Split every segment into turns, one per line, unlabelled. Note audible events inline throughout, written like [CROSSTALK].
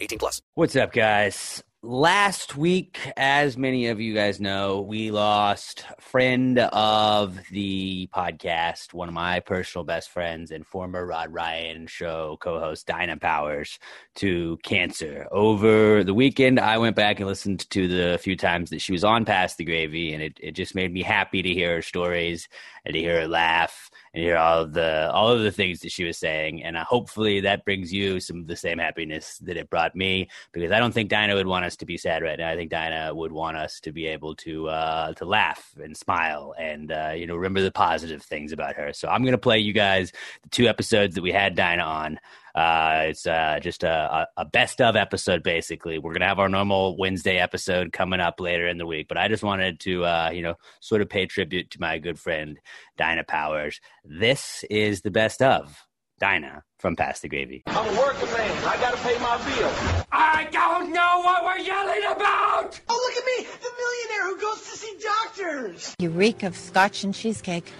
18 plus.
What's up, guys? Last week, as many of you guys know, we lost friend of the podcast, one of my personal best friends, and former Rod Ryan show co host Dinah Powers to cancer. Over the weekend, I went back and listened to the few times that she was on Past the Gravy, and it, it just made me happy to hear her stories and to hear her laugh and hear all of the all of the things that she was saying. And uh, hopefully that brings you some of the same happiness that it brought me, because I don't think Dinah would want us to be sad right now. I think Dinah would want us to be able to uh, to laugh and smile and uh, you know remember the positive things about her. So I'm gonna play you guys the two episodes that we had Dinah on. Uh, it's uh, just a, a, a best of episode, basically. We're gonna have our normal Wednesday episode coming up later in the week, but I just wanted to, uh, you know, sort of pay tribute to my good friend Dinah Powers. This is the best of Dinah from Past the Gravy.
I'm a working man. I gotta pay my bills.
I don't know what we're yelling about!
Oh, look at me, the millionaire who goes to see doctors.
You reek of scotch and cheesecake.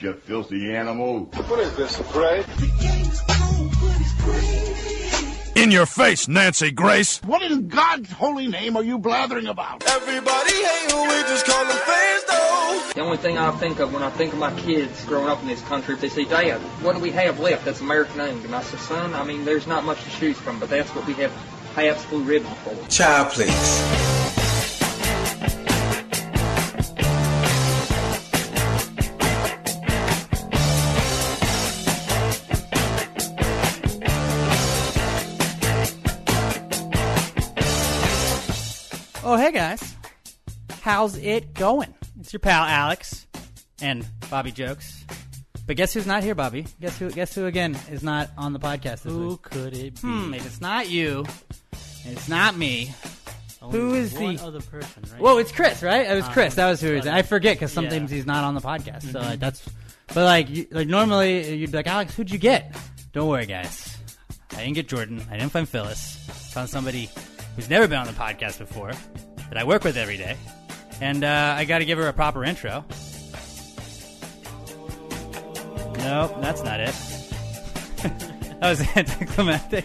You filthy animal.
What is this, a parade?
In your face, Nancy Grace.
What in God's holy name are you blathering about?
Everybody hate who we just call them fans, though.
The only thing I think of when I think of my kids growing up in this country, if they say, Dad, what do we have left that's American owned? And I say, son, I mean, there's not much to choose from, but that's what we have high absolute ribbon for.
Child, please.
Oh, hey guys. How's it going? It's your pal Alex and Bobby Jokes. But guess who's not here, Bobby? Guess who guess who again is not on the podcast this
Who
week?
could it be?
Hmm, if it's not you, and it's not me.
Only
who is
one
the-
other person? Right?
Whoa, it's Chris, right? It was
Um,
Chris. That was who he was. I forget cuz
yeah.
sometimes he's not on the podcast. So like that's but like you, like normally you'd be like, "Alex, who'd you get?" Don't worry, guys. I didn't get Jordan. I didn't find Phyllis. Found somebody who's never been on the podcast before that I work with every day. And uh, I got to give her a proper intro. Nope, that's not it. [LAUGHS] that was [LAUGHS] anticlimactic.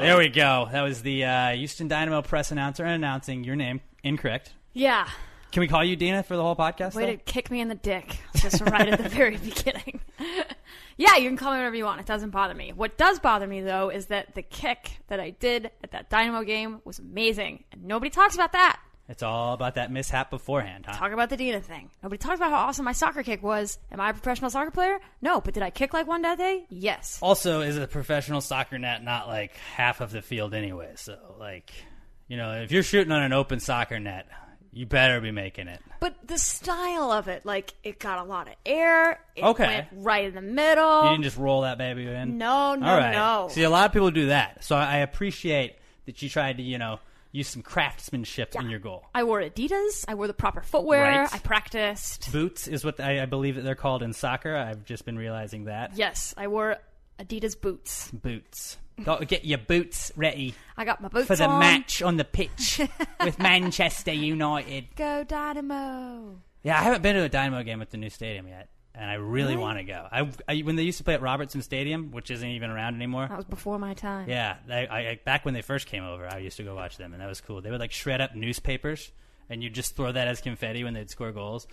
There we go. That was the uh, Houston Dynamo press announcer announcing your name incorrect.
Yeah.
Can we call you Dina for the whole podcast?
Way
though?
to kick me in the dick just right at the very beginning. [LAUGHS] yeah, you can call me whatever you want. It doesn't bother me. What does bother me, though, is that the kick that I did at that Dynamo game was amazing. And nobody talks about that.
It's all about that mishap beforehand, huh?
Talk about the Dina thing. Nobody talks about how awesome my soccer kick was. Am I a professional soccer player? No, but did I kick like one that day? Yes.
Also, is a professional soccer net not like half of the field anyway? So, like, you know, if you're shooting on an open soccer net, you better be making it.
But the style of it, like, it got a lot of air. It
Okay.
went right in the
You
middle.
didn't just roll that baby in.
No, no,
All right.
no.
See, a lot of people do that, so I I appreciate that you tried to, you know, use some craftsmanship in your goal.
I wore Adidas. I wore the proper footwear.
Right.
I practiced.
Boots is what I, I believe that they're called in soccer. I've just been realizing that.
Yes, I wore Adidas boots.
Boots. Go- Get your boots ready
I got my boots
for the
on.
match on the
[LAUGHS]
pitch with Manchester United.
Go Dynamo!
Yeah, I haven't been to a Dynamo game at the new stadium yet, and I really want to go. I, I when they used to play at Robertson Stadium, which isn't even around anymore.
That was before Oh, my time.
Yeah, they, I, I, back when they first came over, I used to go watch them, and that was cool. They would like shred up newspapers, and you'd just throw that as confetti when they'd score goals.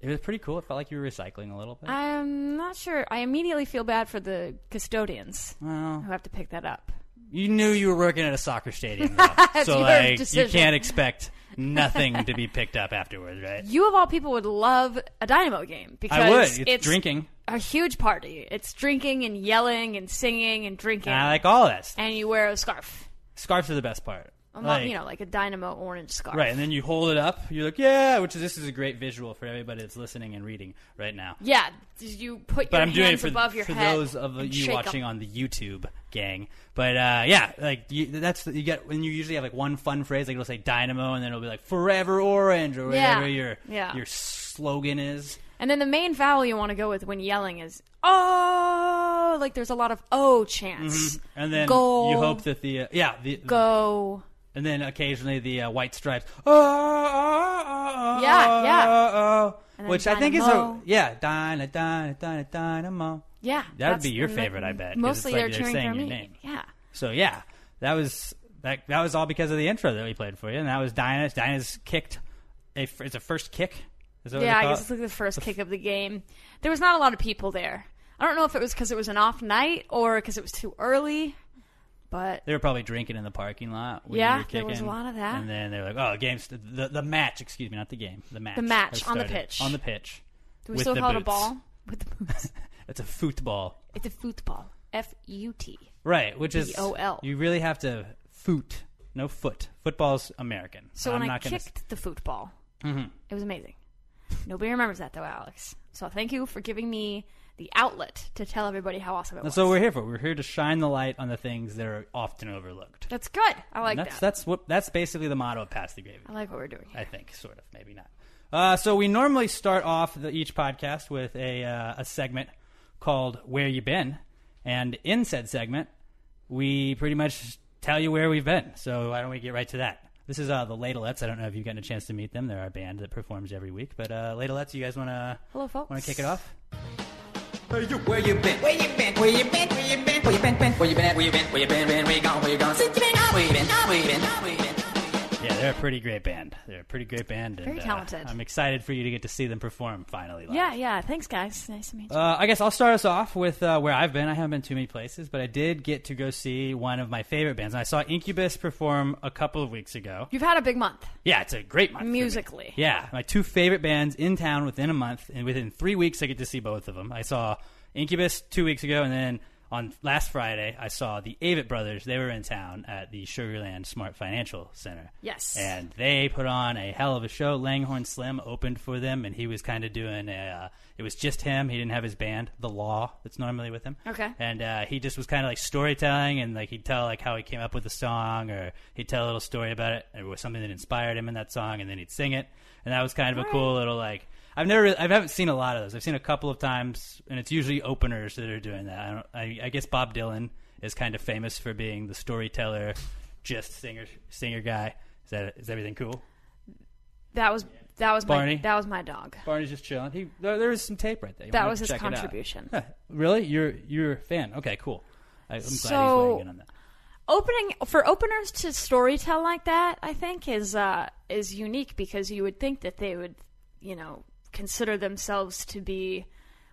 It was pretty cool. It felt like you were recycling a little bit.
I'm not sure. I immediately feel bad for the custodians
well,
who have to pick
[LAUGHS]
that up.
you knew you were working at a soccer
[LAUGHS]
stadium, though. so
your
like you
decision.
can't expect nothing to be picked up afterwards,
[LAUGHS]
right?
You of all people would love a Dynamo game because
I would. It's, drinking.
a huge party. It's drinking and yelling and singing and drinking,
I like all that. stuff.
and you wear a scarf.
Scarves are the best part.
A mo-
Like-
you know, like a dynamo orange scarf.
Right, and then you hold it up. You're like, yeah, which is this is a great visual for everybody that's listening and reading right now.
Yeah, you put
But
your
I'm
hands
doing it for,
above your
for
head.
those of
and
you
shake 'em.
watching on the YouTube gang. But uh, yeah, like you, that's you get when you usually have like one fun phrase, like it'll say dynamo, and then it'll be like forever orange or
Yeah,
whatever your
yeah.
your slogan is.
And then the main vowel you want to go with when yelling is oh, like there's a lot of oh chance.
Mhm. And then
Goal.
you hope that the uh, yeah the
go.
And then occasionally the uh, white stripes. Oh,
yeah, yeah. And then
ah. Which I think is a
dynamo.
yeah, dyna, dyna, dyna, dynamo.
Yeah,
that would
that's-
be your
and then
favorite, I bet. 'cause it's
Mostly
like
they're cheering
saying
for
your
me.
name.
Yeah.
So yeah, that was that. That was all because of the intro that we played for you, and that was Dinah's. Dinah's kicked. A, f- it's a first kick. Is that what they
yeah, I
call
guess
it?
it's like the first kick of the game. There was not a lot of people there. I don't know if it was because it was an off night or because it was too early, but
They were probably drinking in the parking lot. when you
Yeah,
were
there was a
kicking.
lot of that.
And then they were like, "Oh, game's the the match. Excuse me, not the game. The match.
The match
has
on the
started.
pitch.
On the pitch.
do we
with
still
the
call it a
boots. [LAUGHS]
ball? With the boots.
It's a football,
it's a football. F U T.
right? Which is
B-O-L.
You really have to foot, no foot. Football's American.
So
I'm
when I
not gonna-
kicked the football,
Mhm.
it was amazing. Nobody remembers that though, Alex. So thank you for giving me the outlet to tell everybody how awesome it was.
That's what we're here for. We're here to shine the light on the things that are often overlooked.
That's good. I like
And that's
that.
that's what that's basically the motto of Pass the Gravy.
I like what we're doing.
I think, sort of, maybe not. Uh, so we normally start off the, each podcast with a uh, a segment called "Where You Been," and in said segment, we pretty much tell you where we've been. So why don't we get right to that? This is uh, the Ladelettes. I don't know if you've gotten a chance to meet them. They're our band that performs every week. But uh, Ladelettes, you guys want to
hello, folks,
want to kick it off?
Hey, you, where you been? Where you been? Where you been? Where you been? Where you been? been? Where you been at? Where you been? Where you been? Been? Where you gone? Where you gone? Since you been out, where you been? Out, where you been? Out, where you been?
Yeah, they're a pretty great band. They're a pretty great band.
Very
and, uh,
talented.
I'm excited for you to get to see them perform finally. live.
Yeah, yeah. Thanks, guys. Nice to meet you.
Uh, I guess I'll start us off with uh, where I've been. I haven't been too many places, but I did get to go see one of my favorite bands. I saw Incubus perform a couple of weeks ago.
You've had a big month
Yeah, it's a great month. for me.
musically.
Yeah, my two favorite bands in town within a month, and within three weeks, I get to see both of them. I saw Incubus two weeks ago, and then on last Friday, I saw the Avett Brothers. They were in town at the Sugarland Smart Financial Center.
Yes.
and they put on a hell of a show. Langhorn Slim opened for them, and he was kind of doing. A, uh, it was just him. He didn't have his band, The Law, that's normally with him.
Okay.
And uh, he just was kind of like storytelling, and like he'd tell like how he came up with the song, or he'd tell a little story about it, or it was something that inspired him in that song, and then he'd sing it, and that was kind of a cool little like. I've never, really, I haven't seen a lot of those. I've seen a couple of times, and it's usually openers that are doing that. I, don't, I, I guess Bob Dylan is kind of famous for being the storyteller, just singer singer guy. Is that is everything cool?
That was that was
Barney?
my that was my dog.
Barney's just chilling. He there, there is some tape right there. You
That
wanna
was his
check it out.
contribution.
Huh, [LAUGHS] really, you're you're a fan. Okay, cool. I, I'm glad he's weighing
So-
in on that.
opening for openers to storytell like that i think is uh is unique because you would think that they would you know consider themselves to be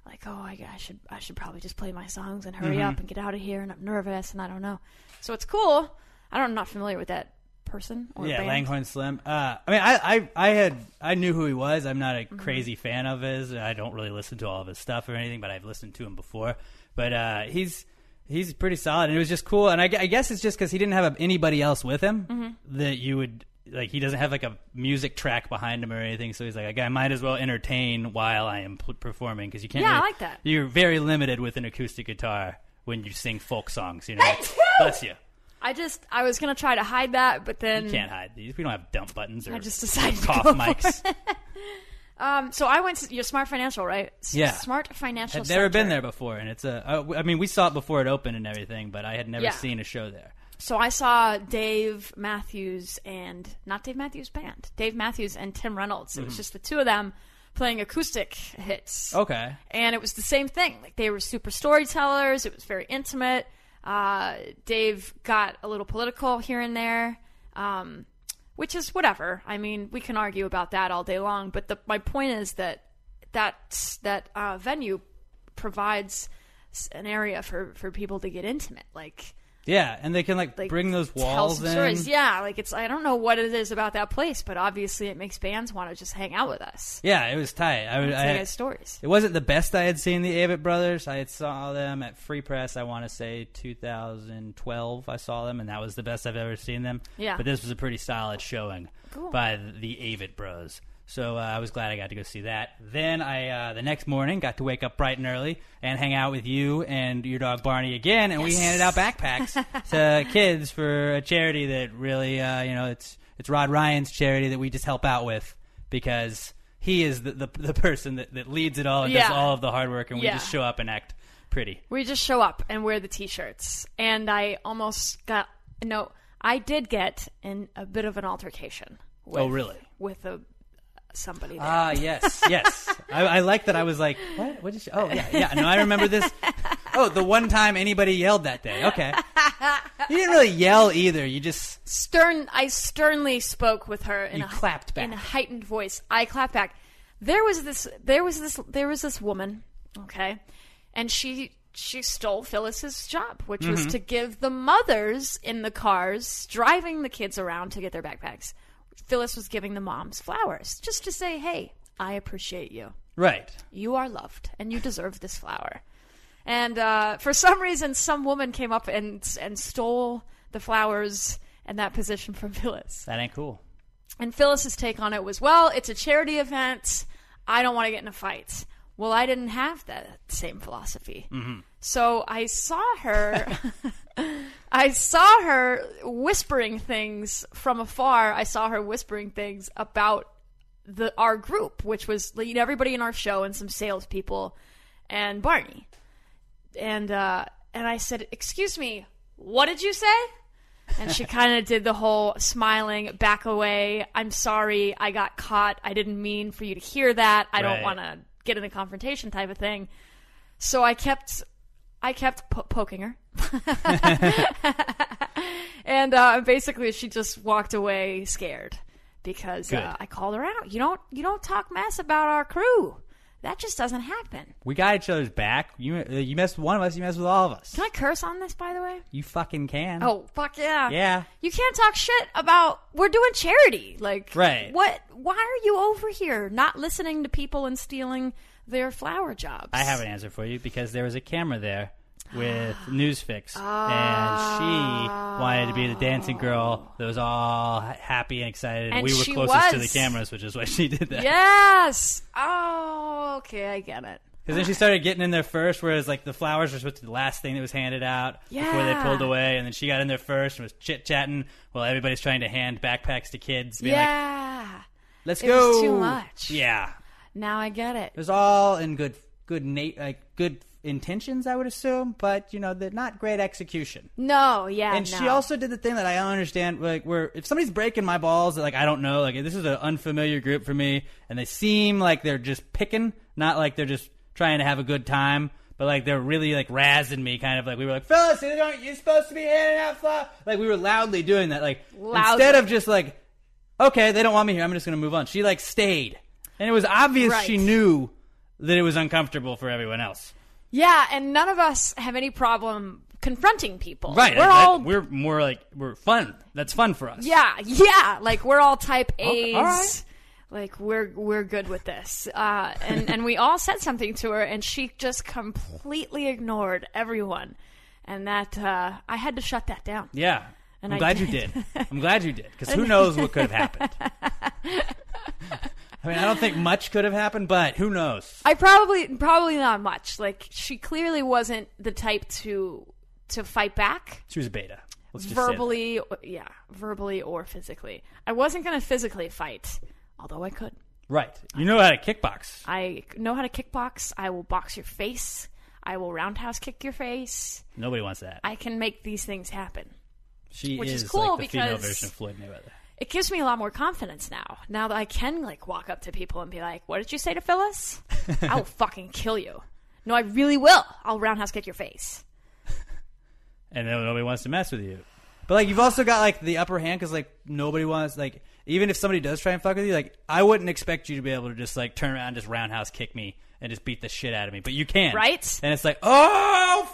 like oh i, I should i should probably just play my songs and hurry
Mhm.
Mm-hmm.
up and get out of here and i'm nervous and i don't know so it's cool i don't I'm not familiar with that person or
yeah,
band.
Langhorn Slim. Uh, I mean, I, I, I had, I knew who he was. I'm not a
Mm-hmm.
crazy fan of his. I don't really listen to all of his stuff or anything, but I've listened to him before. But uh, he's, he's pretty solid, and it was just cool. And I, gu- I guess it's just because he didn't have anybody else with him
Mm-hmm.
Mhm.
that you would like. He doesn't have like a music track behind him or anything, so he's like, I might as well entertain while I am p- performing because you can't.
Yeah, I
really-
like that.
You're very limited with an acoustic guitar when you sing folk songs.
[LAUGHS]
You know, bless you.
i just i was gonna try to hide that but then
You can't hide these. We don't have dump buttons or
I just decided to
cough
go for
[LAUGHS] mics.
[LAUGHS] um so i went to your smart financial right S-
Yeah.
smart financial
Had never
Center.
been there before, and it's a. uh, I mean, we saw it before it opened and everything, but I had never
Yeah.
seen a show there.
So I saw Dave Matthews and not Dave Matthews band, Dave Matthews and Tim Reynolds. It was
Mhm.
just the two of them playing acoustic hits.
Okay.
And it was the same thing. Like they were super storytellers. It was very intimate. Uh, Dave got a little political here and there, um, which is whatever. I mean, we can argue about that all day long. But the, my point is that that that uh, venue provides s- an area for for people to get intimate. Like
Yeah, and they can like,
Like,
bring those
tell
walls
some
in.
stories. Yeah, like it's I don't know what it is about that place, but obviously it makes bands want to just hang out with us.
Yeah, it was tight. I, would-
It's
I
like a stories.
It wasn't the best I had seen the Avett Brothers. I had saw them at Free Press. I want to say 2012. I saw them, and that was the best I've ever seen them.
Yeah.
But this was a pretty solid showing
Cool.
by the Avett Bros. So uh, I was glad I got to go see that. Then I uh, the next morning got to wake up bright and early and hang out with you and your dog Barney again, and we handed out
[LAUGHS]
backpacks to kids for a charity that really, uh, you know, it's it's Rod Ryan's charity that we just help out with because he is the the, the person that, that leads it all and does
Yeah.
all of the hard work, and we
Yeah.
just show up and act
[LAUGHS]
pretty.
We just show up and wear the t-shirts, and I almost got no. I did get in a bit of an altercation. With,
Oh, really?
With a somebody. There.
Ah,
[LAUGHS]
yes, yes. I, I like that. I was like, what? What did she? Oh, yeah, yeah. No, I remember this. Oh, the one time anybody yelled that day. Okay, you didn't really yell either. You just
Stern. I sternly spoke with her in
You
a
clapped back.
in a heightened voice. I clapped back. There was this. There was this. There was this woman. Okay, and she she stole Phyllis's job, which was
Mm-hmm.
Mhm.
to give the mothers in the cars driving the kids around to get their backpacks. Phyllis was giving the moms flowers just to say, "Hey, I appreciate you."
right.
You are loved, and you deserve this flower. And uh, for some reason, some woman came up and and stole the flowers and that position from [LAUGHS] Phyllis.
That ain't cool.
And Phyllis's take on it was, "Well, it's a charity event. I don't want to get in a fight." Well, I didn't have that same philosophy.
Mm-hmm.
So I saw her. [LAUGHS] I saw her whispering things from afar. I saw her whispering things about the our group, which was you know, everybody in our show and some salespeople and Barney. And uh, and I said, "Excuse me, what did you say?" And she kind of did the whole smiling, back away. I'm sorry, I got caught. I didn't mean for you to hear that. I don't
Right.
want to uh, get in a confrontation type of thing. So I kept, I kept po- poking her, [LAUGHS] and uh, basically she just walked away scared because uh,
Good.
I called her out. You don't, you don't talk mess about our crew. That just doesn't happen.
We got each other's back. You uh, you messed with one of us, you messed with all of us.
Can I curse on this, by the way?
You fucking can.
Oh fuck yeah!
Yeah.
you can't talk shit about we're doing charity. Like,
Right.
What? Why are you over here not listening to people and stealing their flower jobs?
I have an answer for you because there was a camera there
[GASPS]
with Newsfix, and she
Ah.
wanted to be the dancing girl that was all happy and excited.
And
we were
she
closest to the
was.
cameras, which is why she did that.
Yes. Oh, okay, I get it.
Because then she started getting in there first, whereas like the flowers were supposed to be the last thing that was handed out before they
Yeah.
pulled away, and then she got in there first and was chit chatting while everybody's trying to hand backpacks to kids. Being like,
yeah.
let's
It
go.
was too much.
Yeah,
Now I get it.
it was all in good good na- like good intentions, I would assume, but you know, they're not great execution.
No, yeah.
and
no.
she also did the thing that I don't understand, like where if somebody's breaking my balls, like I don't know, like this is an unfamiliar group for me, and they seem like they're just picking, not like they're just trying to have a good time, but like they're really like razzing me, kind of like we were like, fellas, you don't- you're supposed to be handing out flowers. Like we were loudly doing that, like
Loudly.
instead of just like, okay, they don't want me here, I'm just gonna move on. She like stayed, and it was obvious
Right.
she knew that it was uncomfortable for everyone else.
Yeah, and none of us have any problem confronting people.
Right,
We're
like, that-
all.
we're more like we're fun. That's fun for us.
Yeah, yeah. Like we're all type A's.
Okay, all right.
Like we're we're good with this. Uh, and and we all said something to her, and she just completely ignored everyone. And that uh, I had to shut that down.
Yeah.
And
I'm
I
glad you
did. [LAUGHS]
did. I'm glad you did because who knows what could have happened. I mean, I don't think much could have happened, but who knows?
I probably probably not much. Like she clearly wasn't the type to to fight back.
She was a beta. Let's just say that.
verbally, yeah, verbally or physically. I wasn't going to physically fight, although I could.
Right. You know how to kickbox.
I know how to kickbox. I will box your face. I will roundhouse kick your face.
Nobody wants that.
I can make these things happen.
She
Which is
is,
cool
like the female
because-
version of Floyd Mayweather.
It gives me a lot more confidence now. Now that I can like walk up to people and be like, "What did you say
[LAUGHS]
to Phyllis? I will fucking kill you." No, I really will. I'll roundhouse kick your face.
and then nobody wants to mess with you. But like you've also got like the upper hand because like nobody wants like even if somebody does try and fuck with you, like I wouldn't expect you to be able to just like turn around and just roundhouse kick me and just beat the shit out of me, but you can,
Right?
And it's like, oh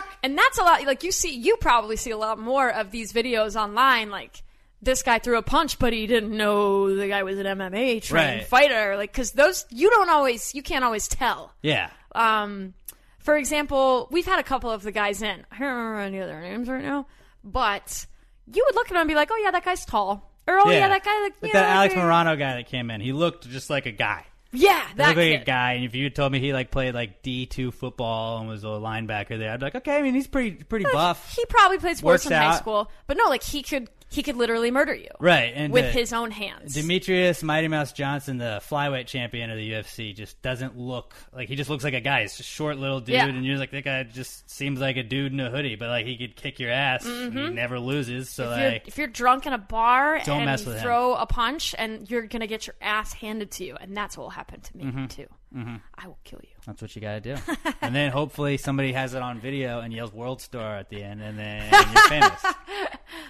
fuck,
And that's a lot. Like you see, you probably see a lot more of these videos online. Like this guy threw a punch, but he didn't know the guy was an MMA trained
Right.
fighter. Like because those you don't always you can't always tell.
Yeah.
Um, for example, we've had a couple of the guys in. I don't remember any of their names right now, but you would look at them and be like, "Oh yeah, that guy's tall." Or oh yeah, that guy like,
Like
yeah,
that Alex
guy-
Morano guy that came in. He looked just like a guy.
Yeah,
He
that
looked like
kid.
a guy, and if you had told me he like played like D two football and was a linebacker there, I'd be like, okay, I mean he's pretty pretty buff,
He probably played sports
Works
in high
out.
school, but no, like he could he could literally murder you
right? And
with
uh,
his own hands.
Demetrius Mighty Mouse Johnson, the flyweight champion of the UFC, just doesn't look like he just looks like a guy. He's just a short little dude,
Yeah.
and you're like, that guy just seems like a dude in a hoodie, but like he could kick your ass. and he
Mhm.
never loses, so
if, you're,
like
if you're drunk in a bar
Don't
and
mess
you
with him.
throw a punch, and you're gonna get your ass handed to you, and that's what will happen to me
Mhm.
too.
Mhm.
I will kill you.
That's what you gotta
[LAUGHS]
do. and then hopefully somebody has it on video and yells "World Star" at the end, and then you're
[LAUGHS]
famous.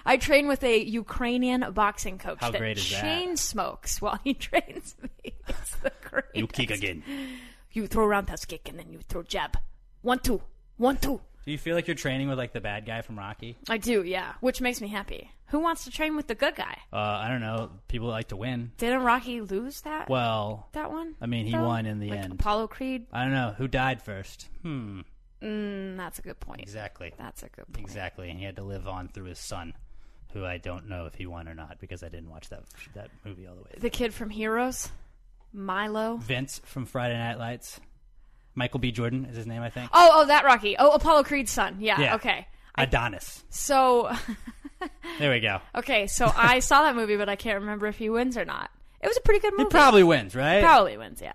I train with a Ukrainian boxing coach
How
that
great is that?
chain smokes while he [LAUGHS] trains me. It's the greatest.
you kick again.
You throw roundhouse kick and then you throw jab. One two, one two.
Do you feel like you're training with like the bad guy from Rocky?
I do, yeah, which makes me happy. Who wants to train with the good guy?
Uh, I don't know. People like to win.
Didn't Rocky lose that?
Well,
that one.
I mean, he
though?
won in the
Like,
end.
Apollo Creed.
I don't know who died first. Hmm.
Mm, that's a good point.
Exactly.
That's a good point.
Exactly, and he had to live on through his son, who I don't know if he won or not because I didn't watch that that movie all the way.
The kid from Heroes, Milo.
Vince from Friday Night Lights, Michael B. Jordan is his name, I think.
Oh, oh, that Rocky. Oh, Apollo Creed's son. Yeah.
Yeah.
Okay.
Adonis.
So, [LAUGHS]
There we go.
okay, so I saw that movie, but I can't remember if he wins or not. It was a pretty good movie.
He probably wins, right?
He probably wins. Yeah.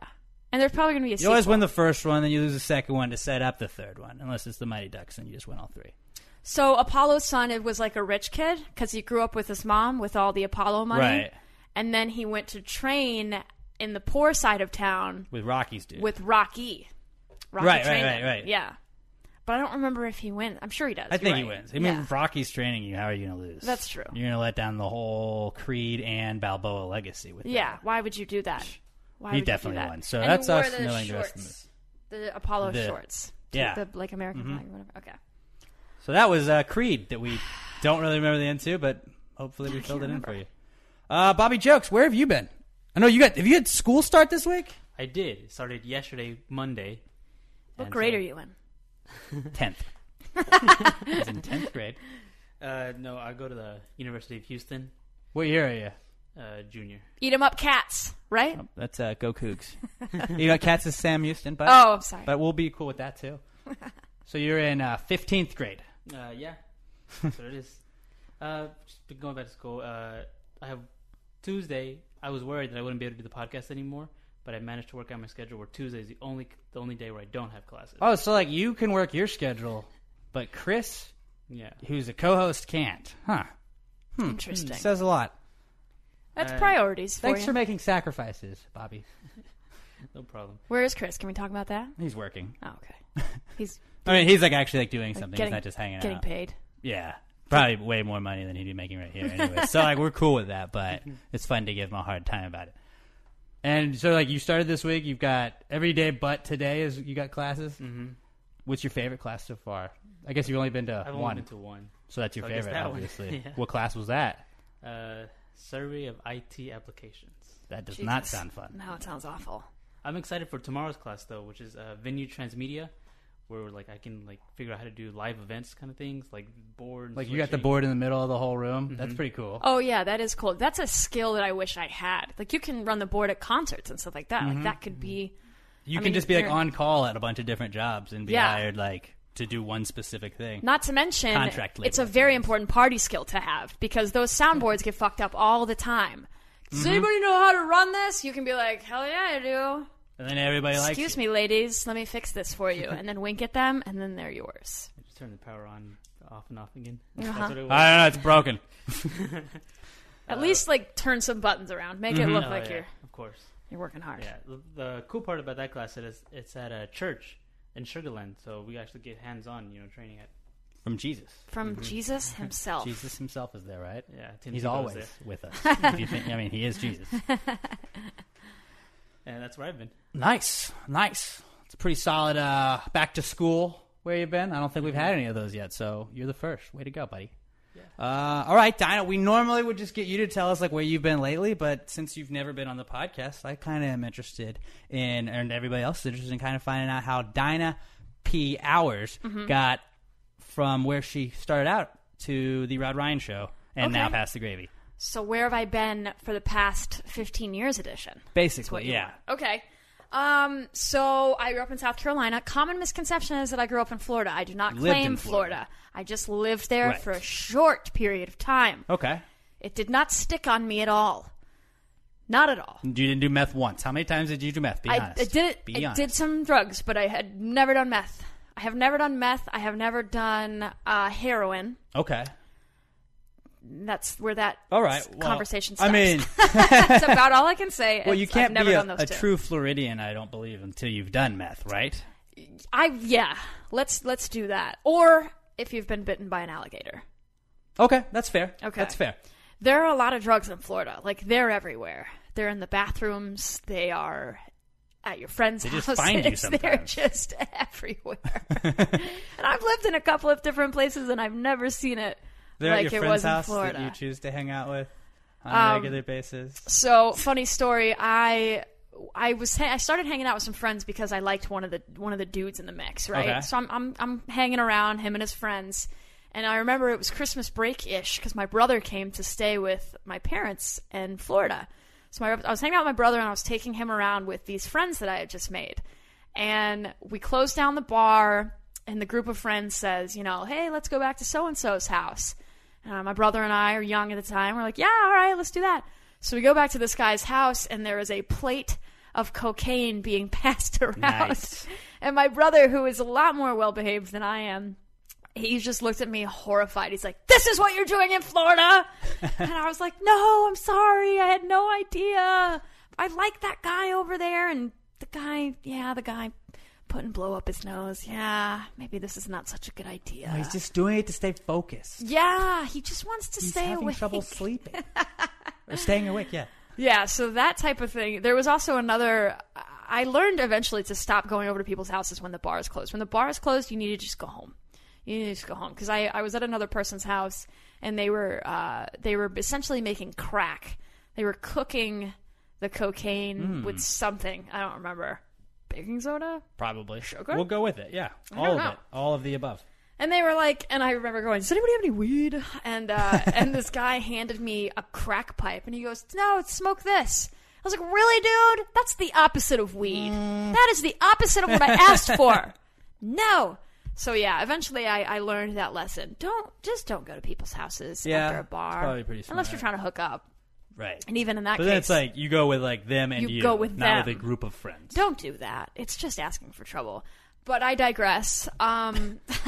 And there's probably gonna be a
You always
sequel.
win the first one, then you lose the second one to set up the third one, unless it's the Mighty Ducks and you just win all three.
So Apollo's son it was like a rich kid because he grew up with his mom with all the Apollo money,
Right.
and then he went to train in the poor side of town
With Rocky's dude.
with Rocky. Rocky
Right, right,
trained
right,
him.
right.
Yeah, but I don't remember if he wins. I'm sure he does.
I think
You're
he
right.
wins. I mean,
Yeah.
if Rocky's training you. How are you going to lose?
That's true.
You're going to let down the whole Creed and Balboa legacy with
Yeah, why would you do that? Why
He
would you do
definitely
that?
won. So
And he
that's
wore
us
the
knowing the rest of the
shorts, the, Apollo
The-
shorts,
yeah.
the like American
Mhm.
flag, or whatever. Okay,
that. So that was uh, Creed that we don't really remember the end to, but hopefully we
can't
filled it in
remember.
for you. Uh, Bobby Jokes, where have you been? I know you got. Have you had school start this week?
I did. It started yesterday, Monday.
what
And
grade
so-
are you in?
[LAUGHS]
[LAUGHS]
Tenth.
I was in tenth grade. Uh, no, I go to the University of Houston,
What year are you?
uh, junior.
Eat 'em up, cats, right?
That's uh, Go Cougs. [LAUGHS] you got cats is Sam Houston, but
Oh, I'm sorry.
But we'll be cool with that
[LAUGHS]
too. so you're in fifteenth grade.
Uh,
[LAUGHS]
yeah, that's what it is. Uh, just been going back to school. Uh, I have Tuesday. I was worried that I wouldn't be able to do the podcast anymore, but I managed to work out my schedule where Tuesday is the only the only day where I don't have classes.
Oh, so like you can work your schedule, but Chris,
Yeah.
who's a co-host, can't. Huh. Hmm.
Interesting.
Says a lot.
That's
Uh,
priorities. For
Thanks
you.
for making sacrifices,
[LAUGHS]
Bobby.
No problem.
Where is Chris? Can we talk about that?
He's working.
Oh,
[LAUGHS]
okay. He's.
I mean, he's like actually like doing something.
Getting-
he's not just hanging
getting
out.
paid.
Yeah. Probably way more money than he'd be making right here anyway. so like we're cool with that,
[LAUGHS]
but it's fun to give him a hard time about it. And so like you started this week, you've got every day but today is you got classes. Mm-hmm. What's your favorite class so far? I guess you've only been to
I've only
one.
been to one.
So that's your
So I guess
favorite,
that one.
obviously.
[LAUGHS] Yeah.
What class was that?
Uh, survey of IT applications.
That does not Jesus. sound fun.
No, it sounds awful.
I'm excited for tomorrow's class though, which is uh, venue transmedia, where like I can like figure out how to do live events kind of things, like board.
Like you got the board in the middle of the whole room. That's
Mhm.
pretty cool.
Oh yeah, that is cool. That's a skill that I wish I had. Like you can run the board at concerts and stuff like that.
Mhm.
Like that could be.
You
I
can
mean,
just be like
you're-
on call at a bunch of different jobs and be
Yeah.
hired like to do one specific thing.
Not to mention,
Contract
it's a
labor.
very important party skill to have because those soundboards get fucked up all the time. Does
Mhm.
anybody know how to run this? You can be like, hell yeah, I do.
and then everybody likes
Excuse me, ladies, let me fix this for you, and then wink at them, and then they're yours.
Just turn the power on, off and off again. [LAUGHS]
Uh-huh.
it was.
I don't know, it's
[LAUGHS]
broken. [LAUGHS]
At least like turn some buttons around, make it
Mhm.
look
Oh,
like
yeah,
you're
of course
you're working hard.
Yeah, the, the cool part about that class is it's at a church in Sugarland, so we actually get hands-on, you know, training at.
From Jesus.
From Jesus himself.
Jesus himself is there, right?
Mm-hmm. Yeah, Tim
he's
Tebow's
always
there. [LAUGHS]
with us. if you think, I mean, he is Jesus.
And that's where I've been.
Nice, nice. It's a pretty solid uh, back to school Where you been? I don't think we've had any of those yet. So you're the first. Way to go, buddy. Uh, all right, Dinah. We normally would just get you to tell us like where you've been lately, but since you've never been on the podcast, I kind of am interested in, and everybody else is interested in kind of finding out how Dinah P. Hours
Mhm.
got from where she started out to the Rod Ryan show, and now
Okay.
past the gravy.
So where have I been for the past 15 years edition?
Basically, yeah.
Okay. Um, so I grew up in South Carolina. Common misconception is that I grew up in Florida. I do not
You lived
claim
in Florida.
Florida. I just lived there
Right.
for a short period of time.
Okay.
It did not stick on me at all. Not at all.
You didn't do meth once. How many times did you do meth? Be
I,
honest.
I did
Be
I
honest.
did some drugs, but I had never done meth. I have never done meth. I have never done uh, heroin.
Okay.
That's where that
All right,
s-
well,
conversation
I
stops.
mean-
[LAUGHS] that's about all I can say.
[LAUGHS] Well, you
It's- I've
can't
never
be a,
done those
a
two.
true Floridian, I don't believe, until you've done meth, right?
I yeah. Let's let's do that. Or if you've been bitten by an alligator,
Okay, that's fair.
Okay.
that's fair.
there are a lot of drugs in Florida. Like they're everywhere. They're in the bathrooms. They are at your friends'
They just
houses. [LAUGHS]
find you
They're
sometimes.
just
[LAUGHS]
everywhere. and I've lived in a couple of different places, and I've never seen it
They're
like
at your
it
friend's
was
house
in Florida.
that you choose to hang out with on a
Um,
regular basis.
So funny story. I I was ha- I started hanging out with some friends because I liked one of the one of the dudes in the mix, right?
Okay.
So I'm I'm I'm hanging around him and his friends, and I remember it was Christmas break ish because my brother came to stay with my parents in Florida. So my I was hanging out with my brother and I was taking him around with these friends that I had just made, and we closed down the bar. And the group of friends says, you know, hey, let's go back to so and so's house. Uh, my brother and I are young at the time. We're like, yeah, all right, let's do that. So we go back to this guy's house, and there is a plate of cocaine being [LAUGHS] passed around.
Nice.
And my brother, who is a lot more well behaved than I am, he just looked at me horrified. He's like, This is what you're doing in Florida. and I was like, No, I'm sorry. I had no idea. I like that guy over there. And the guy, yeah, the guy putting blow up his nose. Yeah, maybe this is not such a good idea.
Oh, He's just doing it to stay focused
Yeah, he just wants to
He's
stay
having
awake.
trouble sleeping. or staying awake. Yeah.
Yeah, so that type of thing. There was also another. I learned eventually to stop going over to people's houses when the bar is closed. When the bar is closed, you need to just go home. You need to just go home because I, I was at another person's house and they were uh, they were essentially making crack. They were cooking the cocaine
Mm.
with something I don't remember, baking soda.
[SIGHS] Probably.
Sugar?
We'll go with it. Yeah.
I
All
don't
of
know.
it. All of the above.
And they were like, and I remember going, "Does anybody have any weed?"
[LAUGHS]
And uh, and this guy handed me a crack pipe, and he goes, "No, it's smoke this." I was like, "Really, dude? That's the opposite of weed.
Mm.
That is the opposite of what I
[LAUGHS]
asked for." no. So yeah, eventually I, I learned that lesson. Don't just don't go to people's houses
Yeah,
after a
it's
bar,
probably pretty
unless
smart.
you're trying to hook up.
Right.
And even in that
but
case,
then it's like you go with like them and
You
you,
go with
not with
them.
a group of friends.
Don't do that. It's just asking for trouble. But I digress. Um, [LAUGHS]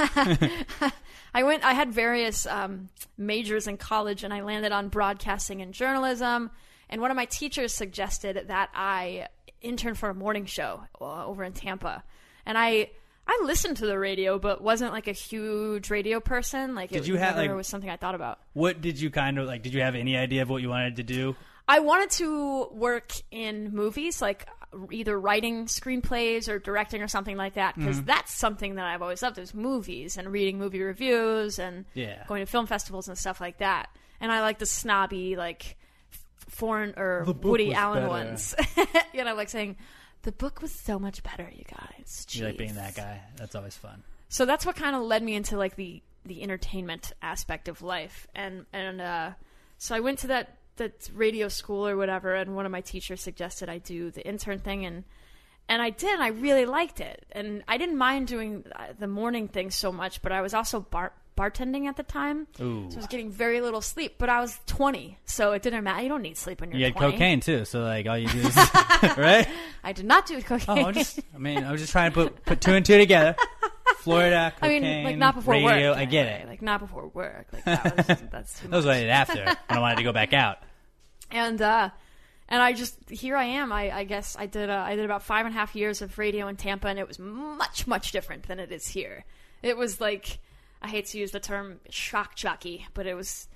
I went. I had various um, majors in college, and I landed on broadcasting and journalism. And one of my teachers suggested that I intern for a morning show uh, over in Tampa. And I I listened to the radio, but wasn't like a huge radio person. Like,
Did
it
you have,
never
like-
was something I thought about.
What did you kind of like? Did you have any idea of what you wanted to do?
I wanted to work in movies, like either writing screenplays or directing or something like that, because
Mhm.
that's something that I've always loved is movies and reading movie reviews and
Yeah.
going to film festivals and stuff like that. And I like the snobby, like f- foreign or
The book
Woody
was
Allen
better.
ones. [LAUGHS] you know, like saying the book was so much better, you guys.
You like being
Jeez."
that guy? That's always fun.
so that's what kind of led me into like the the entertainment aspect of life and and uh so i went to that that radio school or whatever and one of my teachers suggested i do the intern thing and and i did and i really liked it and i didn't mind doing uh, the morning thing so much but i was also bar- bartending at the time
Ooh.
so i was getting very little sleep but i was 20 so it didn't matter you don't need sleep when you're
You had
20
cocaine too, so like all you
[LAUGHS]
do
[LAUGHS]
is right.
i did not do cocaine
Oh, I'm just. I mean, I was just trying to put put two and two together. Florida,
[LAUGHS] [LAUGHS] I
cocaine,
mean, like not before
radio.
work.
I get it.
Like not before work. Like
[LAUGHS]
that was that's too
That was what I did
much.
after when I wanted to go back out.
and uh and I just here I am. I, I guess I did uh, I did about five and a half years of radio in Tampa, and it was much much different than it is here. It was like I hate to use the term shock jockey, but it was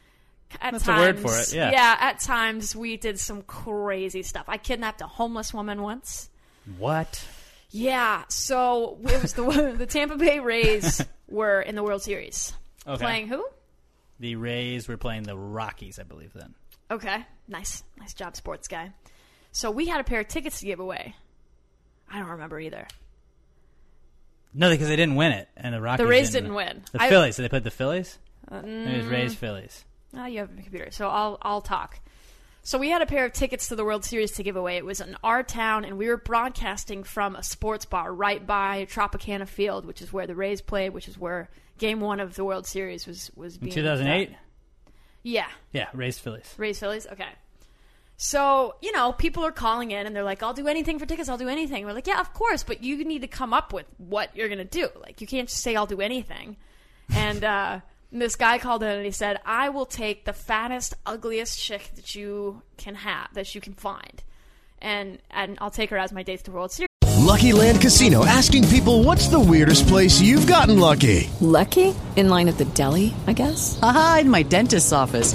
at
That's a
times
word for it, yeah.
at times we did some crazy stuff. I kidnapped a homeless woman once.
What?
Yeah, so it was the [LAUGHS] the Tampa
[LAUGHS]
Bay Rays were in the World Series
Okay.
playing who?
The Rays were playing the Rockies, I believe. Then
Okay, nice, nice job, sports guy. So we had a pair of tickets to give away. I don't remember either.
no, because they didn't win it, and the Rockies.
Rays
didn't,
didn't win.
The
I-
Phillies. Did they put the Phillies?
Uh,
It was
mm.
Rays Phillies.
Oh, you have a computer, so I'll I'll talk. So we had a pair of tickets to the World Series to give away. It was in our town, and we were broadcasting from a sports bar right by Tropicana Field, which is where the Rays played, which is where Game One of the World Series was was
In
being.
two thousand eight.
Yeah,
Yeah, Rays Phillies.
Rays Phillies. Okay. So you know, people are calling in, and they're like, "I'll do anything for tickets. I'll do anything." We're like, "Yeah, of course," but you need to come up with what you're gonna do. Like, you can't just say, "I'll do anything." And uh, [LAUGHS] this guy called in, and he said, "I will take the fattest, ugliest chick that you can have, that you can find, and and I'll take her as my date to World Series."
Lucky Land Casino asking people what's the weirdest place you've gotten lucky?
Lucky? In line at the deli, I guess? Aha, in my dentist's office.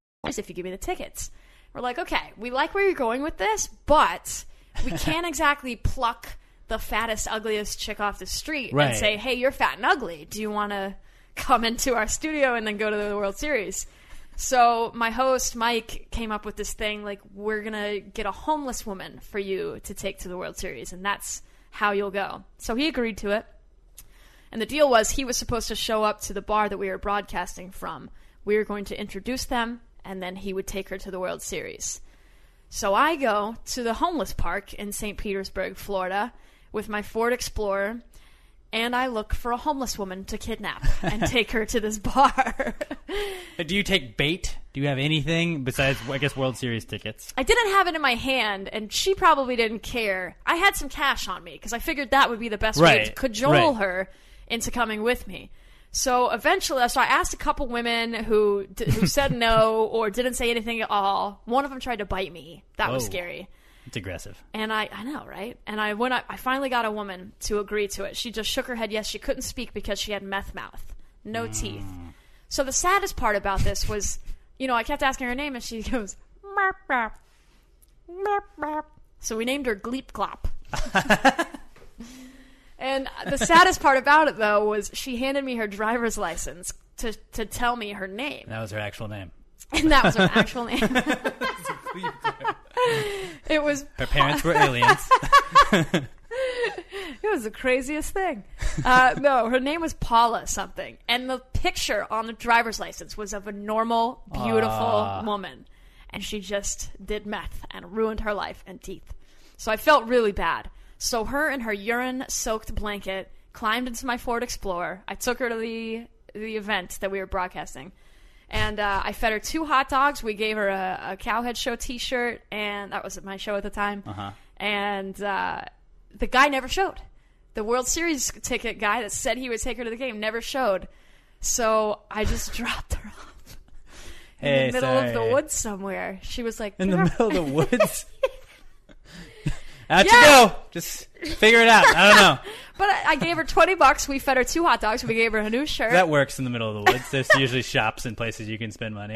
Just if you give me the tickets. We're like, okay, we like where you're going with this, but we can't exactly pluck the fattest, ugliest chick off the street
Right.
and say, hey, you're fat and ugly. Do you want to come into our studio and then go to the World Series? So my host, Mike, came up with this thing like, we're going to get a homeless woman for you to take to the World Series, and that's how you'll go. So he agreed to it. And the deal was he was supposed to show up to the bar that we were broadcasting from. We were going to introduce them, and then he would take her to the World Series. So I go to the homeless park in St. Petersburg, Florida, with my Ford Explorer, and I look for a homeless woman to kidnap and take her to this bar.
Uh, Do you take bait? Do you have anything besides, I guess, World Series tickets?
I didn't have it in my hand, and she probably didn't care. I had some cash on me because I figured that would be the best way to
Right,
cajole
right.
her into coming with me. So eventually, so I asked a couple women who d-
[LAUGHS]
who said no or didn't say anything at all. One of them tried to bite me. That was
Whoa.
scary.
It's aggressive.
And I, I know, right? And I went up, I finally got a woman to agree to it. She just shook her head yes. She couldn't speak because she had meth mouth, no teeth. So the saddest part about this was, you know, I kept asking her name and she [LAUGHS] goes, "Merp, merp, merp, merp." so we named her Gleep Glop. and the saddest part about it, though, was she handed me her driver's license to, to tell me her name.
That was her actual name.
[LAUGHS] And that was her
[LAUGHS]
actual name. it was
Her parents
[LAUGHS]
were aliens.
it was the craziest thing. Uh, no, her name was Paula something, and the picture on the driver's license was of a normal, beautiful
Ah.
woman, and she just did meth and ruined her life and teeth. So I felt really bad. So her and her urine-soaked blanket climbed into my Ford Explorer. I took her to the the event that we were broadcasting. And uh, I fed her two hot dogs. We gave her a, a Cowhead Show T-shirt, and that was my show at the time
Uh-huh.
Uh
Uh-huh.
huh.
and uh, the guy never showed. The World Series ticket guy that said he would take her to the game never showed. So I just [LAUGHS] dropped her off in the middle of the woods somewhere. She was like,
In the
"You're-"
middle of the
[LAUGHS]
woods. Out
Yeah.
you go. Just figure it out. I don't know.
But I, I gave her twenty bucks. We fed her two hot dogs. We gave her a new shirt. [LAUGHS]
That works in the middle of the woods. There's usually shops and places you can spend money.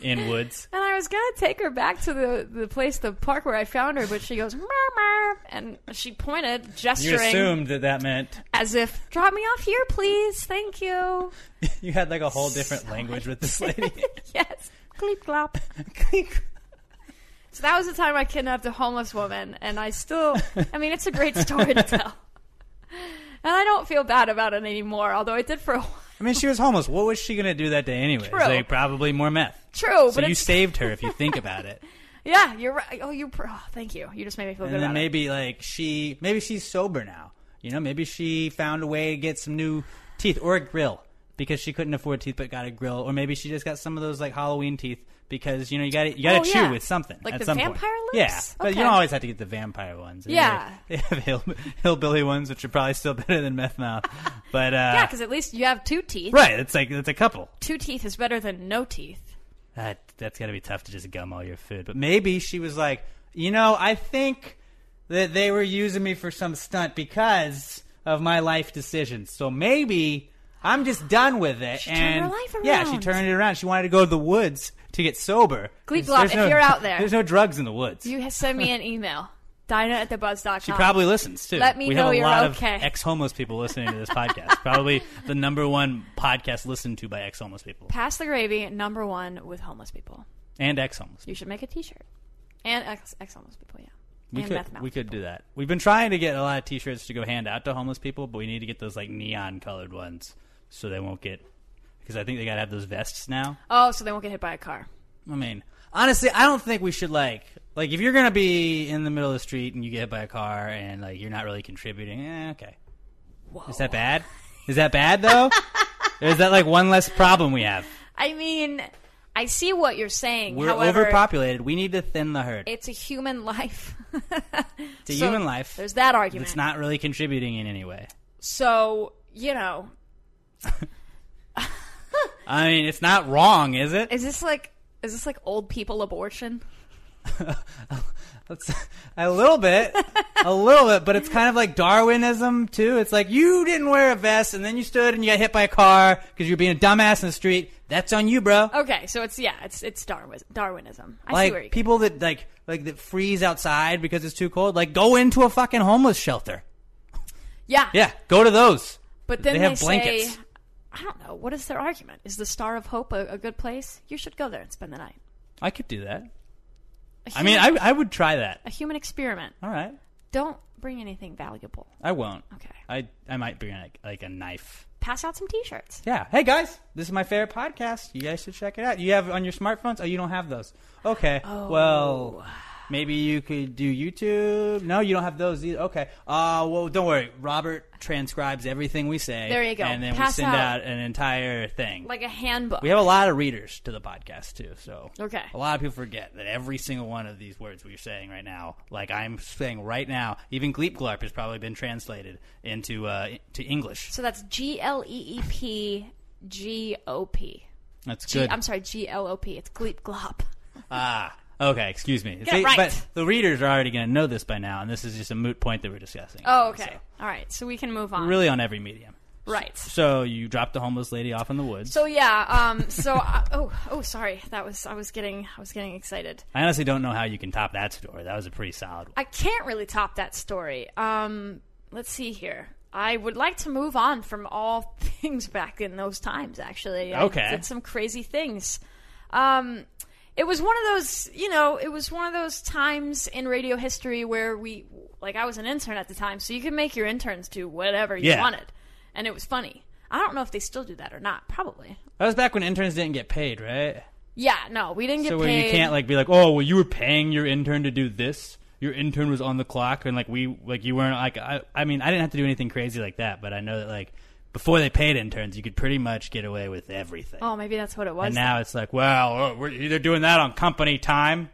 in woods.
And I was gonna take her back to the, the place, the park where I found her, but she goes, "Meow, meow," and she pointed,
You
gesturing
assumed that that meant [LAUGHS]
as if, "Drop me off here, please, thank you."
you had like a whole different language with this
[LAUGHS]
lady. [LAUGHS]
yes, cleep clop, So that was the time I kidnapped a homeless woman, and I still, I mean, it's a great story to tell. And I don't feel bad about it anymore, although I did for a while.
I mean, she was homeless. What was she going to do that day anyway?
True.
Like probably more meth.
True,
So
but
you
it's-
saved her if you think about it.
Yeah, you're right. Oh, you. pr- Oh, thank you. You just made me feel
and
good
then
about it.
maybe like she maybe she's sober now. You know, maybe she found a way to get some new teeth or a grill because she couldn't afford teeth but got a grill or maybe she just got some of those like Halloween teeth because you know you got to you got
Oh,
to chew
yeah.
with something
Like
at
the
some
vampire
point. Yeah,
lips?
but you
Okay.
don't always have to get the vampire ones. I mean,
Yeah.
[LAUGHS] they- They have hill, hillbilly ones which are probably still better than meth
[LAUGHS]
mouth. But uh
yeah, because at least you have two teeth.
right, it's like it's a couple.
Two teeth is better than no teeth.
That that's gotta be tough to just gum all your food. But maybe she was like, you know, I think that they were using me for some stunt because of my life decisions. So maybe I'm just done with it.
She
and
turned her life
yeah, she
around.
turned it around. She wanted to go to the woods to get sober. There's-
Gleek
there's
Glop, if you're out there.
there's no drugs in the woods.
You ha- send me an email, [LAUGHS] Dinah at the buzz.com.
She probably listens too.
Oh. Let me
we
know
have a
you're
lot
okay.
of ex-homeless people listening to this podcast.
[LAUGHS]
probably the number one podcast listened to by ex-homeless people
Pass the gravy, number one with homeless people.
and ex-homeless.
You should make a T-shirt, and ex, ex homeless people. Yeah,
We
and
could
meth mouth.
we could do that. We've been trying to get a lot of T-shirts to go hand out to homeless people, but we need to get those like neon colored ones so they won't get because I think they gotta have those vests now.
Oh, so they won't get hit by a car.
I mean, honestly, I don't think we should like like if you're gonna be in the middle of the street and you get hit by a car and like you're not really contributing. Eh, okay, is that bad? Is that bad
[LAUGHS]
though? or is that like one less problem we have?
I mean, I see what you're saying.
We're
However,
overpopulated. We need to thin the herd.
It's a human life.
It's a
so
human life.
There's that argument.
It's not really contributing in any way.
So you know,
I mean, it's not wrong, is it?
is this like is this like old people abortion?
That's [LAUGHS] a little bit, a little bit, but it's kind of like Darwinism too. It's like you didn't wear a vest and then you stood and you got hit by a car because you're being a dumbass in the street. That's on you, bro.
Okay, so it's yeah, it's it's Darwin, Darwinism. Oh, I see
like
where you.
people that like like that freeze outside because it's too cold. Like go into a fucking homeless shelter.
Yeah,
Yeah, go to those.
but then
they
they,
have blankets.
say, I don't know. What is their argument? Is the Star of Hope a, a good place? You should go there and spend the night.
I could do that.
A
I mean, I
human-
I would try that.
a human experiment.
All right,
Don't bring anything valuable.
I won't.
Okay.
I I might bring like like a knife.
Pass out some T-shirts.
Yeah. Hey guys, this is my favorite podcast. You guys should check it out. You have it on your smartphones? Oh, you don't have those. Okay.
Oh.
Well, maybe you could do YouTube. No, you don't have those either. Okay. Uh, well, don't worry. Robert transcribes everything we say.
There you go.
And then
Pass
we send out.
out.
an entire thing.
Like a handbook.
we have a lot of readers to the podcast too, so
Okay.
a lot of people forget that every single one of these words we're saying right now, like I'm saying right now, even Gleep Glarp has probably been translated into uh, to English.
So that's G L E E P G O P.
That's
G-
good.
I'm sorry, G L O P. It's Gleep Glop.
Ah, okay. Excuse me.
Get it right.
But the readers are already going to know this by now, and this is just a moot point that we're discussing.
Oh, okay. All right, so we can move on.
Really on every medium.
Right.
So you dropped the homeless lady off in the woods.
So yeah. Um. So [LAUGHS] I, oh oh sorry. That was I was getting I was getting excited.
I honestly don't know how you can top that story. That was a pretty solid one.
I can't really top that story. Um. Let's see here. I would like to move on from all [LAUGHS] things back in those times. Actually, I
Okay.
did some crazy things. Um. It was one of those, you know, it was one of those times in radio history where we, like, I was an intern at the time, so you could make your interns do whatever you
Yeah.
wanted, and it was funny. I don't know if they still do that or not. Probably.
That was back when interns didn't get paid, right?
Yeah, no, we didn't get
So
paid.
where you can't like be like, oh, well, you were paying your intern to do this. Your intern was on the clock, and like we, like you weren't like. I, I mean, I didn't have to do anything crazy like that, but I know that like before they paid interns, you could pretty much get away with everything.
Oh, maybe that's what it was.
and now it's like, well, uh, we're either doing that on company time.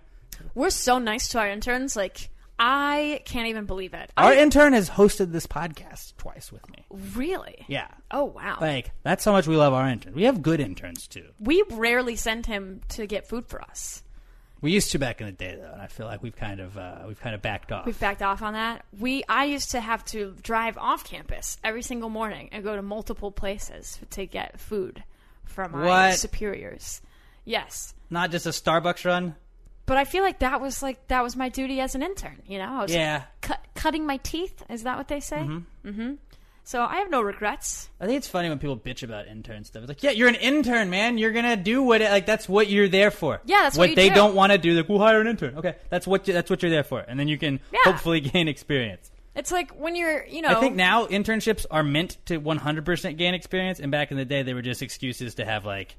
We're so nice to our interns. Like, I can't even believe it.
Our
I,
intern has hosted this podcast twice with me.
really?
Yeah.
Oh, wow.
Like, that's how much we love our intern. We have good interns, too.
we rarely send him to get food for us.
We used to back in the day, though, and I feel like we've kind of, uh, we've kind of backed off.
We've backed off on that. We I used to have to drive off campus every single morning and go to multiple places to get food from my
What?
superiors. Yes.
Not just a Starbucks run.
But I feel like that was like that was my duty as an intern. You know, I was
Yeah.
cu- cutting my teeth. Is that what they say? Mm-hmm. So I have no regrets.
I think it's funny when people bitch about intern stuff. It's like, yeah, you're an intern, man. You're gonna do what it, like that's what you're there for.
Yeah, that's what you
they
do.
don't want to do. Like, we'll hire an intern. Okay, that's what you, that's what you're there for, and then you can
Yeah.
hopefully [LAUGHS] gain experience.
It's like when you're, you know,
I think now internships are meant to 100% gain experience, and back in the day, they were just excuses to have like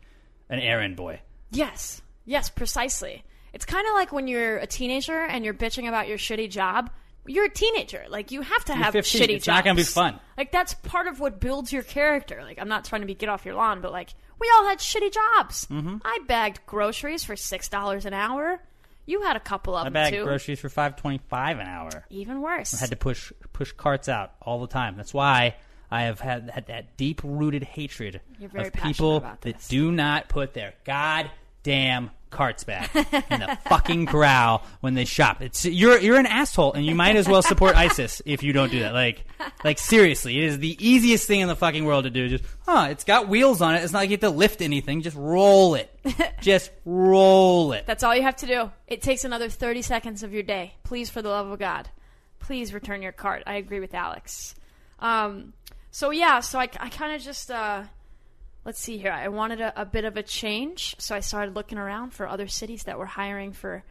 an errand boy.
Yes. Yes, precisely. It's kind of like when you're a teenager and you're bitching about your shitty job. You're a teenager. Like you have to
You're
have
15.
shitty
It's
jobs.
not gonna be fun.
Like that's part of what builds your character. Like I'm not trying to be get off your lawn, but like we all had shitty jobs.
Mhm.
I bagged groceries for six dollars an hour. You had a couple of
I
them
bagged
too.
groceries for 5.25 an hour.
Even worse.
I had to push push carts out all the time. That's why I have had, had that deep rooted hatred
You're very
of
passionate
people
about
that do not put their goddamn carts back [LAUGHS] in the fucking corral when they shop. It's you're you're an asshole, and you might as well
[LAUGHS]
support ISIS if you don't do that. Like like seriously, it is the easiest thing in the fucking world to do. Just huh, it's got wheels on it. It's not like you have to lift anything. Just roll
[LAUGHS]
it. Just roll it.
That's all you have to do. It takes another 30 seconds of your day. Please, for the love of God, please return your cart. I agree with Alex. Um, so, yeah, so I, I kind of just, uh, let's see here. I wanted a, a bit of a change, so I started looking around for other cities that were hiring for,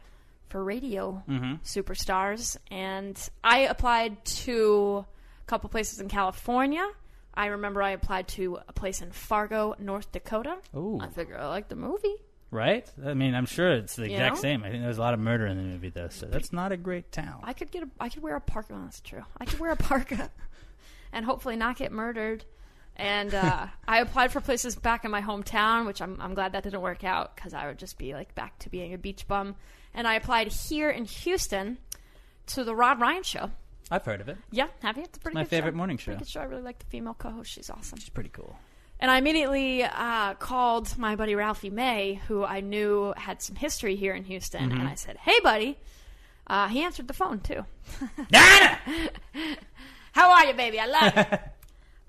for radio
Mhm.
superstars. And I applied to a couple places in California. I remember I applied to a place in Fargo, North Dakota.
Ooh.
I figure I like the movie.
Right? I mean, I'm sure it's the
You
exact
know?
same. I think there's a lot of murder in the movie, though, so that's not a great town.
I could get a I could wear a parka. Well, that's true. I could wear
[LAUGHS]
a parka, and hopefully not get murdered. And uh, I applied for places back in my hometown, which I'm I'm glad that didn't work out because I would just be like back to being a beach bum. And I applied here in Houston to the Rod Ryan show.
I've heard of it.
Yeah, have you? It's a pretty
my
good
favorite
show.
morning
Pretty
show.
good show. I really like the female co-host. She's awesome.
It's pretty cool.
And I immediately uh, called my buddy Ralphie May, who I knew had some history here in Houston,
Mhm.
and I said, "Hey, buddy." Uh, he answered the phone too. [LAUGHS] How are you, baby? I love you.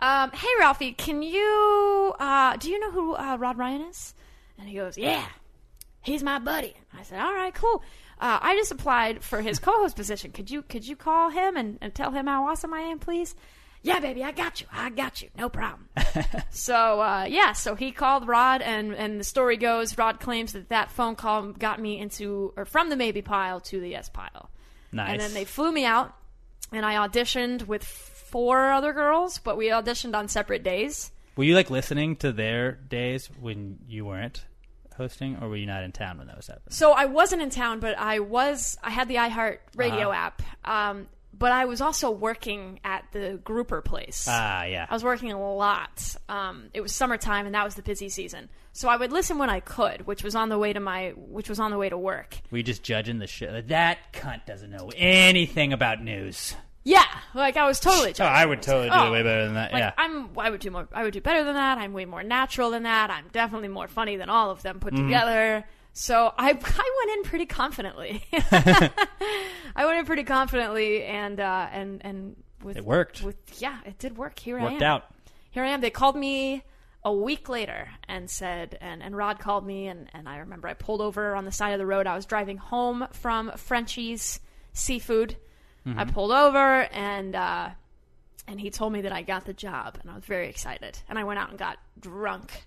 um, hey, Ralphie, can you? Uh, do you know who uh, Rod Ryan is? And he goes, Yeah, he's my buddy. I said, All right, cool. Uh, I just applied for his co-host position. Could you could you call him and, and tell him how awesome I am, please? Yeah, baby, I got you. I got you. No problem. so uh, yeah, so he called Rod, and and the story goes, Rod claims that that phone call got me into or from the maybe pile to the yes pile.
Nice.
And then they flew me out, and I auditioned with four other girls, but we auditioned on separate days.
Were you like listening to their days when you weren't hosting, or were you not in town when that was happening?
So I wasn't in town, but I was. I had the iHeart Radio
Uh-huh.
app, um, but I was also working at the grouper place.
Ah, yeah.
I was working a lot. Um, it was summertime, and that was the busy season. So I would listen when I could, which was on the way to my, which was on the way to work.
Were you just judging the shit? Like, that cunt doesn't know anything about news.
Yeah, like I was totally.
Oh, I would totally do
Oh.
it way better than that.
Like
yeah.
I'm, I would do more. I would do better than that. I'm way more natural than that. I'm definitely more funny than all of them put
Mhm.
together. So I, [LAUGHS] I went in
[LAUGHS]
pretty confidently. I went in pretty confidently, and uh, and and with
It worked.
With yeah, it did work. Here I
Worked
am.
out.
Here I am. They called me a week later and said, and, and Rod called me, and, and I remember I pulled over on the side of the road. I was driving home from Frenchie's Seafood. I
Mhm.
pulled over, and uh, and he told me that I got the job, and I was very excited. And I went out and got drunk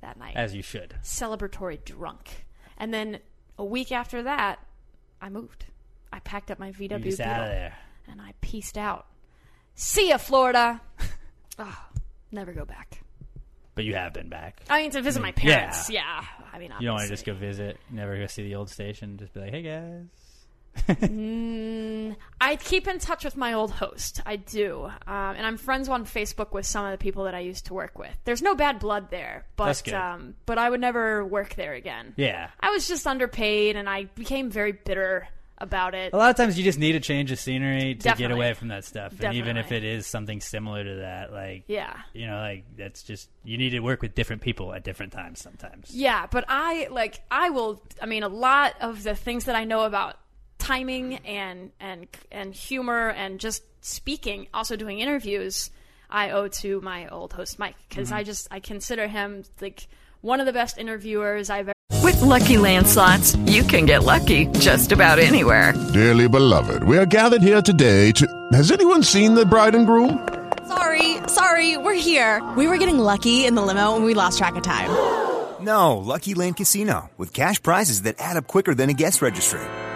that night,
As you should.
celebratory drunk. And then a week after that, I moved. I packed up my VW
You're just
Beetle
out of there.
and I peaced out. See ya,
[LAUGHS]
Florida. oh, never go back.
But you have been back. Mm.
I mean, to visit my parents. Yeah. I mean,
You don't want to just go visit, never go see the old station, just be like, hey guys. [LAUGHS]
Mm, I keep in touch with my old host. I do, um, and I'm friends on Facebook with some of the people that I used to work with. There's no bad blood there, but
That's good.
Um, but I would never work there again.
Yeah.
I was just underpaid, and I became very bitter about it.
A lot of times you just need a change of scenery to
Definitely.
get away from that stuff. And even if it is something similar to that, like
Yeah.
you know, like that's just you need to work with different people at different times sometimes.
Yeah, but I like I will. I mean, a lot of the things that I know about timing and and and humor and just speaking, also doing interviews, I owe to my old host Mike because I
Mhm.
just I consider him like one of the best interviewers I've e- ever.
With With Lucky Land slots, you can get lucky just about anywhere.
Dearly beloved, we are gathered here today to. Has anyone seen the bride and groom?
Sorry, sorry, we're here. We were getting lucky in the limo and we lost track of time.
No, Lucky Land Casino, with cash prizes that add up quicker than a guest registry.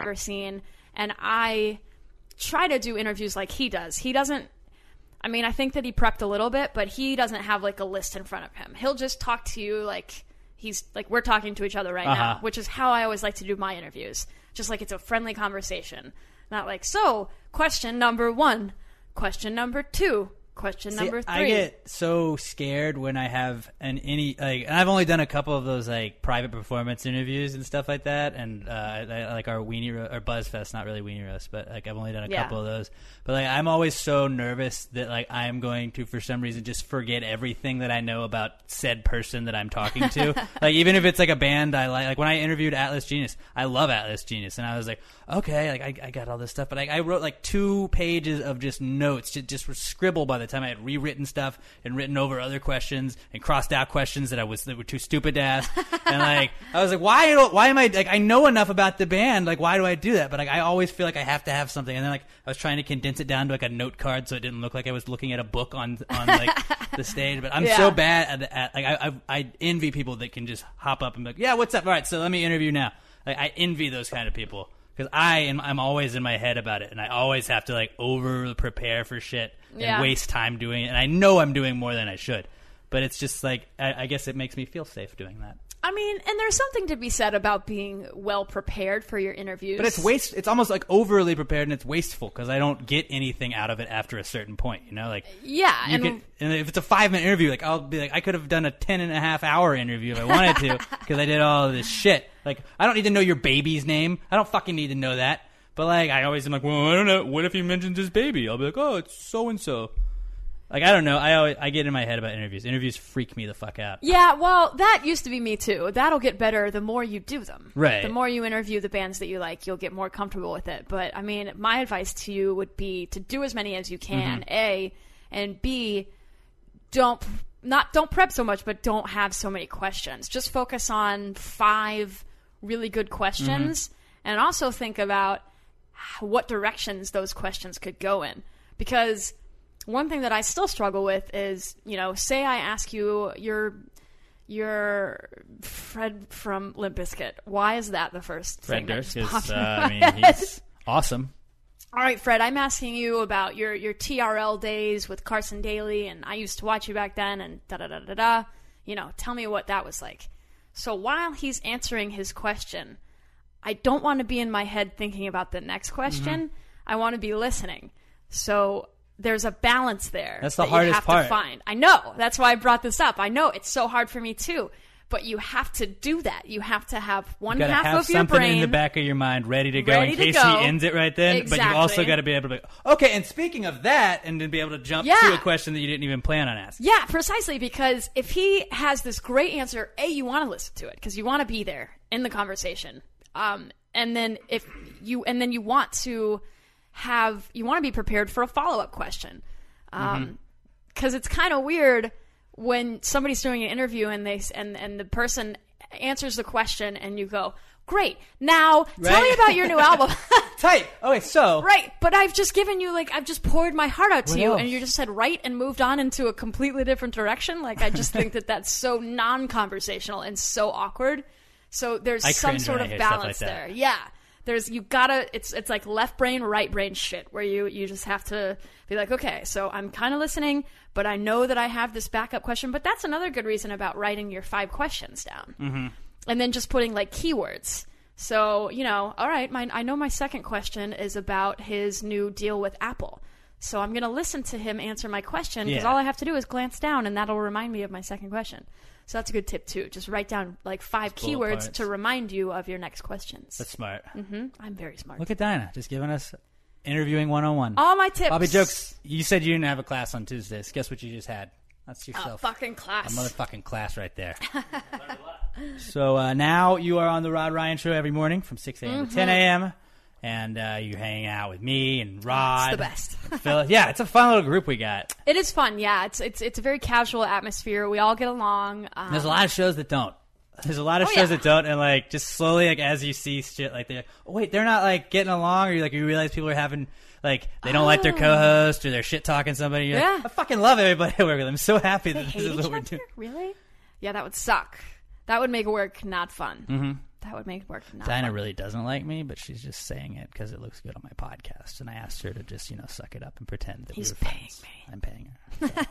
ever seen. And I try to do interviews like he does. He doesn't. I mean, I think that he prepped a little bit, but he doesn't have like a list in front of him. He'll just talk to you like he's like we're talking to each other right now,
Uh-huh.
which is how I always like to do my interviews. Just like it's a friendly conversation, not like so. Question number one, question number two, question
See,
number three.
I get so scared when I have an any like, and I've only done a couple of those like private performance interviews and stuff like that, and uh, I, I- like our weenie ro- or Buzzfest, not really weenie roast, but like I've only done a
Yeah.
couple of those. But like I'm always so nervous that like I'm going to for some reason just forget everything that I know about said person that I'm talking
[LAUGHS]
to. [LAUGHS] like even if it's like a band I like, like when I interviewed Atlas Genius, I love Atlas Genius, and I was like, okay, like I, I got all this stuff, but I, I wrote like two pages of just notes, just, just scribble by the time I had rewritten stuff and written over other questions and crossed out questions that I was that were too stupid to ask, and like I was like, why do, why am I like I know enough about the band, like why do I do that? But like I always feel like I have to have something, and then like I was trying to condense it down to like a note card so it didn't look like I was looking at a book on on like the stage, but I'm
Yeah.
so bad bad at, at like I, I I envy people that can just hop up and be like, yeah, what's up? All right, so let me interview now. Like I envy those kind of people because I am I'm always in my head about it, and I always have to like over prepare for shit and
Yeah.
waste time doing it. And I know I'm doing more than I should, but it's just like I, I guess it makes me feel safe doing that.
I mean, and there's something to be said about being well prepared for your interviews.
But it's waste. It's almost like overly prepared and it's wasteful because I don't get anything out of it after a certain point. You know, like
Yeah,
you
and-
can- and if it's a five minute interview, like I'll be like, I could have done a ten and a half hour interview if I wanted to because I did all of this shit. Like I don't need to know your baby's name. I don't fucking need to know that. But like I always am like, well, I don't know. What if he mentions his baby? I'll be like, oh, it's so and so. Like I don't know. I always, I get in my head about interviews. Interviews freak me the fuck out.
Yeah, well, that used to be me too. That'll get better the more you do them.
Right.
The more you interview the bands that you like, you'll get more comfortable with it. But I mean, my advice to you would be to do as many as you can.
Mhm.
A and B, don't not don't prep so much, but don't have so many questions. Just focus on five really good questions, and also think about what directions those questions could go in. Because one thing that I still struggle with is, you know, say I ask you your your Fred from Limp Bizkit. Why is that the first
Fred
thing that
Durst
just
is,
popped
uh,
in my
I mean,
head? [LAUGHS]
he's awesome.
All right, Fred, I'm asking you about your, your TRL days with Carson Daly, and I used to watch you back then, and da da da da da. You know, tell me what that was like. So while he's answering his question, I don't want to be in my head thinking about the next question.
Mm-hmm.
I want to be listening. So there's a balance there.
That's the
that you
hardest
have
part.
To find. I know. That's why I brought this up. I know it's so hard for me too. But you have to do that. You have to have one
you gotta
half
have
of your
something
brain
in the back of your mind ready to go
Ready
in
to
case
go.
he ends it right then. But you've also
Exactly.
got to be able to be okay. And speaking of that, and then be able to jump
Yeah.
to a question that you didn't even plan on asking.
Yeah, precisely because if he has this great answer, a you want to listen to it because you want to be there in the conversation. Um, and then if you and then you want to have you want to be prepared for a follow up question. Um,
Mm-hmm.
because it's kind of weird when somebody's doing an interview and they and and the person answers the question and you go Great. Now tell
Right?
me about your
[LAUGHS]
new album.
Tight. Okay, so
right, but I've just given you like I've just poured my heart out to
Oh. What
you,
else?
and you just said right and moved on into a completely different direction. Like I just think that that's so non-conversational and so awkward. So there's
I
some
cringe
sort
when I
of
hear stuff like
balance
that.
there. Yeah. There's you gotta it's it's like left brain, right brain shit where you you just have to be like, okay, so I'm kinda listening, but I know that I have this backup question. But that's another good reason about writing your five questions down.
Mm-hmm.
And then just putting like keywords. So, you know, all right, my, I know my second question is about his new deal with Apple. So I'm going to listen to him answer my question because
Yeah.
all I have to do is glance down and that'll remind me of my second question. So that's a good tip too. Just write down like five
Just bullet
keywords
points.
to remind you of your next questions.
that's smart.
hmm I'm very smart.
Look at Dinah, just giving us interviewing 101.
All my tips.
Bobby jokes. You said you didn't have a class on Tuesdays. Guess what you just had? That's
A
yourself.
fucking class.
A motherfucking class right
[LAUGHS]
there. so uh, now you are on the Rod Ryan Show every morning from 6 a.m. to
Mhm.
10 a.m. And uh, you hang out with me and Rod. [LAUGHS]
It's the best. [LAUGHS]
and Phyllis. Yeah, it's a fun little group we got.
It is fun, yeah. It's it's it's a very casual atmosphere. We all get along. Um,
There's a lot of shows that don't. There's a lot of
Oh,
shows
yeah.
that don't, and like just slowly, like as you see shit, like they're oh, wait, they're not like getting along, or you like you realize people are having like they don't like their
Oh.
co-host or they're shit talking somebody. You're
Yeah.
like, I fucking love everybody [LAUGHS] I work with. I'm so happy that this
hate
is what
each
we're doing.
Really? Yeah, that would suck. That would make work not fun.
hmm
That would make work not
Dinah
fun.
really doesn't like me, but she's just saying it because it looks good on my podcast, and I asked her to just you know suck it up and pretend that
He's
we were paying friends. me. I'm paying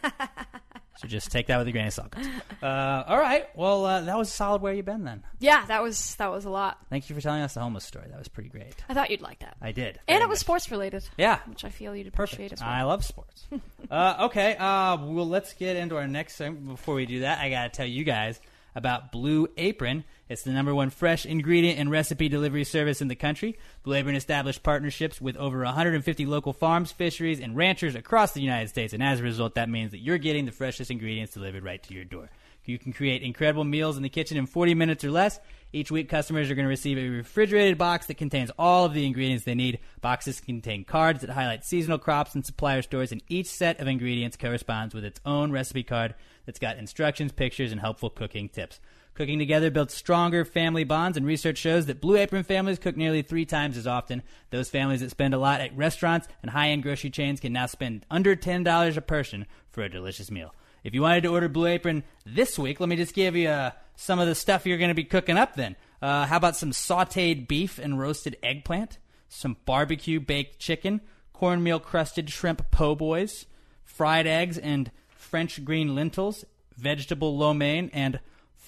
her. So, So just take that with a grain of salt. guys.
Mm-hmm.
Uh, all right, well uh, that was solid. Where you been then?
Yeah, that was that was a lot.
Thank you for telling us the homeless story. That was pretty great.
I thought you'd like that.
I did.
and it was sports related.
Yeah.
Which I feel you'd appreciate as well.
I love sports. [LAUGHS] uh, okay, uh, well, let's get into our next segment. Before we do that, I got to tell you guys about Blue Apron. It's the number one fresh ingredient and recipe delivery service in the country. Blue Apron established partnerships with over 150 local farms, fisheries, and ranchers across the United States, and as a result, that means that you're getting the freshest ingredients delivered right to your door. You can create incredible meals in the kitchen in 40 minutes or less. Each week, customers are going to receive a refrigerated box that contains all of the ingredients they need. Boxes contain cards that highlight seasonal crops and supplier stores, and each set of ingredients corresponds with its own recipe card that's got instructions, pictures, and helpful cooking tips. Cooking together builds stronger family bonds, and research shows that Blue Apron families cook nearly three times as often. Those families that spend a lot at restaurants and high end grocery chains can now spend under $10 a person for a delicious meal. If you wanted to order Blue Apron this week, let me just give you uh, some of the stuff you're going to be cooking up then. Uh, how about some sauteed beef and roasted eggplant? Some barbecue baked chicken, cornmeal crusted shrimp po' boys, fried eggs and French green lentils, vegetable lo mein, and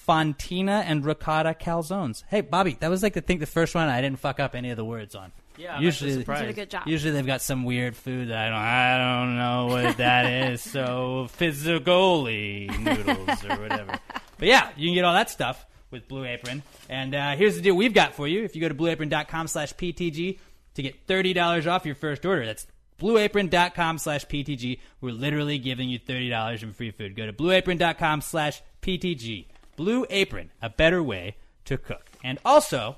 fontina and ricotta calzones. Hey, Bobby, that was like the thing, the first one I didn't fuck up any of the words on.
Yeah, I'm
usually
actually surprised.
You did a good job.
Usually they've got some weird food that I don't, I don't know what that is.
[LAUGHS]
So fizzigoli noodles [LAUGHS] or whatever. But yeah, you can get all that stuff with Blue Apron. And uh, here's the deal we've got for you. If you go to blueapron.com slash PTG to get $30 off your first order, that's blueapron.com slash PTG. We're literally giving you $30 in free food. Go to blueapron.com slash PTG. Blue Apron, a better way to cook. And also,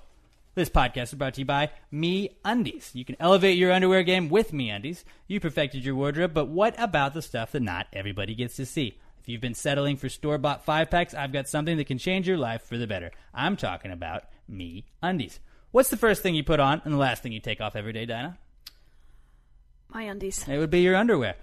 this podcast is brought to you by Me Undies. You can elevate your underwear game with Me Undies. You perfected your wardrobe, but what about the stuff that not everybody gets to see? If you've been settling for store bought five packs, I've got something that can change your life for the better. I'm talking about Me Undies. What's the first thing you put on and the last thing you take off every day, Dinah?
My undies.
It would be your underwear.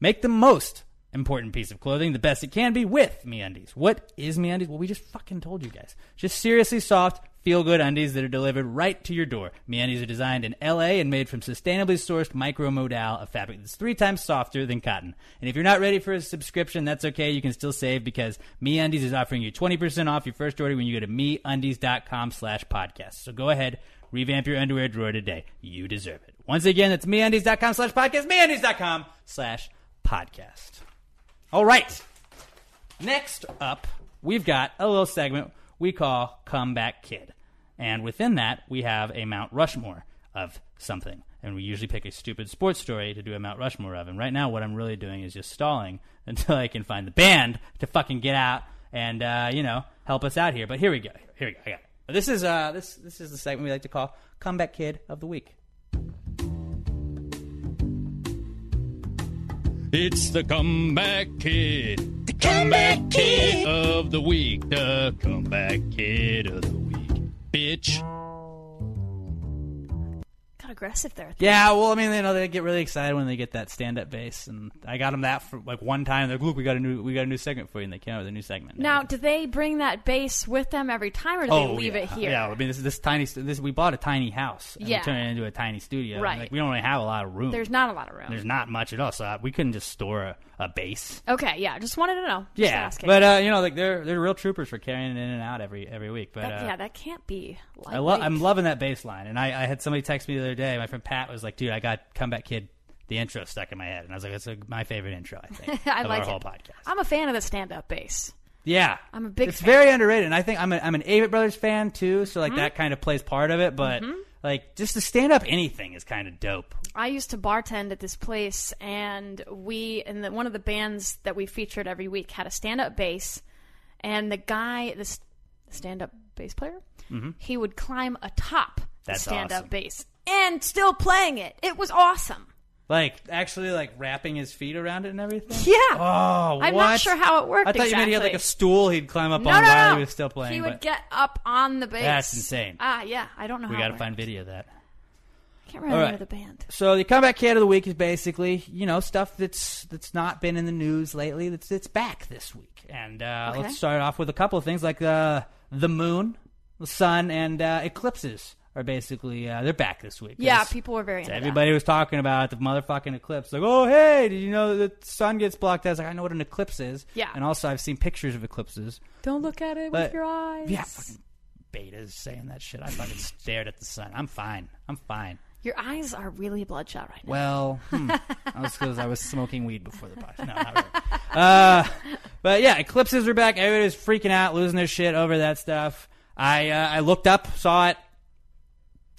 Make the most important piece of clothing the best it can be with MeUndies. What is MeUndies? Well, we just fucking told you guys. Just seriously soft, feel-good undies that are delivered right to your door. MeUndies are designed in LA and made from sustainably sourced micromodal, a fabric that's three times softer than cotton. And if you're not ready for a subscription, that's okay. You can still save because MeUndies is offering you 20% off your first order when you go to MeUndies.com slash podcast. So go ahead, revamp your underwear drawer today. You deserve it. Once again, that's MeUndies.com slash podcast, MeUndies.com slash podcast. All right. Next up, we've got a little segment we call Comeback Kid. And within that, we have a Mount Rushmore of something. And we usually pick a stupid sports story to do a Mount Rushmore of. And right now, what I'm really doing is just stalling [LAUGHS] until I can find the band to fucking get out and, uh, you know, help us out here. But here we go. Here we go. I got it. This is, uh, this, this is the segment we like to call Comeback Kid of the Week.
It's the comeback kid. The comeback kid of the week. The comeback kid of the week. Bitch.
aggressive there.
Yeah, well, I mean, you know, they get really excited when they get that stand-up bass, and I got them that for like one time. They're like, "Look, we got a new, we got a new segment for you," and they came out with a new segment. Oh,
Now, do they bring that bass with them every time, or do they leave
yeah.
it here?
Yeah, I mean, this this tiny, st- this we bought a tiny house, and
Yeah.
we turned it into a tiny studio.
Right.
Like, we don't really have a lot of room.
There's not a lot of room.
There's not much at all, so I, we couldn't just store a, a bass.
Okay, yeah, just wanted to know. Just
Yeah,
asking.
but uh, you know, like they're they're real troopers for carrying it in and out every every week. But
That-
uh,
yeah, that can't be. Lightweight.
I love. I'm loving that bass line. And I, I had somebody text me the other day. My friend Pat was like, "Dude, I got Comeback Kid, the intro stuck in my head." And I was like, "That's like, my favorite intro. I think
[LAUGHS] I
of
like
our whole
it.
podcast.
I'm a fan of the stand-up bass.
Yeah,
I'm a big
It's very underrated. And I think I'm a, I'm an Avett Brothers fan too. So like
Mhm.
that kind of plays part of it. But
Mhm.
like just to stand up anything is kind of dope.
I used to bartend at this place, and we and the, one of the bands that we featured every week had a stand-up bass, and the guy, the st- stand-up bass player,
Mhm.
he would climb atop the
That's
stand-up
awesome.
bass and still playing it. It was awesome.
Like actually like wrapping his feet around it and everything.
Yeah.
Oh,
I'm
what?
not sure how it worked.
I thought you meant he had like
exactly.
a stool he'd climb up
No,
on
no,
while
no.
he was still playing.
He would
but
get up on the bass.
That's insane.
Ah, yeah. I don't know.
we
how
got
it
to find video of that.
worked. I can't remember
All right.
the band.
So the comeback kid of the week is basically you know stuff that's that's not been in the news lately. That's it's back this week, and uh,
Okay.
let's start off with a couple of things like uh, the moon, the sun, and uh, eclipses are basically uh, they're back this week.
Yeah,
'Cause
people were very into
Everybody was talking about the motherfucking eclipse. Like, oh hey, did you know that the sun gets blocked? out? I was like, I know what an eclipse is.
Yeah.
and also I've seen pictures of eclipses.
that. Don't look at it
But-
with your eyes.
Yeah, fucking betas saying that shit. I fucking stared at the sun. I'm fine. I'm fine.
Your eyes are really bloodshot right
[LAUGHS]
now.
Well, hmm. that was because I was smoking weed before the podcast. No, not really. Uh, but yeah, eclipses are back. Everybody's freaking out, losing their shit over that stuff. I uh, I looked up, saw it.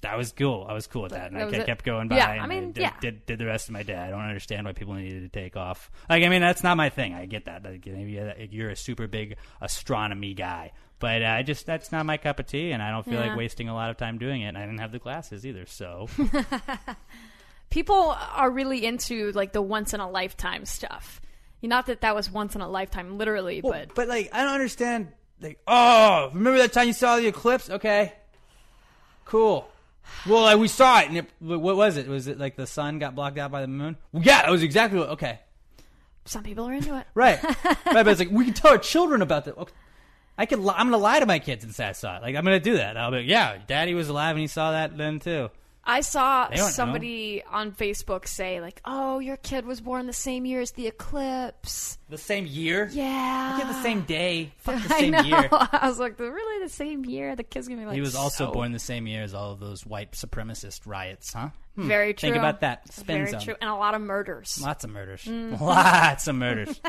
That was cool. I was cool with that, and
That
I
was
kept,
it.
kept going by.
Yeah, I
and
mean,
did,
yeah.
did did the rest of my day. I don't understand why people needed to take off. Like, I mean, that's not my thing. I get that. Like, maybe you're a super big astronomy guy, but uh, I just that's not my cup of tea, and I don't feel
Yeah.
like wasting a lot of time doing it. And I didn't have the glasses either, so [LAUGHS]
People are really into like the once in a lifetime stuff. Not that that was once in a lifetime, literally,
Well,
but
but like I don't understand. Like, oh, remember that time you saw the eclipse? Okay, cool. Well, like, we saw it, and it, wh- what was it? Was it like the sun got blocked out by the moon? Well, yeah, that was exactly what. Okay,
some people are into it. [LAUGHS]
right, right. But it's like we can tell our children about that. Okay. I could. Li- I'm gonna lie to my kids and say I saw it. Like I'm gonna do that. I'll be like, yeah, Daddy was alive and he saw that then too.
I saw
[LAUGHS] They don't know.
somebody on Facebook say like, "Oh, your kid was born the same year as the eclipse."
The same year.
Yeah.
Get the same day. Fuck the
[LAUGHS] I
same
know.
year.
I was like, "The- "Really, the same year?" The kid's gonna be like,
he was also
"So?"
born the same year as all of those white supremacist riots, huh? Hmm.
Very true.
Think about that. Spin
Very
zone.
true, and a lot of murders.
Lots of murders. [LAUGHS]
Mhm.
Lots of murders.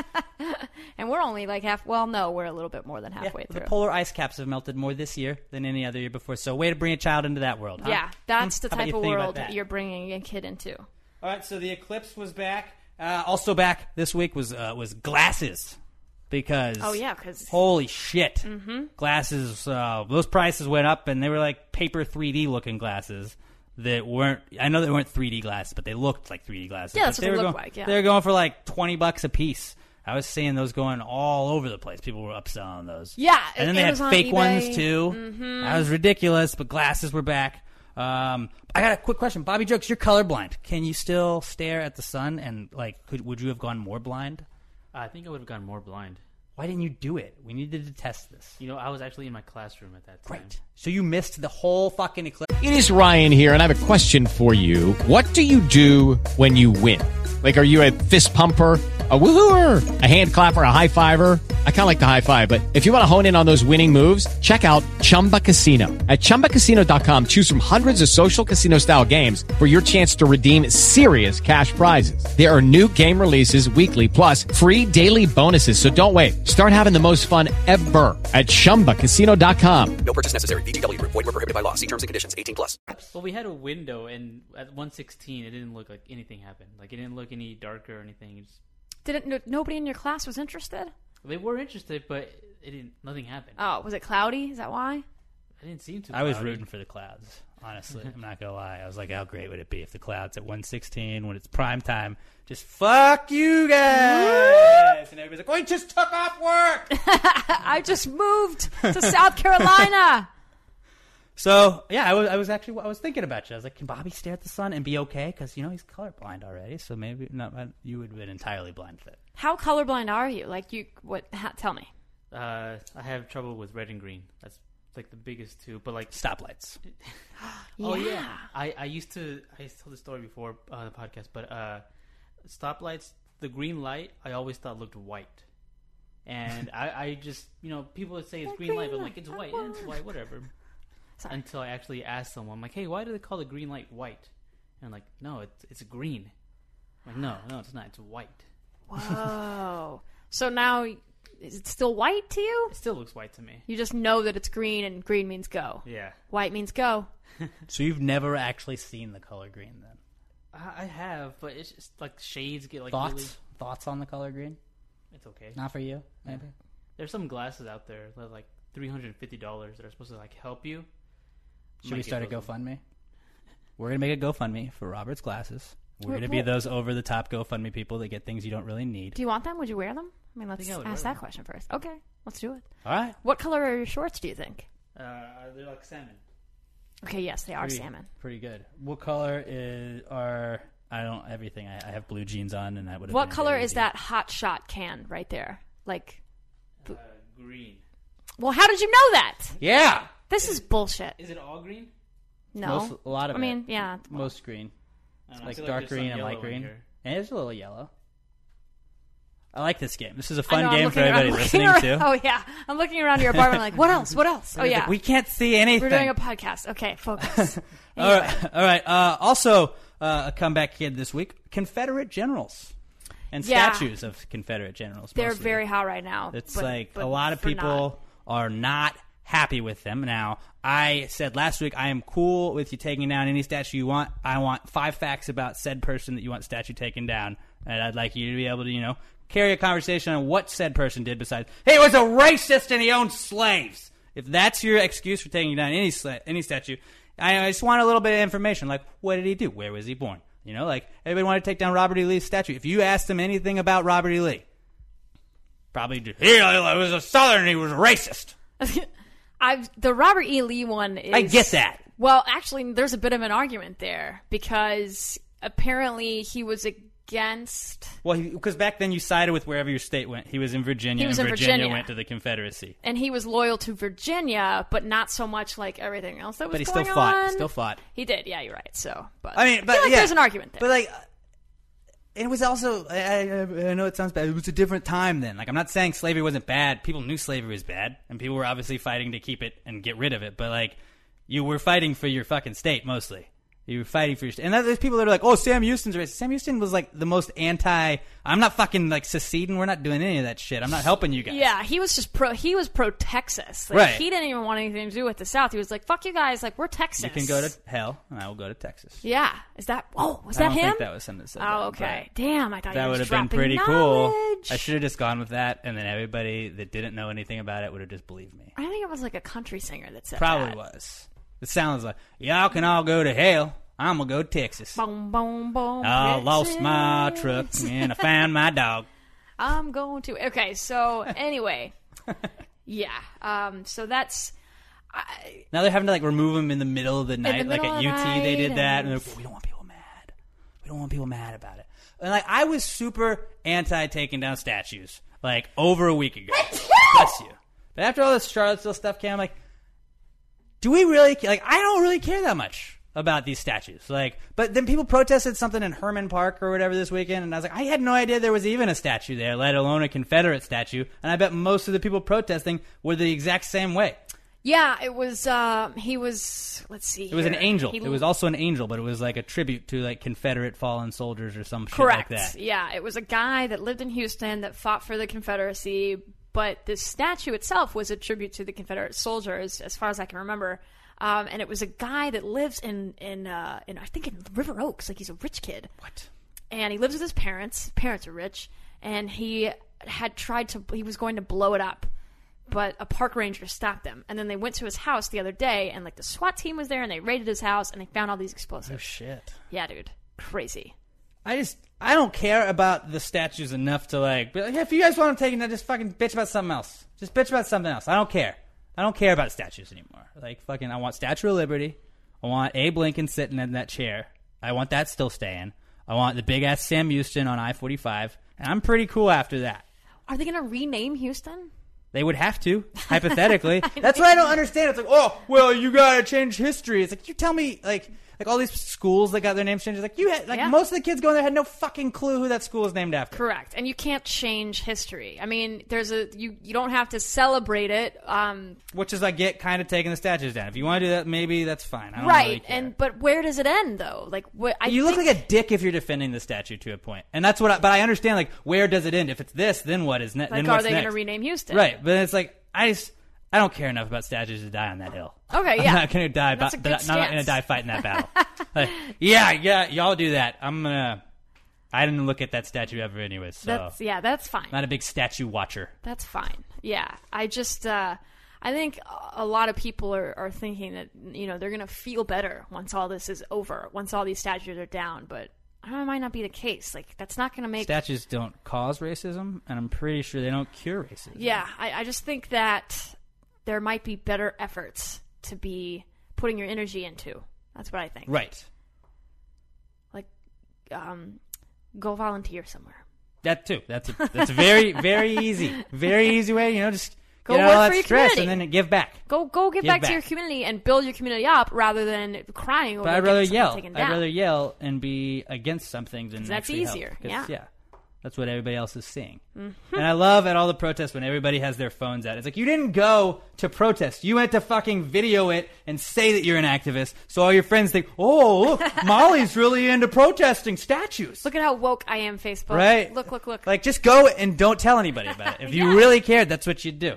and we're only like half. Well, no, we're a little bit more than [LAUGHS] halfway
the
through.
polar ice caps have melted more this year than any other year before. So, way to bring a child into that world, huh? Hmm.
Yeah, that's the
How about
type
you
of
think about
world
that?
you're bringing a kid into.
All right, so the eclipse was back. Uh, also back this week was uh, was glasses because
Oh, yeah, 'cause-
holy shit,
Mhm.
glasses uh, those prices went up and they were like paper 3D looking glasses that weren't I know they weren't 3D glasses but they looked like 3D glasses.
Yeah, that's
But
what they
were
look
going-
like, yeah.
they were going for like twenty bucks a piece. I was seeing those going all over the place. People were upselling those.
Yeah,
and then
and
they
Amazon,
had fake
eBay.
ones too.
Mhm.
That was ridiculous, but glasses were back. Um, I got a quick question, Bobby Jokes. You're colorblind. Can you still stare at the sun? And like, could would you have gone more blind?
I think I would have gone more blind.
Why didn't you do it? We needed to test this.
You know, I was actually in my classroom at that time. Great.
So you missed the whole fucking eclipse.
It is Ryan here, and I have a question for you. What do you do when you win? Like, are you a fist pumper? A woohooer, a hand clapper, a high fiver. I kind of like the high five, but if you want to hone in on those winning moves, check out Chumba Casino. At chumbacasino.com, choose from hundreds of social casino style games for your chance to redeem serious cash prizes. There are new game releases weekly, plus free daily bonuses. So don't wait. Start having the most fun ever at chumbacasino.com.
No purchase necessary. VGW Group. Void were prohibited by law. See terms and conditions. 18 plus.
Well, we had a window, and at 116, it didn't look like anything happened. Like it didn't look any darker or anything. It just,
Didn't no, nobody in your class was interested?
they were interested, but it didn't. Nothing happened.
Oh, was it cloudy? Is that why?
I didn't seem to.
I was rooting for the clouds. Honestly, I'm not gonna lie. I was like, how great would it be if the clouds at 116 when it's prime time just fuck you guys, and everybody's like, we just took
[LAUGHS]
off work. [LAUGHS]
I just moved to South Carolina.
So yeah, I was, I was actually I was thinking about you. I was like, can Bobby stare at the sun and be okay? Because you know he's colorblind already, so maybe not. You would have been entirely blind fit.
How colorblind are you? Like you, what? Ha, tell me.
Uh, I have trouble with red and green. That's like the biggest two. But like stoplights. [GASPS] oh yeah.
Yeah.
I, I used to I used to tell the story before on the podcast, but uh, stoplights, the green light, I always thought looked white. And I, I just you know people would say it's green, light, but I'm like it's white, yeah, it's white, [LAUGHS] whatever. Until I actually asked someone, I'm like, hey, why do they call the green light white? And I'm like, no, it's it's green. I'm like, no, no, it's not. It's white.
Whoa. [LAUGHS] so now, is it still white to you? It
still looks white to me.
You just know that it's green, and green means go.
Yeah. [LAUGHS]
White means go.
So you've never actually seen the color green then?
I, I have, but it's just like shades get like
thoughts
really.
thoughts on the color green?
It's okay.
Not for you, maybe.
There's some glasses out there that are like three hundred and fifty dollars that are supposed to like help you.
Should we
Might get
start a
those ones.
GoFundMe? We're gonna make a GoFundMe for Robert's glasses. We're
Wait,
gonna be
what?
those over the top GoFundMe people that get things you don't really need.
Do you want them? Would you wear them? I mean, let's
think I would
ask
wear
that question first. Okay, let's do it.
All right.
What color are your shorts? Do you think?
Uh, they're like salmon.
Okay, yes, they are
Pretty-
salmon.
Pretty good. What color is are I don't everything. I, I have blue jeans on, and I would.
What color is that hot shot can right there? Like,
Green.
well, how did you know that?
Yeah.
This is bullshit.
Is it all green?
No,
Most, a lot of
I
it.
mean, yeah,
Most green.
I don't know, I
Like
feel like
dark
there's some
green and
yellow
light
in
green.
here.
And it's a little yellow. I like this game. This is a
I
fun
know, I'm
game
looking
for
around- [LAUGHS]
everybody
I'm looking
listening
around-
to.
Oh yeah, I'm looking around your apartment. like, what else? What else? Oh
Like,
yeah,
we can't see anything.
We're doing a podcast. Okay,
[LAUGHS]
focus.
All right. All right. Uh, also, uh, a comeback kid this week: Confederate generals and
Yeah.
statues of Confederate generals.
They're
mostly.
very hot right now.
It's
but-
like
but
a lot of
for not.
people are not happy with them. Now, I said last week I am cool with you taking down any statue you want. I want five facts about said person that you want statue taken down, and I'd like you to be able to, you know, carry a conversation on what said person did. Besides, he was a racist and he owned slaves. If that's your excuse for taking down any sla- any statue, I, I just want a little bit of information. Like, what did he do? Where was he born? You know, like everybody wanted to take down Robert E. Lee's statue. If you asked them anything about Robert E. Lee, probably do. He was a Southern. He was racist.
I've the Robert E. Lee one. Is,
I get that.
Well, actually, there's a bit of an argument there because apparently he was against,
Well, because back then you sided with wherever your state went. He was in Virginia,
He was
and
in
Virginia,
Virginia.
went to the Confederacy.
and he was loyal to Virginia, but not so much like everything else that was
But he still
going
fought.
on.
Still fought.
He did. Yeah, you're right. So, but
I mean, but
feel like
yeah.
there's an argument there.
But like, it was also. I, I, I know it sounds bad. It was a different time then. Like, I'm not saying slavery wasn't bad. People knew slavery was bad, and people were obviously fighting to keep it and get rid of it. But like, you were fighting for your fucking state mostly. You were fighting for your state. And then there's people that are like, oh, Sam Houston's racist. Sam Houston was like the most anti. I'm not fucking like seceding. We're not doing any of that shit. I'm not helping you guys.
Yeah, he was just pro. He was pro Texas. Like,
Right.
He didn't even want anything to do with the South. He was like, "Fuck you guys! Like we're Texas."
You can go to hell, and I will go to Texas.
Yeah. Is that? Oh, was
I
that
don't
him?
think that was him that said that,
Oh, okay. Damn, I thought
that
you were
would have
just
been
dropping
pretty
knowledge.
cool. I should have just gone with that, and then everybody that didn't know anything about it would have just believed me.
I think it was like a country singer that said
Probably
that.
was. It sounds like y'all can all go to hell. I'm gonna go to Texas.
Boom, boom, boom.
Ah, I lost
Texas.
my truck and I found my dog.
I'm going to.
[LAUGHS]
Okay, so anyway, yeah. Um, so that's
Now they're having to like remove him in the middle of the night,
middle
like at
of
UT
the
they did
night
that, and
and-
they're like, we don't want people mad. We don't want people mad about it. And like I was super anti taking down statues like over a week ago. Bless you. But after all this Charlottesville stuff came, I'm like, do we really ca- like? I don't really care that much about these statues. Like, but then people protested something in Herman Park or whatever this weekend, and I was like, I had no idea there was even a statue there, let alone a Confederate statue. And I bet most of the people protesting were the exact same way.
yeah. It was. Uh, he was. Let's see.
It was an
here.
angel.
He-
it was also an angel, but it was like a tribute to like Confederate fallen soldiers or some
Correct.
shit like that.
Yeah, it was a guy that lived in Houston that fought for the Confederacy, but the statue itself was a tribute to the Confederate soldiers, as far as I can remember. Um, and it was a guy that lives in in uh, in I think in River Oaks, like he's a rich kid.
What?
And he lives with his parents. Parents are rich, and he had tried to. He was going to blow it up. But a park ranger stopped them, and then they went to his house the other day, and like the SWAT team was there, and they raided his house, and they found all these explosives. Oh
shit!
Yeah, dude, crazy.
I just I don't care about the statues enough to like. Be like yeah, if you guys want to take it, just fucking bitch about something else. Just bitch about something else. I don't care. I don't care about statues anymore. Like fucking, I want Statue of Liberty. I want Abe Lincoln sitting in that chair. I want that still staying. I want the big ass Sam Houston on I forty five, and I'm pretty cool after that.
Are they going to rename Houston?
They would have to, hypothetically. That's what I don't understand. It's like, oh, well, you gotta change history. It's like you tell me, like, like all these schools that got their names changed. it's Like you had, like
Yeah.
most of the kids going there had no fucking clue who that school was named after.
Correct. And you can't change history. I mean, there's a you you don't have to celebrate it. Um,
Which is, I get, kind of taking the statues down. If you want to do that, maybe that's fine. I don't
right.
Really care.
and but where does it end though? Like what I
you look
think-
like a dick if you're defending the statue to a point, and that's what. I, but I understand, like, where does it end? If it's this, then what is next?
Like,
then
are
what's
they gonna
next?
rename Houston?
Right, but it's like I just, I don't care enough about statues to die on that hill.
Okay,
I'm
yeah.
not gonna die.
That's
But,
a good
but I'm not gonna
stance.
die fighting that
[LAUGHS]
battle. Like, yeah, yeah, y'all do that. I'm gonna. I didn't look at that statue ever, anyways. So
That's yeah, that's fine.
not a big statue watcher.
That's fine. Yeah, I just uh, I think a lot of people are, are thinking that you know they're gonna feel better once all this is over, once all these statues are down. But I don't know, it might not be the case. Like that's not gonna make
Statues don't cause racism, and I'm pretty sure they don't cure racism.
Yeah, I, I just think that there might be better efforts to be putting your energy into. That's what I think.
Right.
Like, um, go volunteer somewhere.
That too. That's a, that's a
[LAUGHS]
very very easy, very easy way. You know, just
Go
get out
work
all
for
that
your
stress and
community.
then give back.
Go go give
Give
back,
back.
to your community and build your community up rather than crying over
But I'd
getting
rather
something
yell.
taken
I'd
down.
rather yell and be against something than
'Cause that's
actually help.
easier,
'Cause,
yeah.
that's what everybody else is seeing.
Mhm.
And I love at all the protests when everybody has their phones out. It's like you didn't go to protest. You went to fucking video it and say that you're an activist. So all your friends think, "Oh,
[LAUGHS]
look, Molly's really into protesting statues."
Look at how woke I am, Facebook.
Right.
Look, look, look.
Like, just go and don't tell anybody about
[LAUGHS]
it. If you really cared, that's what you'd do.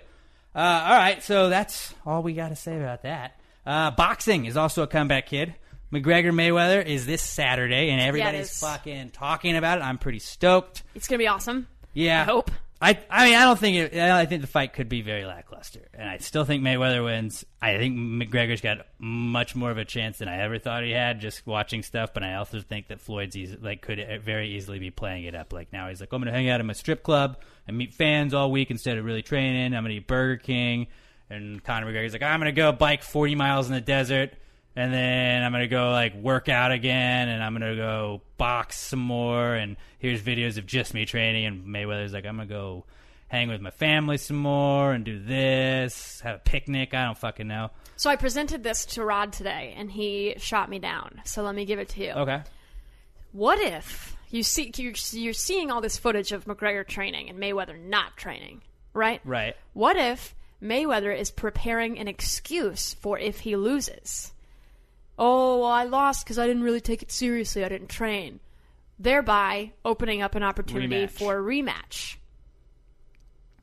Uh, all right, so that's all we got to say about that. Uh, boxing is also a comeback kid. McGregor Mayweather is this Saturday, and everybody's
is.
fucking talking about it. I'm pretty stoked.
It's gonna be awesome.
Yeah,
I hope.
I, I mean, I don't think it, I think the fight could be very lackluster, and I still think Mayweather wins. I think McGregor's got much more of a chance than I ever thought he had just watching stuff. But I also think that Floyd's eas like could e-, very easily be playing it up. Like now he's like, I'm going to hang out in my strip club and meet fans all week instead of really training. I'm going to eat Burger King, and Conor McGregor's like, I'm going to go bike 40 miles in the desert. And then I'm gonna go like work out again, and I'm gonna go box some more. And here's videos of just me training. And Mayweather's like, I'm gonna go hang with my family some more and do this, have a picnic. I don't fucking know.
So I presented this to Rod today, and he shot me down. So let me give it to you.
Okay.
What if you see you're, you're seeing all this footage of McGregor training and Mayweather not training, right?
Right.
What if Mayweather is preparing an excuse for if he loses? Oh, well, I lost because I didn't really take it seriously. I didn't train. Thereby opening up an opportunity
Rematch.
for a rematch.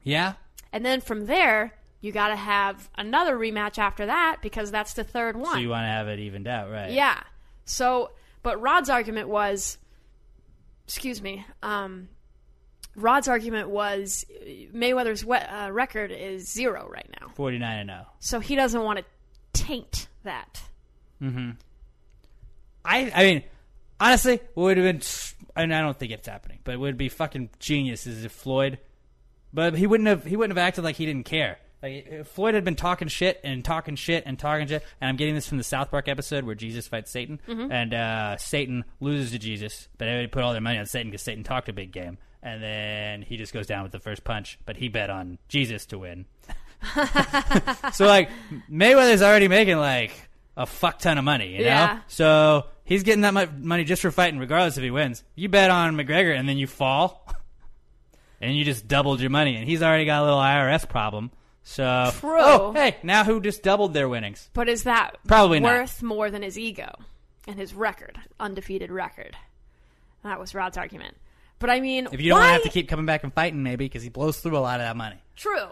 Yeah.
And then from there, you got to have another rematch after that because that's the third one.
So you want to have it evened out, right?
Yeah. So, but Rod's argument was, excuse me, um, Rod's argument was uh, Mayweather's we- uh, record is zero right now.
Forty nine and oh. zero.
So he doesn't want to taint that.
Mm-hmm. I I mean, honestly, what would have been, and I don't think it's happening, but it would be fucking genius is if Floyd, but he wouldn't have he wouldn't have acted like he didn't care. Like if Floyd had been talking shit and talking shit and talking shit, and I'm getting this from the South Park episode where Jesus fights Satan,
Mhm.
and uh, Satan loses to Jesus, but everybody put all their money on Satan because Satan talked a big game, and then he just goes down with the first punch, but he bet on Jesus to win. so like Mayweather's already making like a fuck ton of money, you know.
Yeah.
So he's getting that much money just for fighting, regardless if he wins. You bet on McGregor, and then you fall, [LAUGHS] and you just doubled your money, and he's already got a little IRS problem. So
True.
Oh, hey, now who just doubled their winnings?
But is that
Probably not.
worth more than his ego and his record, undefeated record? That was Rod's argument. But I mean,
If you don't
why
want to have to keep coming back and fighting, maybe because he blows through a lot of that money.
[LAUGHS] True.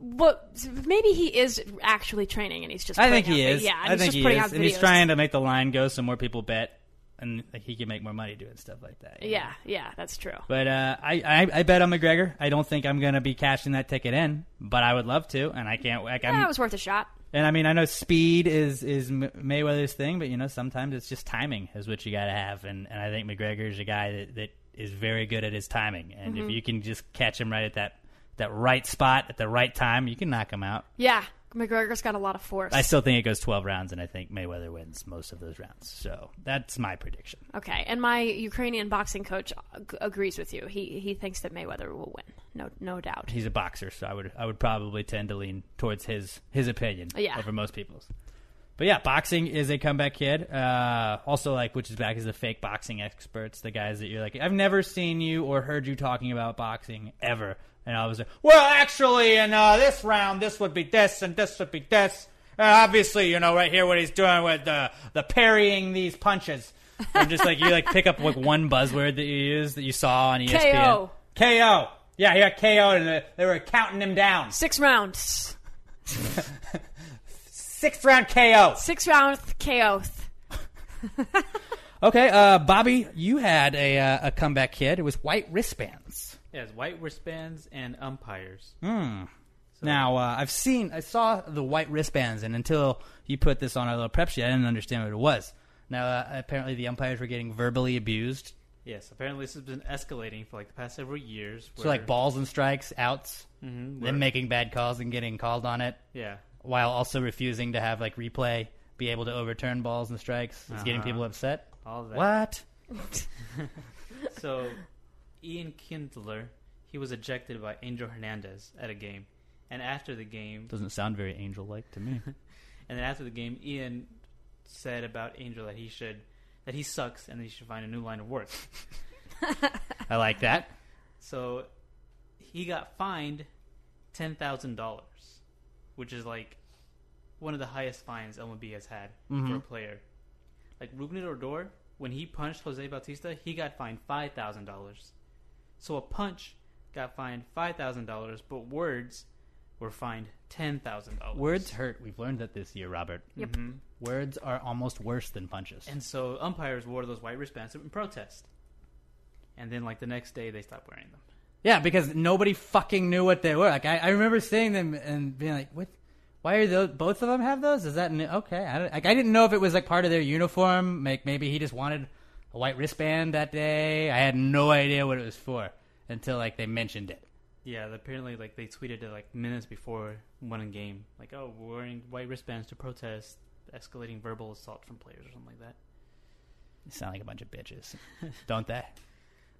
But maybe he is actually training and he's just.
I
putting
think he
out the-
is.
Yeah, and
I
he's
think
just
he
putting
is,
out
and he's
videos.
trying to make the line go so more people bet, and like, he can make more money doing stuff like that.
Yeah, yeah, that's true.
But uh, I, I I bet on McGregor. I don't think I'm gonna be cashing that ticket in, but I would love to, and I can't. Like, I'm,
Yeah, it was worth a shot.
and I mean, I know speed is is M- Mayweather's thing, but you know, sometimes it's just timing is what you got to have, and and I think McGregor's a guy that that is very good at his timing, and if
Mhm.
you can just catch him right at that that right spot at the right time, you can knock him out.
Yeah, McGregor's got a lot of force.
I still think it goes 12 rounds, and I think Mayweather wins most of those rounds. So that's my prediction.
Okay, and my Ukrainian boxing coach ag- agrees with you. He he thinks that Mayweather will win. No no doubt.
He's a boxer, so I would I would probably tend to lean towards his his opinion
Yeah.
over most people's.
But yeah, boxing is a comeback kid. Uh, also, like, which is back is the fake boxing experts, the guys that you're like, I've never seen you or heard you talking about boxing ever. And I was like, well, actually, in uh, this round, this would be this, and this would be this. Uh, And obviously, you know, right here, what he's doing with the the parrying these punches.
Or just like you like pick up like one buzzword that you use that you saw on E ESPN.
KO.
KO. Yeah, he got KO'd, and uh, they were counting him down.
Six rounds.
Six round KO.
Six round KO.
Okay, uh, Bobby, you had a uh, a comeback kid. It was white wristbands.
Yeah, it's white wristbands and umpires.
Hmm. now uh, I've seen, I saw the white wristbands, and until you put this on our little prep sheet, I didn't understand what it was. Now uh, apparently the umpires were getting verbally abused,
Yes, apparently this has been escalating for like the past several years.
so like balls and [LAUGHS] strikes, outs,
Mhm, where-
them making bad calls and getting called on it.
Yeah.
while also refusing to have like replay be able to overturn balls and strikes. It's getting
Uh-huh.
people upset.
All that.
What?
[LAUGHS] so, Ian Kindler, he was ejected by Angel Hernandez at a game, and after the game,
Doesn't sound very angel-like to
[LAUGHS]
me.
and then after the game, Ian said about Angel that he should that he sucks and that he should find a new line of work.
I like that.
So he got fined ten thousand dollars, which is like one of the highest fines LMB has had for a
Mhm.
player. Like Rugnit Odor, when he punched Jose Bautista, he got fined five thousand dollars. So a punch got fined five thousand dollars, but words were fined ten thousand dollars.
Words hurt. We've learned that this year, Robert.
Yep. Mhm.
Words are almost worse than punches.
And so umpires wore those white wristbands in protest. And then like the next day they stopped wearing them.
Yeah, because nobody fucking knew what they were. Like I, I remember seeing them and being like, "What? Why are those? Both of them have those? Is that new? okay?" I, don't, like, I didn't know if it was like part of their uniform. Like maybe he just wanted a white wristband that day. I had no idea what it was for until like they mentioned it.
Yeah, apparently, like they tweeted it like minutes before winning game, like, "Oh, we're wearing white wristbands to protest escalating verbal assault from players or something like that."
They sound like a bunch of
[LAUGHS]
bitches, don't they?
A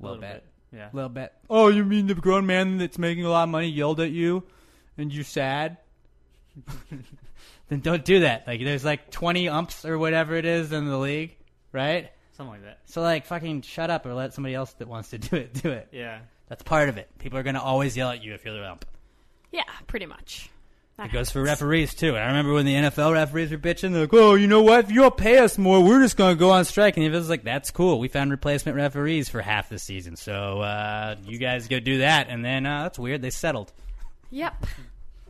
little,
little
bit.
bit, yeah.
little bit. Oh, you mean the grown man that's making a lot of money yelled at you, and you're sad? [LAUGHS] then don't do that. Like there's like 20 umps or whatever it is in the league, right?
Something like that.
So like fucking shut up or let somebody else that wants to do it do it.
Yeah.
That's part of it. People are gonna always yell at you if you're the ump.
Yeah, pretty much. That
It goes for referees too. I remember when the NFL referees were bitching, they're like, "Oh, you know what? If you'll pay us more, we're just gonna go on strike." And it was like, "That's cool. We found replacement referees for half the season, so uh, you guys go do that." And then uh, that's weird. They settled.
Yep.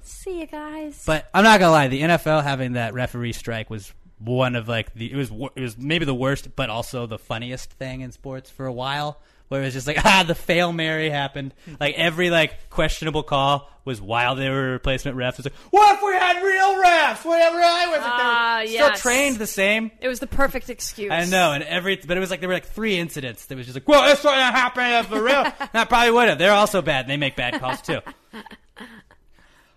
See you guys.
But I'm not gonna lie, the NFL having that referee strike was one of like the it was wor- it was maybe the worst, but also the funniest thing in sports for a while. Where it was just like [LAUGHS] ah, the fail mary happened. Like every like questionable call was while they were replacement refs. It's like what if we had real refs? Whatever I was,
Ah,
like, they were
yes.
still trained the same.
It was the perfect excuse.
I know, and uh, every but it was like there were like three incidents that was just like, well, this wouldn't have happened
[LAUGHS]
for real. That probably would have. They're also bad. They make bad calls too.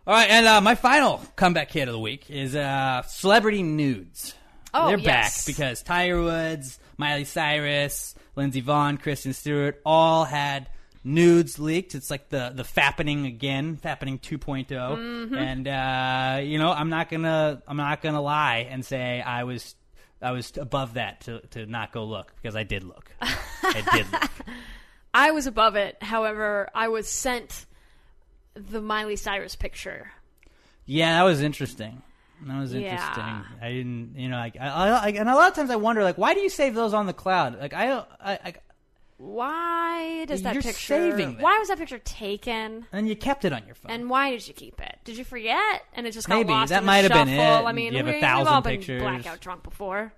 All right, and uh, my final comeback kid of the week is uh, celebrity nudes.
Oh,
they're
yes.
back because Tiger Woods, Miley Cyrus, Lindsey Vaughn, Kristen Stewart all had nudes leaked. It's like the the fappening again, fappening oh. 2.0.
Mm-hmm.
Mhm.
And uh, you know, I'm not gonna I'm not gonna lie and say I was I was above that to to not go look because I did
[LAUGHS]
look. I did look.
I was above it. However, I was sent the Miley Cyrus picture.
Yeah, that was interesting. That was
Yeah.
interesting. I didn't, you know, like, I, I, I, and a lot of times I wonder, like, why do you save those on the cloud? Like, I, don't- I, I
Why does that
You're
picture?
saving that.
Why was that picture taken?
and you kept it on your phone.
And why did you keep it? Did you forget? And it just got
Maybe.
lost
That
in
might
the
have been
shuffle.
it.
I mean,
You have a
we, we've
thousand
all been
pictures.
blackout drunk before.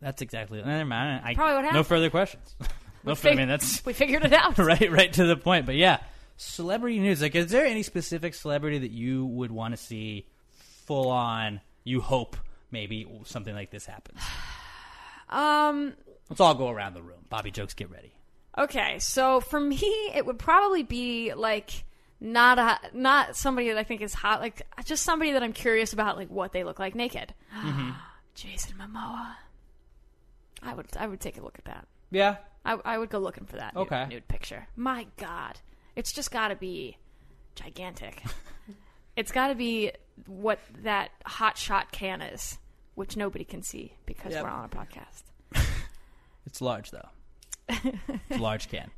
That's exactly. Never mind. I,
Probably what
No
happened.
further questions. [LAUGHS] no,
We
fur- I
fig-
mean that's
we figured
[LAUGHS]
it out.
right, right to the point. But yeah, celebrity news. Like, is there any specific celebrity that you would want to see full on? You hope maybe something like this [SIGHS] happens.
Um.
Let's all go around the room. Bobby jokes, get ready.
Okay, so for me, it would probably be like not a not somebody that I think is hot. Like just somebody that I'm curious about, like what they look like naked.
Hmm.
Mhm.
Jason Momoa. I would I would take a look at that.
Yeah.
I, I would go looking for that nude-
Okay.
nude picture. My God, it's just got to be
[LAUGHS]
gigantic. it's got to be what that hot shot can is, which nobody can see because
Yep.
we're on a podcast.
It's large [LAUGHS] though. it's a large can.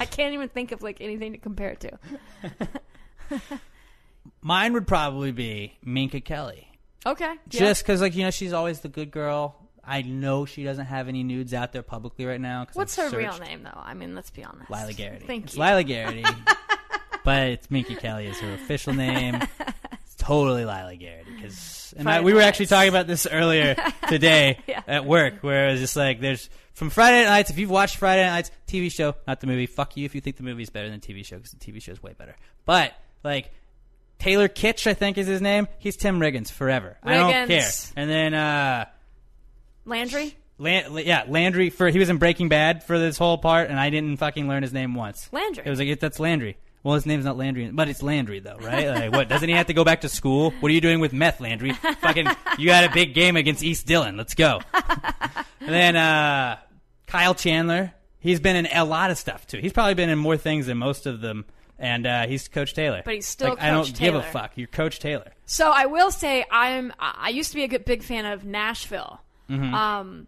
I can't even think of like anything to compare
[LAUGHS]
it to.
Mine would probably be Minka Kelly.
Okay, yeah.
Just because, like you know, she's always the good girl. I know she doesn't have any nudes out there publicly right now. 'cause
What's her
I've
real
searched
name, though? I mean, let's be honest.
Lila Garrity.
Thank
it's
you.
Lila
[LAUGHS]
Garrity, but it's Minka Kelly is her official name. It's totally Lila Garrity
[LAUGHS]
because and I, we were actually talking about this earlier today
[LAUGHS]
Yeah.
at work, where it was just like there's from Friday Night Lights. If you've watched Friday Night Lights TV show, not the movie, fuck you if you think the movie's better than the TV show because the TV show is way better. But like Taylor Kitsch, I think is his name. He's Tim Riggins forever. I don't care.
Riggins.
And then. uh
Landry?
Land, yeah, Landry for he was in Breaking Bad for this whole part, and I didn't fucking learn his name once.
Landry.
It was like it- that's Landry. Well, his name's not Landry, but it's Landry though, right? Like, what doesn't he have to go back to school? What are you doing with meth, Landry? fucking, you had a big game against East Dillon. Let's go. and then uh, Kyle Chandler. He's been in a lot of stuff too. He's probably been in more things than most of them, and uh, he's Coach Taylor.
But he's still
like, I don't
Coach
give a
Taylor.
fuck. You're Coach Taylor.
So I will say I'm. I I used to be a good, big fan of Nashville.
Mhm.
Um,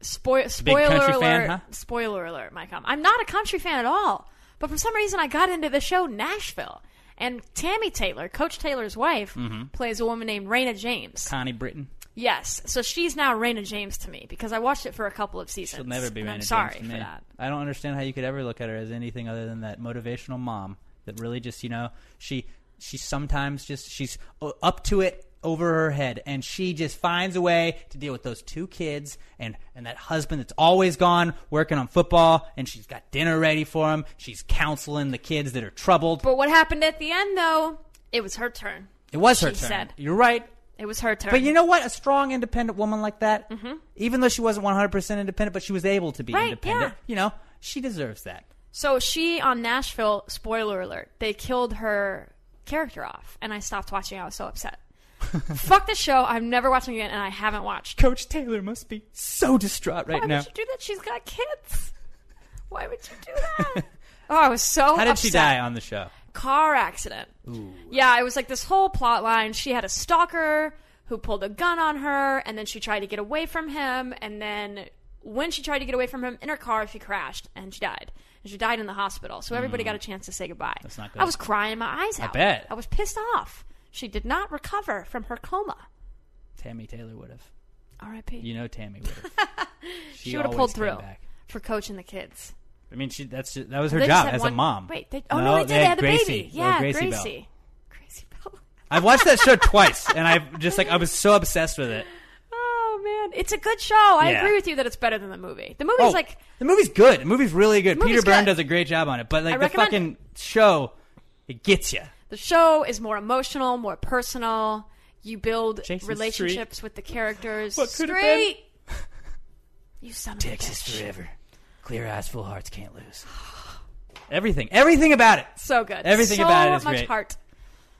spoil,
Big
spoiler
country
alert!
fan, huh?
Spoiler alert! My com. I'm not a country fan at all, but for some reason I got into the show Nashville. And Tammy Taylor, Coach Taylor's wife,
Mhm.
plays a woman named Raina James.
Connie Britton.
Yes, so she's now Raina James to me because I watched it for a couple of seasons.
She'll never be
and
Raina
I'm
James
sorry
to
for
me.
that.
I don't understand how you could ever look at her as anything other than that motivational mom that really just you know she she sometimes just she's o- up to it over her head and she just finds a way to deal with those two kids and and that husband that's always gone working on football and she's got dinner ready for him she's counseling the kids that are troubled
But what happened at the end, though, it was her turn.
it was her
She
turn
said.
you're right
It was her turn. Mm-hmm.
but you know what? A strong, independent woman like that, even though she wasn't 100% independent, but she was able to be
Right,
independent,
yeah.
you know, she deserves that.
So she on Nashville, spoiler alert, they killed her character off, and I stopped watching. I was
[LAUGHS]
so upset. Fuck the show. I'm never watching again, and I haven't watched.
Coach Taylor must be so distraught right
Why
now.
would you do that? She's got kids.
[LAUGHS]
Why would you do that? oh, I was so.
How did she
upset.
die on the show?
Car accident.
Ooh.
Yeah, it was like this whole plot line. She had a stalker who pulled a gun on her, and then she tried to get away from him, and then when she tried to get away from him in her car, she crashed and she died. And she died in the hospital. So everybody
Mm.
got a chance to say goodbye.
That's not good.
I was crying my eyes
I
out.
bet.
I was pissed off. She did not recover from her coma.
Tammy Taylor would have.
R.I.P.
You know Tammy would have.
[LAUGHS] She, would have pulled
always
through
came back.
for coaching the kids.
I mean, she, that's just, that was her
They just
job
had
as
one-
a mom.
Wait, they, oh no, they did. They, had, the
Gracie,
baby.
little
Yeah,
Gracie, Bell.
Gracie.
I've watched that
[LAUGHS]
show twice, and I just like I was so obsessed with it.
Oh man, it's a good show. I
Yeah.
agree with you that it's better than the movie. The movie's
Oh,
like
the movie's good. The movie's really good.
The movie's
Peter Byrne
good.
does a great job on it, but like
I
the
recommend
fucking show, it gets you.
the show is more emotional, more personal. You build
Jason
relationships with the characters.
What could have
[LAUGHS]
Street. You son of a
Texas
bitch.
forever. Clear eyes, full hearts, can't lose. [SIGHS] Everything, everything about it.
So good.
Everything
So
about it is
much
great.
heart.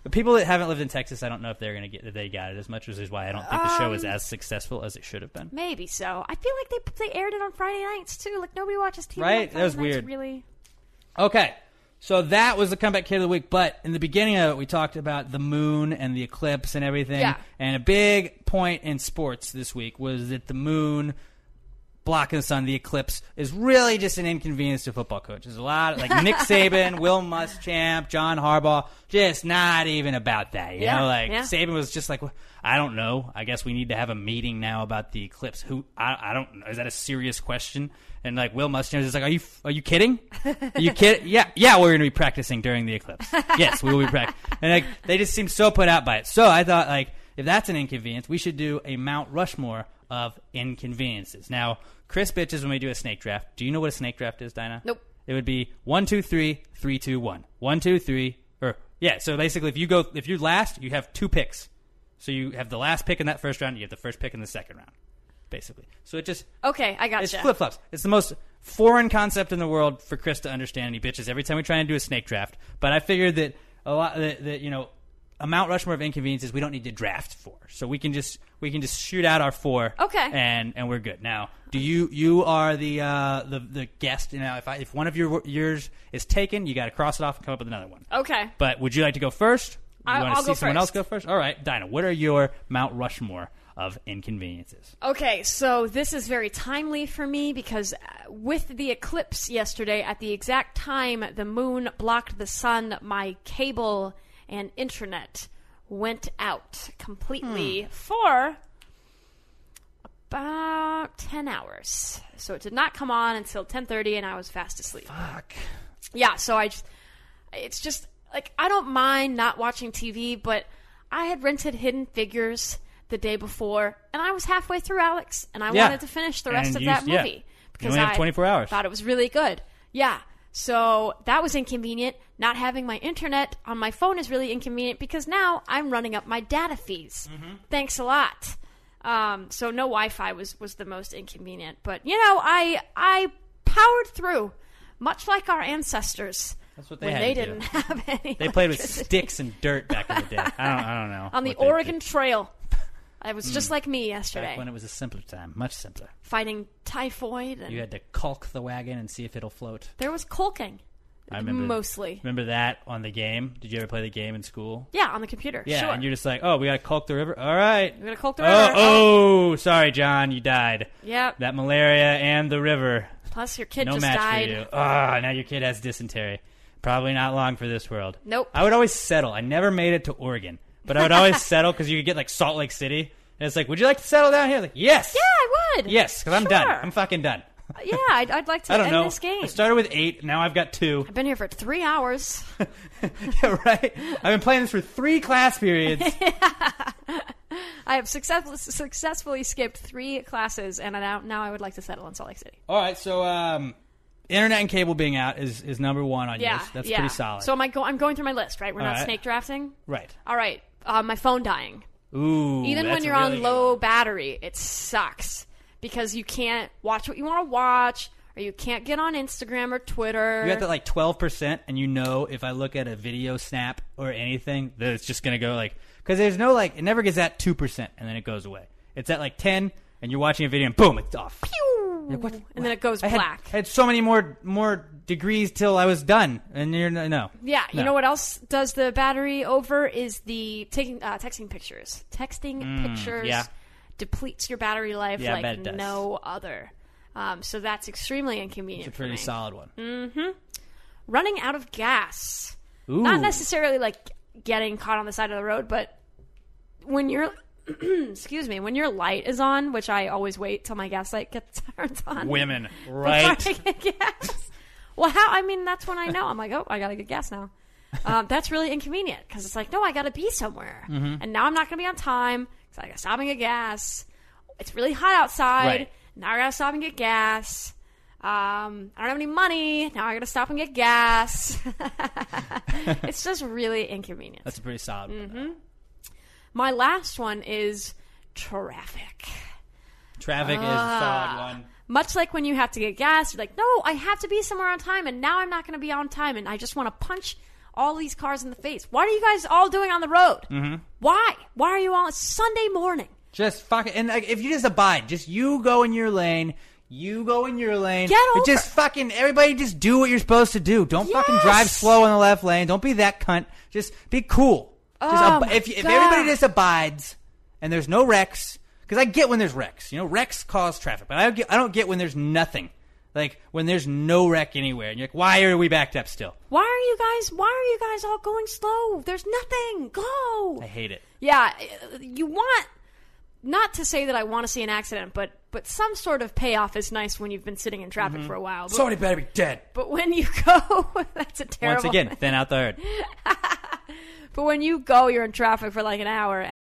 The people that haven't lived in Texas, I don't know if they're gonna get that they got it as much, which is why I don't think the show is
Um,
as successful as it should have been.
Maybe so. I feel like they they aired it on Friday nights too. Like nobody watches TV. on
Right? That was
Friday
weird.
nights, Really.
Okay. So that was the comeback kid of the week, but in the beginning of it, we talked about the moon and the eclipse and everything.
Yeah.
And a big point in sports this week was that the moon blocking the sun, the eclipse, is really just an inconvenience to football coaches. A lot of like
[LAUGHS]
Nick Saban, Will Muschamp, John Harbaugh, just not even about that. You
Yeah,
know, like
yeah.
Saban was just like, I don't know. I guess we need to have a meeting now about the eclipse. Who I, I don't know. Is that a serious question? And like Will Muschamp is just like, are you are you kidding? Are you kidding? [LAUGHS] Yeah, yeah, we're gonna be practicing during the eclipse. Yes, we will be practicing. [LAUGHS] And like they just seem so put out by it. So I thought like if that's an inconvenience, we should do a Mount Rushmore of inconveniences. Now, Chris bitches when we do a snake draft. Do you know what a snake draft is, Dinah?
Nope.
It would be one, two, three, three, two, one. One, two, three, or yeah. So basically, if you go, if you're last, you have two picks. So you have the last pick in that first round. You have the first pick in the second round, basically. So it just
Okay, I got gotcha.
it's flip flops. It's the most foreign concept in the world for Chris to understand. And he bitches every time we try and do a snake draft. But I figured that a lot that, that you know a Mount Rushmore of inconveniences we don't need to draft for, so we can just we can just shoot out our four.
Okay.
and and we're good. Now, do you you are the uh, the the guest? You know, if I, if one of your yours is taken, you got to cross it off and come up with another one.
Okay.
But would you like to go first?
I-
you want to
I'll
see
go
someone
first.
else go first? All right, Dinah. What are your Mount Rushmore of inconveniences?
Okay, so this is very timely for me because uh, with the eclipse yesterday, at the exact time the moon blocked the sun, my cable and internet went out completely
Hmm.
for about 10 hours. So it did not come on until 10:30 and I was fast asleep. Fuck. Yeah, so I just it's just like I don't mind not watching TV, but I had rented Hidden Figures the day before, and I was halfway through Alex, and I
Yeah.
wanted to finish the rest
And
of
you-
that
yeah.
movie
You only have 24 hours.
Thought it was really good. Yeah. So that was inconvenient. Not having my internet on my phone is really inconvenient because now I'm running up my data fees.
Mm-hmm.
Thanks a lot. Um, so no Wi-Fi was was the most inconvenient, but you know I I powered through, much like our ancestors. That's
what they
when
had
they
to do.
didn't have [LAUGHS] any.
They played with
electricity.
sticks and dirt back in the day. I don't, I don't know.
on the
what they
Oregon Trail. I was just
Mm.
like me
did back
yesterday,
when it was a simpler time, much simpler.
fighting typhoid, and
You had to caulk the wagon and see if it'll float.
there was caulking.
I remember
Mostly.
Remember that on the game? Did you ever play the game in school?
Yeah, on the computer.
Yeah,
sure.
and you're just like, oh, we gotta caulk the river. All right,
We gotta caulk the
Oh,
river.
Oh, sorry, John, you died.
Yep.
That malaria and the river.
Plus, your kid
no
just
match
died.
for you. Ah, now your kid has dysentery. Probably not long for this world.
Nope.
[LAUGHS] I would always settle. I never made it to Oregon, but I would
[LAUGHS]
always settle because you could get like Salt Lake City, and it's like, would you like to settle down here? Like, yes,
Yeah, I would.
yes, because I'm done.
Sure.
I'm fucking done.
yeah, I'd, I'd like to
I don't
end
know.
this game.
I started with eight. Now I've got two.
I've been here for three hours. [LAUGHS]
I've been playing this for three class periods.
[LAUGHS] I have successfully, successfully skipped three classes, and I now, now I would like to settle in Salt Lake City.
All right, so um, internet and cable being out is, is number one on
yeah,
yours. That's
yeah.
pretty solid.
So am I go- I'm going through my list, right? We're
All
not
right.
snake drafting.
right.
All right. Uh, my phone dying.
Ooh.
Even when
that's
you're
really
on
good.
low battery, it sucks because you can't watch what you want to watch, or you can't get on Instagram or Twitter.
You have that like twelve percent, and you know if I look at a video snap or anything, that it's just gonna go like because there's no like it never gets at two percent, and then it goes away. It's at like ten, and you're watching a video, and boom, it's off. Like, what-
and then it goes
I had,
black.
I had so many more more degrees till I was done, and you're no. no.
Yeah, you
No.
know what else does the battery over is the taking uh, texting pictures. Texting
Mm,
pictures
yeah.
depletes your battery life
Yeah, I bet
like
it does.
no other. Um, so that's extremely inconvenient.
It's a pretty solid one.
Mm-hmm. Running out of gas.
Ooh.
Not necessarily like getting caught on the side of the road, but when you're [CLEARS THROAT] excuse me, when your light is on, which I always wait till my gas light gets [LAUGHS] turned on.
Women,
before
right?
[LAUGHS] I get gas. Well, how? I mean, that's when I know. I'm like, oh, I gotta get gas now. Um, that's really inconvenient because it's like, no, I gotta be somewhere,
Mm-hmm.
Mhm.
and now I'm not gonna be on time because I gotta stop and get gas. It's really hot outside.
Right.
Now I gotta stop and get gas. Um, I don't have any money. Now I gotta stop and get gas. [LAUGHS] it's just really inconvenient.
That's uh, a pretty solid. one.
hmm My last one is traffic.
Traffic is a solid
Ah.
one.
Much like when you have to get gas, you're like, no, I have to be somewhere on time, and now I'm not going to be on time, and I just want to punch all these cars in the face. What are you guys all doing on the road?
Mm-hmm.
Why? Why are you all? It's Sunday morning.
Just fucking and like, if you just abide, just you go in your lane, you go in your lane.
Get
But
over
Just fucking everybody, just do what you're supposed to do. Don't fucking drive slow on the left lane. Don't be that cunt. Just be cool. Just
Oh
ab-
my
if if
God.
everybody just abides and there's no wrecks, because I get when there's wrecks. You know, wrecks cause traffic, but I don't get, I don't get when there's nothing. Like when there's no wreck anywhere, and you're like, why are we backed up still?
Why are you guys? Why are you guys all going slow? There's nothing. Go.
I hate it.
Yeah, uh, you want not to say that I want to see an accident, but but some sort of payoff is nice when you've been sitting in traffic
Mm-hmm.
for a while. But,
Somebody better be dead.
but when you [LAUGHS] go, that's a terrible.
Once
[LAUGHS]
again, thin out the herd.
But when you go, you're in traffic for like an hour.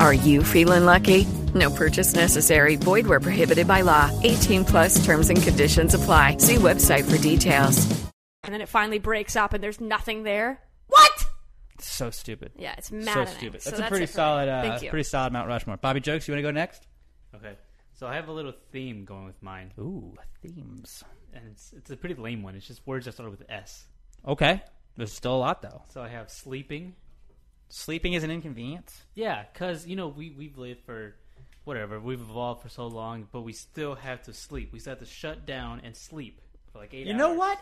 Are you feeling lucky? No purchase necessary. Void where prohibited by law. 18 plus terms and conditions apply. See website for details.
And then it finally breaks up and there's nothing there.
It's so stupid.
Yeah, it's
So
maddening.
stupid.
So
That's a
that's
pretty
it for me.
solid, uh,
Thank you.
pretty solid Mount Rushmore. Bobby Jokes, you want to go next?
Okay. So I have a little theme going with mine.
Ooh, themes.
And it's it's a pretty lame one. It's just words that start with S.
Okay. There's still a lot though.
So I have sleeping.
Sleeping is an inconvenience.
Yeah, because you know we we've lived for whatever we've evolved for so long, but we still have to sleep. We still have to shut down and sleep for like eight.
You know
hours.
what?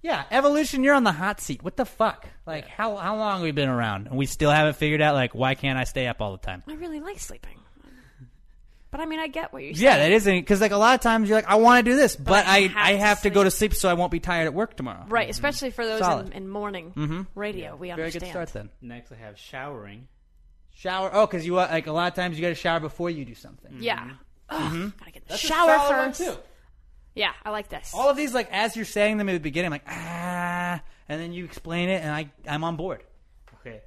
Yeah, evolution. You're on the hot seat. What the fuck? Like how how long have we been around and we still haven't figured out like why can't I stay up all the time?
I really like sleeping. But I mean, I get what you're
Yeah, that
saying.
isn't because like a lot of times you're like I want to do this, but, I I have,
have to
to, go to sleep so I won't be tired at work tomorrow. Mm-hmm.
Right, especially for those in,
Solid.
in morning
Mhm.
radio, we
Very
understand.
good start then.
Next, I have showering.
Shower. Oh, because you uh, like a lot of times you got to shower before you do something.
Yeah. Ugh,
Mhm.
Gotta get the
That's a
shower
solid one,
first. Yeah, I like this.
All of these, like as you're saying them at the beginning, I'm like ah, and then you explain it, and I I'm on board.
Okay.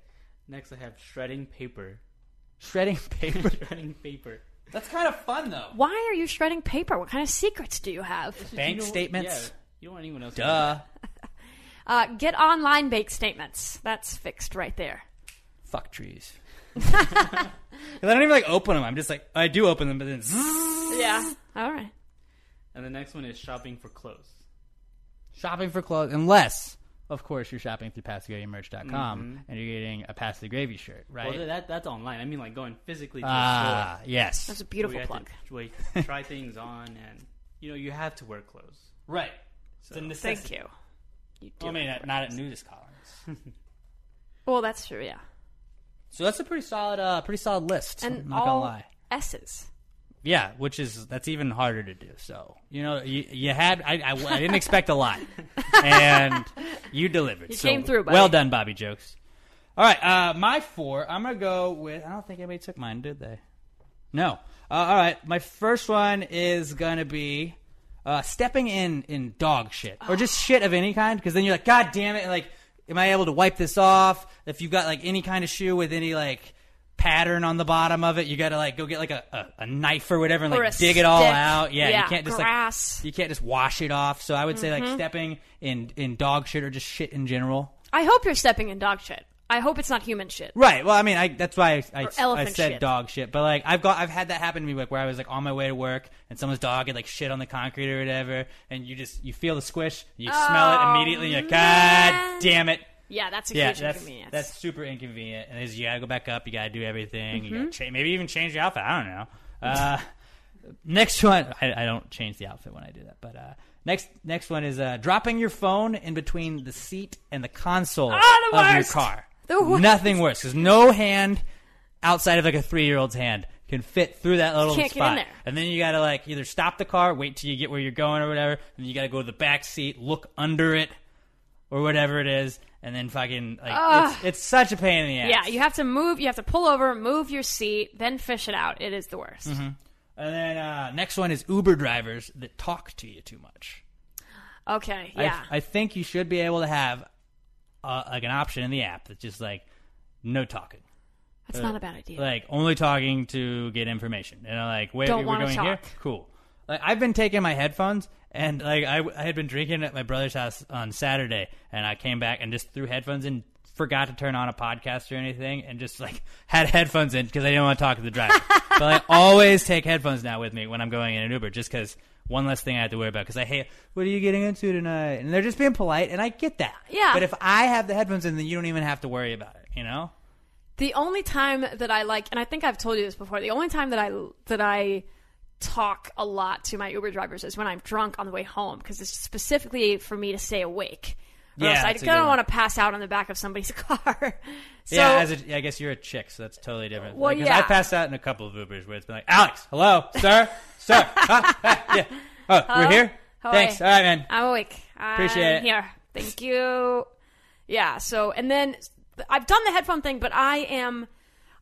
Next, I have shredding paper. [LAUGHS]
Shredding paper.
shredding paper.
That's kind of fun though.
Why are you shredding paper? What kind of secrets do you have?
Bank statements.
Yeah, you don't want anyone else. to know
Duh.
that.
Uh, get online bank statements. That's fixed right there.
Fuck [LAUGHS] trees. 'Cause I don't even like open them. I'm just like I do open them, but then zzz.
Yeah. All right.
And the next one is shopping for clothes.
shopping for clothes, unless of course you're shopping through PassoGravyMerch.com com
Mhm.
and you're getting a Pass the Gravy shirt, right?
Well, that that's online. I mean, like going physically. to
Ah,
a store.
yes. That's a beautiful
We have
plug.
To,
[LAUGHS]
we try things on, and you know you have to wear clothes.
Right.
So
Thank you. You do
I mean, not,
have to
not
wear
at
those.
nudist
[LAUGHS]
collars.
Well, that's true. Yeah.
so that's a pretty solid, uh, pretty solid list.
And
I'm not
all
gonna lie.
S's.
Yeah, which is that's even harder to do. So you know, you, you had I, I, I didn't expect a [LAUGHS] lot, and you delivered.
You
So,
came through, buddy.
Well done, Bobby jokes. All right, uh, my four. I'm gonna go with. I don't think anybody took mine, did they? No. Uh, all right, my first one is gonna be uh, stepping in in dog shit or just
Oh.
shit of any kind, because then you're like, God damn it! and Like, am I able to wipe this off? If you've got like any kind of shoe with any like pattern on the bottom of it, you gotta like go get like a, a, a knife or whatever and
Or
like
a
dig it all
stick.
out. Yeah,
Yeah,
you can't just
grass.
like you can't just wash it off. So I would say like
Mhm.
stepping in in dog shit or just shit in general.
I hope you're stepping in dog shit. I hope it's not human shit.
Right. Well, I mean, I that's why I, I,
Or elephant
I said
shit.
dog shit, but like I've got I've had that happen to me like where I was like on my way to work and someone's dog had like shit on the concrete or whatever, and you just you feel the squish, you smell
Oh,
it immediately, and you're like,
man.
God damn it.
Yeah, that's a
yeah,
huge
that's,
inconvenience.
That's super inconvenient, and is you gotta go back up, you gotta do everything, you gotta
Mhm.
cha- maybe even change your outfit. I don't know. Uh, [LAUGHS] next one, I, I don't change the outfit when I do that, but uh, next next one is uh, dropping your phone in between the seat and the console
Ah, the
of your
worst.
car.
The worst.
Nothing worse because no hand outside of like a three year old's hand can fit through that little
Can't get in
spot.
there.
And then you gotta like either stop the car, wait till you get where you're going or whatever, and you gotta go to the back seat, look under it or whatever it is, and then fucking like
Ugh.
it's, it's such a pain in the ass.
Yeah, you have to move. You have to pull over, move your seat, then fish it out. It is the worst.
Mhm. And then uh, next one is Uber drivers that talk to you too much.
Okay,
Mm-hmm. I-
yeah.
I, think you should be able to have uh, like an option in the app that's just like no talking.
That's
Uh,
not a bad idea.
Like only talking to get information, and I'm like, wait,
Don't
we're
wanna
going here.
talk.
Cool. Like I've been taking my headphones, and like I, I had been drinking at my brother's house on Saturday, and I came back and just threw headphones in, forgot to turn on a podcast or anything, and just like had headphones in because I didn't want to talk to the
[LAUGHS]
driver. [LAUGHS] but I always take headphones now with me when I'm going in an Uber, just because one less thing I have to worry about. Because I hate, what are you getting into tonight? And they're just being polite, and I get that.
Yeah.
But if I have the headphones in, then you don't even have to worry about it. You know.
The only time that I like, and I think I've told you this before, the only time that I that I talk a lot to my Uber drivers is when I'm drunk on the way home because it's specifically for me to stay awake. Or
Yeah,
else I
that's a good
don't
one.
want to pass out on the back of somebody's [LAUGHS] car. so
yeah, as a, I guess you're a chick, so that's totally different.
Well,
Like, 'cause
yeah.
I passed out in a couple of Ubers where it's been like, Alex, hello, sir, sir. Ah, ah, yeah. Oh,
Hello?
we're here.
How are
Thanks.
you?
All right, man.
I'm awake. I'm
Appreciate it.
Here. Thank you. Yeah. So, and then I've done the headphone thing, but I am.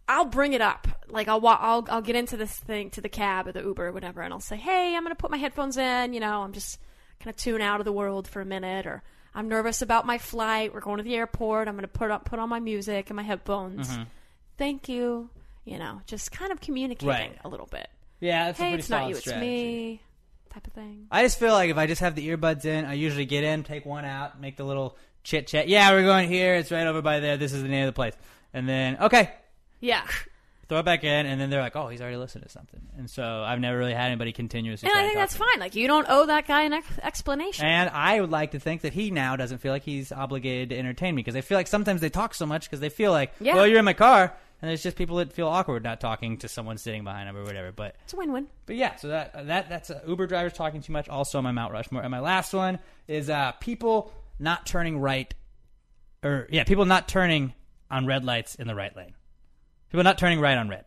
I'll bring it up. Like I'll wa- I'll I'll get into this thing to the cab or the Uber or whatever, and I'll say, "Hey, I'm gonna put my headphones in. You know, I'm just gonna tune out of the world for a minute, or I'm I'm nervous about my flight. We're going to the airport. I'm going to put up, put on my music and my headphones.
Mm-hmm.
Mhm.
Thank you. You know, just kind of communicating
Right.
a little bit.
Yeah, that's a
hey,
pretty
it's not
solid
you,
strategy.
it's me, type of thing.
I just feel like if I just have the earbuds in, I usually get in, take one out, make the little chit chat. Yeah, we're going here. It's right over by there. This is the name of the place. And then, okay,
[LAUGHS] Yeah.
throw it back in. And then they're like, oh, he's already listened to something. And so I've never really had anybody continuously.
And
try
I
to
think
talk
that's fine. Like, you don't owe that guy an ex- explanation.
And I would like to think that he now doesn't feel like he's obligated to entertain me because I feel like sometimes they talk so much because they feel like,
Yeah.
well, you're in my car, and there's just people that feel awkward not talking to someone sitting behind them or whatever. But
it's a win-win.
But yeah, so that that that's uh, Uber drivers talking too much. Also, my Mount Rushmore. And my last one is uh, people not turning right, or yeah, people not turning on red lights in the right lane. People not turning right on red.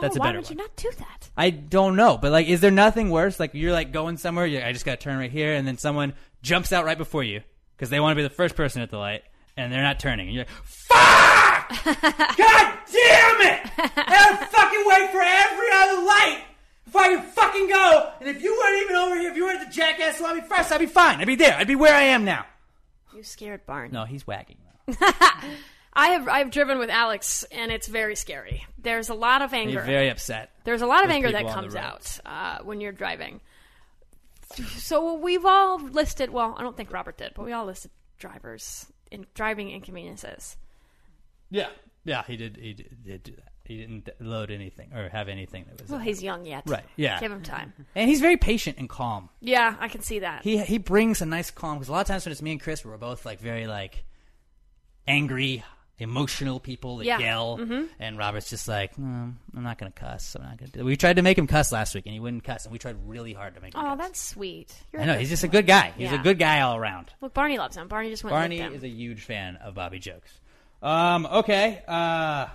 That's a
oh, why
better
would
one.
you not do that?
I don't know, but like, is there nothing worse? Like, you're like going somewhere, you're, I just got to turn right here, and then someone jumps out right before you because they want to be the first person at the light, and they're not turning. And you're like,
[LAUGHS]
Damn it! I fucking wait for every other light if I can fucking go.
and if you weren't even over here, if you weren't at the jackass lobby first, I'd be fine. I'd be there. I'd be where I am now.
You scared Barn.
No, he's wagging.
I have I've driven with Alex, and it's very scary. There's a lot of anger.
You're very upset.
There's a lot of
with
anger that
people on the
comes
road.
out uh, when you're driving. So we've all listed. Well, I don't think Robert did, but we all listed drivers in driving inconveniences.
Yeah, yeah, he did. He did, did do that. He didn't load anything or have anything that was.
Well,
in
he's
there.
young yet.
Right. Yeah.
Give him time.
[LAUGHS] And he's
[LAUGHS]
very patient and calm.
Yeah, I can see that.
He he brings a nice calm because a lot of times when it's me and Chris, we're both like very like angry, emotional people that
Yeah.
yell,
Mm-hmm.
Mhm.
and Robert's just like, "Mm, I'm not gonna cuss. I'm not gonna. Do-. We tried to make him cuss last week, and he wouldn't cuss, and we tried really hard to make. him
oh, that's sweet. You're
I know he's
good
just a
boy.
good guy. He's
Yeah.
a good guy all around.
Look, Barney loves him. Barney just went.
Barney
and licked him.
is a huge fan of Bobby jokes. Um, okay. Uh,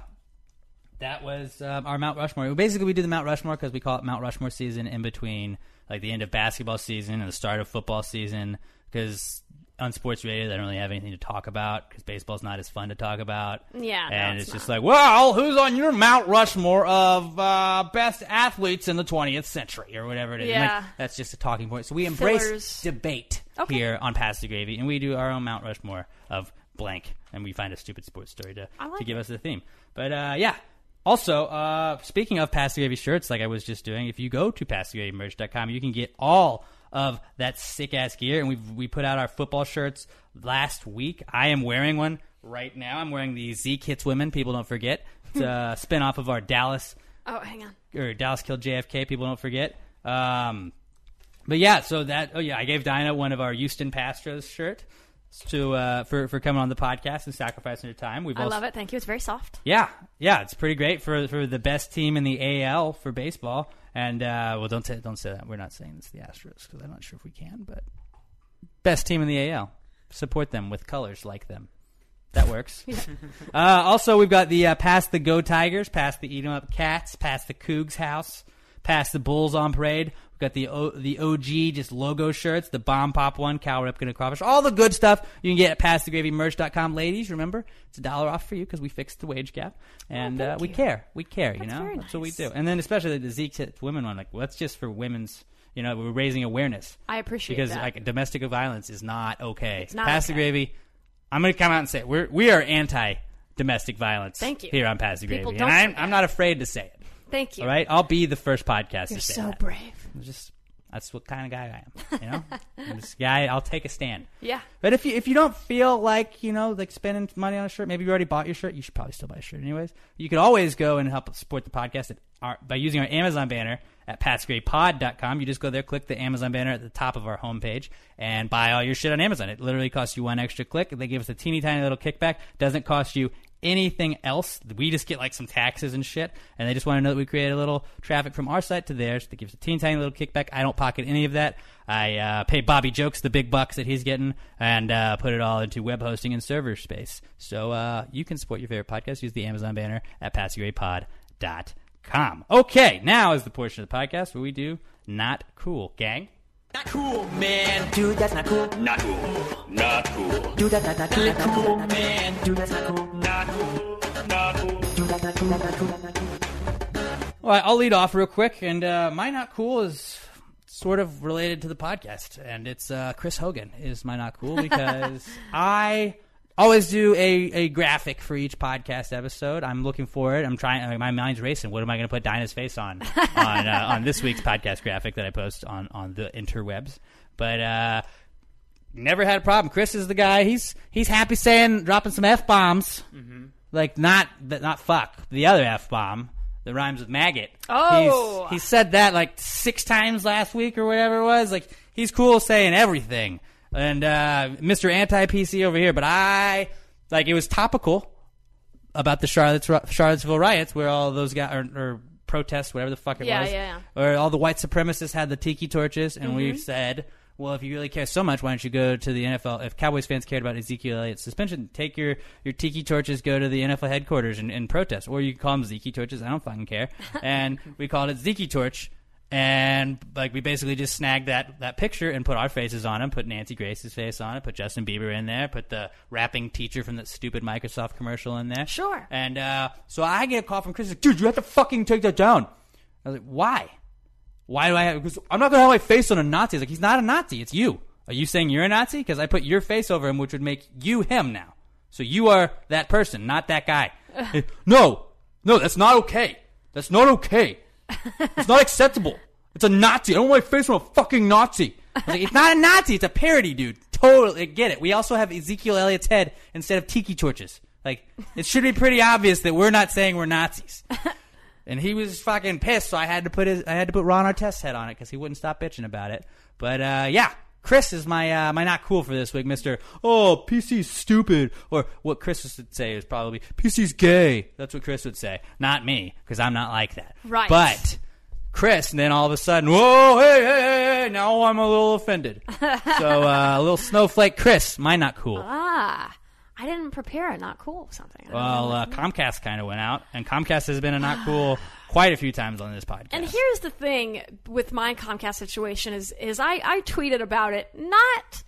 that was um, our Mount Rushmore. Basically, we do the Mount Rushmore because we call it Mount Rushmore season in between like the end of basketball season and the start of football season because on sports radio they don't really have anything to talk about because baseball's not as fun to talk about.
Yeah, no,
and
it's
it's, just like, well, who's on your Mount Rushmore of uh, best athletes in the 20th century or whatever it is? And, like,
Yeah.
that's just a talking point. So we embrace
Fillers.
debate here on Pass the Gravy, and we do our own Mount Rushmore of blank, and we find a stupid sports story to,
I like
to give us the theme. But uh, yeah. Also, uh, speaking of Pass the Gravy shirts, like I was just doing, if you go to passthegravymerch.com, you can get all of that sick ass gear. And we we put out our football shirts last week. I am wearing one right now. I'm wearing the Zeke Hits Women. People don't forget. It's
[LAUGHS]
a spin off of our Dallas
Oh, hang on.
or Dallas killed JFK. People don't forget. Um, but yeah, so that oh yeah, I gave Dinah one of our Houston Pastros shirt to uh, for for coming on the podcast and sacrificing your time. We've
I
also,
love it. Thank you. It's very soft.
Yeah, yeah, it's pretty great for for the best team in the AL for baseball. And uh, well, don't say don't say that. We're not saying it's the Astros because I'm not sure if we can. But best team in the AL, support them with colors like them. That
[LAUGHS]
works. Uh, also, we've got the uh, past the Go Tigers, past the Eat 'em Up Cats, past the Cougs House, past the Bulls on Parade. We've got the o- the OG just logo shirts, the Bomb Pop one, Cow Ripken and Crawfish, all the good stuff you can get at pastthegravymerch.com. Ladies, remember, it's a dollar off for you because we fixed the wage gap.
Oh,
And uh, we care. We care, you know? That's what we do. And then especially the Zeke's Hits Women one, like, well, that's just for women's, you know, we're raising awareness.
I appreciate
Because
that.
like domestic violence is not okay.
It's not
Pass the
okay.
gravy. I'm going to come out and say it. We're, we are anti domestic violence.
Thank you.
Here on Pass the Gravy.
People
And
don't
I'm,
say
I'm not afraid to say it.
Thank you.
All right? Oh, I'll be the first podcast
You're
to say
so
that.
brave. [LAUGHS]
I'm just, that's what kind of guy I am. You know? I'm this guy, I'll take a stand.
Yeah.
But if you if you don't feel like you know like spending money on a shirt, maybe you already bought your shirt. You should probably still buy a shirt anyways. You could always go and help support the podcast at our, by using our Amazon banner at patsgraypod.com. You just go there, click the Amazon banner at the top of our homepage, and buy all your shit on Amazon. It literally costs you one extra click. They give us a teeny tiny little kickback. Doesn't cost you anything else. We just get like some taxes and shit, and they just want to know that we create a little traffic from our site to theirs that gives a teeny tiny little kickback. I don't pocket any of that. I uh, pay Bobby Jokes the big bucks that he's getting and uh, put it all into web hosting and server space. So uh, you can support your favorite podcast. Use the Amazon banner at passgraypod.com. Okay, now is the portion of the podcast where we do not cool, gang.
Not cool, man. Dude, that's not cool. Not cool. Not cool. Dude, that's not, not, not, not cool, man. Dude, that's not cool. Not cool. Not cool. Dude, that's not cool. Not cool.
Well, I'll lead off real quick, and uh, my not cool is sort of related to the podcast, and it's uh, Chris Hogan is my not cool because I always do a, a graphic for each podcast episode. I'm looking for it. I'm trying. Like, my mind's racing. What am I going to put Dinah's face on on uh, on this week's podcast graphic that I post on on the interwebs? But uh, never had a problem. Chris is the guy. He's he's happy saying dropping some f bombs,
Mm-hmm.
like not th- not fuck the other f bomb that rhymes with maggot.
Oh.
He's- he said that like six times last week or whatever it was. Like he's cool saying everything. And uh, Mr. Anti PC over here, but I like it was topical about the Charlotte's, Charlottesville riots where all those guys or, or protests, whatever the fuck it
Yeah,
was,
yeah,
or all the white supremacists had the tiki torches, and we
Mhm.
said, well, if you really care so much, why don't you go to the NFL? If Cowboys fans cared about Ezekiel Elliott's suspension, take your, your tiki torches, go to the NFL headquarters and, and protest. Or you can call them Zeke torches. I don't fucking care. And we called it Zeke torch. And like we basically just snagged that, that picture and put our faces on it, put Nancy Grace's face on it, put Justin Bieber in there, put the rapping teacher from that stupid Microsoft commercial in there. Sure. And uh, so I get a call from Chris, like, dude, you have to fucking take that down. I was like, why? Why do I have? Because I'm not gonna have my face on a Nazi. It's like he's not a Nazi. It's you. Are you saying you're a Nazi? Because I put your face over him, which would make you him now. So you are that person, not that guy. Eh, no, no, that's not okay. That's not okay. It's not acceptable. It's a Nazi. I don't want my face on a fucking Nazi. I was like, it's not a Nazi. It's a parody, dude. Totally I get it. We also have Ezekiel Elliott's head instead of tiki torches. Like it should be pretty obvious that we're not saying we're Nazis. And he was fucking pissed, so I had to put his I had to put Ron Artest's head on it because he wouldn't stop bitching about it. But uh, yeah, Chris is my uh, my not cool for this week, Mister. Oh, PC's stupid, or what Chris would say is probably PC's gay. That's what Chris would say, not me, because I'm not like that.
Right.
But Chris, and then all of a sudden, whoa, hey, hey, hey, hey, now I'm a little offended.
[LAUGHS]
so uh, a little snowflake, Chris, my not cool.
Ah, I didn't prepare a not cool something.
Well, uh, Comcast kind of went out, and Comcast has been a not
[GASPS]
cool quite a few times on this podcast.
And here's the thing with my Comcast situation is is I, I tweeted about it not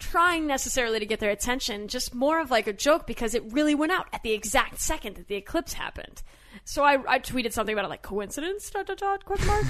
trying necessarily to get their attention, just more of like a joke because it really went out at the exact second that the eclipse happened. So I, I tweeted something about it like coincidence dot dot dot
[LAUGHS]
question mark.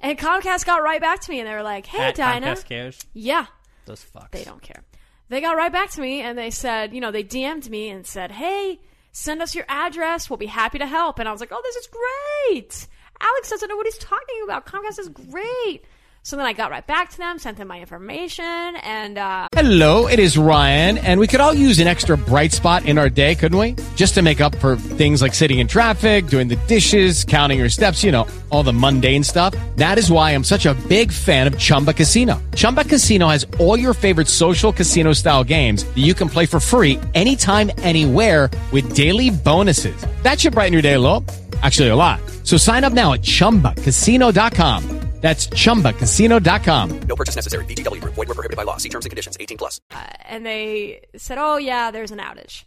and Comcast got right back to me and they were like, "Hey,
At
Dinah."
Comcast cares.
Yeah.
Those fucks.
They don't care. They got right back to me and they said, you know, they DM'd me and said, hey, send us your address. We'll be happy to help. And I was like, oh, this is great. Alex doesn't know what he's talking about. Comcast is great. So then I got right back to them, sent them my information, and uh,
Hello, it is Ryan, and we could all use an extra bright spot in our day, couldn't we? Just to make up for things like sitting in traffic, doing the dishes, counting your steps, you know, all the mundane stuff. That is why I'm such a big fan of Chumba Casino. Chumba Casino has all your favorite social casino style games that you can play for free anytime, anywhere with daily bonuses. That should brighten your day a little. Actually, a lot. So sign up now at chumbacasino.com. That's chumbacasino.com.
No purchase necessary. VGW Group. Void were prohibited by law. See terms and conditions. 18 plus.
and they said, oh, yeah, there's an outage.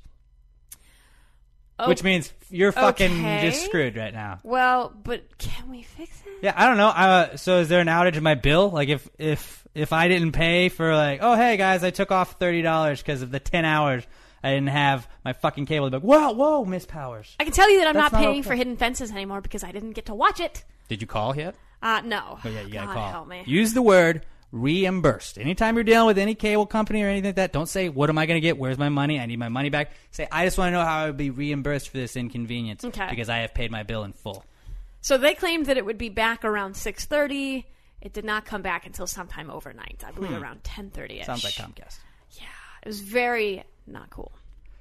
Oh,
Which means you're fucking
okay.
just screwed right now.
Well, but can we fix it?
Yeah, I don't know. Uh, so is there an outage in my bill? Like if if if I didn't pay for like, oh hey guys, I took off thirty dollars because of the ten hours I didn't have my fucking cable. They'd be Like, whoa, whoa, Miss Powers,
I can tell you that I'm
That's
not
not
paying
okay.
for Hidden Fences anymore because I didn't get to watch it.
did you call yet?
Uh, no.
Oh yeah, you gotta
God
call.
help me.
Use the word reimbursed. Anytime you're dealing with any cable company or anything like that, don't say what am I gonna get? Where's my money? I need my money back. Say I just want to know how I would be reimbursed for this inconvenience
Okay.
because I have paid my bill in full.
So they claimed that it would be back around 6:30. It did not come back until sometime overnight. I believe
Hmm.
around 10:30ish.
Sounds like Comcast.
It was very not cool.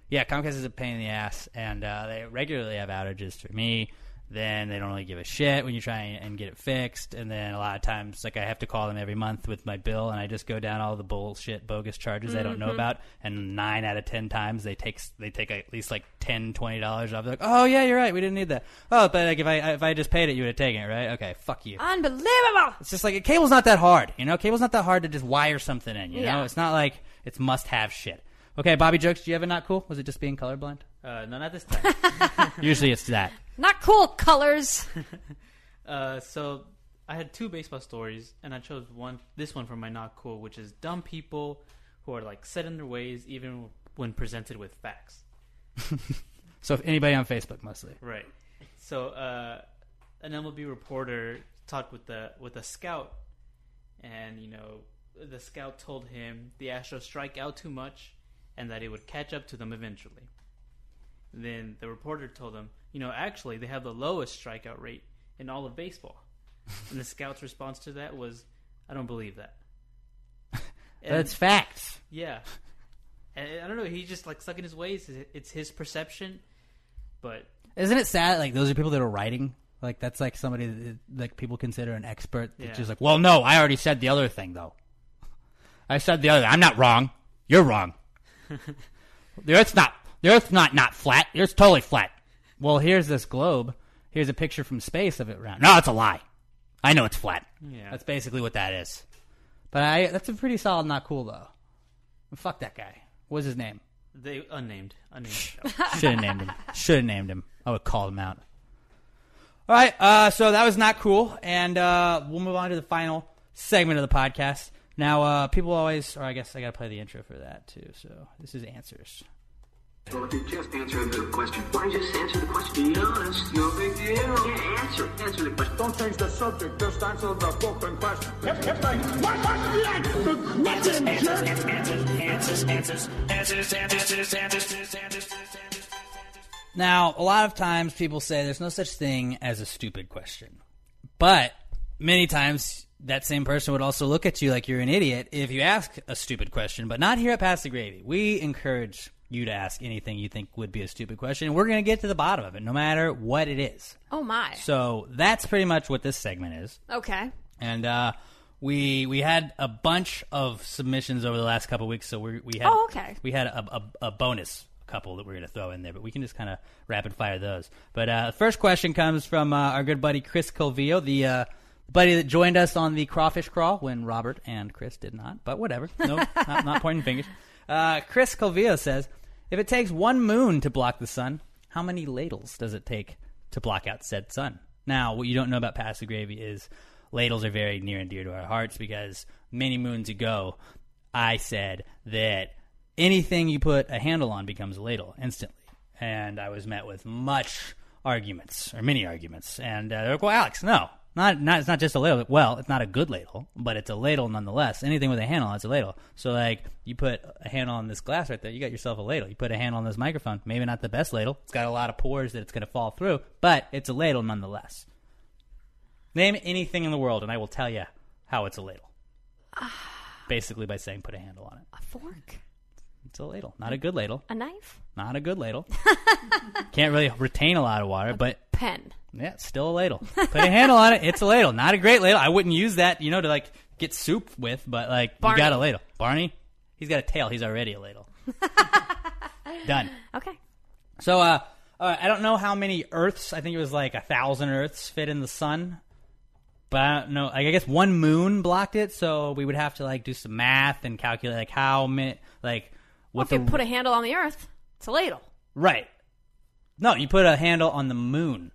Yeah, Comcast is a pain in the ass, and uh, they regularly have outages for me. Then they don't really give a shit when you try and, and get it fixed. And then a lot of times, like I have to call them every month with my bill, and I just go down all the bullshit, bogus charges I don't know
Mm-hmm.
Mhm.
about. And nine out of ten times, they take they take at least like ten, twenty dollars off. They're like, oh yeah, you're right, we didn't need that. Oh, but like if I if I just paid it, you would have taken it, right? Okay, fuck you.
Unbelievable.
It's just like cable's not that hard, you know. Cable's not that hard to just wire something in, you know.
Yeah.
It's not like it's must-have shit. Okay, Bobby jokes. Do you have a not cool? Was it just being colorblind?
Uh, no, not this time.
Usually it's that.
Not cool colors.
[LAUGHS] Uh, so I had two baseball stories, and I chose one. This one from my not cool, which is dumb people who are like set in their ways, even when presented with facts.
So if anybody on Facebook mostly.
Right. So uh, an MLB reporter talked with the with a scout, and you know the scout told him the Astros strike out too much, and that it would catch up to them eventually. Then the reporter told him, you know, actually they have the lowest strikeout rate in all of baseball, and the scout's response to that was, I don't believe that. And-
That's facts.
Yeah, and I don't know. He's just like stuck in his ways. It's his perception, but
Isn't it sad? Like those are people that are writing. Like that's like somebody that, like people consider an expert. It's
Yeah.
just like, well, no, I already said the other thing though. I said the other. I'm not wrong. You're wrong. the Earth's not. The Earth's not not flat. The Earth's totally flat. Well, here's this globe. Here's a picture from space of it round. No, it's a lie. I know it's flat.
Yeah.
That's basically what that is. But I. That's a pretty solid. Not cool though. Fuck that guy. What's his name?
they unnamed, unnamed.
[LAUGHS]
show.
Should have named him. Should have named him. I would call him out. All right. Uh, so that was not cool, and uh, we'll move on to the final segment of the podcast. Now, uh, people always, or I guess I got to play the intro for that too. So this is answers.
Well, if you just answer the question, why just answer the question? Be honest, no big deal. Yeah, answer, [LAUGHS] answer the question. Don't change the subject, just answer the fucking question. Yep, yep, like, what question you like? The
Answers, answers, answers, answers, answers, answers, answers, answers, answers.
Now, a lot of times people say there's no such thing as a stupid question. But many times that same person would also look at you like you're an idiot if you ask a stupid question, but not here at Pass the Gravy. We encourage you to ask anything you think would be a stupid question, and we're going to get to the bottom of it, no matter what it is.
Oh my.
So that's pretty much what this segment is.
Okay.
And uh, we we had a bunch of submissions over the last couple weeks, so we we had
Oh, okay.
we had a, a, a bonus couple that we're going to throw in there, but we can just kind of rapid fire those. But uh, the first question comes from uh, our good buddy Chris Colvillo, the uh, buddy that joined us on the crawfish crawl when Robert and Chris did not. But whatever, no, not, not pointing fingers. Uh, Chris Colvillo says, "If it takes one moon to block the sun, how many ladles does it take to block out said sun?" Now, what you don't know about Pass the Gravy is ladles are very near and dear to our hearts because many moons ago, I said that anything you put a handle on becomes a ladle instantly. And I was met with much arguments or many arguments. And uh, they're like, well, Alex, no, not, not, it's not just a ladle. Well, it's not a good ladle, but it's a ladle nonetheless. Anything with a handle, it's a ladle. So like you put a handle on this glass right there, you got yourself a ladle. You put a handle on this microphone, maybe not the best ladle. It's got a lot of pores that it's going to fall through, but it's a ladle nonetheless. Name anything in the world, and I will tell you how it's a
[SIGHS]
ladle. Basically, by saying put a handle on it.
A fork?
It's a ladle, not a good ladle,
A knife?
not a good ladle. [LAUGHS] Can't really retain a lot of water, but
Pen.
yeah, it's still a ladle. Put a handle on it. It's a ladle, not a great ladle. I wouldn't use that, you know, to like get soup with, but like
Barney.
you got a ladle. Barney, he's got a tail. He's already a
[LAUGHS]
ladle. Done.
Okay.
So, uh, uh, I don't know how many Earths. I think it was like a thousand Earths fit in the sun, but I don't know. Like, I guess one moon blocked it, so we would have to like do some math and calculate like how many, like
Well,
what
if you
the
put a handle on the earth, it's a ladle.
right. No, you put a handle on the moon.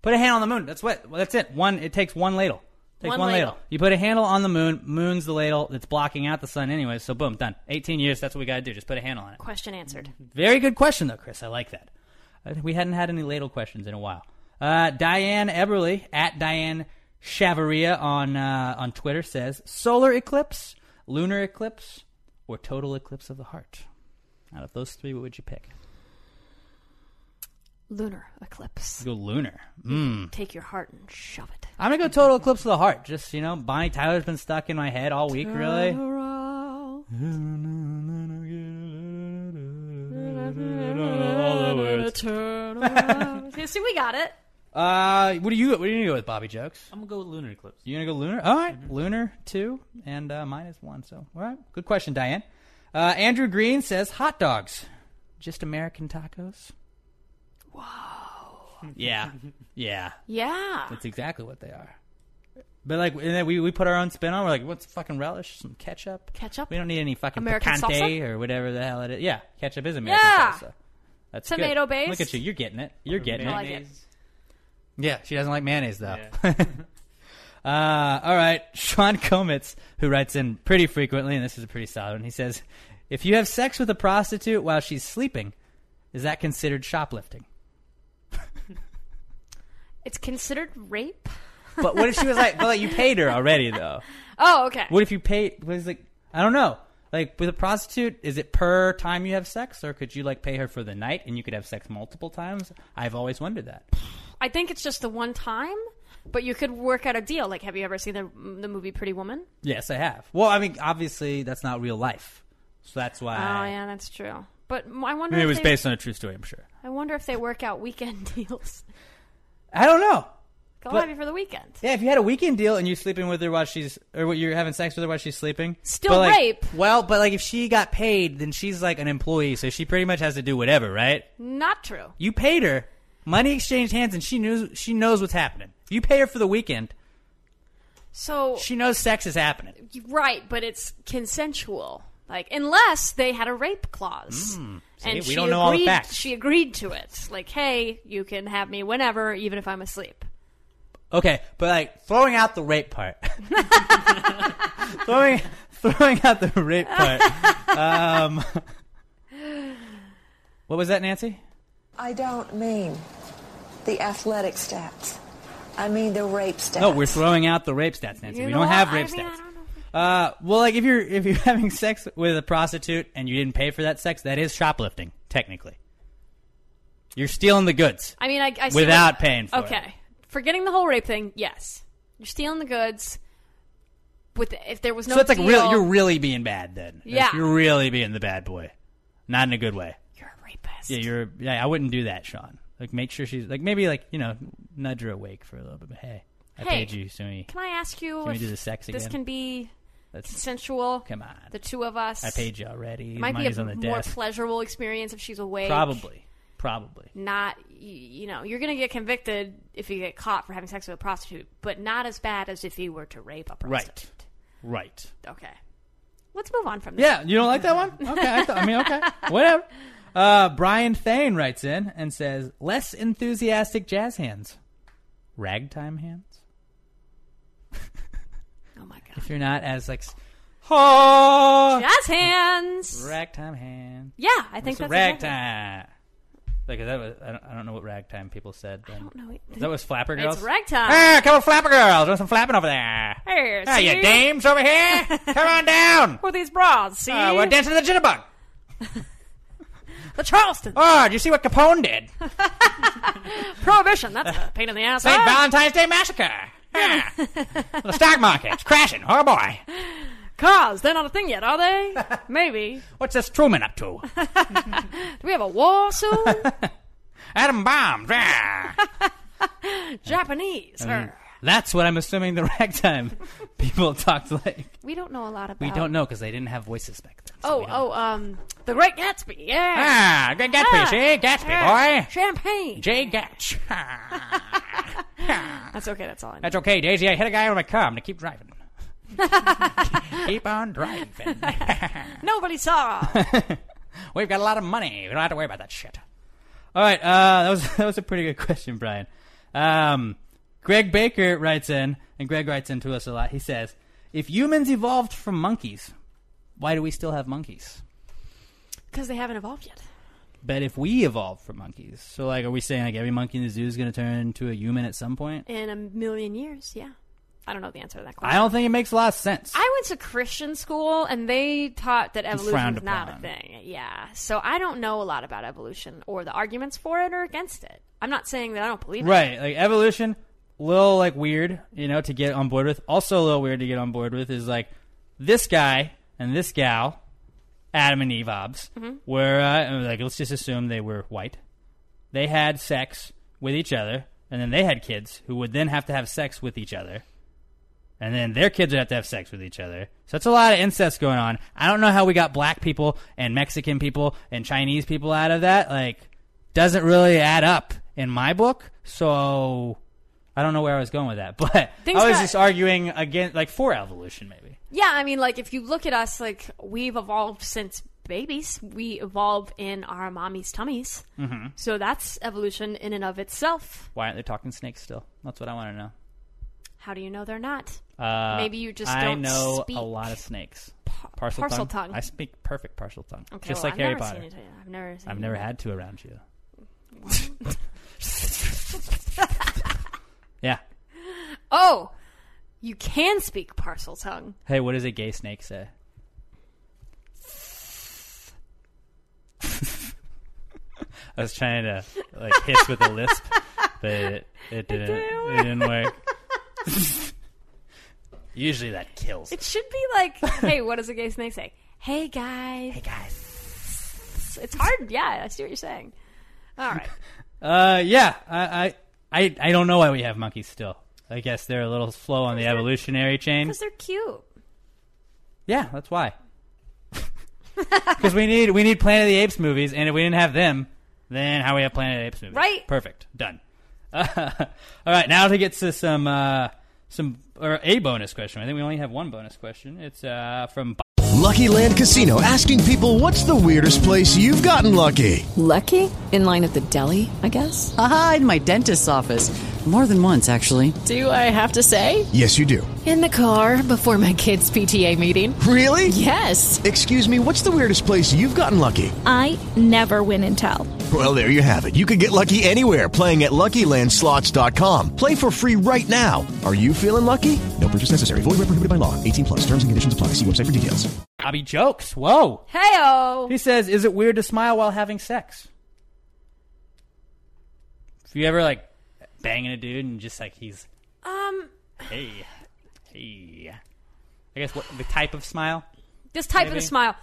Put a handle on the moon. That's what. Well, that's it. One. It takes one ladle. It takes
One
one,
ladle.
ladle. You put a handle on the moon. Moon's the ladle that's blocking out the sun anyway. So boom, done. Eighteen years. That's what we got to do. Just put a handle on it.
Question answered.
Very good question, though, Chris. I like that. I think We hadn't had any ladle questions in a while. Uh, Diane Eberly at Diane Chavaria on uh, on Twitter says solar eclipse, lunar eclipse, or total eclipse of the heart. Out of those three, what would you pick?
Lunar eclipse.
Go lunar. Mm.
Take your heart and shove it.
I'm gonna go total eclipse of the heart. Just you know, Bonnie Tyler's been stuck in my head all week, really. All the
[LAUGHS]
words. [LAUGHS]
Okay, See, we got it.
Uh, what do you what do you go with, Bobby Jokes?
I'm gonna go with lunar eclipse. Mm-hmm.
You gonna go lunar? All right. lunar two and uh, minus one. So all right, good question, Diane. Uh, Andrew Green says hot dogs, just American tacos. Whoa. Yeah, yeah,
Yeah.
that's exactly what they are. But like, and then we, we put our own spin on. We're like, what's fucking relish? Some ketchup.
Ketchup?
We don't need any fucking
American
picante
salsa?
or whatever the hell it is. Yeah, ketchup is American
Yeah.
salsa. That's
Tomato
good.
base?
Look at you, you're getting it. You're getting
I like
it.
it.
Yeah, she doesn't like mayonnaise though. [LAUGHS] uh, all right, Sean Comets, who writes in pretty frequently, and this is a pretty solid one. He says, "If you have sex with a prostitute while she's sleeping, is that considered shoplifting?"
It's considered rape.
But what if she was like, but like you paid her already though?
[LAUGHS] Oh, okay.
What if you paid? Was like, I don't know. Like with a prostitute, is it per time you have sex, or could you like pay her for the night and you could have sex multiple times? I've always wondered that.
I think it's just the one time, but you could work out a deal. Like, have you ever seen the the movie Pretty Woman?
Yes, I have. Well, I mean, obviously that's not real life, so that's why.
Oh, yeah, that's true. But m- I
I
wonder.
mean, it
if
was
they-
based on a true story, I'm sure.
I wonder if they work out weekend [LAUGHS] deals.
I don't know.
Go
But-
have you for the weekend.
Yeah, if you had a weekend deal and you're sleeping with her while she's, or you're having sex with her while she's sleeping,
Still
But, like,
rape.
Well, but like if she got paid, then she's like an employee, so she pretty much has to do whatever, right?
Not true.
You paid her, money exchanged hands, and she knew she knows what's happening. If you pay her for the weekend,
So
she knows sex is happening.
right, but it's consensual. Like, unless they had a rape clause.
Mm. See,
and
we
she
don't know all the
agreed-
facts.
She agreed to it. Like, hey, you can have me whenever, even if I'm asleep.
Okay, but like throwing out the rape part, [LAUGHS] throwing throwing out the rape part. Um, what was that, Nancy?
I don't mean the athletic stats. I mean the rape stats.
No, we're throwing out the rape stats, Nancy.
You
we
know
don't have
what? I
rape
mean, I
stats. Uh, well, like if you're if you're [LAUGHS] having sex with a prostitute and you didn't pay for that sex, that is shoplifting technically. You're stealing the goods.
I mean, I, I see
Without
what-
paying for it.
okay. forgetting the whole rape thing. Yes, you're stealing the goods. With if there was no,
so it's like
deal,
real. You're really being bad then. Like,
Yeah.
you're really being the bad boy, not in a good way. You're
a rapist.
Yeah, you're. Yeah, I wouldn't do that, Sean. Like, make sure she's like maybe like you know nudge her awake for a little bit. But hey, I
Hey,
paid you, so we-
Can I ask you
Can we
if
do the sex
this
again?
can be
That's-
consensual?
Come on.
the two of us.
I paid you already.
It might
Money's
be a
on the
more
desk.
pleasurable experience if she's awake.
Probably, probably.
Not y- you know you're gonna get convicted if you get caught for having sex with a prostitute, but not as bad as if you were to rape a
Right.
prostitute.
Right.
Okay, let's move on from this.
Yeah, you don't like that one?
[LAUGHS]
Okay, I, thought, I mean, okay, whatever. Uh, Brian Thane writes in and says, "Less enthusiastic jazz hands, ragtime hands."
oh my god!
If you're not as like, s- oh,
Jazz hands.
ragtime hands.
Yeah, I
It's
think
a
that's exactly-
ragtime. Uh, Like that was I don't, I don't know what ragtime people said. Then. I don't
know.
That was flapper
It's
girls.
ragtime.
Ah, come on, flapper girls, do some flapping over there.
Here,
Ah, you
see?
dames over
[LAUGHS]
here, come on down.
With these bras, see?
Ah, we're dancing to the jitterbug.
[LAUGHS] the Charleston.
Oh, did you see what Capone did?
Prohibition. That's a pain in the ass.
St.
Ah!
Valentine's Day Massacre. Ah. the stock market's crashing. Oh boy.
Cars, they're not a thing yet, are
[LAUGHS]
they? Maybe.
What's this Truman up to?
Do we have a war soon?
[LAUGHS] Atom bombs. Ah.
Japanese.
I mean,
er.
that's what I'm assuming the [LAUGHS] ragtime people talked like.
We don't know a lot about.
We don't know because they didn't have voices back then.
Oh, oh, um, the Great Gatsby. Yeah.
Ah, good Gatsby, see? Gatsby,
yeah.
boy.
Champagne.
Jay Gatch. [LAUGHS] Ah.
That's okay. That's all. I know.
That's okay, Daisy. I hit a guy with my car. I'm going to keep
[LAUGHS]
driving. keep on driving.
Nobody saw.
[LAUGHS] We've got a lot of money. We don't have to worry about that shit. All right, uh, [LAUGHS] that was that was a pretty good question, Brian. Um, Greg Baker writes in, and Greg writes in to us a lot. He says, "If humans evolved from monkeys, why do we still have monkeys?
Because they haven't evolved yet.
But if we evolved from monkeys, so like, are we saying like every monkey in the zoo is going to turn into a human at some point?
In a million years, yeah. I don't know the answer to that question.
I don't think it makes a lot of sense.
I went to Christian school and they taught that evolution
frowned
is not a
upon.
thing. Yeah. So I don't know a lot about evolution or the arguments for it or against it. I'm not saying that I don't believe
Right,
it.
like evolution, little like weird, you know, to get on board with. Also, a little weird to get on board with is like this guy and this gal, Adam and Eve obs,
Mhm.
were uh, like let's just assume they were white. They had sex with each other, and then they had kids who would then have to have sex with each other, and then their kids would have to have sex with each other. So that's a lot of incest going on. I don't know how we got black people and Mexican people and Chinese people out of that. Like, doesn't really add up in my book. So I don't know where I was going with that, [LAUGHS] but
Things
I was
got-
just arguing again, like for evolution, maybe.
Yeah, I mean, like if you look at us, like we've evolved since babies. We evolve in our mommy's tummies.
Mm-hmm.
So that's evolution in and of itself.
Why aren't they talking snakes still? That's what I want to know.
How do you know they're not?
Uh,
Maybe you just
I
don't
know
speak.
a lot of snakes.
parcel tongue.
I speak perfect partial tongue.
Okay,
just
well,
like
I've
Harry
never
Potter.
seen it. I've never seen
I've never
it.
had to around you. [LAUGHS] yeah.
Oh, you can speak parcel tongue.
Hey, what does a gay snake say? [LAUGHS] I was trying to like hiss with a lisp, but it, it didn't. It didn't work. [LAUGHS] Usually that kills.
It should be
[LAUGHS]
like, hey, what does a gay snake say? Hey guys. Hey
guys.
It's hard. Yeah, I see what you're saying. All right.
Uh, yeah, I, I, I, I don't know why we have monkeys still. I guess they're a little slow on the evolutionary chain.
Because they're cute.
Yeah, that's why. [LAUGHS] Because we need we need Planet of the Apes movies, and if we didn't have them, then how we have Planet of the Apes movies?
Right.
Perfect. Done. [LAUGHS] all right, now to get to some uh, some or a bonus question. I think we only have one bonus question. It's uh, from
Lucky Land Casino asking people what's the weirdest place you've gotten lucky?
Lucky? In line at the deli, I guess?
Aha, in my dentist's office. More than once, actually.
Do I have to say?
Yes, you do.
In
[SIGHS]
the car before my kids' PTA meeting.
Really?
Yes.
Excuse me, what's the weirdest place you've gotten lucky?
I never win and tell.
Well, there you have it. You can get lucky anywhere playing at LuckyLandSlots.com. Play for free right now. Are you feeling lucky? No purchase necessary. Void where prohibited by law. 18 plus. Terms and conditions apply. See website for details.
Bobby Jokes. Whoa.
Heyo.
He says, "Is it weird to smile while having sex?" If you ever like banging a dude and just like he's
Um,
hey, hey, I guess what the type of smile?
this type
Maybe.
of smile.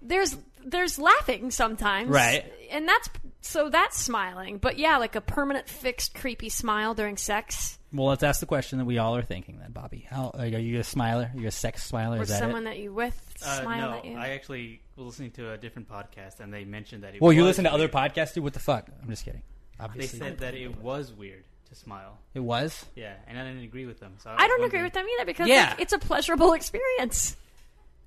There's there's laughing sometimes.
Right.
And that's so that's smiling. But yeah, like a permanent fixed creepy smile during sex
Well, let's ask the question that we all are thinking then, Bobby. How like, are you a smiler? Are you a sex smiler?
or
Is that
someone
it?
that you with
Uh,
smile
no,
at you.
I actually was listening to a different podcast, and they mentioned that. It
Well, you
was
listen to other
weird.
podcasts, dude. What the fuck? I'm just kidding. Obviously,
They said that it was weird to smile.
it was.
Yeah, and I didn't agree with them. So
I don't agree with them either because
Yeah.
like, it's a pleasurable experience.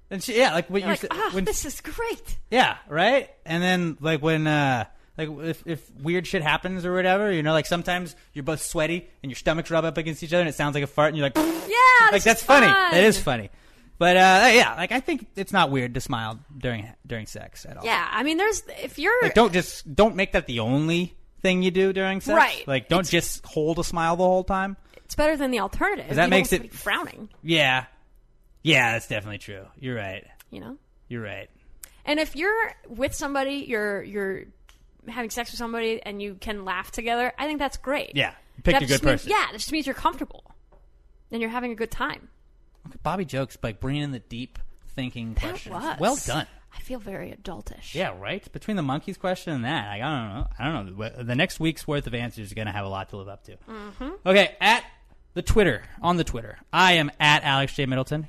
And she, yeah, like what
You're
you
like,
said.
ah,
when-
this is great.
Yeah, right. And then like when uh like if if weird shit happens or whatever, you know, like sometimes you're both sweaty and your stomachs rub up against each other and it sounds like a fart and you're
[LAUGHS]
like, [LAUGHS] yeah, like
this
that's
is
funny.
fun.
That is funny. But uh, yeah, like I think it's not weird to smile during during sex at all.
Yeah, I mean, there's if you're
Like don't just don't make that the only thing you do during sex.
Right.
Like don't just hold a smile the whole time.
it's better than the alternative.
'Cause that
You don't
makes
want
it-
somebody frowning.
Yeah. Yeah, that's definitely true. You're right.
You know.
You're right.
And if you're with somebody, you're you're having sex with somebody, and you can laugh together. I think that's great.
Yeah. Pick
That
a
just
good
means-
person.
yeah, that just means you're comfortable, and you're having a good time.
Bobby jokes by bringing in the deep thinking
That
questions.
was
Well done.
I feel very adultish.
Yeah, right. Between the monkeys question and that, like, I don't know. I don't know. What- The next week's worth of answers is going to have a lot to live up to.
Mm-hmm.
Okay, at the Twitter on the Twitter, I am at Alex J Middleton.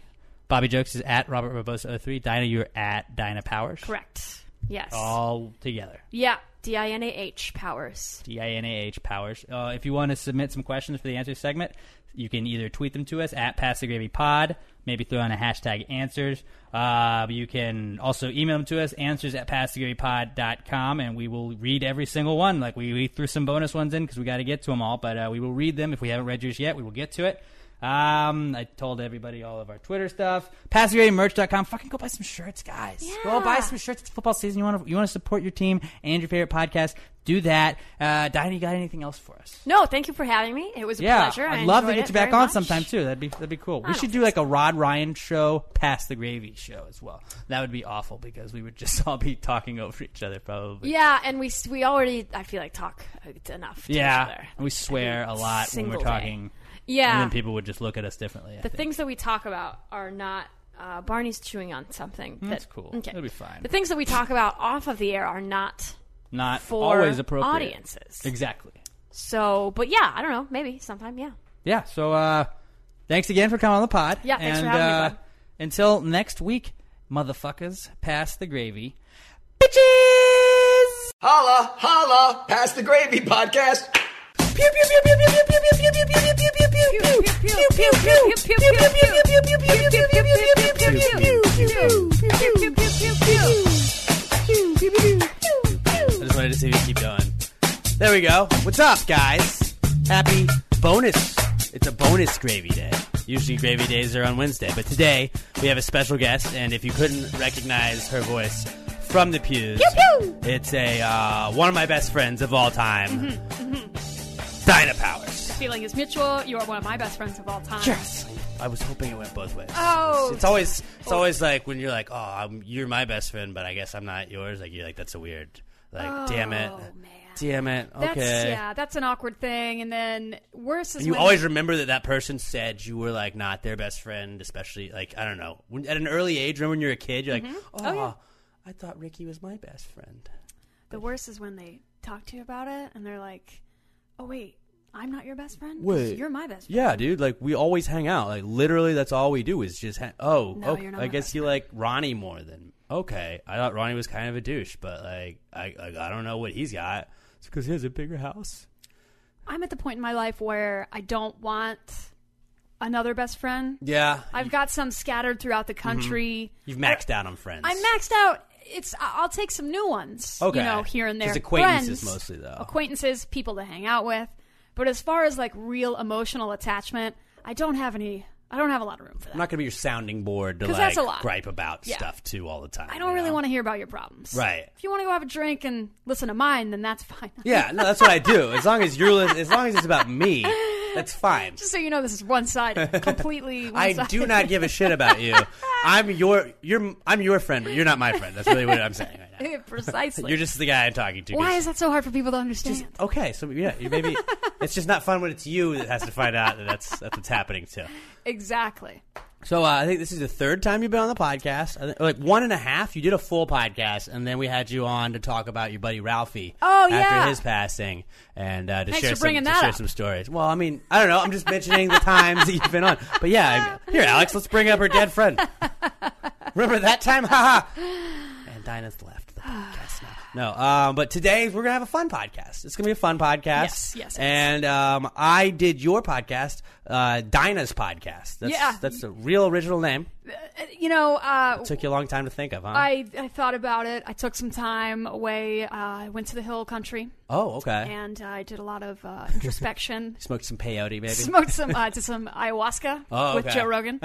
Bobby Jokes is at Robert Barbosa 03. Dinah, you're at Dinah Powers.
Correct. Yes.
All together.
Yeah. D i n a h powers.
D I N A H Powers. Uh, if you want to submit some questions for the answer segment, you can either tweet them to us at Pass the Gravy Pod, maybe throw in a hashtag answers. Uh, you can also email them to us, answers at passthegravypod.com, and we will read every single one. Like we, we threw some bonus ones in because we got to get to them all, but uh, we will read them. If we haven't read yours yet, we will get to it. Um, I told everybody all of our Twitter stuff. PassTheGravyMerch.com. Fucking go buy some shirts, guys. Go buy some shirts. It's football season. You want to you want to support your team and your favorite podcast. Do that. Uh, Dinah, you got anything else for us?
No, thank you for having me. It was a
yeah,
pleasure. I
I'd love to
enjoyed
get
it
you back on
very much.
sometime too. That'd be that'd be cool.
I
We should do like a Rod Ryan show, past the gravy show as well. That would be awful because we would just [LAUGHS] all be talking over each other probably.
Yeah, and we we already I feel like talk enough. to each
Yeah,
other.
and we swear a lot when we're
single day.
talking. and
Yeah.
then people would just look at us differently. I
The
think.
things that we talk about are not. Uh, Barney's chewing on something.
Mm, That's
that-
cool.
Okay.
It'll be fine.
The things that we talk about off of the air are not.
Not
for
always appropriate
audiences.
Exactly.
So, but yeah, I don't know. Maybe sometime, yeah.
Yeah. So uh, thanks again for coming on the pod.
Yeah, thanks for
and,
having me,
uh,
bud.
Until next week, motherfuckers, pass the gravy.
Holla, holla, pass the gravy podcast.
I just wanted to see if you keep going. There we go. What's up, guys? Happy bonus. It's a bonus gravy day. Usually gravy days are on Wednesday, but today we have a special guest, and if you couldn't recognize her voice from the pews, it's a uh, one of my best friends of all time, Dinah Powers.
Mm-hmm, Feeling is mutual. You are one of my best friends of all time.
Yes. I was hoping it went both ways.
Oh.
It's, it's always it's always like when you're like, oh, I'm, you're my best friend, but I guess I'm not yours. Like you're like that's a weird. Like damn it,
Oh,
damn it. Okay.
That's yeah, that's an awkward thing. And then worse is
And you
when-
always remember that that person said you were like not their best friend, especially like I don't know when, at an early age. Remember when you're a kid, you're like,
Mhm.
oh,
Oh, yeah.
I thought Ricky was my best friend.
The worst is when they talk to you about it and they're like, "Oh wait, I'm not your best friend.
Wait.
you're my best." friend.
Yeah, dude. Like we always hang out. Like literally, that's all we do is just. Ha- oh,
No,
okay,
you're not
I
my
guess you like Ronnie more than. Okay, I thought Ronnie was kind of a douche, but like I like, I don't know what he's got. It's because he has a bigger house.
I'm at the point in my life where I don't want another best friend.
Yeah,
I've got some scattered throughout
Mm-hmm.
the country.
You've maxed out on friends.
I'm maxed out. It's I- I'll take some new ones,
Okay.
you know, here and there.
Just acquaintances
Friends,
mostly, though.
Acquaintances, people to hang out with. But as far as like real emotional attachment, I don't have any. I don't have a lot of room for that.
I'm not gonna be your sounding board to
'Cause
like
that's a lot.
gripe about
Yeah.
stuff too all the time.
I don't really want to hear about your problems.
Right.
If you want to go have a drink and listen to mine, then that's fine. [LAUGHS]
Yeah, no, that's what I do. As long as you're, li- as long as it's about me,
[LAUGHS]
that's fine.
Just so you know, this is
[LAUGHS]
one side, completely. One
I do
[LAUGHS]
not give a shit about you. I'm your, you're, I'm your friend, but you're not my friend. That's really what I'm saying. Right
it.
now.
[LAUGHS] Precisely.
You're just the guy I'm talking to. 'cause-
Why is that so hard for people to understand?
okay, so yeah, you maybe it's just not fun when it's you that has to find out that that's that's what's happening too.
exactly.
So uh, I think this is the third time you've been on the podcast. I think- Like one and a half. You did a full podcast, and then we had you on to talk about your buddy Ralphie.
Oh,
after
yeah.
his passing, and uh, to
Thanks
share
for bringing
some,
that
to share
up.
some stories. Well, I mean, I don't know. I'm just mentioning the times that you've been on. But yeah, I- here, Alex, let's bring up her dead
[LAUGHS]
friend. Remember that time? Haha. And Dinah's left. No, um, but today we're gonna have a fun podcast. It's gonna be a fun podcast.
Yes, yes, it
And um, I did your podcast, uh, Dinah's podcast. That's,
Yeah.
that's a real original name.
you know, uh,
It took you a long time to think of, huh?
I, I thought about it. I took some time away. Uh, I went to the hill country.
Oh, okay.
And I did a lot of
[LAUGHS]
uh, introspection.
Smoked some peyote, maybe. [LAUGHS]
Smoked some, uh, did some ayahuasca
Oh,
with
okay.
Joe Rogan.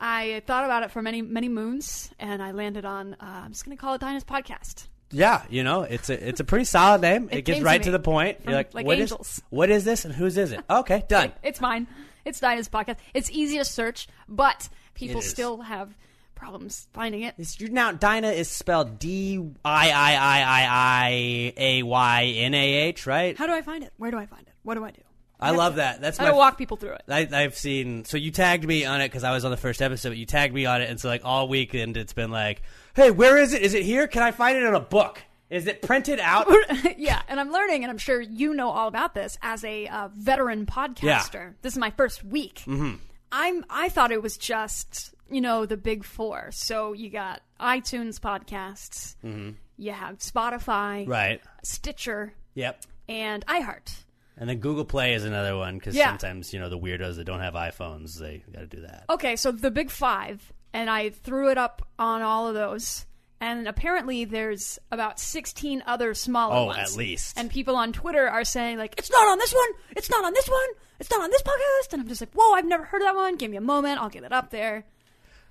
I thought about it for many, many moons, and I landed on. Uh, I'm just going to call it Dinah's podcast.
[LAUGHS] Yeah, you know, it's a it's a pretty solid name. It, gets
came to
right
me
to, the point.
from,
You're like,
like,
what is-
angels.
what is this and whose is it? Okay, done.
It's mine. It's Dinah's podcast. It's easy to search, but people
It is.
still have problems finding it.
It's, you now Dinah is spelled D I I I I I A Y N A H, right?
How do I find it? Where do I find it? What do I do?
I love that. That's
How
my
do I walk people through it? [LAUGHS]
I, I've seen. So you tagged me on it because I was on the first episode. But you tagged me on it, and so like all weekend, it's been like, "Hey, where is it? Is it here? Can I find it in a book? Is it printed
[LAUGHS]
out?"
yeah, and I'm learning, and I'm sure you know all about this as a uh, veteran podcaster. This is my first week.
Mm.
Mm-hmm.
I'm I thought it was just you know the big four. So you got iTunes podcasts,
mm-hmm.
you have Spotify,
Right.
Stitcher,
Yep.
and iHeart.
And then Google Play is another one because
Yeah.
sometimes you know the weirdos that don't have iPhones, they got to do that.
Okay, so the big five, and I threw it up on all of those. And apparently, there's about 16 other smaller
Oh,
ones.
at least.
And people on Twitter are saying like, "It's not on this one. It's not on this one. It's not on this podcast." And I'm just like, "Whoa, I've never heard of that one. Give me a moment. I'll get it up there."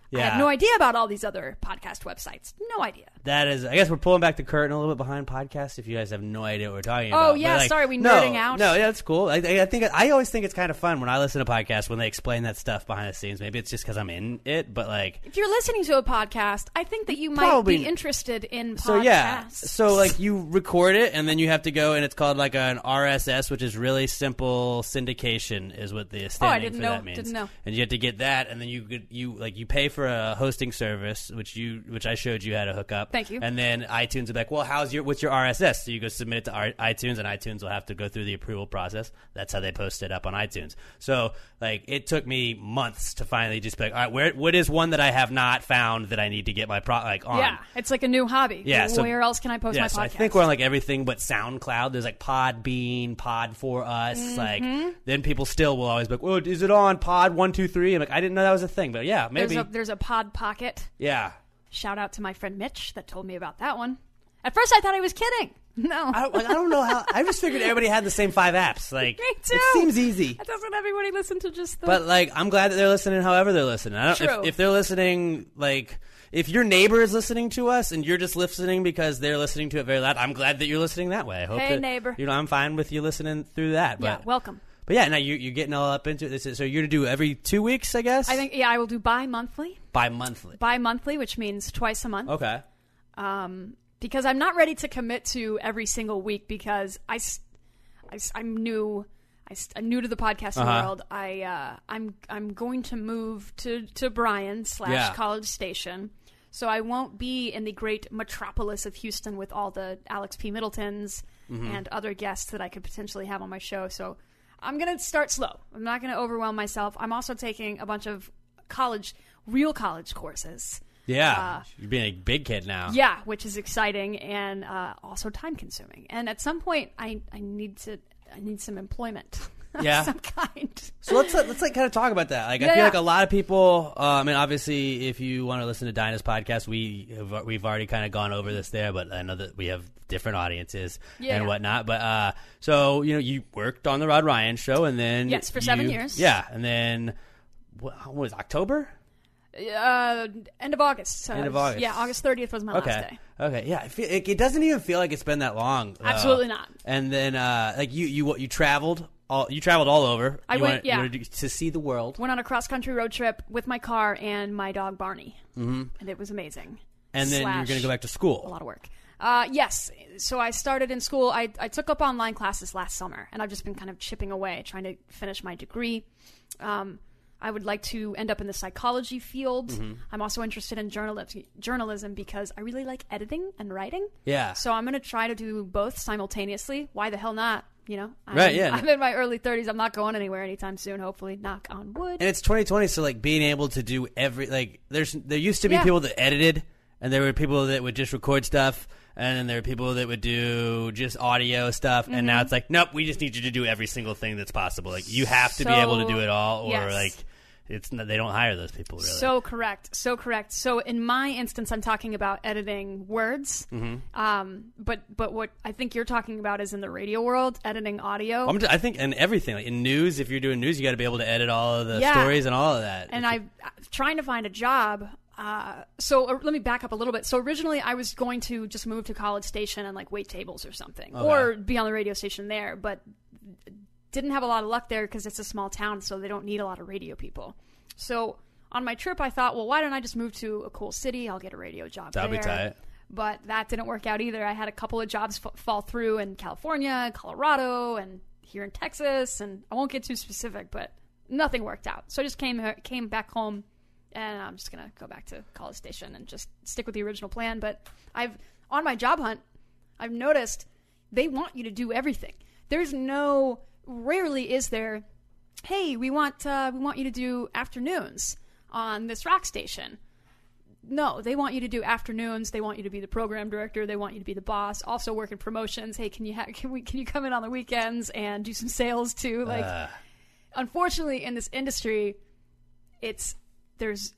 Yeah.
I have no idea about all these other podcast websites. No idea.
That is, I guess we're pulling back the curtain a little bit behind podcasts. If you guys have no idea what we're talking
Oh,
about. But,
yeah,
like,
sorry, we
no,
nerding out.
No, yeah, that's cool. I, I think I always think it's kind of fun when I listen to podcasts when they explain that stuff behind the scenes. Maybe it's just because I'm in it, but like,
If you're listening to a podcast, I think that you might
Probably-
be interested in podcasts.
so yeah, so like you record it and then you have to go and it's called like an RSS, which is really simple syndication, is what the standing
Oh, didn't
for
know-
that means.
didn't know.
And you have to get that, and then you get you like you pay for a hosting service, which you which I showed you how to hook up.
Thank you.
And then iTunes will be like, well, how's your what's your RSS? So you go submit it to R- iTunes, and iTunes will have to go through the approval process. That's how they post it up on iTunes. So like it took me months to finally just be like, all right, where what is one that I have not found that I need to get my pro like on?
yeah, it's like a new hobby.
Yeah, so-
Where else can I post
yeah,
my podcast?
so I think we're on like everything but SoundCloud. There's like Podbean, Pod for Us.
Mhm.
Like then people still will always be like, "Well, is it on Pod One Two Three? I'm like, I didn't know that was a thing, but yeah, maybe.
There's a, there's a pod pocket.
yeah,
Shout out to my friend Mitch that told me about that one. At first, I thought I was kidding. [LAUGHS] No, I
don't, I don't know how. I just figured everybody had the same five apps. Like
[LAUGHS] me too.
it seems easy.
That doesn't everybody listen to just the?
But like, I'm glad that they're listening. However, they're listening. I don't,
True.
If, if they're listening, like, if your neighbor is listening to us and you're just listening because they're listening to it very loud, I'm glad that you're listening that way. I hope
Hey,
that-
neighbor.
You know, I'm fine with you listening through that.
yeah,
But
welcome.
But yeah, now you, you're getting all up into this. is- So you're to do every two weeks, I guess,
I think yeah, I will do bi-monthly.
bi-monthly.
Bi-monthly, which means twice a month.
Okay.
Um, because I'm not ready to commit to every single week because I, s- I s- I'm new. I s- I'm new to the podcasting
Uh-huh.
world. I uh, I'm I'm going to move to to Bryan slash
Yeah.
College Station, so I won't be in the great metropolis of Houston with all the Alex P. Middletons
Mm-hmm.
Mhm.
and other guests that I could potentially have on my show. So I'm gonna start slow. I'm not gonna overwhelm myself. I'm also taking a bunch of college, real college courses.
Yeah,
Uh,
you're being a big kid now.
yeah, which is exciting and uh, also time consuming. And at some point, I, I need to I need some employment. [LAUGHS] of
Yeah.
some kind.
So let's uh, let's like kind of talk about that. Like I
Yeah,
feel
yeah.
like a lot of people. Uh, I mean, obviously, if you want to listen to Dinah's podcast, we have, we've already kind of gone over this there, but I know that we have different audiences
Yeah,
and
yeah.
whatnot. But uh, so you know, you worked on the Rod Ryan show, and then
Yes, for seven
you-
years.
Yeah, and then what, what was it, October?
[LAUGHS] Uh, end of August. So
End of August.
Yeah, August thirtieth was my
okay.
last day.
Okay. Yeah. I feel, it, it doesn't even feel like it's been that long. though.
Absolutely not.
And then uh, like you you you traveled all you traveled all over.
I
You
went-
wanted-
yeah.
you wanted to, to see the world.
Went on a cross country road trip with my car and my dog Barney,
hmm
and it was amazing.
And then you're
Slash
going to go back to school.
A lot of work. Uh, yes. So I started in school. I, I took up online classes last summer, and I've just been kind of chipping away, trying to finish my degree. Um, I would like to end up in the psychology field.
Mhm.
I'm also interested in journalism, journalism because I really like editing and writing.
Yeah.
So I'm going to try to do both simultaneously. Why the hell not? You know, I'm,
Right, yeah.
I'm in my early 30s. I'm not going anywhere anytime soon, hopefully. Knock on wood.
And it's 2020, so like being able to do every like there's there used to be
Yeah.
people that edited, and there were people that would just record stuff, and then there were people that would do just audio stuff, and now
Mhm.
it's like nope, we just need you to do every single thing that's possible. Like you have to be able to
So-
do it all, or
yes.
like it's n- they don't hire those people really.
So correct. So correct. So in my instance, I'm talking about editing words.
Mhm.
Um, but but what I think you're talking about is in the radio world, editing audio.
I'm just, I think in everything, like in news, if you're doing news, you got to be able to edit all of the
Yeah.
stories and all of that.
and I'm trying to find a job. Uh, so uh, let me back up a little bit. So originally, I was going to just move to College Station and like wait tables or something,
Okay.
or be on the radio station there. But didn't have a lot of luck there because it's a small town, so they don't need a lot of radio people. So on my trip, I thought, well, why don't I just move to a cool city? I'll get a radio job.
That'll be
there.
tight.
But that didn't work out either. I had a couple of jobs f- fall through in California, Colorado, and here in Texas. And I won't get too specific, but nothing worked out. So I just came came back home, and I'm just gonna go back to College Station and just stick with the original plan. But I've on my job hunt, I've noticed they want you to do everything. There's no, rarely is there, hey, we want uh, we want you to do afternoons on this rock station. No, they want you to do afternoons. They want you to be the program director. They want you to be the boss. Also work in promotions. Hey, can you ha- can we can you come in on the weekends and do some sales too? Like,
Ugh.
unfortunately, in this industry, it's there's.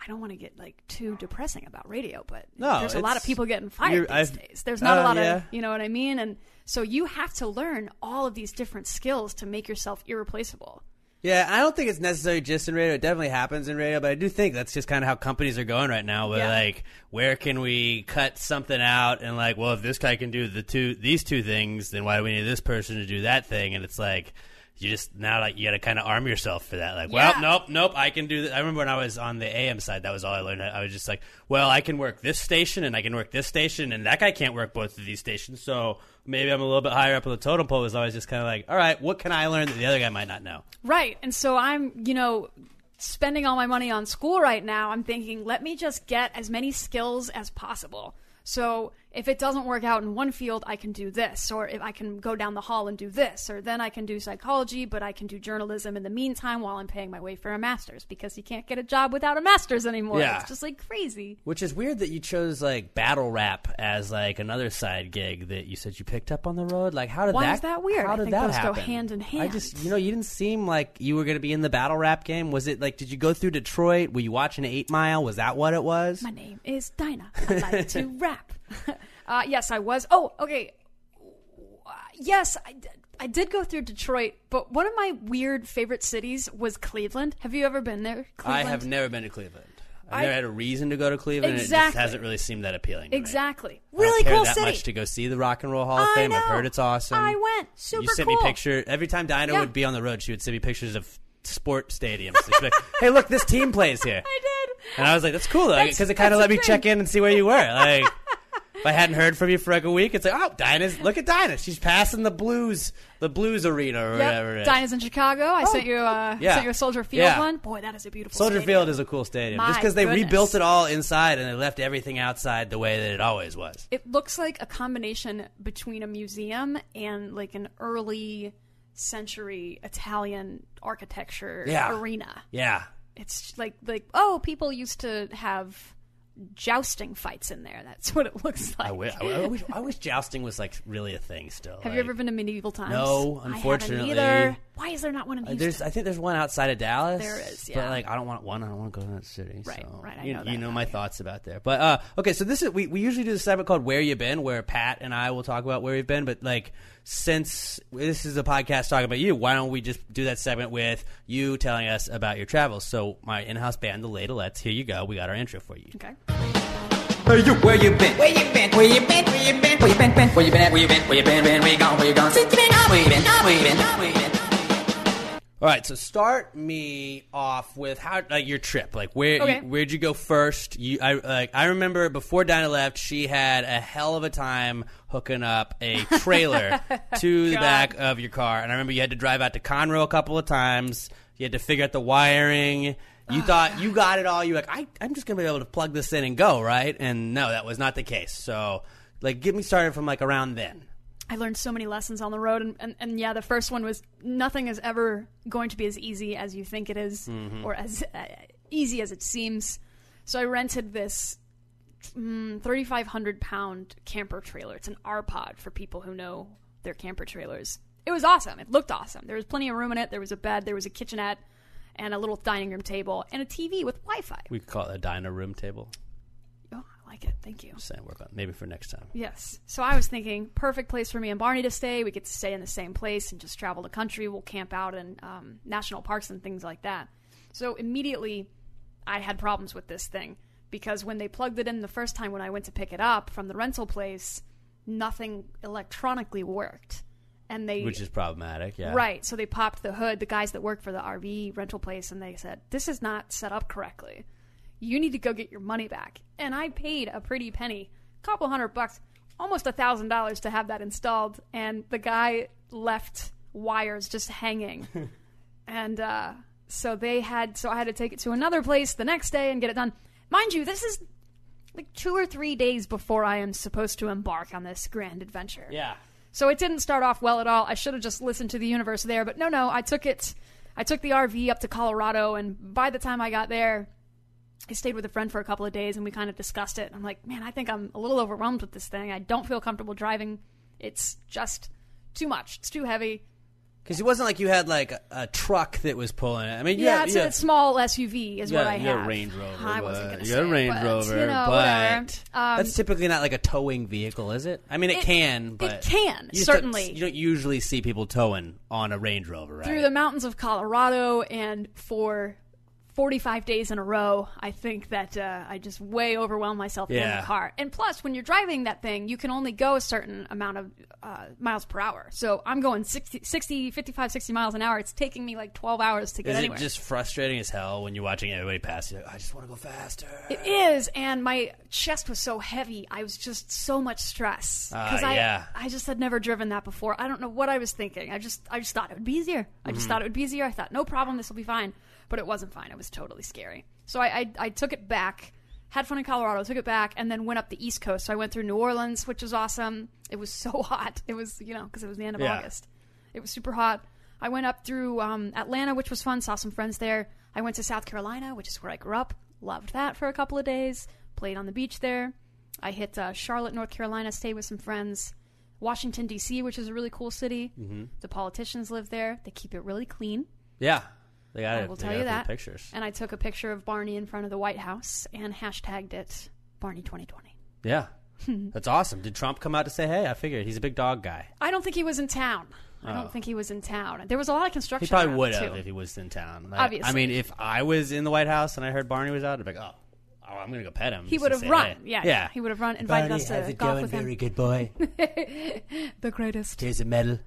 I don't want to get like too depressing about radio, but
No,
there's a lot of
it's-
people getting fired
you're-
these
I've-
days. There's not a
uh,
lot
yeah.
of you know what I mean, and so you have to learn all of these different skills to make yourself irreplaceable.
Yeah, I don't think it's necessarily just in radio. It definitely happens in radio, but I do think that's just kind of how companies are going right now. Where
Yeah.
like, where can we cut something out? And like, well, if this guy can do the two these two things, then why do we need this person to do that thing? And it's like. You just now like you got to kind of arm yourself for that. Like,
Yeah.
well, nope, nope, I can do this. I remember when I was on the AM side, that was all I learned. I was just like, well, I can work this station and I can work this station, and that guy can't work both of these stations. So maybe I'm a little bit higher up on the totem pole. Is always just kind of like, all right, what can I learn that the other guy might not know?
Right. And so I'm, you know, spending all my money on school right now. I'm thinking, let me just get as many skills as possible. So if it doesn't work out in one field, I can do this, or if I can go down the hall and do this, or then I can do psychology, but I can do journalism in the meantime while I'm paying my way for a master's because you can't get a job without a master's anymore.
Yeah.
It's just like crazy.
Which is weird that you chose like battle rap as like another side gig that you said you picked up on the road. Like how did
Why
that?
is that weird?
How
I
did
think
that
those go
happen?
hand in
I
hand.
just you know you didn't seem like you were going to be in the battle rap game. Was it like did you go through Detroit? Were you watching Eight Mile? Was that what it was?
My [LAUGHS] name
[LAUGHS]
is Dinah. I like to rap. [LAUGHS] Uh, yes, I was. Oh, okay. Uh, Yes, I did, I did go through Detroit, but one of my weird favorite cities was Cleveland. Have you ever been there?
I
Cleveland?
have never been to Cleveland. I've
I-
never had a reason to go to Cleveland. and It just
Exactly.
hasn't really seemed that appealing. to me.
Exactly.
I don't
Really
care
cool
that
city.
much to go see the Rock and Roll Hall of
I
Fame. I've
know.
heard it's awesome.
I went. Super
you sent
cool.
me pictures every time Dinah
Yeah.
would be on the road. She would send me pictures of sport stadiums. She'd be like, [LAUGHS] "Hey, look, this team plays
[LAUGHS]
here." I did, and I was like, "That's cool,"
That's-
because it kind
that's
of let
the
me
thing.
check in and see where you were.
[LAUGHS]
Like, if I hadn't heard from you for like a week, it's like, "Oh, Dinah's look at Dinah. She's passing the Blues, the Blues Arena or whatever it
Yep.
is." Oh,
Dinah's in Chicago. I sent you uh,
Yeah.
sent you a Soldier Field
Yeah.
one. Boy, that is a beautiful.
Soldier
stadium.
Field is a cool stadium just
My
because they
goodness.
rebuilt it all inside and they left everything outside the way that it always was.
It looks like a combination between a museum and like an early century Italian architecture
Yeah.
arena.
Yeah.
It's like like oh, people used to have jousting fights in there. That's [LAUGHS] what it looks like.
I wish, I, I wish, I wish jousting was like really a thing still.
[LAUGHS] Have you
like-
ever been to medieval times?
No,
I
unfortunately.
haven't either. Why is there not one in
Uh,
Houston?
There's, I think there's one outside of Dallas.
There is,
But
yeah.
like, I don't want one. I don't want to go to that city.
Right,
so.
right, I
you
know
you
that
know my thoughts about there. But uh, okay, so this is we, we usually do this segment called "Where You Been," where Pat and I will talk about where we've been. But like, since this is a podcast talking about you, why don't we just do that segment with you telling us about your travels? So my in-house band, the Ladalettes. Here you go. We got our intro for you.
Okay.
Hey, you, where you been? Where you been? Where you been? Where you been? Where you been? been? Where you been? at? Where you been? Where you been? been? Where you gone? Where you gone? Since you been out, where you been? Where you been? Where you been?
All right, so start me off with how like your trip. Like where
Okay.
you, where'd you go first? You I like I remember before Dinah left, she had a hell of a time hooking up a
[LAUGHS]
trailer to the
God.
back of your car, and I remember you had to drive out to Conroe a couple of times. You had to figure out the wiring. You thought you got it all. You're like, I, I'm just gonna be able to plug this in and go, right? And no, that was not the case. So, like, get me started from like around then.
I learned so many lessons on the road, and, and, and yeah, the first one was nothing is ever going to be as easy as you think it is,
Mhm.
or as uh, easy as it seems. So I rented this mm, 3,500 pound camper trailer. It's an R pod for people who know their camper trailers. It was awesome. It looked awesome. There was plenty of room in it. There was a bed, there was a kitchenette, and a little dining room table, and a TV with Wi Fi.
We could call it a Dinah room table.
Oh, I like it. Thank you.
Just saying, work on maybe for next time.
Yes. So I was thinking, perfect place for me and Barney to stay. We get to stay in the same place and just travel the country. We'll camp out in um, national parks and things like that. So immediately, I had problems with this thing because when they plugged it in the first time when I went to pick it up from the rental place, nothing electronically worked, and they
which is problematic. Yeah,
Right. So they popped the hood, the guys that work for the RV rental place, and they said, This is not set up correctly. You need to go get your money back. And I paid a pretty penny, a couple hundred bucks, almost a thousand dollars to have that installed. And the guy left wires
[LAUGHS]
just hanging. and uh, so they had, so I had to take it to another place the next day and get it done. Mind you, this is like two or three days before I am supposed to embark on this grand adventure.
Yeah.
So it didn't start off well at all. I should have just listened to the universe there, but no, no, I took it. I took the RV up to Colorado, and by the time I got there, I stayed with a friend for a couple of days, and we kind of discussed it. I'm like, man, I think I'm a little overwhelmed with this thing. I don't feel comfortable driving. It's just too much. It's too heavy.
because it wasn't like you had like a, a truck that was pulling it. I mean, you
yeah,
had-
it's
you
a
had-
small SUV is
you
what
had-
I
you had a
have.
Range Rover.
I wasn't
but-
gonna
you
say
had a Range
but,
Rover,
you know,
but
whatever. Um,
that's typically not like a towing vehicle, is it? I mean, it,
it-
can, but
can,
you just
certainly.
Don't, you don't usually see people towing on a Range Rover, right?
through the mountains of Colorado and for 45 days in a row, I think that uh, I just way overwhelmed myself in
Yeah.
the car. And plus, when you're driving that thing, you can only go a certain amount of uh, miles per hour. So I'm going 60, 60, 55, 60 miles an hour. It's taking me like 12 hours to get
Is
anywhere.
it just frustrating as hell when you're watching everybody pass you? Like, I just want to go faster.
It is, and my chest was so heavy. I was just so much stress because
Ah,
I
yeah.
I just had never driven that before. I don't know what I was thinking. I just I just thought it would be easier. I just
Mm-hmm.
Mhm.
thought it would be easier. I thought no problem, this will be fine. But it wasn't fine. It was totally scary. So I I, I took it back. Had fun in Colorado, took it back, and then went up the East Coast. So I went through New Orleans, which was awesome. It was so [LAUGHS] hot. It was, you know, because it was the end of
Yeah.
August. It was super hot. I went up through um, Atlanta, which was fun. Saw some friends there. I went to South Carolina, which is where I grew up. Loved that for a couple of days. Played on the beach there. I hit uh, Charlotte, North Carolina. Stayed with some friends. Washington D.C., which is a really cool city.
Mhm.
The politicians live there. They keep it really clean.
Yeah, they got
I
it.
will
they
tell
got
you
it through the
that.
pictures.
And I took a picture of Barney in front of the White House and hashtagged it Barney 2020.
Yeah,
[LAUGHS]
that's awesome. Did Trump come out to say, "Hey, I figured he's a big dog guy"?
I don't think he was in town. I
Oh.
don't think he was in town. There was a lot of construction.
He probably
around,
would
too.
have if he was in town. Like, I
Obviously.
mean, if I was in the White House and I heard Barney was out, I'd be like, oh, oh, I'm gonna go pet him.
He
just
would
to
have
say, "Eh."
run.
hey.
Yeah, yeah. He would have run, invited us to golf with him.
good boy?
[LAUGHS] the greatest.
Here's a medal.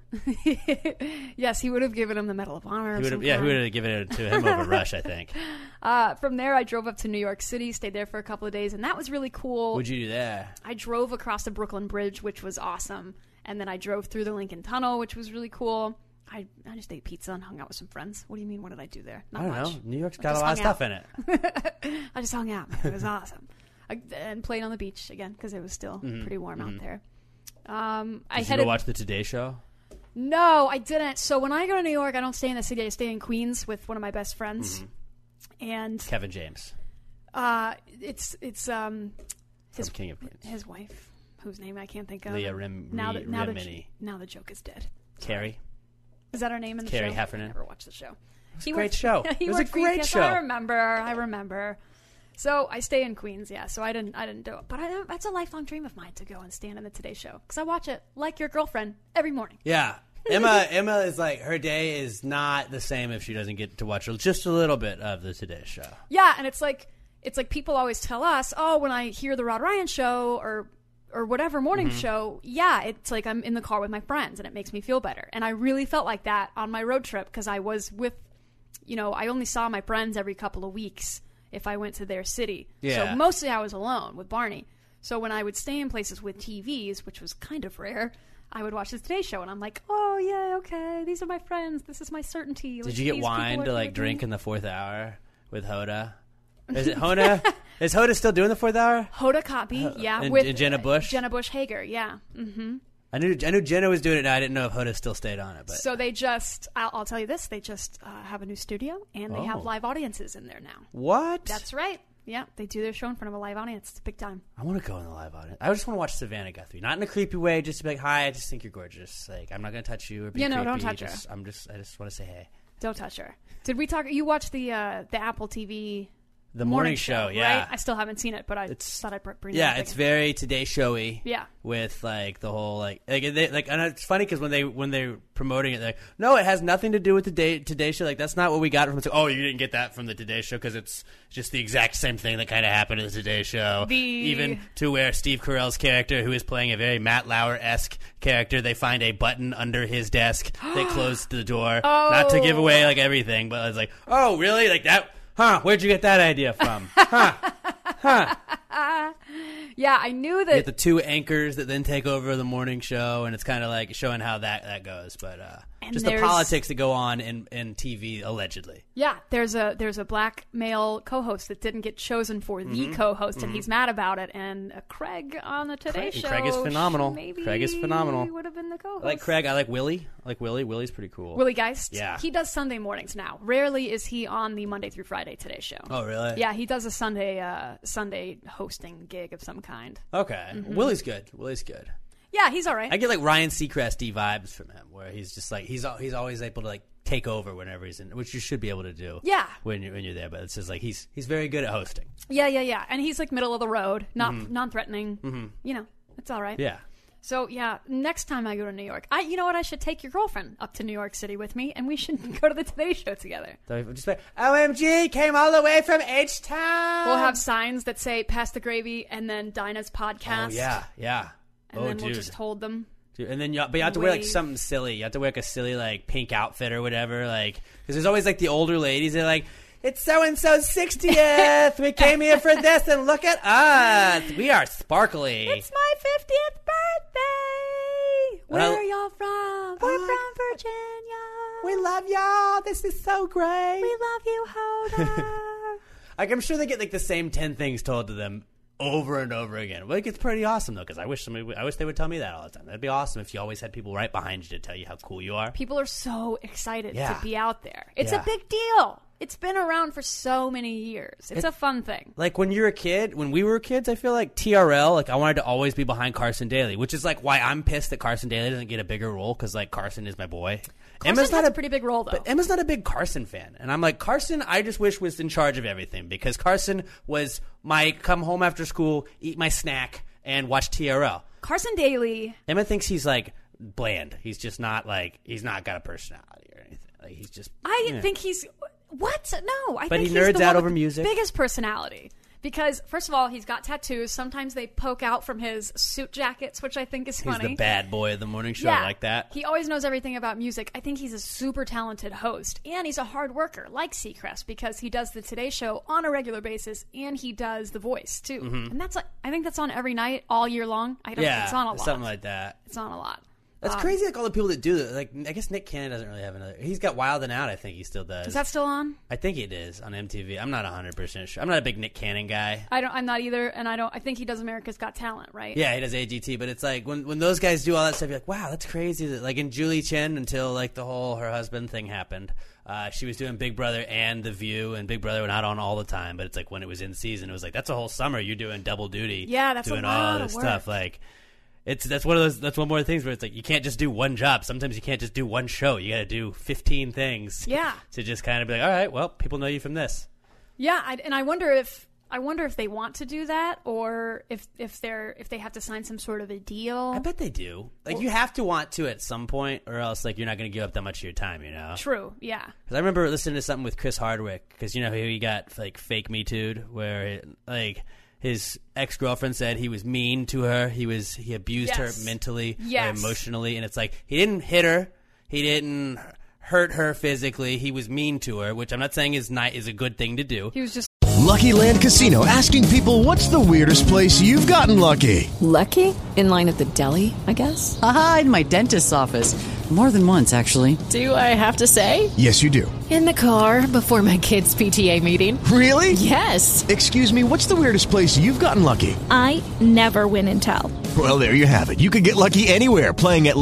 Yes, he would have given him the Medal of Honor. of
He would
some
have, yeah, he
kind.
would have given it to him over
[LAUGHS]
Rush, I think.
Uh, from there, I drove up to New York City, stayed there for a couple of days, and that was really cool.
Would you do that?
I drove across the Brooklyn Bridge, which was awesome, and then I drove through the Lincoln Tunnel, which was really cool. I, I just ate pizza and hung out with some friends. What do you mean? What did I do there? Not
I don't
much.
know. New York's
I
got a
just
lot of
hung out.
stuff in it.
[LAUGHS] I just hung out. man. It was awesome. I, and played on the beach again because it was still
Mhm,
pretty warm
mhm.
out there. Um, I
Did you
headed.
go watch the Today Show?
no, I didn't. So when I go to New York, I don't stay in the city. I stay in Queens with one of my best friends,
Mhm.
and
Kevin James
uh, it's it's um
from
his
King of
his wife whose name I can't think of.
Leah Rim-
now
Ri-
that now
Rimini.
the now the joke is dead.
Carrie.
Is that her name in the
Carrie
show?
Heffernan.
I never watched the show. It
was a great show.
[LAUGHS] he
It was a
worked for
great
UPS.
show.
I remember. I remember. So I stay in Queens, yeah. So I didn't, I didn't do it, but I, that's a lifelong dream of mine to go and stand in the Today Show because I watch it like your girlfriend every morning.
Yeah. Emma Emma is like her day is not the same if she doesn't get to watch just a little bit of the Today Show.
Yeah, and it's like it's like people always tell us, oh, when I hear the Rod Ryan show or or whatever morning
Mm-hmm.
Mhm.
show, yeah, it's like I'm in the car with my friends and it makes me feel better. And I really felt like that on my road trip because I was with, you know, I only saw my friends every couple of weeks if I went to their city.
Yeah.
So mostly I was alone with Barney. So when I would stay in places with TVs, which was kind of rare, I would watch the Today Show and I'm like, oh yeah, okay, these are my friends. This is my certainty. Like,
Did you
these
get
people
wine
are
to
here
like
me.
drink in the fourth hour with
[LAUGHS]
Hoda? Is it Hoda? is Hoda still doing the fourth hour?
Hoda Kotb,
[LAUGHS]
yeah,
and-
with
and Jenna Bush?
Jenna Bush Hager, yeah. hmm
I knew I knew Jenna was doing it. and I didn't know if Hoda still stayed on it, but
So they just, I'll, I'll tell you this, they just uh, have a new studio and they
Oh.
have live audiences in there now.
what?
That's right. Yeah, they do their show in front of a live audience. It's big time.
I want to go in the live audience. I just want to watch Savannah Guthrie, not in a creepy way, just to be like, "Hi, I just think you're gorgeous. Like, I'm not gonna touch you or be
Yeah, no, don't
creepy.
touch her.
Just- I'm just, I just want to say hey."
Don't touch her. Did we talk? You watched the uh, the Apple TV
The morning show, yeah.
right? I still haven't seen it, but I thought I'd br- bring it
yeah,
up
it's
again.
very Today Showy.
Yeah. [LAUGHS]
with like the whole like like they, like and it's funny because when they when they're promoting it, they're like, no, it has nothing to do with the day Today Show. Like that's not what we got from. It's like, oh, you didn't get that from the Today Show because it's just the exact same thing that kind of happened in the Today Show.
The-
Even to where Steve Carell's character, who is playing a very Matt Lauer esque character, they find a button under his
[GASPS]
desk. they close the door, not to give
Oh.
away like everything, but it's like, oh, really? Like that? Huh? Where'd you get that idea
[LAUGHS]
from? huh? Huh?
yeah, I knew
You
that.
get the two anchors that then take over the morning show, and it's kind of like showing how that, that goes. But uh,
And
just the
there's-
politics that go on in, in TV, allegedly.
Yeah, there's a there's a black male co-host that didn't get chosen for
Mhm.
the co-host, and
Mhm.
he's mad about it. And uh, Craig on the Today
Craig-
Show,
Craig is
she
phenomenal.
Maybe
Craig is phenomenal.
Would have been the
I
co-host.
like Craig. I like Willie. I like Willie. Willie's pretty cool.
Oh, Willie Geist.
Yeah.
he does Sunday mornings now. Rarely is he on the Monday through Friday Today Show.
Oh, really?
Yeah, he does a Sunday uh, Sunday hosting gig of some kind.
Okay.
Mhm.
Willie's good. Willie's good.
Yeah, he's all right.
I get like Ryan Seacrest vibes from him, where he's just like he's al- he's always able to like take over whenever he's in, which you should be able to do.
Yeah.
When you're when you're there, but it's just like he's he's very good at hosting.
yeah, yeah, yeah, and he's like middle of the road, not
Mhm.
non-threatening.
Mm-hmm.
You know, it's all right.
Yeah.
So yeah, next time I go to New York, I you know what I should take your girlfriend up to New York City with me, and we should [LAUGHS] go to the Today Show together.
So just like, OMG, came all the way from H Town.
We'll have signs that say "Pass the Gravy" and then Dinah's podcast.
Oh yeah, yeah.
and
oh
then
dude.
we'll just hold them.
Dude, and then you, but you have to wear like
Wave.
something silly. You have to wear like a silly like pink outfit or whatever. Like because there's always like the older ladies. They're like, it's so and so's sixtieth. we came here for this, and look at us. We are sparkly.
It's my fiftieth birthday. Where
Well- uh,
are y'all from? We're from Virginia.
We love y'all. This is so great. We
love you,
[LAUGHS]
Hoda.
like I'm sure they get like the same ten things told to them over and over again. Like it's pretty awesome though, because I wish somebody, would- I wish they would tell me that all the time. That'd be awesome if you always had people right behind you to tell you how cool you are.
People are so excited
Yeah.
to be out there. It's
Yeah.
a big deal. It's been around for so many years. It's
It-
a fun thing.
Like when you're a kid, when we were kids, I feel like TRL, like I wanted to always be behind Carson Daly, which is like why I'm pissed that Carson Daly doesn't get a bigger role because like Carson is my boy.
Carson
Emma's not
has
a,
a pretty big role though.
but Emma's not a big Carson fan, and I'm like Carson. I just wish was in charge of everything because Carson was my come home after school, eat my snack, and watch TRL.
Carson Daly.
Emma thinks he's like bland. He's just not like he's not got a personality or anything. Like he's just
I
yeah.
think he's what? No,
But
I
he
think he's
nerds
the one
out
with
over
the
music.
Biggest personality. because first of all, he's got tattoos. Sometimes they poke out from his suit jackets, which I think is
He's
funny.
the bad boy of the morning show. I like that.
He always knows everything about music. I think he's a super talented host, and he's a hard worker, like Seacrest, because he does the Today Show on a regular basis, and he does The Voice too.
Mhm.
And that's like, I think that's on every night, all year long. I don't.
yeah,
it's on a lot.
something like that.
it's on a lot.
That's
Um,
crazy. Like all the people that do that. Like I guess Nick Cannon doesn't really have another. He's got Wild and Out. I think he still does.
Is that still on?
I think it is on MTV. I'm not 100 percent sure. I'm not a big Nick Cannon guy.
I don't. I'm not either, and I don't. I think he does America's Got Talent, right?
Yeah, he does AGT, but it's like when when those guys do all that stuff, you're like, wow, that's crazy. That like in Julie Chen until like the whole her husband thing happened, uh, she was doing Big Brother and The View, and Big Brother were not on all the time, but it's like when it was in season, it was like that's a whole summer you're doing double duty.
Yeah, that's a
doing all
lot
this
of
stuff. Like it's that's one of those that's one more things where it's like you can't just do one job. Sometimes you can't just do one show. You got to do 15 things. [LAUGHS]
Yeah.
to just kind of be like, all right, well, people know you from this.
Yeah, I, and I wonder if I wonder if they want to do that, or if if they're if they have to sign some sort of a deal. I
bet they do. Like you have to want to at some point, or else like you're not going to give up that much of your time. You know.
True. Yeah.
Because I remember listening to something with Chris Hardwick, because you know how he got like fake me too'd, where it, like his ex girlfriend said he was mean to her, he was he abused
Yes.
her mentally, or
Yes.
emotionally, and it's like he didn't hit her, he didn't hurt her physically, he was mean to her, which I'm not saying is not is a good thing to do.
He was just
Lucky Land Casino asking people what's the weirdest place you've gotten lucky?
Lucky? In line at the deli, I guess?
Aha, in my dentist's office. More than once, actually.
Do I have to say?
Yes, you do.
In the car before my kids' PTA meeting.
Really?
Yes.
Excuse me, what's the weirdest place you've gotten lucky?
I never win and tell.
Well, there you have it. You can get lucky anywhere playing at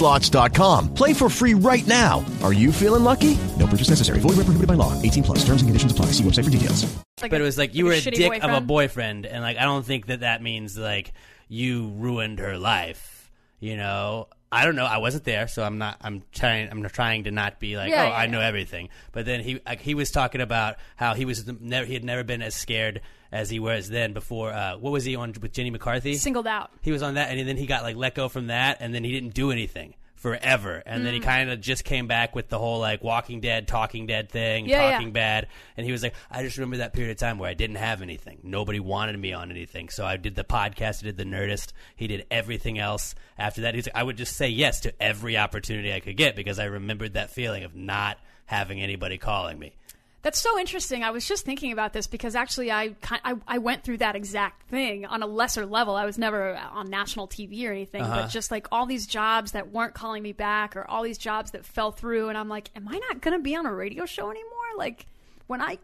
LuckyLandSlots.com. Play for free right now. Are you feeling lucky? No purchase necessary. Void where prohibited by law. 18 plus. Terms and conditions apply. See website for details.
but it was like you
like
were
a
a
shitty
dick of a
boyfriend?
boyfriend, and like I don't think that that means like you ruined her life. You know, I don't know. I wasn't there, so I'm not. I'm trying. I'm trying to not be like,
Yeah,
oh,
yeah,
I know everything. But then he like, he was talking about how he was never he had never been as scared as he was then before. Uh, what was he on with Jenny McCarthy?
singled out.
He was on that, and then he got like let go from that, and then he didn't do anything forever. And then he
Mm.
kind of just came back with the whole like Walking Dead, Talking Dead thing,
Yeah, yeah.
Talking Bad. And he was like, I just remember that period of time where I didn't have anything. Nobody wanted me on anything, so I did the podcast, I did the Nerdist, he did everything else. After that, he's like, I would just say yes to every opportunity I could get because I remembered that feeling of not having anybody calling me.
That's so interesting. I was just thinking about this because actually, I, ki- I I went through that exact thing on a lesser level. I was never on national TV or anything,
Uh-huh.
but just like all these jobs that weren't calling me back, or all these jobs that fell through, and I'm like, am I not going to be on a radio show anymore? Like when I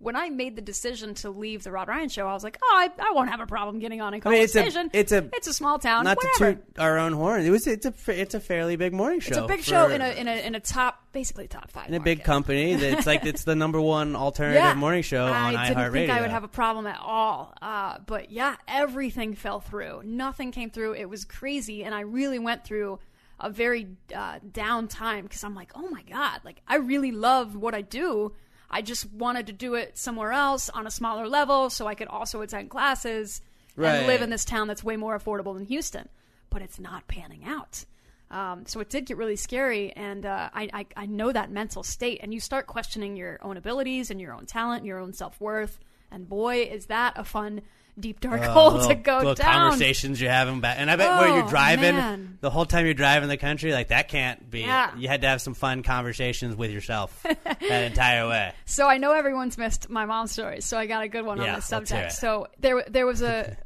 when I made the decision to leave the Rod Ryan show, I was like, oh, I, I won't have a problem getting on
I
and calling
mean, it's a-
station.
it's a-
it's a small town.
Not
whatever.
to toot our own horn. It was it's a it's a fairly big morning show.
it's a big
for-
show in a in a in a top basically top five.
in a big
[LAUGHS]
company that's like it's the number one alternative
Yeah.
morning show on
I didn't think I would
iHeartRadio.
have a problem at all. Uh, but yeah, everything fell through. Nothing came through. It was crazy, and I really went through a very uh, down time because I'm like, oh my god, like I really love what I do. I just wanted to do it somewhere else on a smaller level so I could also attend classes
Right.
and live in this town that's way more affordable than Houston. But it's not panning out. Um, so it did get really scary, and uh, I, I I know that mental state, and you start questioning your own abilities and your own talent, and your own self worth, and boy, is that a fun deep
[LAUGHS]
dark
Uh,
hole [LAUGHS]
little,
to go
little
down. [LAUGHS]
conversations you're having back, and I bet where you're
Oh,
driving
man.
the whole time you're driving the country, like that can't be.
Yeah.
You had to have some fun conversations with yourself
[LAUGHS]
that entire way.
So I know everyone's missed my mom's story, so I got a good one
Yeah,
on this
let's hear
subject.
it.
So there, there
[LAUGHS]
was a,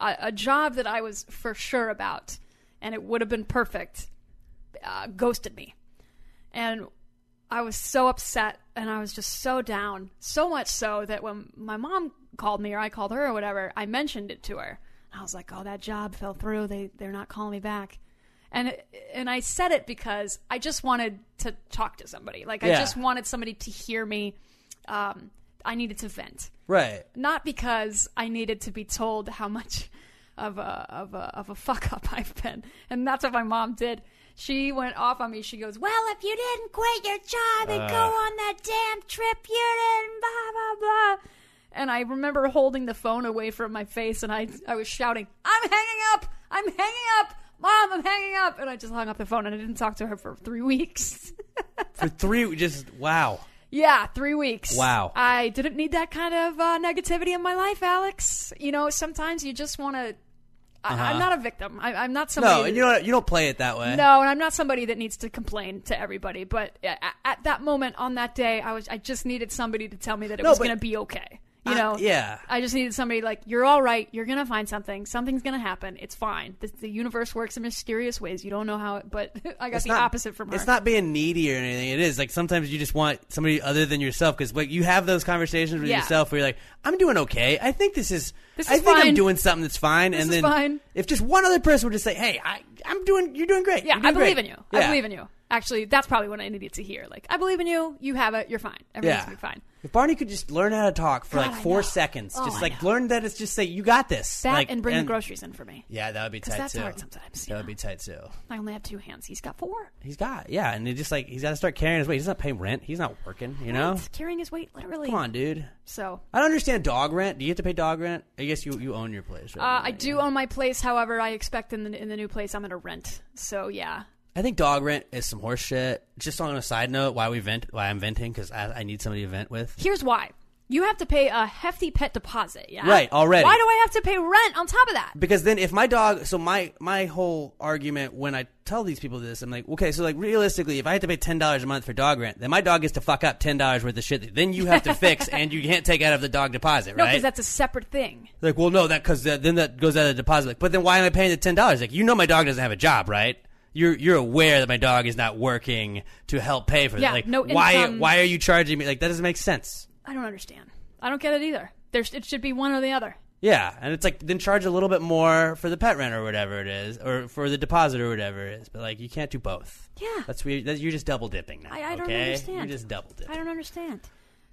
a a job that I was for sure about, and it would have been perfect. Uh, ghosted me, and I was so upset, and I was just so down, so much so that when my mom called me or I called her or whatever, I mentioned it to her. I was like, "Oh, that job fell through. They they're not calling me back." And and I said it because I just wanted to talk to somebody. Like I
Yeah.
just wanted somebody to hear me. Um, I needed to vent,
Right.
not because I needed to be told how much of a of a of a fuck up [LAUGHS] I've been. And that's what my mom did. She went off on me. She goes, "Well, if you didn't quit your job and go
Uh.
on that damn trip, you didn't blah blah blah." And I remember holding the phone away from my face, and I I was shouting, "I'm hanging up! I'm hanging up!" Mom, I'm hanging up, [LAUGHS] and I just hung up the phone, and I didn't talk to her for three weeks.
For three, just wow.
Yeah, three weeks.
Wow.
I didn't need that kind of uh, negativity in my life, Alex. You know, sometimes you just want to.
Uh-huh.
I'm not a victim. I, I'm not somebody.
No, and you know what? You don't play it that way.
No, and I'm not somebody that needs to complain to everybody. But at, at that moment on that day, I was I just needed somebody to tell me that it
No,
was
but-
going to be okay. You
I-
know,
yeah.
I just needed somebody like you're all right. You're going to find something. Something's going to happen. It's fine. The, the universe works in mysterious ways. You don't know how, it, but [LAUGHS] I got
It's
the
not-
opposite from her.
It's not being needy or anything. It is like sometimes you just want somebody other than yourself because like you have those conversations with
Yeah.
yourself where you're like, I'm doing okay. I think this is.
This
I
is
think I'm
fine.
doing something that's fine.
This
and
is
then
fine.
if just one other person would just say, Hey, I, I'm doing. You're doing great.
Yeah,
You're
I
doing
believe
great.
in you. I
Yeah.
believe in you. Actually, that's probably what I needed to hear. Like, I believe in you. You have it. You're fine. Everything's
Yeah.
gonna be fine.
If Barney could just learn how to talk for
God, I
like four
know.
seconds,
Oh,
just
I
like learn that it's just say you got this.
That
like,
and bring the groceries in for me.
Yeah, that would be
'Cause
tight
that's
too.
hard sometimes,
That would be tight too.
I only have two hands. He's got four.
He's got yeah, and it just like he's got to start carrying his weight. He's not paying rent. He's not working. You know.
Right? carrying his weight literally.
Oh. Come on, dude.
So.
I don't understand dog rent. Do you have to pay dog rent? I guess you, you own your place, right?
Uh, I do own my place. However, I expect in the in the new place I'm going to rent. So yeah,
I think dog rent is some horse shit. Just on a side note, why we vent, why I'm venting, because I, I need somebody to vent with.
here's why: you have to pay a hefty pet deposit. Yeah,
Right, already.
Why do I have to pay rent on top of that?
Because then if my dog, so my my whole argument when I tell these people this, I'm like, okay, so like realistically, if I have to pay ten dollars a month for dog rent, then my dog gets to fuck up ten dollars worth of shit. That then you have
[LAUGHS]
to fix, and you can't take out of the dog deposit,
No,
right?
because that's a separate thing.
Like, well, no, that because then that goes out of the deposit. Like, but then why am I paying the ten dollars? Like, you know, my dog doesn't have a job, right? You're you're aware that my dog is not working to help pay for
Yeah,
that. Like,
no
why
income.
why are you charging me? Like, that doesn't make sense.
I don't understand. I don't get it either. There's it should be one or the other.
Yeah, and it's like then charge a little bit more for the pet rent or whatever it is, or for the deposit or whatever it is. But like, you can't do both.
Yeah.
that's weird. That, you're just double dipping now.
I, I don't
okay?
understand.
You're just double dipping.
I don't understand.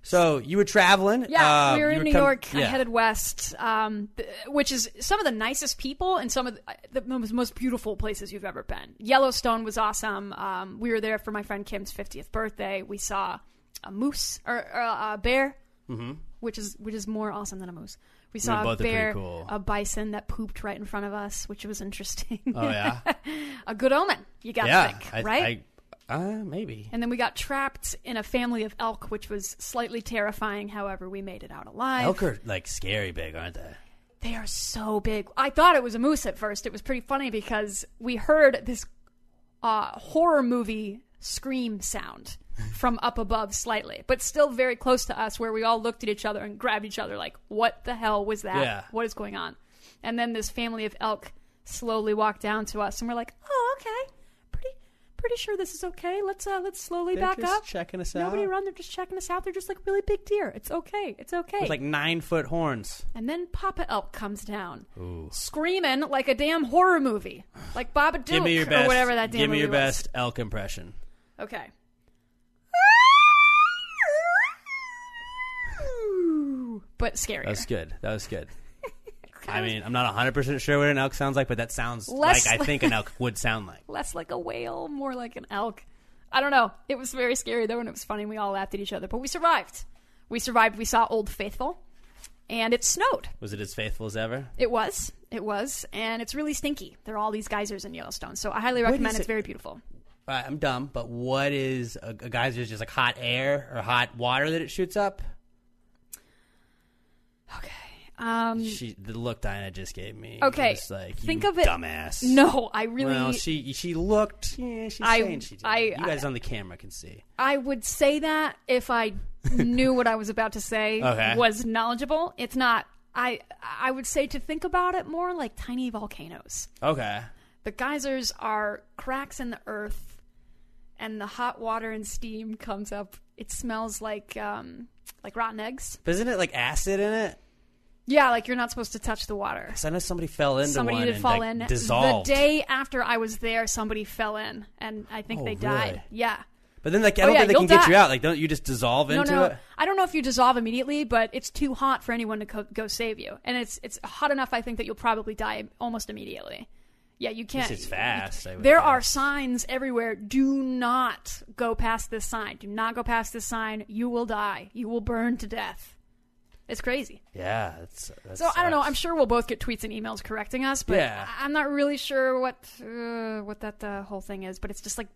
So you were traveling.
Yeah,
uh,
we were
you
in New
com-
York. I
yeah.
headed west, um, th- which is some of the nicest people and some of the, the most, most beautiful places you've ever been. Yellowstone was awesome. Um, we were there for my friend Kim's 50th birthday. We saw a moose or, or a bear,
Mhm.
which is which is more awesome than a moose.
I
We
mean,
saw a
both are pretty
bear,
cool.
a bison that pooped right in front of us, which was interesting.
Oh, yeah?
[LAUGHS] a good omen. You got
yeah,
to think,
I-
right?
I, uh, maybe.
And then we got trapped in a family of elk, which was slightly terrifying. However, we made it out alive.
Elk are like scary big, aren't they?
They are so big. I thought it was a moose at first. It was pretty funny because we heard this uh, horror movie scream sound from up above slightly, but still very close to us, where we all looked at each other and grabbed each other like, what the hell was that?
Yeah.
What is going on? And then this family of elk slowly walked down to us, and we're like, oh, okay. Pretty, pretty sure this is okay. Let's uh, let's slowly
They're
back
just
up.
checking us
Nobody
out.
run. They're just checking us out. They're just like really big deer. It's okay. It's okay.
With like nine foot horns.
And then Papa Elk comes down,
Ooh.
screaming like a damn horror movie, like Babadook
Give me your best.
or whatever that damn
Give me
movie
your
was.
best elk impression.
Okay. But scarier.
That was good. That was
[LAUGHS]
good. I mean, I'm not 100% sure what an elk sounds like, but that sounds
Less
like I
[LAUGHS] like-
think an elk would sound like.
Less like a whale, more like an elk. I don't know. It was very scary though, and it was funny. We all laughed at each other, but we survived. We survived. We saw Old Faithful, and it snowed.
Was it as faithful as ever?
It was. It was, and it's really stinky. There are all these geysers in Yellowstone, so I highly
What
recommend.
is
It's
it?
very beautiful.
All right, I'm dumb, but what is a, a geyser's just like hot air or hot water that it shoots up?
Um,
She the look Diana just gave me.
Okay,
was like,
think
you
of it-
dumbass.
No, I really-
Well, she she looked. Yeah, she's
I-
saying she did.
I-
you guys
I-
on the camera can see.
I would say that if I knew what I was about to say
[LAUGHS] Okay.
was knowledgeable. It's not. I I would say to think about it more like tiny volcanoes.
Okay.
The geysers are cracks in the earth, and the hot water and steam comes up. It smells like um like rotten eggs.
But isn't it like acid in it?
Yeah, like you're not supposed to touch the water.
'Cause I know somebody fell into
somebody
one
did
and
fall
like,
in.
dissolved.
The day after I was there, somebody fell in, and I think
Oh,
they died.
really?
Yeah.
But then like I
Oh,
don't
yeah,
think they
you'll
can get you
die.
out. Like don't you just dissolve into
no, no.
it?
I don't know if you dissolve immediately, but it's too hot for anyone to co- go save you, and it's it's hot enough. I think that you'll probably die almost immediately. Yeah, you can't.
This is fast. I would
There
think.
are signs everywhere. Do not go past this sign. Do not go past this sign. You will die. You will burn to death. It's crazy.
Yeah, that's, that's
so I don't know. I'm sure we'll both get tweets and emails correcting us, but
Yeah.
I- I'm not really sure what uh, what that uh, whole thing is. But it's just like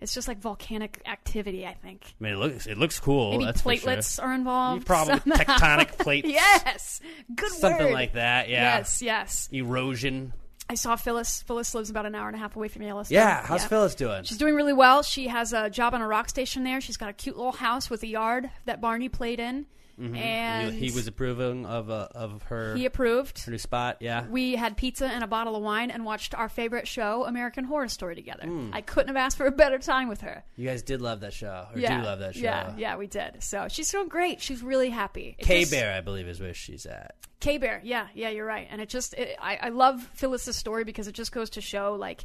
It's just like volcanic activity, I think.
I mean, it looks it looks cool.
Maybe
Oh, that's for sure.
platelets are involved.
You
[LAUGHS]
probably
somehow.
tectonic plates.
[LAUGHS] yes, good
something
word.
like that. Yeah.
Yes, yes.
Erosion.
I saw Phyllis. Phyllis lives about an hour and a half away from Yale.
Yeah, how's Phyllis doing?
She's doing really well. She has a job on a rock station there. She's got a cute little house with a yard that Barney played in,
Mhm.
and
he, he was approving of uh, of her.
He approved.
her new spot. Yeah.
We had pizza and a bottle of wine and watched our favorite show, American Horror Story, together.
Mm.
I couldn't have asked for a better time with her.
you guys did love that show, or
yeah,
do love that show.
Yeah, yeah, we did. So she's doing great. She's really happy. It
K
just-
Bear, I believe, is where she's at.
K Bear, yeah, yeah, you're right. And it just, it, I, I love Phyllis's story because it just goes to show like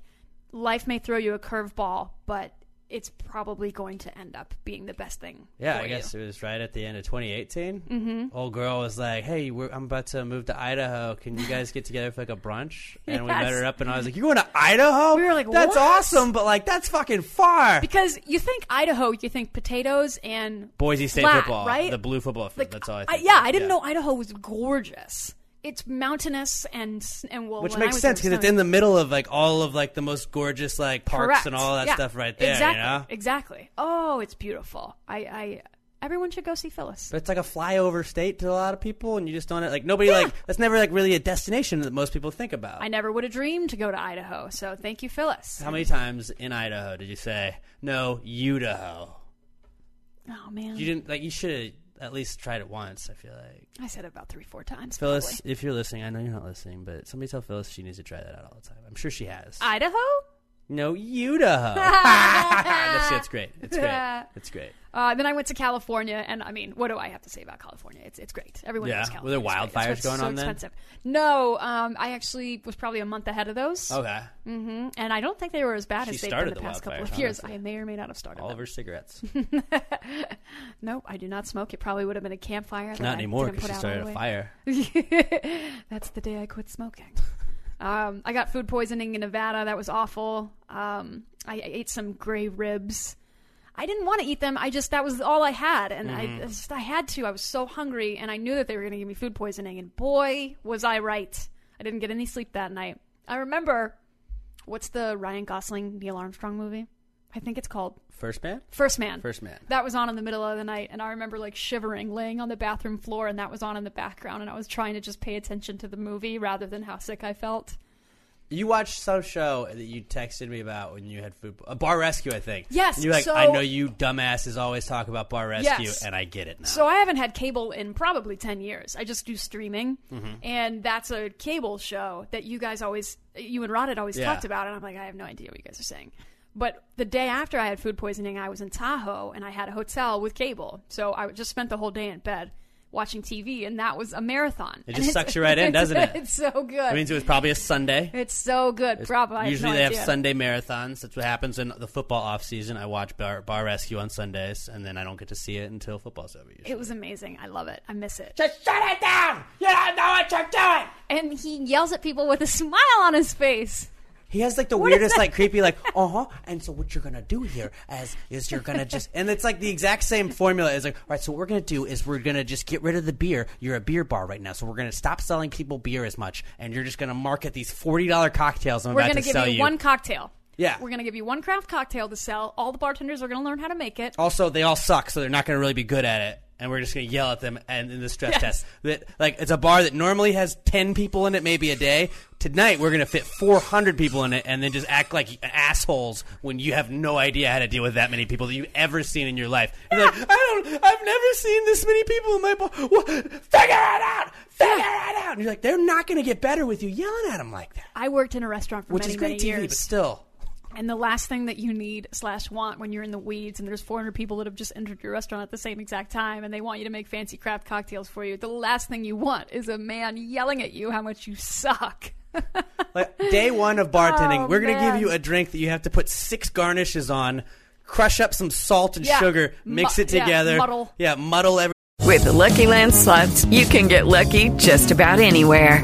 life may throw you a curveball, but it's probably going to end up being the best thing.
Yeah,
for
I
you.
guess it was right at the end of 2018.
Mhm.
Old girl was like, "Hey, we're, I'm about to move to Idaho. Can you guys get together for like a
[LAUGHS]
brunch?" And we
Yes.
met her up, and I was like, "You're going to Idaho? We were like, that's
"What?"
awesome, but like that's fucking far."
Because you think Idaho, you think potatoes and
Boise State
flat,
football,
right?
the blue football field. that's all I
I,
think.
yeah, I didn't know Idaho was gorgeous. It's mountainous and and well,
Which
when I
makes
was
sense
there,
because it's
snowy.
in the middle of like all of like the most gorgeous like parks
Correct.
and all that
Yeah.
stuff right there.
Exactly,
You know,
exactly. Oh, it's beautiful. I, I everyone should go see Phyllis.
But it's like a flyover state to a lot of people, and you just don't like nobody like that's never like really a destination that most people think about.
I never would have dreamed to go to Idaho, so thank you, Phyllis.
How many times in Idaho did you say no, Idaho?
Oh man,
You didn't like. You should have at least tried it once. I feel like
I said it about three, four times.
Phyllis,
probably.
if you're listening, I know you're not listening, but somebody tell Phyllis she needs to try that out all the time. I'm sure she has.
Idaho.
no,
[LAUGHS]
Idaho. [LAUGHS] that's, that's uh, great. It's great. It's great.
Uh, then I went to California, and I mean, what do I have to say about California? It's it's great. Everyone
Yeah.
knows
Were there
California.
wildfires
it's
going
so
on then?
Expensive. No, um, I actually was probably a month ahead of those.
Okay.
hmm And I don't think they were as bad
She
as they've been
started
the
the
past couple
wildfires,
of years.
honestly.
I may or may not have started.
All of her cigarettes.
Nope, I do not smoke. It probably would have been a campfire. that
Not
I
anymore,
didn't
'cause
put
she
out all
started a
the way. [LAUGHS] That's the day I
[LAUGHS]
quit smoking. um, I got food poisoning in Nevada. That was awful. Um, I I ate some gray ribs. I didn't want to eat them. I just that was all I had, and
Mhm.
I I just I had to. I was so hungry, and I knew that they were going to give me food poisoning. And boy, was I right. I didn't get any sleep that night. I remember. What's the Ryan Gosling Neil Armstrong movie? I think it's called
First man.
First Man.
First man.
That was on in the middle of the night, and I remember like shivering, laying on the bathroom floor, and that was on in the background, and I was trying to just pay attention to the movie rather than how sick I felt.
You watched some show that you texted me about when you had food, a bar rescue, I think.
Yes,
And you're like,
so-
I know you dumbasses always talk about bar rescue,
Yes.
and I get it now.
So I haven't had cable in probably ten years. I just do streaming,
Mhm.
and that's a cable show that you guys always, you and Rod had always
Yeah.
talked about, and I'm like, I have no idea what you guys are saying. But the day after I had food poisoning, I was in Tahoe and I had a hotel with cable, so I just spent the whole day in bed watching TV, and that was a marathon.
It
And [LAUGHS]
just
it's-
sucks you right in,
it's-
doesn't it?
It's so good.
That means it was probably a Sunday.
It's so good.
It's-
Probably. I
Usually
no
they
idea.
have Sunday marathons. That's what happens in the football off season. I watch bar, bar rescue on Sundays, and then I don't get to see it until football's over. usually.
It was amazing. I love it. I miss it.
Just shut it down! You don't know what you're doing!
And he yells at people with a [LAUGHS] smile on his face.
He has like the
What is
weirdest,
that?
like creepy, like uh huh. And so what you're gonna do here is is you're gonna just and it's like the exact same formula. It's like all right, so what we're gonna do is we're gonna just get rid of the beer. You're a beer bar right now, so we're gonna stop selling people beer as much, and you're just gonna market these forty dollar cocktails. I'm
We're
about
gonna
to
give
sell
you,
you.
one cocktail.
Yeah.
We're going to give you one craft cocktail to sell. All the bartenders are going to learn how to make it.
Also, they all suck, so they're not going to really be good at it. And we're just going to yell at them and in the stress
Yes.
test. That like it's a bar that normally has ten people in it, maybe a day. Tonight we're going to fit four hundred people in it, and then just act like assholes when you have no idea how to deal with that many people that you've ever seen in your life. And they're like, I don't. I've never seen this many people in my bar. What? Figure it out. Figure it out. And you're like, they're not going to get better with you yelling at them like that,
I worked in a restaurant for
which
many,
is great
many
TV,
years.
but
[LAUGHS]
still.
And the last thing that you need slash want when you're in the weeds and there's 400 people that have just entered your restaurant at the same exact time and they want you to make fancy craft cocktails for you, the last thing you want is a man yelling at you how much you suck.
Day one of bartending,
Oh,
we're going to give
man.
you a drink that you have to put six garnishes on, crush up some salt and
Yeah.
sugar, mix
Mu-
it
yeah,
together.
muddle.
Yeah, muddle every.
With the Lucky Land slots, you can get lucky just about anywhere.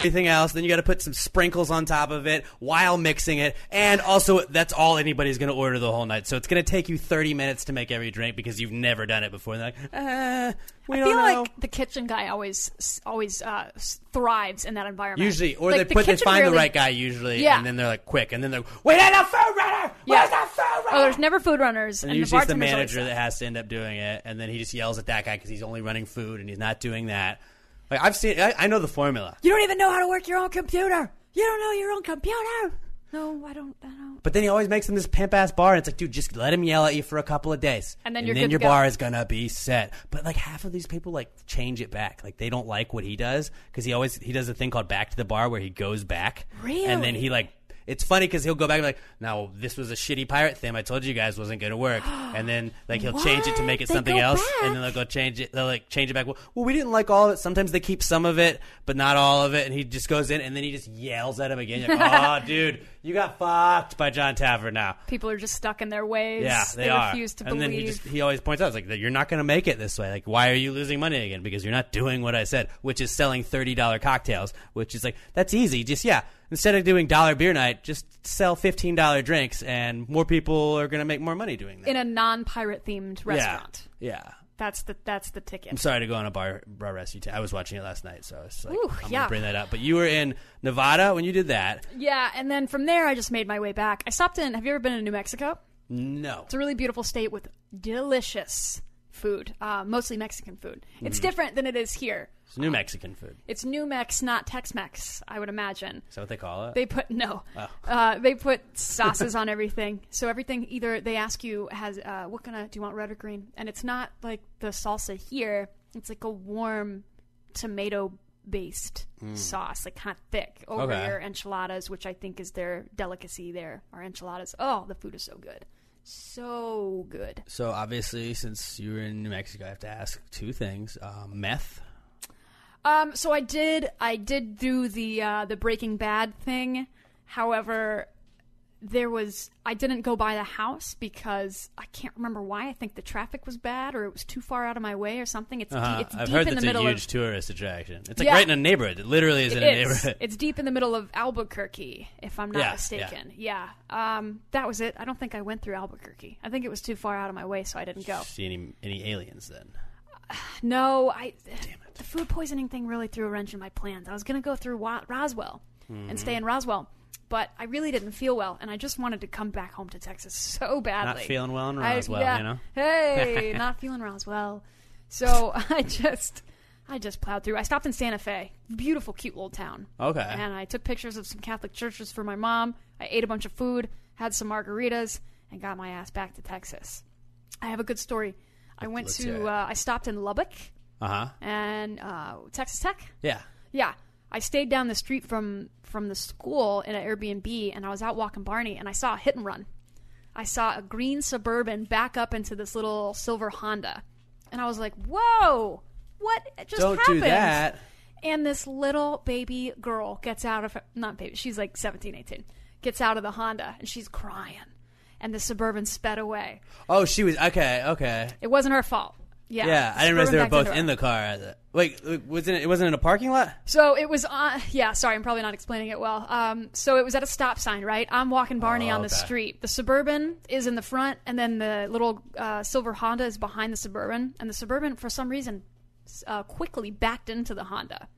Anything else? Then you got to put some sprinkles on top of it while mixing it, and also that's all anybody's going to order the whole night. So it's going to take you thirty minutes to make every drink because you've never done it before. And they're like,
Uh,
we
I
don't
feel
know.
like the kitchen guy always always uh, s- thrives in that environment.
Usually, or
Like,
they
the
put they
kitchen
find
rarely-
the right guy usually,
Yeah.
and then they're like quick, and then they're like,
Wait,
wait, no, food
runner.
Where's
the food runner? Oh, there's never food runners,
and,
and, the
usually it's the
bartender's always-
manager that has to end up doing it, and then he just yells at that guy because he's only running food and he's not doing that. Like I've seen, I, I know the formula,
You don't even know how to work your own computer. You don't know your own computer. No, I don't.
uh.
I don't.
but then he always makes him this pimp ass bar, and it's like, dude, just let him yell at you for a couple of days,
And then you're good
your
to go.
bar is gonna be set. But like half of these people like change it back, like they don't like what he does because he always he does a thing called back to the bar where he goes back, and then
Really?
he like. It's funny because he'll go back and be like, "No, this was a shitty pirate theme. I told you guys wasn't going to work." And then like he'll change it to make it
They
something
go
else, and then they'll go change it. They'll like change it back. Well, well, we didn't like all of it. Sometimes they keep some of it, but not all of it. And he just goes in, and then he just yells at him again. You're like,
[LAUGHS]
"Oh, dude, you got fucked by John Taffer now."
People are just stuck in their ways.
Yeah, they, are.
refuse to
and
believe.
then he just he always points out, it's like, "You're not going to make it this way. Like, why are you losing money again? Because you're not doing what I said, which is selling thirty dollar cocktails. Which is like, that's easy. Just yeah, instead of doing dollar beer night, just sell fifteen dollar drinks, and more people are going to make more money doing that.
in a non-pirate themed restaurant.
Yeah, yeah.
That's the that's the ticket.
I'm sorry to go on a bar bar rescue. T- I was watching it last night, so it's like
Ooh,
I'm going
yeah.
to bring that up. But you were in Nevada when you did that.
Yeah, and then from there I just made my way back. I stopped in. Have you ever been in New Mexico?
No,
It's a really beautiful state with delicious food, uh, mostly Mexican food. It's
Mhm.
Mm-hmm.
different than it is here.
it's New Mexican food.
It's New Mex, not Tex-Mex. I would imagine.
Is that what they call it?
They put no.
Oh.
Uh, they put sauces on everything. So everything either they ask you has uh, what kind of do you want red or green, and it's not like the salsa here. It's like a warm tomato based
Mm.
sauce, like kind of thick over
Okay.
your enchiladas, which I think is their delicacy. There are enchiladas. Oh, the food is so good, so good.
So obviously, since you were in New Mexico, I have to ask two things: uh, meth.
Um, so I did, I did do the uh, the Breaking Bad thing. However, there was I didn't go by the house because I can't remember why. I think the traffic was bad, or it was too far out of my way, or something. It's, de-
Uh-huh.
it's
I've
deep
heard
in the
that's a
middle
huge
of
tourist attraction. It's like
Yeah.
right in a neighborhood. It literally is in
It
a
is.
neighborhood.
It's deep in the middle of Albuquerque, if I'm not
Yeah,
mistaken. Yeah. Um, that was it. I don't think I went through Albuquerque. I think it was too far out of my way, so I didn't go.
See any any aliens then?
No, I. The food poisoning thing really threw a wrench in my plans. I was going to go through Wa- Roswell
Mhm.
and stay in Roswell, but I really didn't feel well, and I just wanted to come back home to Texas so
Not
badly.
feeling well in
I-
Roswell,
yeah.
you know.
[LAUGHS]
[LAUGHS]
Hey, not feeling Roswell. So [LAUGHS] I just, I just plowed through. I stopped in Santa Fe, beautiful, cute little town.
Okay.
And I took pictures of some Catholic churches for my mom. I ate a bunch of food, had some margaritas, and got my ass back to Texas. I have a good story. I went
Let's hear
to,
it.
uh, I stopped in Lubbock
Uh huh.
and uh, Texas Tech.
Yeah.
Yeah, I stayed down the street from from the school in an Airbnb, and I was out walking Barney, and I saw a hit and run. I saw a green suburban back up into this little silver Honda, and I was like, "Whoa, what just
Don't
happened?"
do that.
And this little baby girl gets out of not baby, she's like 17, 18, gets out of the Honda, and she's crying, and the suburban sped away.
Oh, she was okay. Okay.
It wasn't her fault. Yeah,
I didn't realize they were
Suburban backed into
both
her.
in the car. at the- Wait, it wasn't it? It wasn't in a parking lot.
So it was on. Yeah, sorry, I'm probably not explaining it well. Um, so it was at a stop sign, right? I'm walking Barney
Oh,
on the
okay.
street. The suburban is in the front, and then the little uh, silver Honda is behind the suburban. And the suburban, for some reason, s- uh, quickly backed into the Honda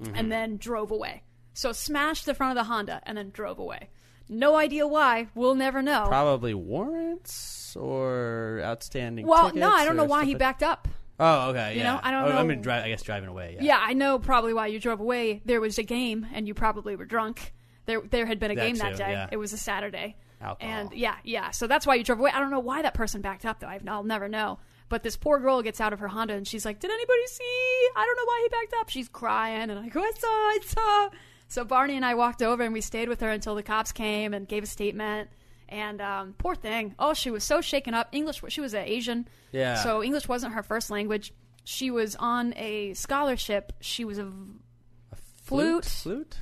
Mm-hmm.
and then drove away. So smashed the front of the Honda and then drove away. No idea why. We'll never know.
probably warrants or outstanding.
well,
tickets
no, I don't know
or
why
stuff
he
like-
backed up.
Oh, okay.
You
yeah.
know, I don't
oh, I
know-
mean, dri- I guess driving away.
Yeah. I know probably why you drove away. There was a game, and you probably were drunk. There, there had been a
That
game that
too,
day.
yeah.
It was a Saturday,
Alcohol.
and yeah, yeah. So that's why you drove away. I don't know why that person backed up though. I've, I'll never know. But this poor girl gets out of her Honda, and she's like, "Did anybody see? I don't know why he backed up." She's crying, and I go, "I saw, I saw." So Barney and I walked over, and we stayed with her until the cops came and gave a statement. And um, poor thing. Oh, she was so shaken up. English. She was an Asian.
Yeah.
So English wasn't her first language. She was on a scholarship. She was a v- flute.
Flute.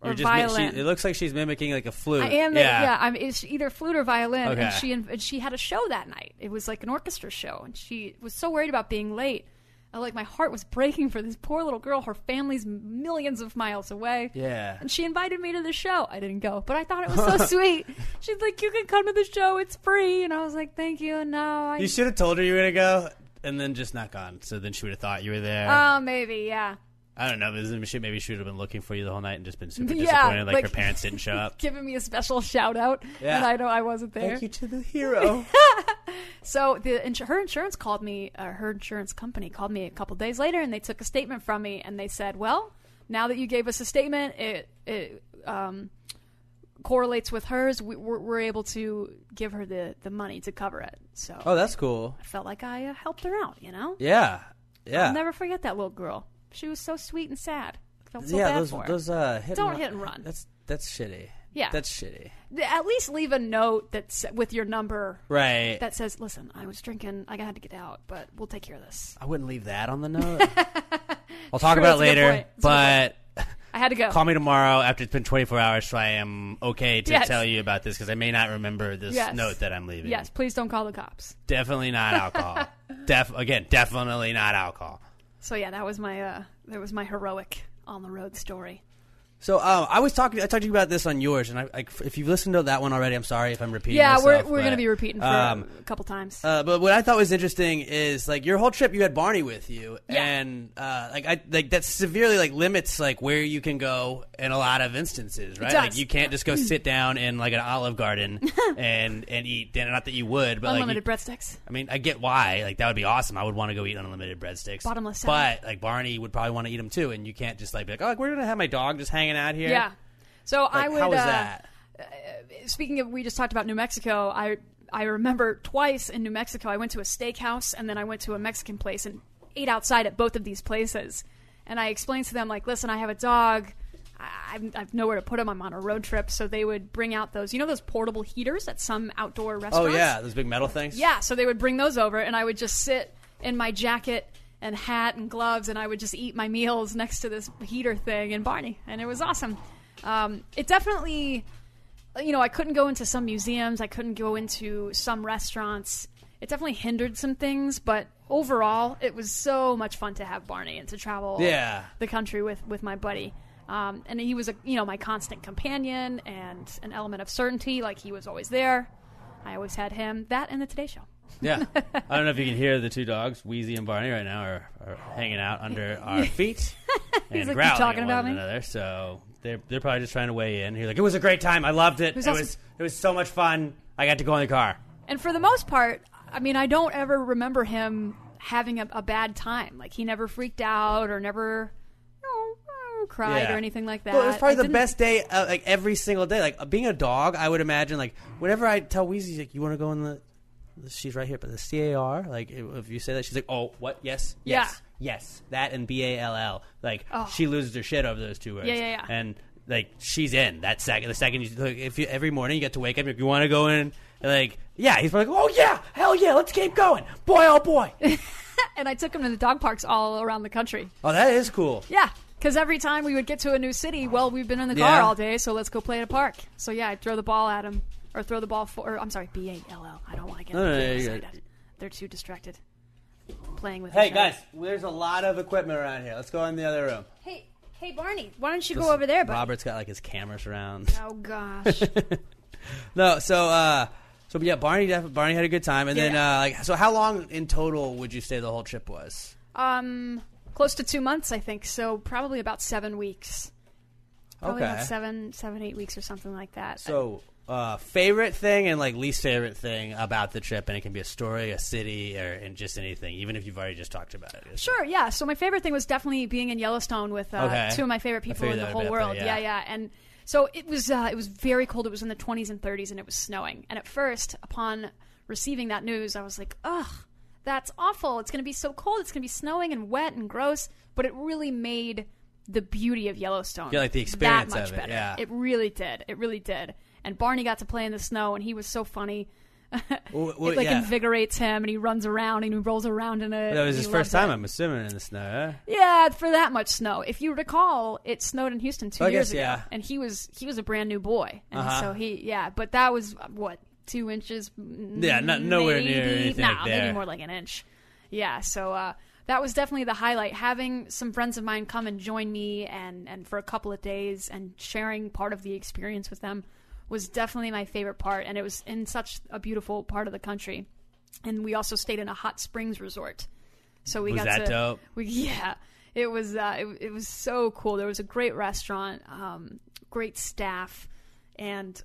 or
You're just mi- she-
violin.
it looks like she's mimicking like a flute.
I am.
Yeah.
Yeah, yeah I'm, it's either flute or violin.
Okay.
And she and she had a show that night. It was like an orchestra show, and she was so worried about being late. I, like my heart was breaking for this poor little girl. Her family's millions of miles away.
Yeah.
And she invited me to the show. I didn't go, but I thought it
[LAUGHS]
was so sweet. She's like, "You can come to the show. It's free." And I was like, "Thank you." No, I.
You should have told her you were gonna go, and then just not gone. So then she would have thought you were there.
Oh, maybe. Yeah.
I don't know. Maybe she- maybe she would have been looking for you the whole night and just been super
Yeah,
disappointed, like,
like-
her parents didn't
[LAUGHS]
show up.
giving me a special shout out
Yeah.
and I know I wasn't there.
Thank you to the hero.
[LAUGHS] so the ins- her insurance called me, uh, her insurance company called me a couple days later, and they took a statement from me, and they said, "Well, now that you gave us a statement, it it um, correlates with hers. We, we're, we're able to give her the the money to cover it." So
Oh, that's cool.
I felt like I uh, helped her out, you know.
Yeah, yeah.
I'll never forget that little girl. She was so sweet and sad. I felt so
yeah,
bad
those
for her.
those uh, hit
Don't
and
hit and run.
That's that's shitty.
Yeah.
that's shitty.
Th- at least leave a note that's with your number
Right.
that says listen i was drinking i had to get out but we'll take care of this
I wouldn't leave that on the
[LAUGHS]
note. I'll talk
True,
about it
that's a good
later,
point. That's a
but.
i had to go
Call me tomorrow after it's been 24 hours, so I am okay to
Yes.
tell you about this because I may not remember this
Yes.
note that I'm leaving.
yes please don't call the cops
Definitely
[LAUGHS]
not alcohol. Def again, definitely not alcohol.
so yeah that was my uh that was my heroic on the road story
So um, I was talking. I talked to you about this on yours, and I, I, if you've listened to that one already, I'm sorry if I'm repeating.
yeah
myself,
we're, we're
but,
gonna be repeating for
um,
a couple times
Uh, but what I thought was interesting is like your whole trip, you had Barney with you, and uh, like I like that severely like limits like where you can go in a lot of instances, right? Like
does. Mm.
you can't just go sit down in like an Olive
[LAUGHS]
Garden and and eat. dinner. Not that you would, but like
unlimited
you,
breadsticks
I mean, I get why. Like that would be awesome. I would want to go eat unlimited breadsticks,
Bottomless salad.
But like Barney would probably want to eat them too, and you can't just like be like, oh, we're gonna have my dog just hanging out here.
yeah so
Like,
i would
how was
uh,
that?
speaking of we just talked about New Mexico, I I remember twice in New Mexico I went to a steakhouse and then I went to a Mexican place and ate outside at both of these places. And I explained to them like, "Listen, I have a dog. I, I'm- I've nowhere to put him. I'm on a road trip." So they would bring out those, you know, those portable heaters at some outdoor
Oh
restaurants.
yeah, those big metal things.
Yeah, so they would bring those over, and I would just sit in my jacket and hat and gloves, and I would just eat my meals next to this heater thing in Barney, and it was awesome. Um, it definitely, you know, I couldn't go into some museums, I couldn't go into some restaurants. It definitely hindered some things, but overall, it was so much fun to have Barney and to travel
Yeah.
the country with with my buddy. Um, and he was a you know my constant companion and an element of certainty. Like he was always there. I always had him. That and the Today Show.
Yeah. I don't know if you can hear the two dogs, Wheezy and Barney, right now are, are hanging out under
[LAUGHS]
our feet
He's
and
like, "You
growling
talking
at
about
one
me?"
another. So they're they're probably just trying to weigh in. He's like, "It was a great time. I loved it. It was
was
it,
awesome."
was so much fun. I got to go in the car."
And for the most part, I mean, I don't ever remember him having a, a bad time. Like he never freaked out or never oh, oh, cried
Yeah.
or anything like that.
Well, it was probably
I
the
didn't-
best day, uh, like every single day. Like uh, being a dog, I would imagine. Like whenever I tell Wheezy, like, "You want to go in the," she's right here, but the CAR. Like if you say that, she's like, "Oh, what? Yes,
Yeah.
yes, yes." That and B A L L. Like
Oh.
she loses her shit over those two words.
Yeah, yeah, yeah.
And like she's in that second. The second you like, if you every morning you get to wake up, if you want to go in, like yeah, he's probably like, "Oh yeah, hell yeah, let's keep going, boy, oh boy."
[LAUGHS] And I took him to the dog parks all around the country.
oh, that is cool.
Yeah. Because every time we would get to a new city, well, we've been in the
Yeah.
car all day, so let's go play at a park. So yeah, I'd throw the ball at him, or throw the ball for. Or, I'm sorry, B A L L. I don't want to get.
No, no,
them
no,
too
you're good.
excited. They're too distracted playing with.
Hey
each other.
guys, there's a lot of equipment around here. Let's go in the other room.
Hey, hey, Barney, why don't you
This-
go over there, buddy?
Robert's got like his cameras around.
Oh gosh.
no, so uh, so yeah, Barney def- Barney had a good time, and then
Yeah.
uh, like so, how long in total would you say the whole trip was?
um, close to two months, I think. So probably about seven weeks. Probably
Okay.
about seven, seven, eight weeks or something like that.
So uh, favorite thing and like least favorite thing about the trip, and it can be a story, a city, or and just anything, even if you've already just talked about it.
Sure, yeah. So my favorite thing was definitely being in Yellowstone with uh,
Okay.
two of my
I
favorite people
figured
in the
that
whole
would be up
world.
there, yeah.
yeah. yeah, And so it was uh, it was very cold. It was in the 20s and 30s, and it was snowing. And at first, upon receiving that news, I was like, ugh, that's awful. It's going to be so cold. It's going to be snowing and wet and gross. But it really made the beauty of Yellowstone.
Yeah, like the
that
experience
much
of it,
Better.
yeah.
It really did. It really did. And Barney got to play in the snow, and he was so funny. it like invigorates him, and he runs around and he rolls around in it.
That was
and
his
he
first
loves
time, I'm assuming, in the snow. Huh?
it. Yeah, for that much snow. If you recall, it snowed in Houston two
I
years
guess,
ago,
yeah.
and he was he was a brand new boy, and
Uh-huh.
so he yeah. But that was what two inches?
Yeah, not- nowhere near
maybe-
anything
Nah,
like
maybe
there.
more like an inch. Yeah, so uh, that was definitely the highlight. Having some friends of mine come and join me, and and for a couple of days, and sharing part of the experience with them was definitely my favorite part, and it was in such a beautiful part of the country. And we also stayed in a hot springs resort, so we
Was
got
that
to
dope?
we [LAUGHS] yeah, it was uh, it, it was so cool. There was a great restaurant, um, great staff, and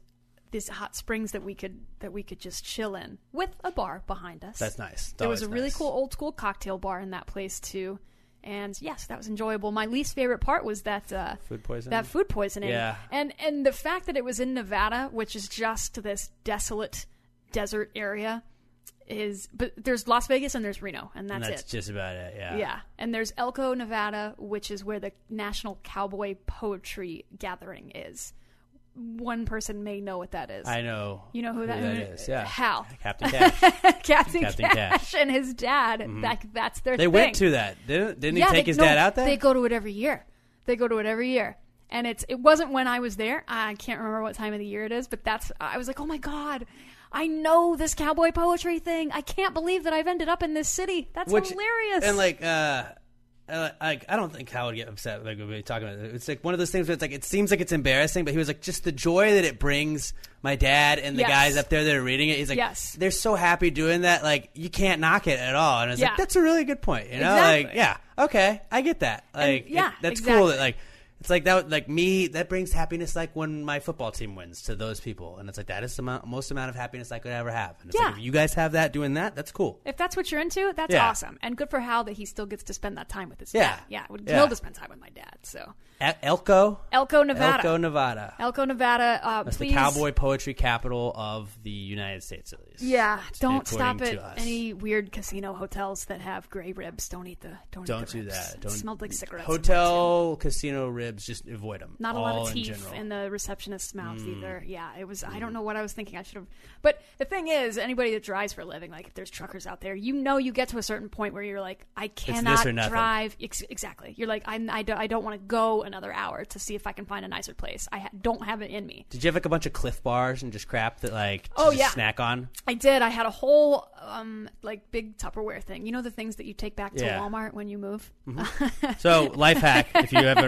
these hot springs that we could that we could just chill in with a bar behind us.
That's nice.
there was a
Always
really
nice.
cool old school cocktail bar in that place too, and yes, that was enjoyable. My least favorite part was that uh,
Food poisoning?
That food poisoning.
Yeah.
and and the fact that it was in Nevada, which is just this desolate desert area, is but there's Las Vegas and there's Reno, and that's,
and that's
it.
just about it. Yeah.
And there's Elko, Nevada, which is where the National Cowboy Poetry Gathering is. One person may know what that is.
I know.
You know who, that,
that is? Yeah.
Hal.
Captain Cash.
[LAUGHS] Captain,
Captain
Cash.
Cash.
and his dad.
Mhm.
Like, that's their
They
thing.
went to that. Didn't, didn't
Yeah,
he take
they-
his
no,
dad out there?
They go to it every year. They go to it every year. And it's it wasn't when I was there. I can't remember what time of the year it is, but that's I was like, "Oh my god. I know this cowboy poetry thing. I can't believe that I've ended up in this city. That's
Which-
hilarious."
And like, uh, uh, like I don't think Hal would get upset like when we were talking about it. It's like one of those things where it's like it seems like it's embarrassing, but he was like just the joy that it brings my dad and the
Yes.
guys up there that are reading it. He's like,
Yes.
they're so happy doing that. Like you can't knock it at all. And it's
Yeah.
like that's a really good point. You know, like
Exactly.
yeah, okay, I get that. Like it-
yeah,
that's cool.
exactly.
That like. It's like that, like me. That brings happiness, like when my football team wins to those people, and it's like that is the amount, most amount of happiness I could ever have. And it's
Yeah.
like if you guys have that doing that, that's cool.
If that's what you're into, that's
Yeah.
awesome. And good for Hal that he still gets to spend that time with his
Yeah.
dad. Yeah, I would
Yeah.
kill to spend time with my dad. So
At E-, Elko,
Elko, Nevada.
Elko, Nevada.
Elko, Nevada. Uh,
That's
please,
the cowboy poetry capital of the United States, at least.
Yeah, don't stop
according
at
to us.
any weird casino hotels that have gray ribs. Don't eat the. Don't,
Don't
eat the
do
ribs.
that. Don't
It smelled like cigarettes.
Hotel, casino ribs, just avoid them.
Not a lot
all
of
in
teeth
general.
in, the receptionist's mouths
Mm.
either. Yeah, it was. I don't know what I was thinking. I should have. But the thing is, anybody that drives for a living, like if there's truckers out there, you know, you get to a certain point where you're like, I
this
cannot
or nothing.
drive. Ex- exactly. You're like, I'm, I, do, I don't want to go another hour to see if I can find a nicer place. I ha- don't have it in me.
Did you have like a bunch of Cliff bars and just crap that like to
Oh,
just
yeah.
snack on?
I did. I had a whole um like big Tupperware thing. You know the things that you take back to
Yeah. Mm-hmm.
Walmart when you move.
So life hack if you ever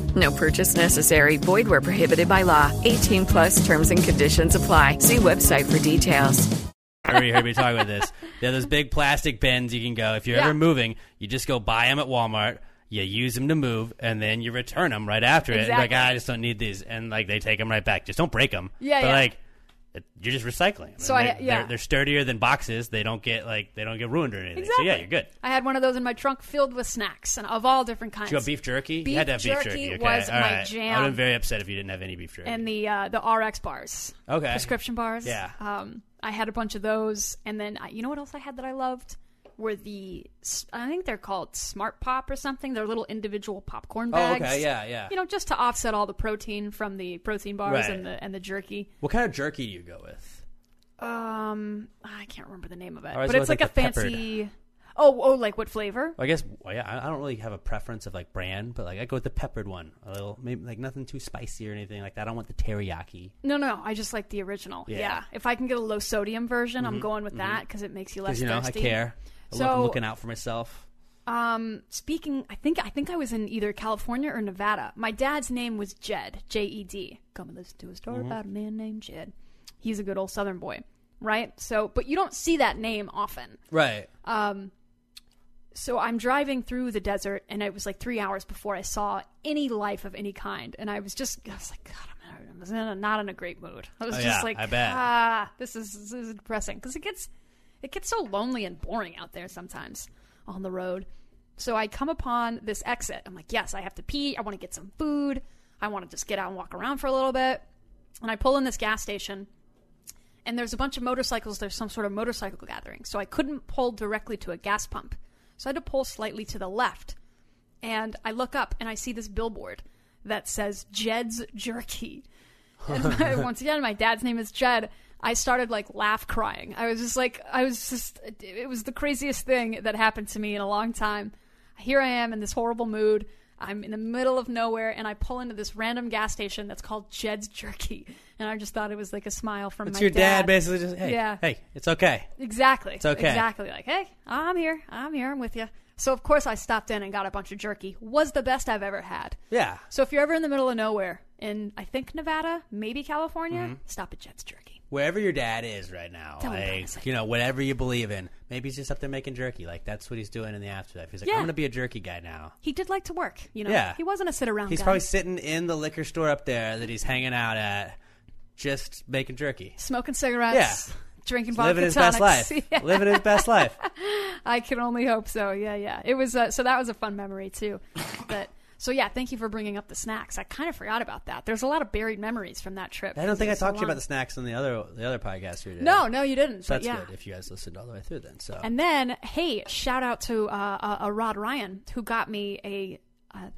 No purchase necessary. Void where prohibited by law. 18 plus terms and conditions apply. See website for details.
ever you heard me talk about this, there are those big plastic bins you can go. If you're
Yeah.
ever moving, you just go buy them at Walmart. You use them to move, and then you return them right after it. And like,
Exactly.
"Ah, I just don't need these, and like they take them right back. Just don't break them.
Yeah,
but
yeah.
like it- you're just recycling. 'em.
So
And
I-
they're,
yeah.
they're, they're sturdier than boxes. They don't get like they don't get ruined or anything.
Exactly.
So yeah, you're good.
[LAUGHS] I had one of those in my trunk filled with snacks and of all different kinds.
Did you have beef jerky?
Beef
you had to have beef
jerky
jerky. Okay,
was
All
my
right. I
jam.
would have been very upset if you didn't have any beef jerky.
and the uh, the RX bars.
Okay.
Prescription bars.
Yeah.
Um, I had a bunch of those, and then I, you know what else I had that I loved were the s- I think they're called Smart Pop or something. They're little individual popcorn
Oh, okay.
bags.
Yeah, yeah.
You know, just to offset all the protein from the protein bars
Right.
and the and the jerky.
what kind of jerky do you go with?
Um, I can't remember the name of it,
Or is
but
it
it's
like
like, a
the peppered?
fancy. Oh, oh, like what flavor?
Well, I guess well, yeah, I I don't really have a preference of like brand, but like I go with the peppered one, a little maybe like nothing too spicy or anything like that. I don't want the teriyaki.
No, no, I just like the original. Yeah.
Yeah.
If I can get a low sodium version, I'm
Mhm,
going with
mhm.
that because it makes you less
Because you know
thirsty.
I care. I
So,
love looking out for myself.
Um, speaking, I think I think I was in either California or Nevada. My dad's name was Jed, J E D. Come and listen to a story
Mm-hmm.
Mhm.
about a man named Jed. He's a good old Southern boy, right? So, but you don't see that name often.
Right.
Um, so I'm driving through the desert, and it was like three hours before I saw any life of any kind, and I was just, I was like, God, I'm in a- I was in a, not in a great mood. I was
Oh,
just
yeah,
like,
I bet.
ah, this is this is depressing because it gets it gets so lonely and boring out there sometimes on the road. So I come upon this exit. I'm like, yes, I have to pee. I want to get some food. I want to just get out and walk around for a little bit. And I pull in this gas station, and there's a bunch of motorcycles. There's some sort of motorcycle gathering. So I couldn't pull directly to a gas pump. So I had to pull slightly to the left. And I look up and I see this billboard that says Jed's Jerky. And [LAUGHS] my- once again, my dad's name is Jed. I started like laugh crying. I was just like, I was just, it was the craziest thing that happened to me in a long time. Here I am in this horrible mood. I'm in the middle of nowhere and I pull into this random gas station that's called Jed's Jerky. And I just thought it was like a smile from
It's
my
your dad, basically just hey,
yeah.
hey, it's okay.
Exactly.
It's okay.
Exactly. Like, hey, I'm here. I'm here. I'm with you. So, of course, I stopped in and got a bunch of jerky. Was the best I've ever had.
Yeah.
So, if you're ever in the middle of nowhere in, I think, Nevada, maybe California,
Mhm.
stop at Jet's Jerky.
Wherever your dad is right now,
Tell him
like you know, whatever you believe in, maybe he's just up there making jerky. Like that's what he's doing in the afterlife. He's like,
Yeah.
I'm gonna be a jerky guy now.
He did like to work, you know?
Yeah.
He wasn't a sit around
He's
guy.
probably sitting in the liquor store up there that he's hanging out at, just making jerky.
smoking cigarettes, drinking
He's
vodka
living his
tonics.
best life.
[LAUGHS] Yeah.
Living his best life.
I can only hope so. Yeah, yeah. It was uh, so that was a fun memory too. But so yeah, thank you for bringing up the snacks. I kind of forgot about that. There's a lot of buried memories from [LAUGHS] that trip.
I don't think I
It was so
talked to you
long.
about the snacks on the other the other podcast we did.
No, no, you didn't,
So
but
that's
yeah.
good if you guys listened all the way through then. So
And then, hey, shout out to uh, uh, uh, Rod Ryan who got me a, a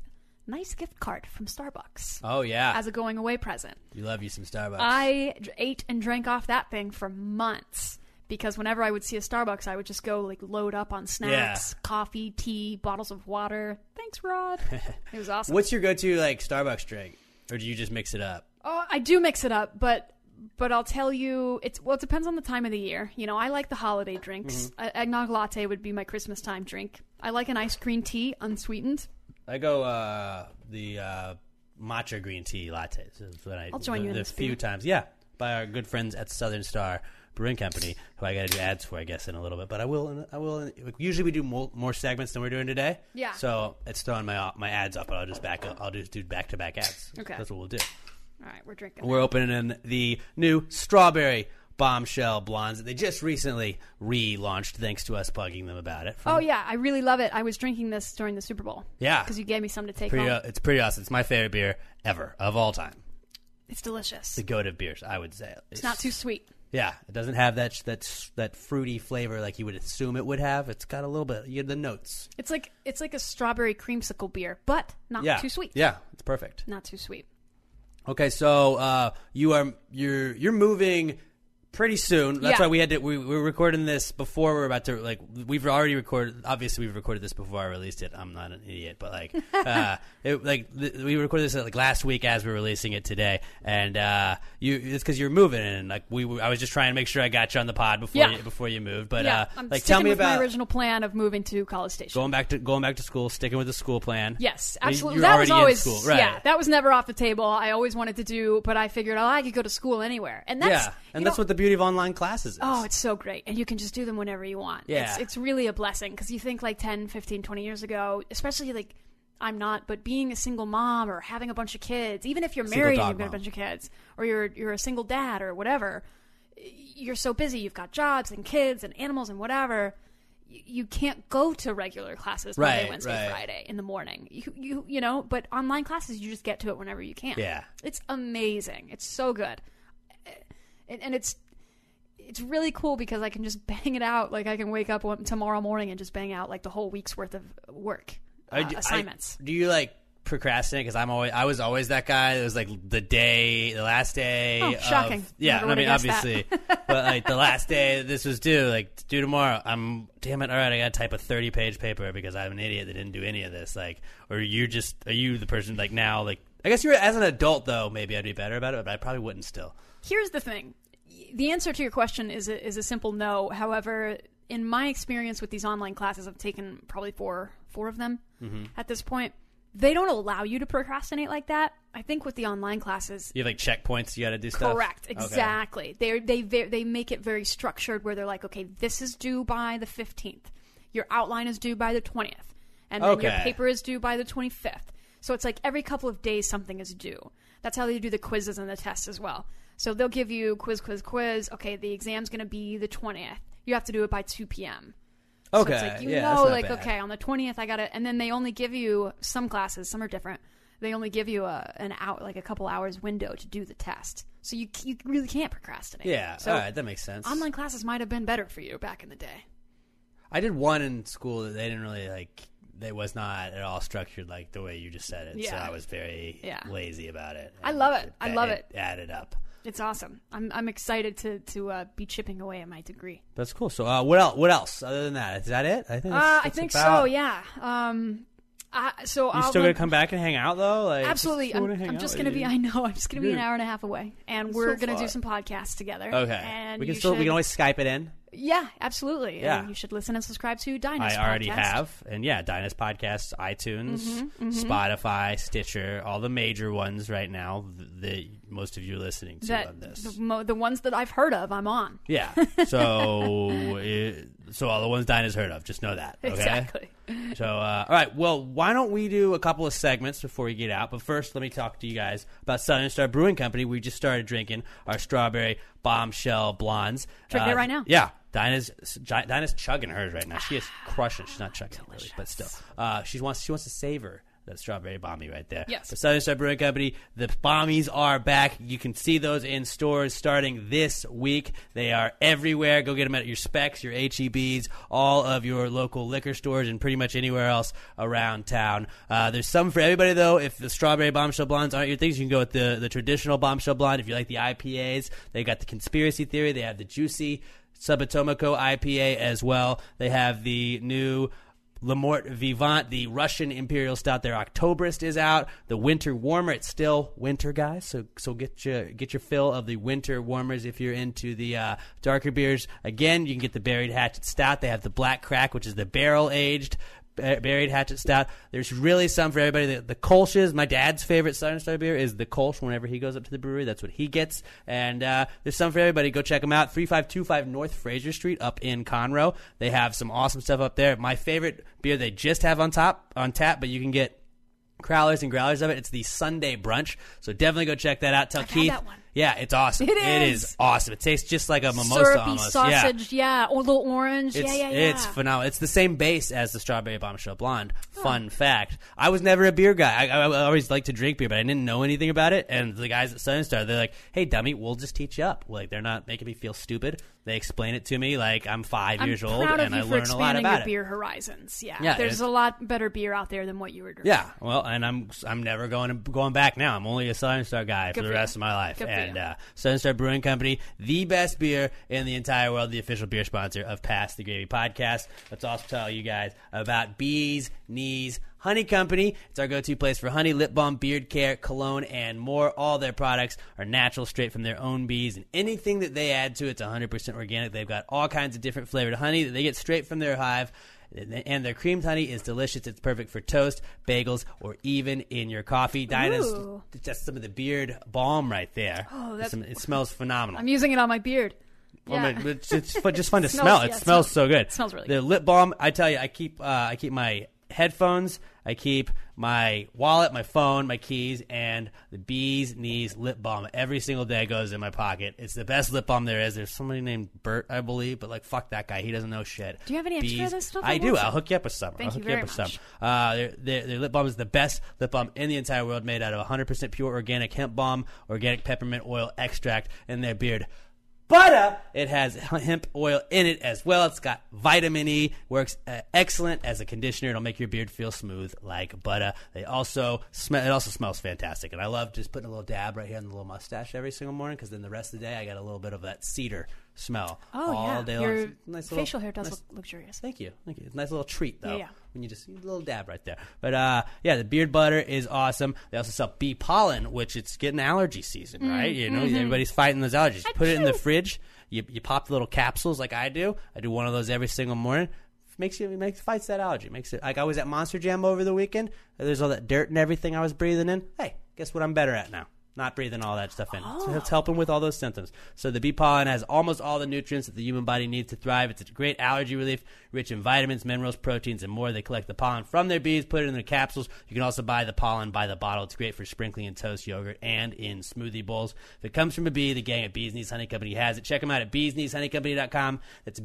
nice gift card from Starbucks.
Oh, yeah.
as a going away present.
you love you some Starbucks. [LAUGHS]
I d- ate and drank off that thing for months because whenever I would see a Starbucks, I would just go like load up on snacks, coffee, tea, bottles of water. Thanks, Rod.
[LAUGHS]
it was awesome.
What's your go to like Starbucks drink? Or do you just mix it up?
Oh, I do mix it up, but but I'll tell you, it's well, it depends on the time of the year. You know, I like the holiday drinks.
Mhm.
A Eggnog latte would be my Christmas time drink. I like an ice cream tea, unsweetened.
I go uh, the uh, matcha green tea lattes. Is what I,
I'll join
the,
you in
the
this,
few
Peter.
times. Yeah, by our good friends at Southern Star Brewing Company, who I got to do ads for, I guess, in a little bit. But I will. I will. Usually we do more, more segments than we're doing today.
Yeah.
So it's throwing my my ads up, but I'll just back. up. I'll just do back to back ads.
Okay.
That's what we'll do.
All right, we're drinking.
We're opening the new strawberry bombshell blondes that they just recently relaunched, thanks to us bugging them about it.
Oh yeah, I really love it. I was drinking this during the Super Bowl.
Yeah.
because you gave me some to take
Pretty, uh,
home.
it's pretty awesome. It's my favorite beer ever of all time. uh,
It's delicious.
the go-to beers, I would say.
It's not too sweet.
Yeah, it doesn't have that that that fruity flavor like you would assume it would have. It's got a little bit. You the notes.
It's like it's like a strawberry creamsicle beer, but not
yeah.
too sweet.
Yeah, it's perfect.
Not too sweet.
Okay, so uh, you are you're you're moving pretty soon. That's
Yeah.
why we had to. We, we were recording this before we are about to like. We've already recorded. Obviously, we've recorded this before I released it. I'm not an idiot, but
[LAUGHS]
like, uh, it, like th- we recorded this like last week as we are releasing it today, and uh, you it's because you're moving, and like we were, I was just trying to make sure I got you on the pod before
Yeah.
you, before you moved. But
yeah,
uh,
I'm
like,
sticking
tell me
with
about
my original plan of moving to College Station.
going back to going back to school, sticking with the school plan.
Yes,
I mean,
absolutely.
you were
that was
already in
always
school, right.
yeah. That was never off the table. I always wanted to do, but I figured, oh, I could go to school anywhere, and
yeah,
that's
and
you
that's
know-
what the beauty of online classes is.
Oh, it's so great. And you can just do them whenever you want.
Yeah.
It's, it's really a blessing because you think like 10, 15, 20 years ago, especially like I'm not, but being a single mom or having a bunch of kids, even if you're
Single
married and
dog
you've got a
mom.
bunch of kids or you're, you're a single dad or whatever, you're so busy. You've got jobs and kids and animals and whatever. You, you can't go to regular classes Monday,
Right,
Wednesday,
right.
Friday in the morning. You, you, you know, but online classes, you just get to it whenever you can.
Yeah.
It's amazing. It's so good. Eh, And, and it's it's really cool because I can just [LAUGHS] bang it out. Like I can wake up one, tomorrow morning and just bang out like the whole week's worth of work uh,
I d- I-
assignments.
do you like procrastinate? Because I'm always I was always that guy. It was like the day, the last day.
Oh,
of-
shocking.
yeah,
Never
I mean
would've guessed
obviously,
[LAUGHS]
but like the last day that this was due, like due tomorrow. I'm damn it. All right, I got to type a 30 page paper because I'm an idiot that didn't do any of this. Like, or you just are you the person like now like. I guess you're as an adult though. Maybe I'd be better about it, but I probably wouldn't still.
Here's the thing: the answer to your question is a, is a simple no. However, in my experience with these online classes, I've taken probably four four of them
Mhm.
at this point. They don't allow you to procrastinate like that. I think with the online classes,
You have like checkpoints. You got to do stuff.
Correct.
Okay.
Exactly. They they ve- they make it very structured where they're like, okay, this is due by the fifteenth. Your outline is due by the twentieth, and then your
Okay.
paper is due by the twenty fifth. So it's like every couple of days something is due. That's how they do the quizzes and the tests as well. So they'll give you quiz, quiz, quiz. Okay, the exam's going to be the twentieth. You have to do it by two p.m. So
Okay,
it's like you
yeah, that's
know,
not
like
bad.
okay, on the twentieth I got to, and then they only give you some classes. Some are different. They only give you a an out like a couple hours window to do the test. So you you really can't procrastinate.
Yeah,
So
all right, that makes sense.
Online classes might have been better for you back in the day.
I did one in school that they didn't really like. They was not at all structured like the way you just said it. So
Yeah.
I was very
Yeah.
lazy about it.
I love it. I love it.
Added up.
It's awesome. I'm I'm excited to to uh, be chipping away at my degree.
That's cool. So uh, what else? What else other than that? Is that it? I think.
Uh,
that's-
I
that's
think so.
about-
Yeah. Um. I, so
You
I'll
still gonna come back and hang out though? Like
Absolutely.
just wanna
I'm,
hang
I'm
out
just
with you.
gonna be. I know. I'm just gonna be an
Good.
hour and a half away, and
That's
we're
so
gonna do
fun.
some podcasts together.
Okay.
And
we can
you
still we
should-
can always Skype it in.
Yeah, absolutely.
Yeah.
And you should listen and subscribe to Dinos.
I already
Podcast.
have, and yeah, Dynas Podcasts, iTunes,
Mhm, mhm.
Spotify, Stitcher, all the major ones right now th- that most of you are listening to
that
on this.
the, mo- the ones that I've heard of. I'm on.
Yeah.
[LAUGHS]
So, it, so all the ones Dinah's heard of, just know that. Okay.
Exactly.
So, uh, all right. Well, why don't we do a couple of segments before we get out? But first, let me talk to you guys about Southern Star Brewing Company. We just started drinking our strawberry bombshell blondes. Uh,
Drinking it right now.
Yeah. Dinah's Dinah's chugging hers right now. She
[SIGHS]
is crushing. it. She's not chugging it really, but still, uh, she wants she wants to savor that strawberry bomby right there.
Yes.
But Southern Star Brewing Company, the bombies are back. You can see those in stores starting this week. They are everywhere. Go get them at your Specs, your HEBs, all of your local liquor stores, and pretty much anywhere else around town. Uh, there's some for everybody though. If the strawberry bombshell blondes aren't your things, you can go with the the traditional bombshell blonde. If you like the IPAs, they got the conspiracy theory. They have the juicy. Subatomico IPA as well. They have the new Lamort Vivant, the Russian Imperial Stout. Their Oktoberist is out. The Winter Warmer. It's still winter, guys. So so get your get your fill of the Winter Warmers if you're into the uh, darker beers. Again, you can get the Buried Hatchet Stout. They have the Black Crack, which is the barrel aged. uh, Buried Hatchet Stout. There's really some for everybody. The, the Kolsch's, my dad's favorite Southern Star beer is the Kolsch. Whenever he goes up to the brewery, that's what he gets. And uh, there's some for everybody. Go check them out. 3525 North Fraser Street up in Conroe. They have some awesome stuff up there. My favorite beer they just have on top, on tap, but you can get crowlers and growlers of it. It's the Sunday brunch. So definitely go check that out. Tell Keith.
that one.
Yeah, it's awesome.
It
It
is.
is awesome. It tastes just like a mimosa
Syrupy
almost. Yeah.
sausage. Yeah. Or little orange.
It's,
yeah. Yeah. Yeah.
it's phenomenal. It's the same base as the strawberry bombshell blonde. Fun fact: I was never a beer guy. I, I, I always liked to drink beer, but I didn't know anything about it. And the guys at Southern Star, they're like, "Hey, dummy, we'll just teach you up." Like they're not making me feel stupid. They explain it to me like I'm 5
I'm
years
proud
old,
of
and
you
I
for
learn a lot
expanding
about
your
it.
beer horizons. Yeah.
Yeah,
There's
it's-
a lot better beer out there than what you were drinking.
Yeah, well, and I'm I'm never going to, going back now. I'm only a Southern Star guy for
Good
the
for
rest of
you.
my life.
Good for
and
you.
uh, Southern Star Brewing Company, the best beer in the entire world, the official beer sponsor of Pass the Gravy podcast. Let's also tell you guys about Bees Knees Honey Company. It's our go-to place for honey, lip balm, beard care, cologne, and more. All their products are natural, straight from their own bees, and anything that they add to it's 100% organic. They've got all kinds of different flavored honey that they get straight from their hive. And their creamed honey is delicious. It's perfect for toast, bagels, or even in your coffee. Dinah's
Ooh.
just some of the beard balm right there.
Oh, that's-
Some- it smells phenomenal.
I'm using it on my beard.
Well,
yeah.
but it's, it's fu- just fun to
It
smell.
[LAUGHS] smells-
It
yeah,
smells
it smells-
so good.
it smells really
The lip balm. I tell you, I keep uh, I keep my headphones, I keep my wallet, my phone, my keys, and the bees knees lip balm every single day goes in my pocket. It's the best lip balm there is. There's somebody named Bert, I believe, but like fuck that guy, he doesn't know shit.
Do you have any extra of
Bees-
this stuff? I
I do.
want
I'll
some.
hook you up with some.
Thank
I'll hook
you
you,
very
up with some. Uh, their, their, their lip balm is the best lip balm in the entire world, made out of 100% pure organic hemp balm, organic peppermint oil extract, and their beard butter. It has hemp oil in it as well. It's got vitamin E. Works uh, excellent as a conditioner. It'll make your beard feel smooth like butter. They also smell. It also smells fantastic, and I love just putting a little dab right here on the little mustache every single morning because then the rest of the day I got a little bit of that cedar smell
Oh
all
yeah.
day long.
Your
It's a nice little-
facial hair does
nice-
look luxurious.
Thank you. Thank you. It's a nice little treat though.
Yeah, yeah.
When you just a little dab right there. But uh, yeah, the beard butter is awesome. They also sell bee pollen, which it's getting allergy season,
Mm,
right? You know,
mhm.
everybody's fighting those allergies. You put it in the fridge. You, you pop the little capsules like I do. I do one of those every single morning. Makes you makes fights that allergy. Makes it like I was at Monster Jam over the weekend. There's all that dirt and everything I was breathing in. Hey, guess what I'm better at now? not breathing all that stuff in. So it's helping with all those symptoms. So the bee pollen has almost all the nutrients that the human body needs to thrive. It's a great allergy relief, rich in vitamins, minerals, proteins, and more. They collect the pollen from their bees, put it in their capsules. You can also buy the pollen by the bottle. It's great for sprinkling in toast, yogurt, and in smoothie bowls. If it comes from a bee, the gang at Bees Knees Honey Company has it. Check them out at beeskneeshoneycompany.com. That's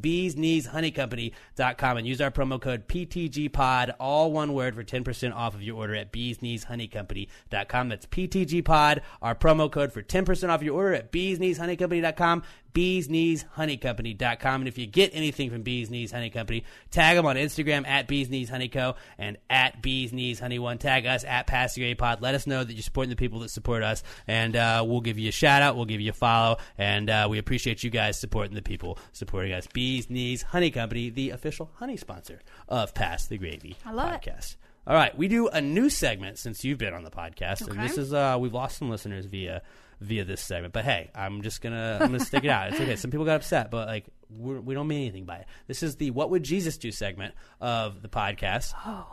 beeskneeshoneycompany.com and use our promo code PTGPOD, all one word, for 10% off of your order at beeskneeshoneycompany.com. That's PTGPOD, our promo code for 10% off your order at beeskneeshoneycompany.com. Bees Knees Honey Company.com. And if you get anything from Bees Knees Honey Company, tag them on Instagram at Bees Knees Honey Co. and at Bees Knees Honey One. Tag us at Pass the Gray Pod. Let us know that you're supporting the people that support us, and uh, we'll give you a shout out. We'll give you a follow, and uh, we appreciate you guys supporting the people supporting us. Bees Knees Honey Company, the official honey sponsor of Pass the Gravy
I love it.
podcast. All right, we do a new segment since you've been on the podcast, and
Okay.
this is uh, we've lost some listeners via via this segment. But hey, I'm just gonna I'm gonna stick it out. It's okay. Some people got upset, but like we're, we don't mean anything by it. This is the "What Would Jesus Do" segment of the podcast.
[GASPS] Oh.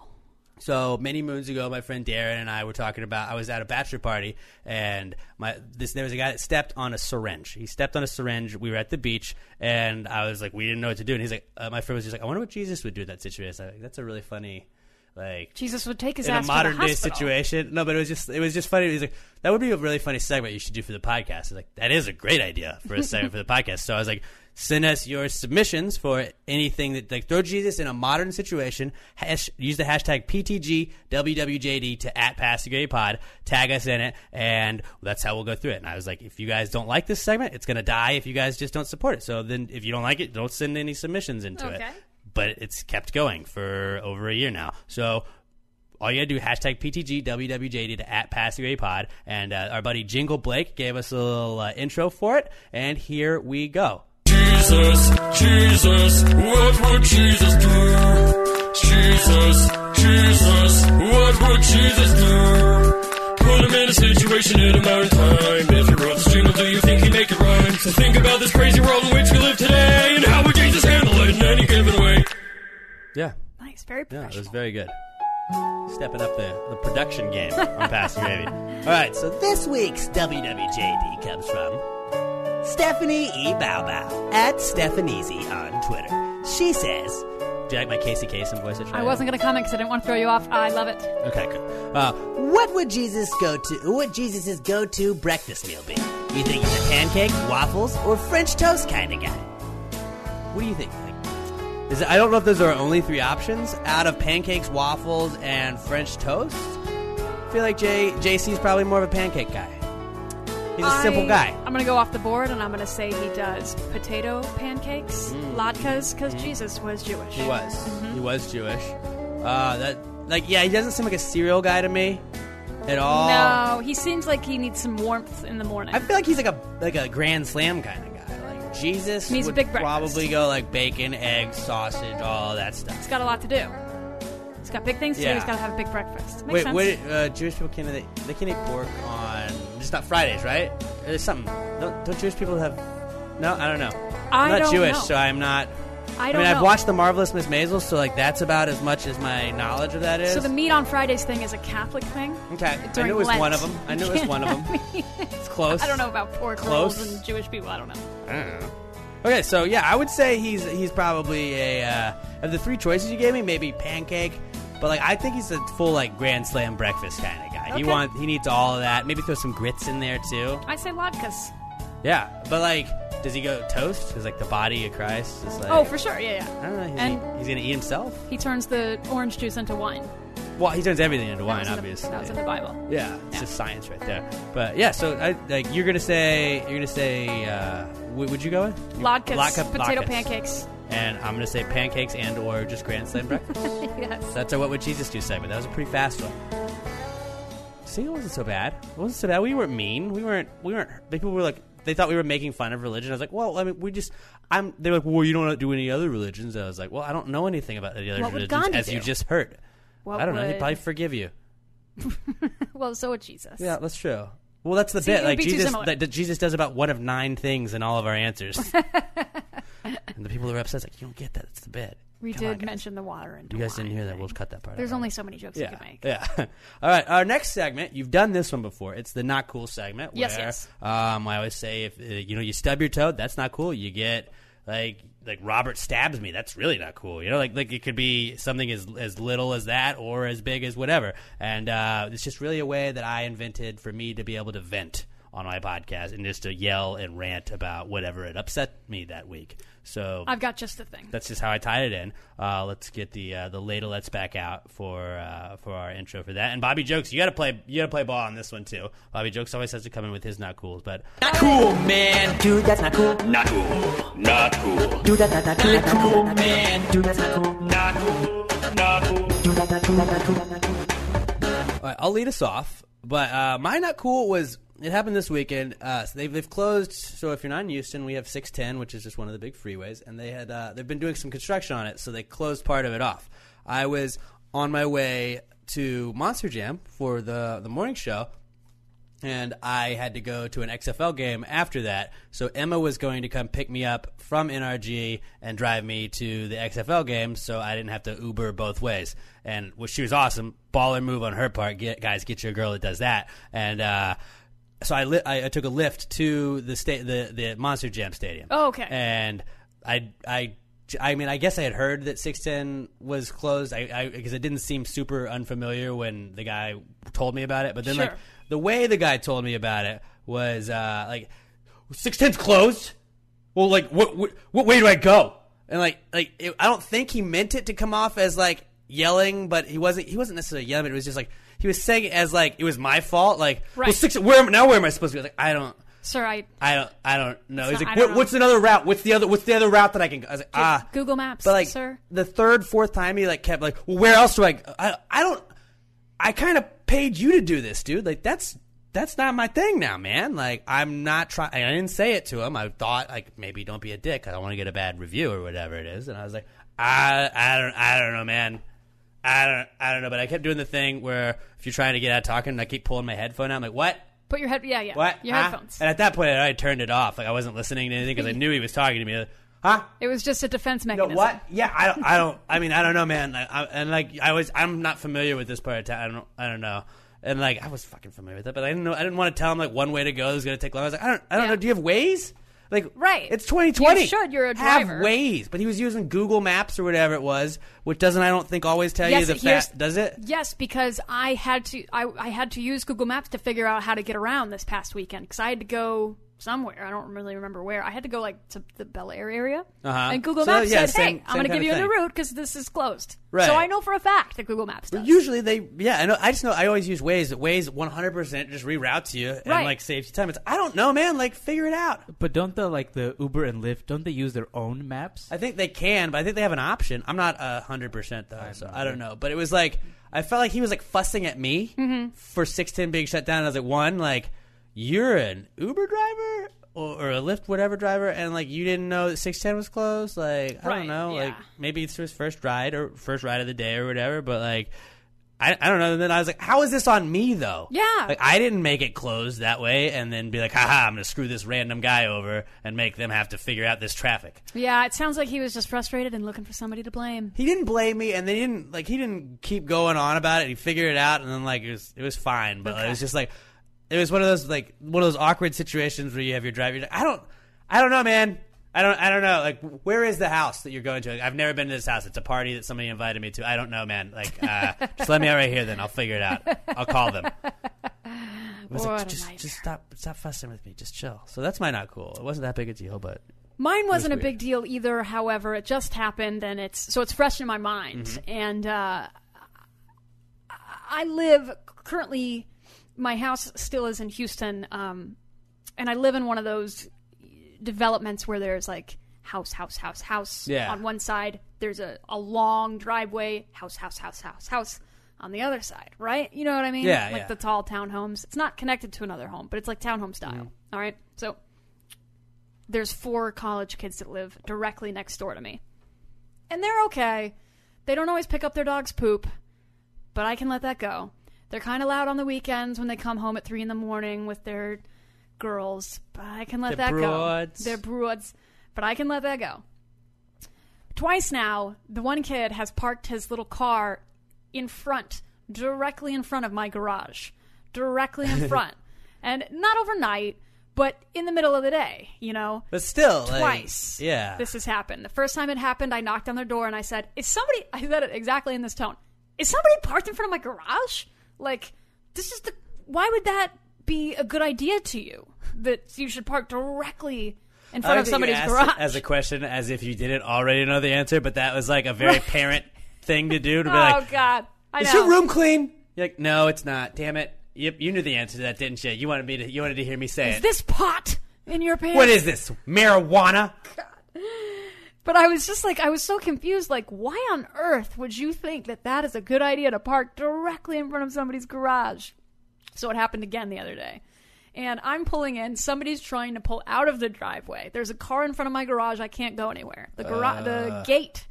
So many moons ago, my friend Darren and I were talking about. I was at a bachelor party, and my this there was a guy that stepped on a syringe. He stepped on a syringe. We were at the beach, and I was like, we didn't know what to do. And he's like, uh, my friend was just like, I wonder what Jesus would do in that situation. I was like, That's a really funny, like
Jesus would take his
in
ass
a
to the
modern day
hospital.
situation. No, but it was just it was just funny. He's like, that would be a really funny segment you should do for the podcast. I was like, that is a great idea for a segment for the podcast. So I was like, send us your submissions for anything that like throw Jesus in a modern situation. Hash, use the hashtag PTGWWJD to at Pass the Gray Pod. Tag us in it, and that's how we'll go through it. And I was like, if you guys don't like this segment, it's gonna die. If you guys just don't support it, so then if you don't like it, don't send any submissions into it
Okay.
but it's kept going for over a year now. So all you gotta do hashtag PTG WWJD to at Pass the Gray Pod, and uh, our buddy Jingle Blake gave us a little uh, intro for it, and here we go.
Jesus, Jesus, what would Jesus do? Jesus, Jesus, what would Jesus do? Put him in a situation in a modern time. If you're off the stream, do you think he'd make it rhyme? So think about this crazy world in which we live today, and how would Jesus handle it in any given way?
Yeah,
nice, very
yeah, it was very good. Stepping up the, the production game on Pass the Gravy. All right, so this week's WWJD comes from Stephanie E. Bow Bow at Stephaniezy on Twitter. She says, "Do you like my Casey Kasem voice?" try
I
it?
wasn't going to comment because I didn't want to throw you off. I love it.
Okay, good. Uh, what would Jesus go to? What Jesus's go-to breakfast meal be? You think he's a pancake, waffles, or French toast kind of guy? What do you think? Like, is it, I don't know if those are our only three options out of pancakes, waffles, and French toast. I feel like J JC's probably more of a pancake guy. He's a simple
I-
guy.
I'm going to go off the board and I'm going to say he does potato pancakes, latkes, because Jesus was Jewish.
Mm. Mm-hmm. He was.
Mm-hmm.
He was Jewish. Uh, that like yeah, he doesn't seem like a cereal guy to me at all.
No, he seems like he needs some warmth in the morning.
I feel like he's like a like a grand slam kind of guy. Like Jesus
Needs a
would
big breakfast.
probably go like bacon, eggs, sausage, all that stuff.
He's got a lot to do. He's got big things to
Yeah.
do. He's got to have a big breakfast. Makes
Wait,
sense.
what? Uh, Jewish people can't they, they can't eat pork on just not Fridays, right? There's something. Don't, don't Jewish people have? No, I don't know.
I
am not
don't
Jewish,
know.
so I'm not.
I
I
don't
mean,
know.
I've watched The Marvelous Miss Maisel, so like that's about as much as my knowledge of that is.
So the meat on Fridays thing is a Catholic thing.
okay, I
During
knew it was
Lent.
one of them. I knew it was one of
[LAUGHS]
them.
it's
close.
I don't know about pork
Close.
rolls and Jewish people. I don't know.
Okay, so yeah, I would say he's he's probably a uh, of the three choices you gave me, maybe pancake, but like I think he's a full like grand slam breakfast kind of guy. He
Okay.
want he needs all of that. Maybe throw some grits in there too.
I say latkes.
Yeah, but like, does he go toast? Because like the body of Christ is like.
oh, for sure. Yeah, yeah.
I don't know. He's,
and
gonna, he's gonna eat himself.
he turns the orange juice into wine.
Well, he turns everything into
was
wine,
in the-
obviously.
that was in the Bible.
Yeah, it's just science right there. But yeah, so I, like you're gonna say you're gonna say uh, what would you go with?
Latkes,
Latke-
potato
latkes.
pancakes.
And I'm gonna say pancakes and or just grand slam breakfast.
yes. [LAUGHS]
That's our What Would Jesus Do segment. That was a pretty fast one. See, it wasn't so bad. It wasn't so bad. We weren't mean. We weren't. We weren't. People were like, they thought we were making fun of religion. I was like, well, I mean, we just. I'm. They're like, well, you don't do any other religions. I was like, well, I don't know anything about the other
What would
religions,
Gandhi
as you
do?
just heard.
What
I don't know. He'd
would-
probably forgive you.
Well, so would Jesus.
Yeah, that's true. Well, that's the
See, it
bit.
would
Like
be too
Jesus,
similar.
that, that Jesus does about one of
[LAUGHS]
nine things in all of our answers, and the people who are upset is like, you don't get that. It's the bit.
We
Come on,
did mention the water and
You guys didn't hear that. We'll cut that part. out.
There's only so many jokes
yeah.
you can make.
Yeah. [LAUGHS] All right. Our next segment, you've done this one before. It's the not cool segment.
Yes,
where,
yes.
Um, I always say if uh, you know you stub your toe, that's not cool. You get like like Robert stabs me. That's really not cool. You know, like like it could be something as as little as that or as big as whatever. And uh, it's just really a way that I invented for me to be able to vent on my podcast and just to yell and rant about whatever it upset me that week. So
I've got just the thing.
Oh. that's just how I tied it in. Uh, let's get the uh, the later let's back out for uh, for our intro for that. And Bobby Jokes, you gotta play you gotta play ball on this one too. Bobby Jokes always has to come in with his not cools, but
Not cool, man. Dude, that's not cool. Not cool. Not cool. Dude, that's not, not, not cool, man. Dude, that's not cool. Not cool. Not cool. Dude, that's not cool. Not cool. Not cool.
All right, I'll lead us off. But uh, my not cool was it happened this weekend. Uh, so they've they've closed. So if you're not in Houston, we have 610, which is just one of the big freeways, and they had uh, they've been doing some construction on it, so they closed part of it off. I was on my way to Monster Jam for the the morning show, and I had to go to an XFL game after that. So Emma was going to come pick me up from NRG and drive me to the XFL game, so I didn't have to Uber both ways. And well, she was awesome, baller move on her part. Get, guys, get your girl that does that. And uh, so I, li- I I took a lift to the sta- the the Monster Jam Stadium.
Oh, okay.
And I I. I mean, I guess I had heard that 610 was closed. I because it didn't seem super unfamiliar when the guy told me about it. But then, like,
Sure.
the way the guy told me about it was uh, like, 610's closed. Well, like, what, what what way do I go? And like, like, it, I don't think he meant it to come off as like yelling, but he wasn't. He wasn't necessarily yelling. But it was just like he was saying it as like it was my fault. Like, well,
Right.
six. Where am, now? Where am I supposed to be? Like, I don't.
Sir, I
I don't. I don't know.
It's
He's
not- I
like,
don't
what,
know.
what's another route? What's the other? What's the other route that I can? go? I was like, ah.
Google Maps,
But like
sir.
the third, fourth time, he like kept like, well, where else do I? I, I don't. I kind of paid you to do this, dude. Like that's that's not my thing now, man. Like I'm not trying. I didn't say it to him. I thought like maybe don't be a dick. I don't want to get a bad review or whatever it is. And I was like, I I don't I don't know, man. I don't I don't know. But I kept doing the thing where if you're trying to get out of talking, and I keep pulling my headphone out. I'm like, what?
put your head. Yeah, yeah.
What?
Your
Huh?
headphones.
And at that point, I already turned it off. Like I wasn't listening to anything because I knew he was talking to me. Huh?
It was just a defense mechanism.
what? Yeah, I don't. I don't. I mean, I don't know, man. Like, I, and like, I was. I'm not familiar with this part of town. I don't. I don't know. And like, I was fucking familiar with that, but I didn't know. I didn't want to tell him like one way to go. It was gonna take long. I was like, I don't. I don't know. Do you have ways? Like,
Right.
It's 2020.
You should. You're a driver.
Have ways, but he was using Google Maps or whatever it was, which doesn't. I don't think always tell
Yes,
you the
it- here's-
fact. Does it?
Yes, because I had to I, I had to use Google Maps to figure out how to get around this past weekend because I had to go somewhere. I don't really remember where. I had to go like to the Bel Air area,
Uh-huh.
and Google
So,
Maps
yeah,
said,
same-
"Hey,
same
I'm going to
kind
give
of
you a new
thing.
route because this is closed."
Right.
So I know for a fact that Google Maps does.
Usually they, yeah, I know. I just know. I always use Waze. Waze 100% just reroutes you and
Right.
like saves you time. It's I don't know, man. Like figure it out.
But don't the like the Uber and Lyft? Don't they use their own maps?
I think they can, but I think they have an option. I'm not hundred percent though, so I don't know. But it was like I felt like he was like fussing at me
Mhm.
for six ten being shut down. And I was like, one, like you're an Uber driver or, or a Lyft whatever driver, and like you didn't know that six ten was closed. Like I
Right,
don't know, like
yeah.
maybe it's his first ride or first ride of the day or whatever. But like I, I don't know. And then I was like, how is this on me though?
Yeah.
like I didn't make it closed that way, and then be like, haha, I'm gonna screw this random guy over and make them have to figure out this traffic.
Yeah, it sounds like he was just frustrated and looking for somebody to blame.
He didn't blame me, and they didn't like he didn't keep going on about it. He figured it out, and then like it was it was fine. But it was just like it was one of those like one of those awkward situations where you have your driver. You're like, I don't, I don't know, man. I don't, I don't know. Like, where is the house that you're going to? Like, I've never been to this house. It's a party that somebody invited me to. I don't know, man. Like, uh,
[LAUGHS]
just let me out right here, then I'll figure it out. [LAUGHS] I'll call them. I was like,
What a
just,
nightmare.
just stop, stop fussing with me. Just chill. So that's my not cool. It wasn't that big a deal, but
Mine
was
wasn't a
weird.
big deal either. However, it just happened, and it's so it's fresh in my mind.
Mhm.
And uh, I live currently. My house still is in Houston, um, and I live in one of those developments where there's like house, house, house, house
Yeah.
on one side. There's a, a long driveway, house, house, house, house, house on the other side. Right? You know what I mean?
Yeah,
Like
yeah.
the tall townhomes. It's not connected to another home, but it's like townhome style.
Mm-hmm.
All right. So there's four college kids that live directly next door to me. And they're okay. They don't always pick up their dog's poop, but I can let that go. They're kind of loud on the weekends when they come home at three in the morning with their girls, but I can let
They're
that
broads.
go. They're broads, but I can let that go. twice now, the one kid has parked his little car in front, directly in front of my garage, directly
[LAUGHS]
in front, and not overnight, but in the middle of the day. You know,
But still, like,
twice.
yeah.
this has happened. The first time it happened, I knocked on their door and I said, "Is somebody?" [LAUGHS] I said it exactly in this tone. Is somebody parked in front of my garage? Like, this is the. Why would that be a good idea to you? That you should park directly in front of somebody's garage.
as a question as if you didn't already know the answer, but that was like a very
[LAUGHS] Right.
parent thing to do to be
oh
like,
God, I
"Is
know.
your room clean?" You're like, "No, it's not. Damn it! Yep, you knew the answer to that, didn't you? You wanted me to. You wanted to hear me say
Is
it.
this pot in your pants?
what is this marijuana?"
But I was just like, I was so confused. Like, why on earth would you think that that is a good idea to park directly in front of somebody's garage? So it happened again the other day. And I'm pulling in. Somebody's trying to pull out of the driveway. There's a car in front of my garage. I can't go anywhere. The garage, the
Uh.
gate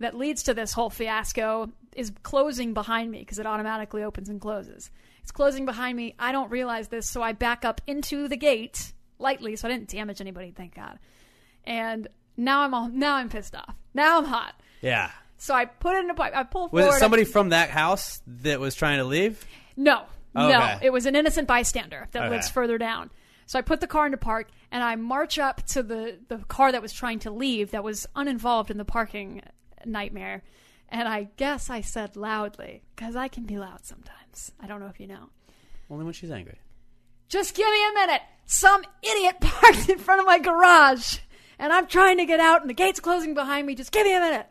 that leads to this whole fiasco is closing behind me because it automatically opens and closes. It's closing behind me. I don't realize this, so I back up into the gate lightly, so I didn't damage anybody. Thank God. And now I'm all now I'm pissed off. Now I'm hot.
Yeah.
So I put it in a pipe. I pull
Was
forward.
it somebody from that house that was trying to leave?
No, no.
Oh, Okay.
It was an innocent bystander that
Okay.
lives further down. So I put the car into park and I march up to the, the car that was trying to leave that was uninvolved in the parking nightmare. And I guess I said loudly, because I can be loud sometimes. I don't know if you know.
Only when she's angry.
Just give me a minute. Some idiot [LAUGHS] parked in front of my garage and I'm trying to get out and the gate's closing behind me. Just give me a minute.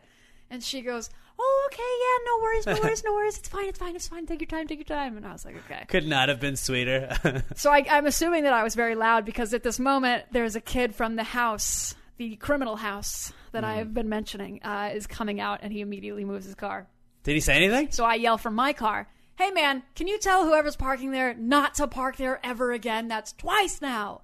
And she goes, Oh, okay, yeah, no worries, no worries, no worries. It's fine, it's fine, it's fine. Take your time, take your time. And I was like, Okay.
Could not have been sweeter. [LAUGHS]
So I, I'm assuming that I was very loud because at this moment there's a kid from the house, the criminal house that I have been mentioning, uh, is coming out, and he immediately moves his car.
Did he say anything?
So I yell from my car, "Hey man, can you tell whoever's parking there not to park there ever again? That's twice now."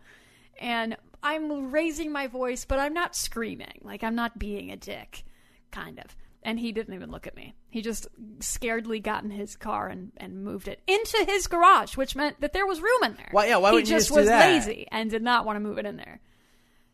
And I'm raising my voice, but I'm not screaming. Like I'm not being a dick, kind of. And he didn't even look at me. He just scaredly got in his car and, and moved it into his garage, which meant that there was room in there.
Why- yeah, why
he
wouldn't you
just
just do
was
that?
lazy and did not want to move it in there.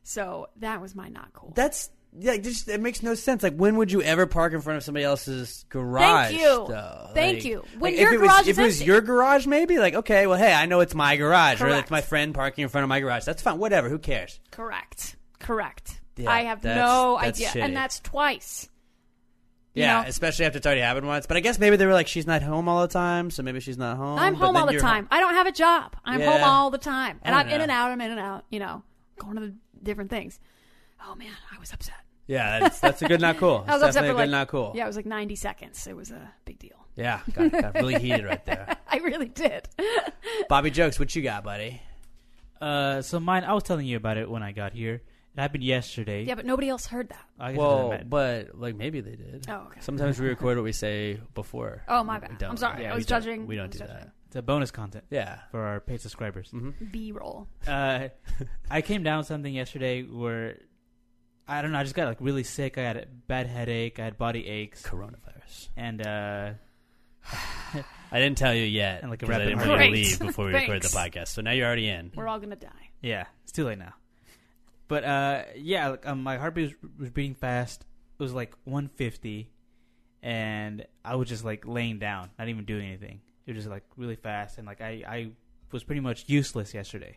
So that was my not cool.
That's yeah. It, just, it makes no sense. Like, when would you ever park in front of somebody else's garage?
you.
Though?
Thank
Like-
you. When
like,
your
if it was,
garage
if
is
it was
empty.
your garage, maybe like okay, well, hey, I know it's my garage, or
Correct.
it's my friend parking in front of my garage. That's fine. Whatever. Who cares?
Correct. Correct.
Yeah,
I have
that's-
no
that's
idea.
shitty.
And that's twice. You
Yeah,
know?
especially after it's already happened once. But I guess maybe they were like, she's not home all the time, so maybe she's not home.
I'm
but
home
then
all the
you're
time. I don't have a job. I'm home
Yeah.
all the time. And
I
I'm
don't
in
know.
and out, I'm in and out, you know, going to the different things. Oh man, I was upset.
Yeah, that's, that's a good not cool.
[LAUGHS] I
That's
was upset
definitely
for
a good
like,
not cool.
Yeah, it was like 90 seconds. It was a big deal.
Yeah, got, got
[LAUGHS]
really heated right there.
I really did.
Bobby Jokes, what you got, buddy?
Uh, so mine, I was telling you about it when I got here. It happened yesterday.
Yeah, but nobody else heard that.
I guess it doesn't
Well,
matter.
but like maybe they did.
Oh, okay.
Sometimes we [LAUGHS] record what we say before.
Oh, my
We
bad.
don't.
I'm sorry. I
we
was
don't-
judging.
We
I
don't
was
do
judging.
that.
It's a bonus content.
Yeah. Mm-hmm.
For our paid subscribers.
B roll.
Uh, I came down with something yesterday where I don't know. I just got like really sick. I had a bad headache. I had body aches.
Coronavirus.
And uh, [SIGHS]
I didn't tell you yet.
And like a
'cause I
rapid
didn't
heart
want you to
rate.
leave before
[LAUGHS]
we recorded the
Thanks.
podcast. So now you're already in.
We're all going to die.
Yeah, it's too late now. But uh, yeah, like, um, my heartbeat was, was beating fast. It was like 150, and I was just like laying down, not even doing anything. It was just like really fast, and like I, I was pretty much useless yesterday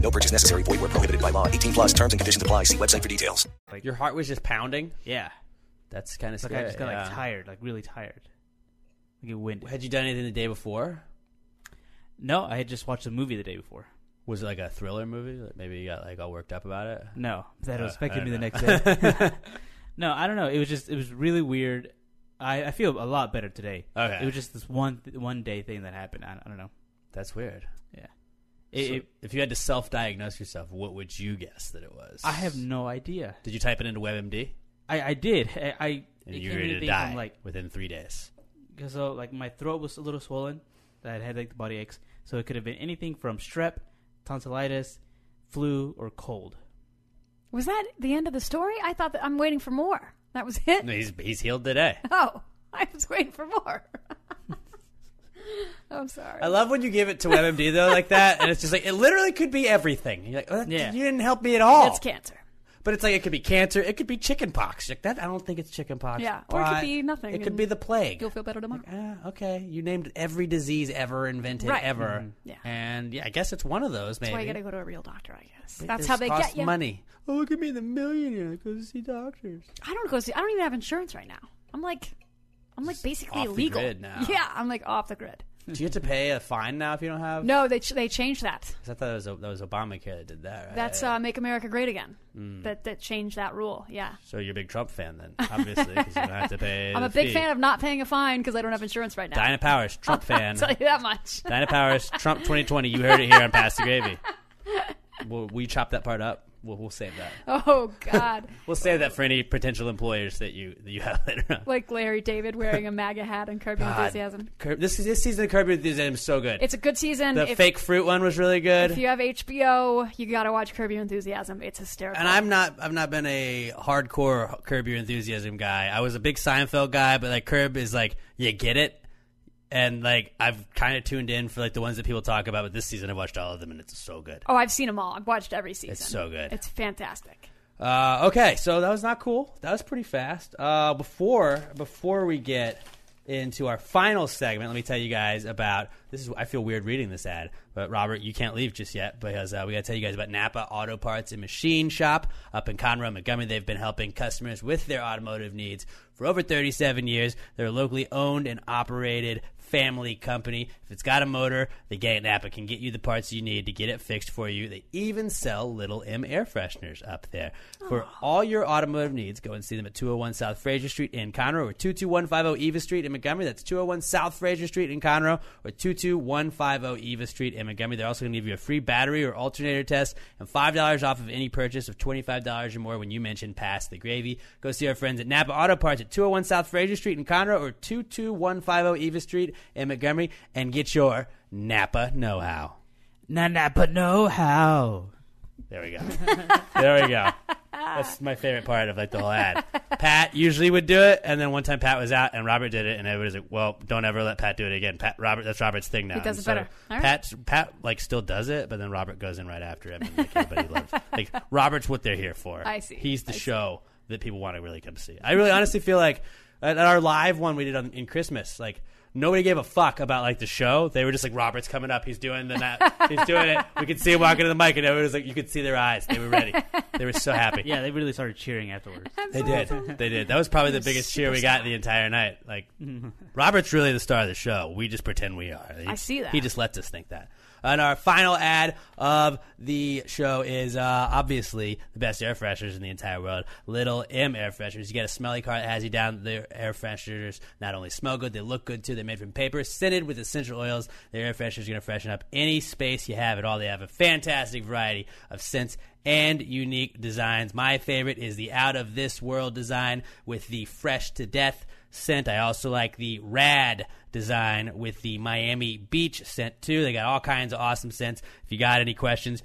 No purchase necessary. Void where prohibited by law. 18 plus terms and conditions apply. See website for details.
Like, your heart was just pounding.
Yeah,
that's kind of
like
scary.
I just got
yeah.
like tired, like really tired. Like it winded.
Had you done anything the day before?
No, I had just watched a movie the day before.
Was it like a thriller movie? Like maybe you got like all worked up about it.
No, that
Uh,
was affected
I
me the
don't
next
know. [LAUGHS]
day. [LAUGHS] no, I don't know. It was just it was really weird. I, I feel a lot better today.
Okay.
It was just this one one day thing that happened. I, I don't know.
That's weird.
Yeah.
So
It, it-
if you had to self-diagnose yourself, what would you guess that it was?
I have no idea.
Did you type it into WebMD?
I, I did. I, I
and
It
you
came
were
into
ready to
being from,
die
like-
within three days.
'Cause So like my throat was a little swollen. I had headache, body aches. So it could have been anything from strep, tonsillitis, flu, or cold.
Was that the end of the story? I thought that I'm waiting for more. That was it.
No, he's he's healed today.
[LAUGHS] Oh, I was waiting for more. [LAUGHS] I'm sorry.
[LAUGHS] I love when you give it to WebMD though like that, and it's just like it literally could be everything. You're like, "Oh, that- you didn't help me at all.
It's cancer.
But it's like it could be cancer, it could be chicken pox. Like that, I don't think it's chicken pox.
Yeah, or it could
but
be nothing.
It could
and
be the plague.
You'll feel better tomorrow.
okay, you named every disease ever invented
Right.
ever,
Mhm. Yeah.
and yeah, I guess it's one of those. Maybe
That's why you got to go to a real doctor, I guess.
It
That's
just
how they
costs
get you.
money. Oh, look at me, the millionaire that goes to see doctors.
I don't go see. I don't even have insurance right now. I'm like, I'm like basically
off the
illegal
grid now.
Yeah, I'm like off the grid.
Do you have to pay a fine now if you don't have?
No, they ch- they changed that.
'Cause I thought that was, that was Obamacare that did that. Right?
That's uh, Make America Great Again.
Mm.
That that changed that rule. Yeah.
so you're a big Trump fan then, obviously, because you don't have to
[LAUGHS]
pay.
I'm
the
a big
fee.
fan of not paying a fine because I don't have insurance right now. [LAUGHS]
Dinah Powers, Trump fan.
I'll tell you
[LAUGHS]
that much.
Dinah Powers, Trump 2020. You heard it here on Pass the Gravy. We'll, we chop that part up. We'll, we'll save that.
[LAUGHS] Oh God!
We'll save that for any potential employers that you that you have later on.
like Larry David wearing a MAGA hat and Curb Your
God.
Enthusiasm.
Curb, this this season of Curb Your Enthusiasm is so good.
It's a good season.
the
if,
fake fruit one was really good.
if you have HBO, you gotta watch Curb Your Enthusiasm. It's hysterical.
and I'm not I've not been a hardcore Curb Your Enthusiasm guy. I was a big Seinfeld guy, but like Curb is like you get it. And like I've kind of tuned in for like the ones that people talk about, but this season I watched all of them and it's so good.
oh, I've seen them all. I've watched every season.
It's so good.
It's fantastic.
Uh, okay, so that was not cool. That was pretty fast. Uh, before before we get into our final segment, let me tell you guys about this. Is I feel weird reading this ad, but Robert, you can't leave just yet because uh, we got to tell you guys about Napa Auto Parts and Machine Shop up in Conroe, Montgomery. They've been helping customers with their automotive needs for over 37 years. They're a locally owned and operated family company. If it's got a motor, the Gay at Napa can get you the parts you need to get it fixed for you. They even sell Little M air fresheners up there. For all your automotive needs, go and see them at 201 South Fraser Street in Conroe or 22150 Eva Street in Montgomery. That's 201 South Fraser Street in Conroe or 22150 Eva Street in Montgomery. They're also going to give you a free battery or alternator test and $5 off of any purchase of $25 or more when you mention Pass the Gravy. Go see our friends at Napa Auto Parts at 201 South Fraser Street in Conroe or 22150 Eva Street in Montgomery and get your Napa know how.
Na Napa know how.
There we go. there we go. That's my favorite part of like the whole ad. Pat usually would do it, and then one time Pat was out and Robert did it, and everybody's like, "Well, don't ever let Pat do it again." Pat, Robert, that's Robert's thing now.
He does
And
it better. All right.
Pat's, Pat like still does it, but then Robert goes in right after him, and like, everybody loves. Like Robert's what they're here for.
I see.
He's the
I see.
show that people want to really come see. I really honestly feel like at at our live one we did on in Christmas, like. Nobody gave a fuck about like the show. They were just like Robert's coming up. He's doing the na- [LAUGHS] he's doing it. We could see him walking to the mic, and everyone was like, you could see their eyes. They were ready. They were so happy.
[LAUGHS] Yeah, they really started cheering afterwards.
They did. They did. That was probably the
You're a
biggest cheer we got the entire night. Like, Robert's really the star of the show. We just pretend we are. He-
Mm-hmm. I see that.
He just lets us think that. And our final ad of the show is uh, obviously the best air fresheners in the entire world. Little M air fresheners. You get a smelly car that has you down. Their air fresheners not only smell good, they look good too. They're made from paper, scented with essential oils. Their air fresheners going to freshen up any space you have at all. They have a fantastic variety of scents and unique designs. My favorite is the out of this world design with the fresh to death scent. I also like the rad design with the Miami Beach scent too. They got all kinds of awesome scents. If you got any questions,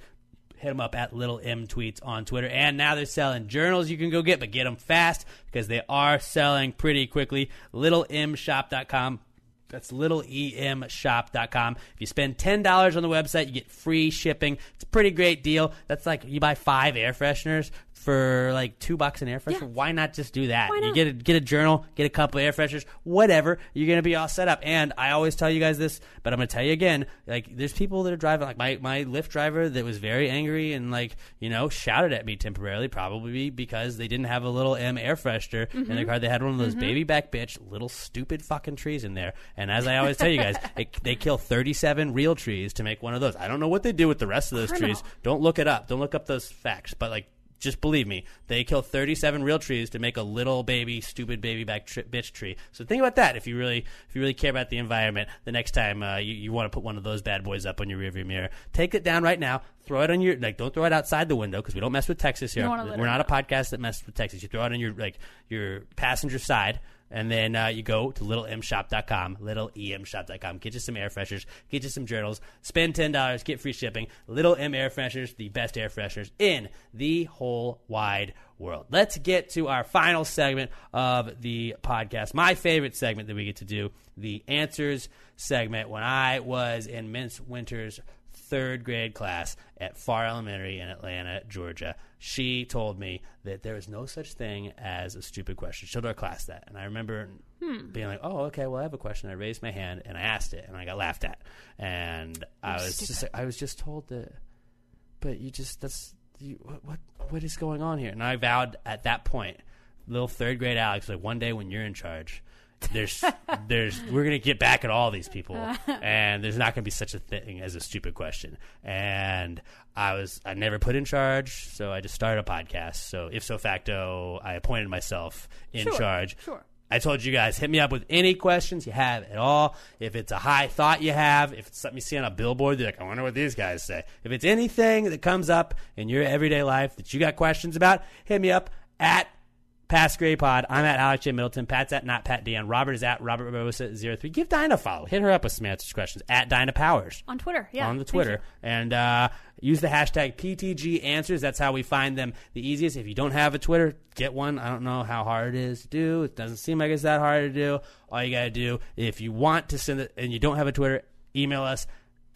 hit them up at Little M Tweets on Twitter. And now they're selling journals you can go get, but get them fast because they are selling pretty quickly. LittleMShop.com. That's E littleemshop.com. If you spend $10 on the website, you get free shipping. It's a pretty great deal. That's like you buy five air fresheners for like two bucks an air freshener. Why not just do that? You get a, get a journal, get a couple air fresheners, whatever. You're going to be all set up. And I always tell you guys this, but I'm going to tell you again. Like, there's people that are driving, like my, my Lyft driver that was very angry and, like, you know, shouted at me temporarily, probably because they didn't have a little M air freshener in their
Mhm.
car. They had one of those
Mhm.
baby back bitch little stupid fucking trees in there. And as I always tell you guys, it, they kill 37 real trees to make one of those. I don't know what they do with the rest of those
Criminal.
trees. Don't look it up. Don't look up those facts. But like Just believe me, they kill 37 real trees to make a little baby, stupid baby back tri- bitch tree. So think about that if you really, if you really care about the environment. The next time uh, you, you want to put one of those bad boys up on your rearview mirror, take it down right now. Throw it on your like. Don't throw it outside the window because we don't mess with Texas
You
here.
don't wanna litter
We're not a podcast that messes with Texas. You throw it on your like your passenger side. And then uh, you go to littlemshop.com, littlemshop.com. Get you some air fresheners, get you some journals, spend $10, get free shipping. Little M air fresheners, the best air fresheners in the whole wide world. Let's get to our final segment of the podcast. My favorite segment that we get to do, the answers segment. When I was in Mince Winter's third grade class at Far Elementary in Atlanta, Georgia. She told me that there is no such thing as a stupid question. She told our class that. And I remember
Hmm.
being like, oh, okay, well, I have a question. I raised my hand and I asked it and I got laughed at. And I
You're
was
stupid.
just like, I was just told that, but you just, that's, you, what, what, what is going on here? And I vowed at that point, little third grade Alex, like one day when you're in charge,
[LAUGHS]
there's, there's, we're gonna get back at all these people,
[LAUGHS]
and there's not gonna be such a thing as a stupid question. And I was, I never put in charge, so I just started a podcast. So if so facto, I appointed myself in
Sure,
charge.
sure.
I told you guys, hit me up with any questions you have at all. If it's a high thought you have, if it's something you see on a billboard, you're like, I wonder what these guys say. If it's anything that comes up in your everyday life that you got questions about, hit me up at Pass Gray Pod. I'm at Alex J. Middleton. Pat's at not Pat Dan. Robert is at Robert Barbosa03. Give Dinah a follow. Hit her up with some answers to questions at Dinah Powers
on Twitter. Yeah,
on the
thank you.
Twitter. And uh, use the hashtag PTG answers. That's how we find them the easiest. If you don't have a Twitter, get one. I don't know how hard it is to do. It doesn't seem like it's that hard to do. All you got to do, if you want to send it and you don't have a Twitter, email us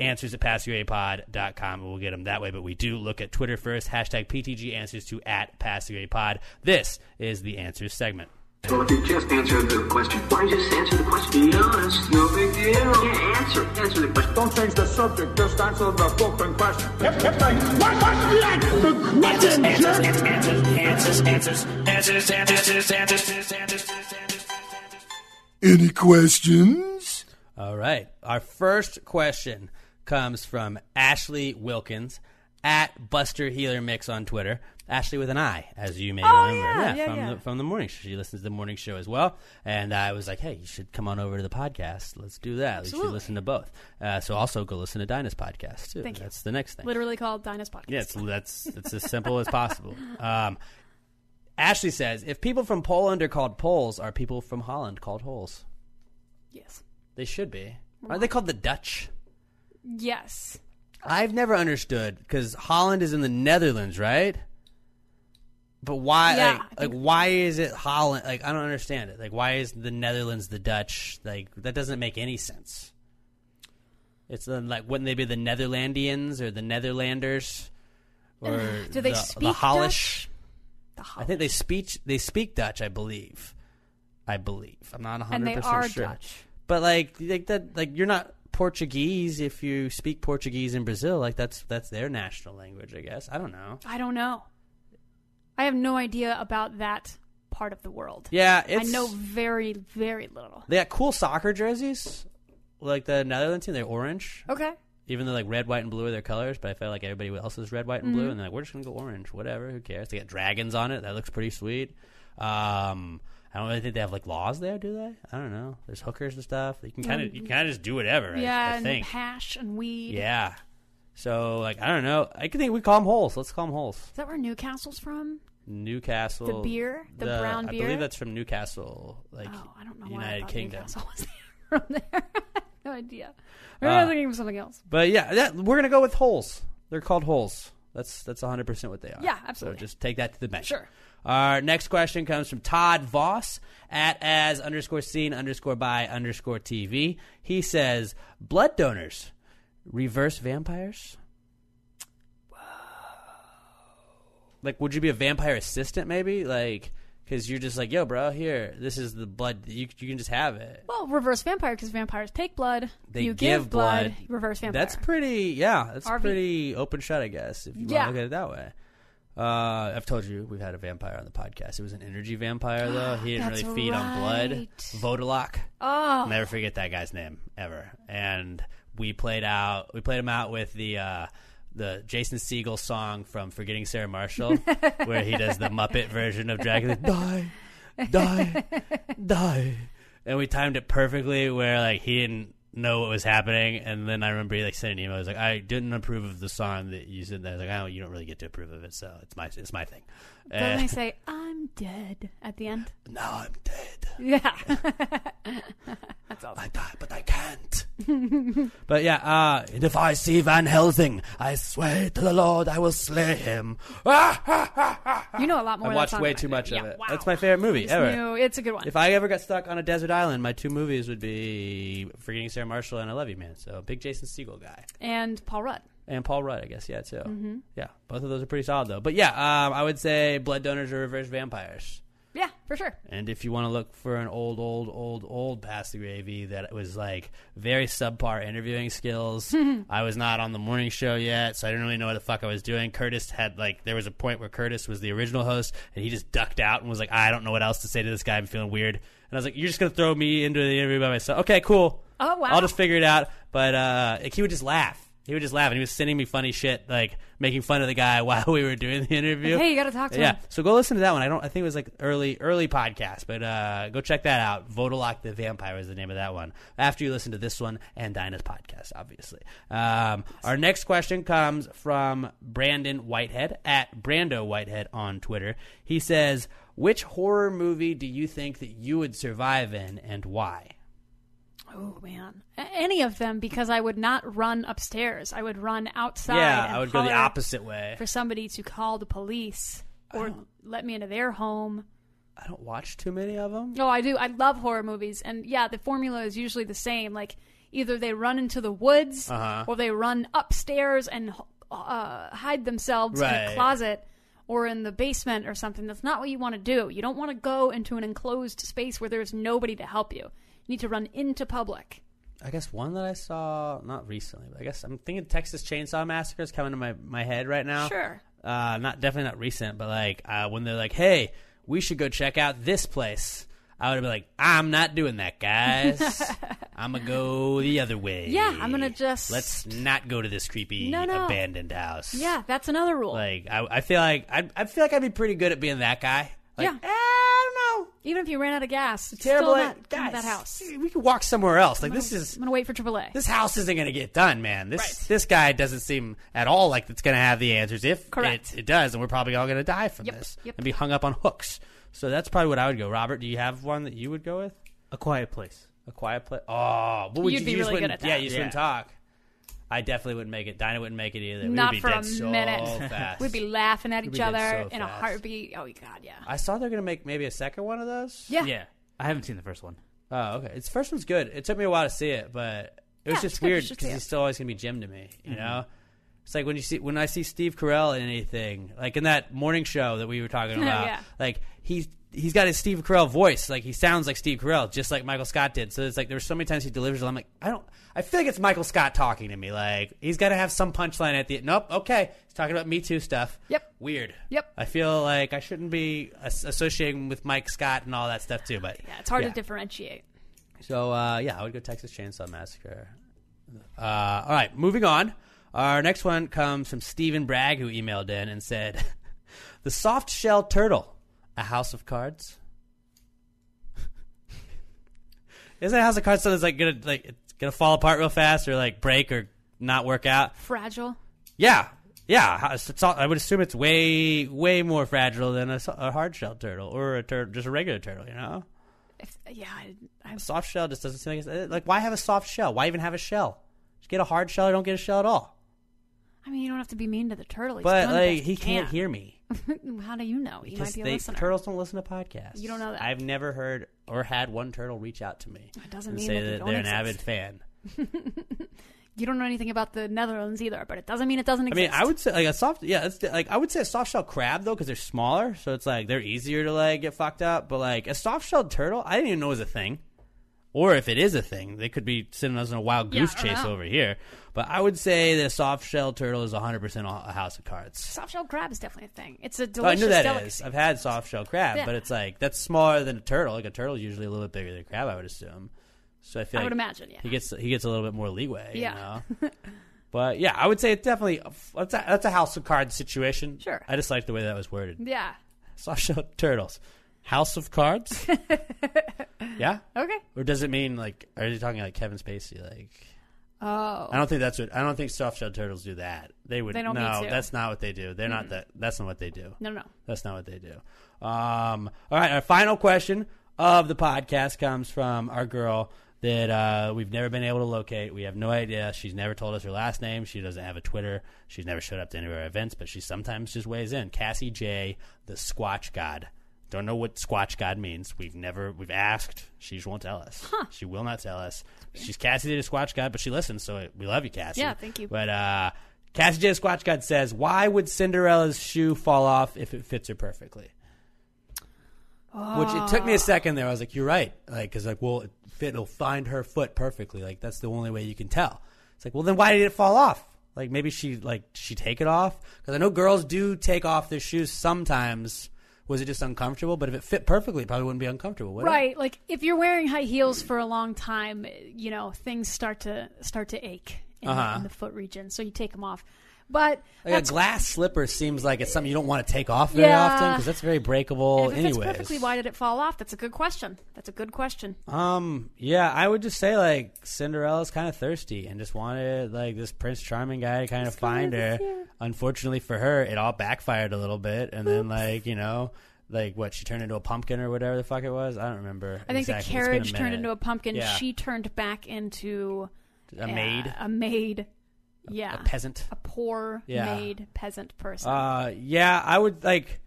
answers at passuapod.com and we'll get them that way. But we do look at Twitter first. Hashtag PTG answers to at passuapod. This is the answers segment.
So if you just answer the question, why just answer the question? Be honest, no big deal. Yeah, answer, answer the question. Don't change the subject, just answer the fucking question. Hip, hip, like, what, what, like, the question, jerk?
Answers, answers, answers, answers, answers, answers.
Any questions?
All right. Our first question comes from Ashley Wilkins at Buster Healer Mix on Twitter. Ashley with an I, as you may
Oh,
remember.
yeah, yeah,
from,
yeah.
The, from the morning show. She listens to the morning show as well. And I was like, hey, you should come on over to the podcast. Let's do that. At least You should
Absolutely.
listen to both. Uh, so also go listen to Dinah's podcast, too.
Thank you.
That's the next thing.
Literally called Dinah's podcast.
Yeah, it's, that's it's as simple as possible. Um, Ashley says, if people from Poland are called Poles, are people from Holland called holes?
Yes.
They should be. Aren't they called the Dutch?
Yes.
I've never understood because Holland is in the Netherlands, right? But why,
Yeah,
like, like, why is it Holland? Like, I don't understand it. Like, why is the Netherlands the Dutch? Like, that doesn't make any sense. It's uh, like, wouldn't they be the Netherlandians or the Netherlanders or
Ugh, do
the,
they
the
speak
Hollish? I think they speak they speak Dutch. I believe. I believe. I'm not 100
And they are
percent sure.
Dutch.
But like, like that, like you're not Portuguese if you speak Portuguese in Brazil. Like that's that's their national language, I guess. I don't know.
I don't know. I have no idea about that part of the world.
Yeah,
I
it's-
know very, very little.
They got cool soccer jerseys, like the Netherlands team. They're orange,
Okay.
even though like red, white, and blue are their colors. But I felt like everybody else is red, white, and blue,
Mhm.
and they're like, we're just gonna go orange, whatever. Who cares? They got dragons on it. That looks pretty sweet. Um, I don't really think they have like laws there, do they? I don't know. There's hookers and stuff. You can kind of you kind of just do whatever. I-
yeah,
I, think.
and hash and weed.
Yeah. So like I don't know. I could think we call them holes. Let's call them holes.
Is that where Newcastle's from?
Newcastle.
The beer? The brown
I
beer?
believe that's from Newcastle, like
Oh, I don't know why I
United
thought
Kingdom.
Newcastle [LAUGHS] was from there. [LAUGHS] I have no idea. Maybe I
Uh,
was thinking of something else.
But yeah, that, we're gonna go with holes. They're called holes. That's that's 100 percent what they are.
Yeah, absolutely.
So just take that to the bank.
Sure.
Our next question comes from Todd Voss at as underscore seen underscore by underscore TV. He says, "Blood donors, reverse vampires." like would you be a vampire assistant maybe like because you're just like yo bro here this is the blood you, you can just have it
Well, reverse vampire because vampires take blood.
they
you
give, blood,
you reverse vampire.
that's pretty yeah that's
RV.
pretty open shut i guess if you
Yeah.
want to look at it that way uh, I've told you we've had a vampire on the podcast. It was an energy vampire
[GASPS]
though. He didn't
That's
really feed on blood.
right.
Vodalok.
Oh.
never forget that guy's name ever. And we played out. We played him out with the uh, the Jason Siegel song from Forgetting Sarah
[LAUGHS]
Marshall, where he does the Muppet version of Dracula. Die, die, die. And we timed it perfectly where like he didn't know what was happening. And then I remember he like sent an email. I was like, I didn't approve of the song that you said. That. I was like, oh, you don't really get to approve of it, so it's my it's my thing.
Then
Uh,
they say, "I'm dead" at the end.
[LAUGHS] No, I'm dead.
Yeah, [LAUGHS] that's awesome. I
die, but I
[LAUGHS]
can't. [LAUGHS] But yeah, uh, and if I see Van Helsing, I swear to the Lord I will slay him. Ah!
you know a lot more.
I
than
watched
song
way
than I
too
do.
much
yeah,
of it.
Wow.
That's my favorite movie
Just
ever.
knew- it's a good one.
If I ever got stuck on a desert island, my two movies would be Forgetting Sarah Marshall and I Love You Man. So big Jason Siegel guy
and Paul Rudd.
and Paul Rudd, I guess. Yeah, too.
Mhm.
Yeah, both of those are pretty solid though. But yeah, um, I would say blood donors are reverse vampires.
Yeah, for sure.
And if you want to look for an old, old, old, old past the gravy that was like very subpar interviewing
[LAUGHS]
skills, I was not on the morning show yet, so I didn't really know what the fuck I was doing. Curtis had like there was a point where Curtis was the original host, and he just ducked out and was like, "I don't know what else to say to this guy. I'm feeling weird." And I was like, "You're just gonna throw me into the interview by myself? Okay, cool.
Oh, wow.
I'll just figure it out." But uh, like, he would just laugh. He would just laugh, and he was sending me funny shit, like making fun of the guy [LAUGHS] while we were doing the interview.
Like, hey, you gotta talk to
yeah.
him.
So go listen to that one. I don't. I think it was like early, early podcast, but uh, go check that out. Vodalok the Vampire is the name of that one. After you listen to this one and Dinah's podcast, obviously. Um, our next question comes from Brandon Whitehead at Brando Whitehead on Twitter. He says, "Which horror movie do you think that you would survive in, and why?"
Oh man, A- any of them because I would not run upstairs. I would run outside.
yeah,
and
I would go the
holler
opposite way.
for somebody to call the police or let me into their home.
I don't watch too many of them.
No, I do. I love horror movies, and yeah, the formula is usually the same. Like either they run into the woods,
Uh-huh.
or they run upstairs and uh, hide themselves in
Right.
a closet or in the basement or something. That's not what you want to do. You don't want to go into an enclosed space where there's nobody to help you. You need to run into public.
I guess one that I saw not recently, but I guess I'm thinking Texas Chainsaw Massacre is coming to my, my head right now.
Sure.
Uh, not definitely not recent, but like uh, when they're like, "Hey, we should go check out this place," I would have been like, "I'm not doing that,
[LAUGHS]
guys. I'm gonna go the other way.
Yeah, I'm gonna just
Let's not go to this creepy
No, no.
abandoned house.
Yeah, that's another rule.
Like I, I feel like I, I feel like I'd be pretty good at being that guy. Like,
yeah,
Eh, I don't know.
Even if you ran out of gas, it's
Terrible
still
at-
not come to that
guys,
house.
We could walk somewhere else. Like this is
I'm gonna wait for AAA.
this house isn't going to get done, man. This this guy doesn't seem at all like it's going to have the answers. If
Correct.
It, it does, and we're probably all going to die from
Yep,
this
yep.
and be hung up on hooks. So that's probably what I would go. Robert, do you have one that you would go with? A quiet place. A quiet place. Oh, what would
You'd
you,
be
you just
really good
wouldn't-
at that.
Yeah, you just
Yeah.
wouldn't talk. I definitely wouldn't make it. Dinah wouldn't make it either. We
not
would be
for
dead
a
so
minute. [LAUGHS]
fast.
We'd be laughing at
We'd
each
be dead
other
so
in a
fast.
heartbeat. Oh god, yeah.
I saw they're going to make maybe a second one of those.
Yeah.
Yeah. I haven't seen the first one.
Oh, okay. It's first one's good. It took me a while to see it, but
Yeah,
it was
it's
just
good. You
weird
should
because
see
he's
it.
still always gonna be Jim to me. You
Mhm.
know, it's like when you see when I see Steve Carell in anything, like in that morning show that we
[LAUGHS]
were talking about,
Yeah.
like he's. He's got his Steve Carell voice, like he sounds like Steve Carell, just like Michael Scott did. So it's like there's so many times he delivers. I'm like, I don't, I feel like it's Michael Scott talking to me. Like he's got to have some punchline at the. Nope, okay, he's talking about Me Too stuff.
Yep.
Weird.
Yep.
I feel like I shouldn't be as- associating with Mike Scott and all that stuff too. But
Yeah, it's hard to differentiate.
so uh, yeah, I would go Texas Chainsaw Massacre. Uh, all right, moving on. Our next one comes from Stephen Bragg, who emailed in and said, [LAUGHS] "The soft shell turtle, a house of cards." [LAUGHS] Isn't a house of cards something that's like gonna like it's gonna fall apart real fast or like break or not work out?
Fragile.
Yeah, yeah. how- It's, it's all, I would assume it's way way more fragile than a, so- a hard shell turtle or a turtle, just a regular turtle. You know.
If, yeah, I, I,
A soft shell just doesn't seem like it's, eh, like why have a soft shell? Why even have a shell? Just get a hard shell or don't get a shell at all.
I mean, you don't have to be mean to the turtle. He's
but
done the
like
best
he can't
can.
hear me
[LAUGHS] How do you know? He might
because
be a
they,
listener.
turtles don't listen to podcasts.
You don't know that.
I've never heard or had one turtle reach out to me
It doesn't
and
mean
say
that they
that
don't
they're
exist.
an avid fan.
you don't know anything about the Netherlands either, but it doesn't mean it doesn't
I
exist.
mean, I would say like a soft yeah, it's like I would say a soft shell crab though because they're smaller, so it's like they're easier to like get fucked up. But like a soft shelled turtle, I didn't even know was a thing. Or if it is a thing, they could be sending us on a wild
Yeah,
goose
I don't
chase
know.
over here. But I would say that a soft shell turtle is 100% a house of cards.
Soft shell crab is definitely a thing. It's a
Oh, I
delicious
knew that
delicacy.
is. I've had soft shell crab,
Yeah.
but it's like that's smaller than a turtle. Like a turtle's usually a little bit bigger than a crab, I would assume. So I feel
I would
like
imagine, yeah.
He gets he gets a little bit more leeway.
[LAUGHS] Yeah.
You know? But yeah, I would say it's definitely that's a, that's a House of Cards situation. Sure. I just like the way that was worded.
Yeah.
Sasha Turtles, House of
[LAUGHS]
Cards. yeah.
Okay.
Or does it mean like? Are you talking like Kevin Spacey? Like
Oh.
I don't think that's what I don't think soft shell turtles do that. They would
They don't
no,
need to.
that's not what they do. They're
Mm-mm.
not that. That's not what they do.
No, no.
That's not what they do. Um, all right, our final question of the podcast comes from our girl that uh, we've never been able to locate. We have no idea. She's never told us her last name. She doesn't have a Twitter. She's never showed up to any of our events, but she sometimes just weighs in. Cassie J, the Squatch God. Don't know what Squatch God means. We've never we've asked. She just won't tell us. She will not tell us. She's Cassie the Squatch God, but she listens, so we love you, Cassie.
Yeah, thank you.
But uh, Cassie J Squatch God says, "Why would Cinderella's shoe fall off if it fits her perfectly?" Which it took me a second there. I was like, "You're right," like because like, well, it fit, it'll find her foot perfectly. Like that's the only way you can tell. It's like, well, then why did it fall off? Like maybe she like she take it off because I know girls do take off their shoes sometimes. Was it just uncomfortable? But if it fit perfectly, it probably wouldn't be uncomfortable. Would it?
Right, like if you're wearing high heels for a long time, you know things start to start to ache in, the-
Uh-huh.
in the foot region, so you take them off. But
Like a
that's-
glass slipper seems like it's something you don't want to take off very
Yeah.
often because that's very breakable.
if it fits
Anyways,
perfectly, why did it fall off? That's a good question. That's a good question.
Um. Yeah, I would just say like Cinderella's kind of thirsty and just wanted like this Prince Charming guy to kind of find her. Unfortunately for her, it all backfired a little bit, and then like you know, like what she turned into a pumpkin or whatever the fuck it was. I don't remember.
I think
exactly.
the
It's been a
carriage turned
minute.
into a pumpkin.
Yeah.
She turned back into
A maid.
A maid. Yeah. A,
peasant.
A poor
Yeah.
maid peasant person.
Uh. Yeah, I would like.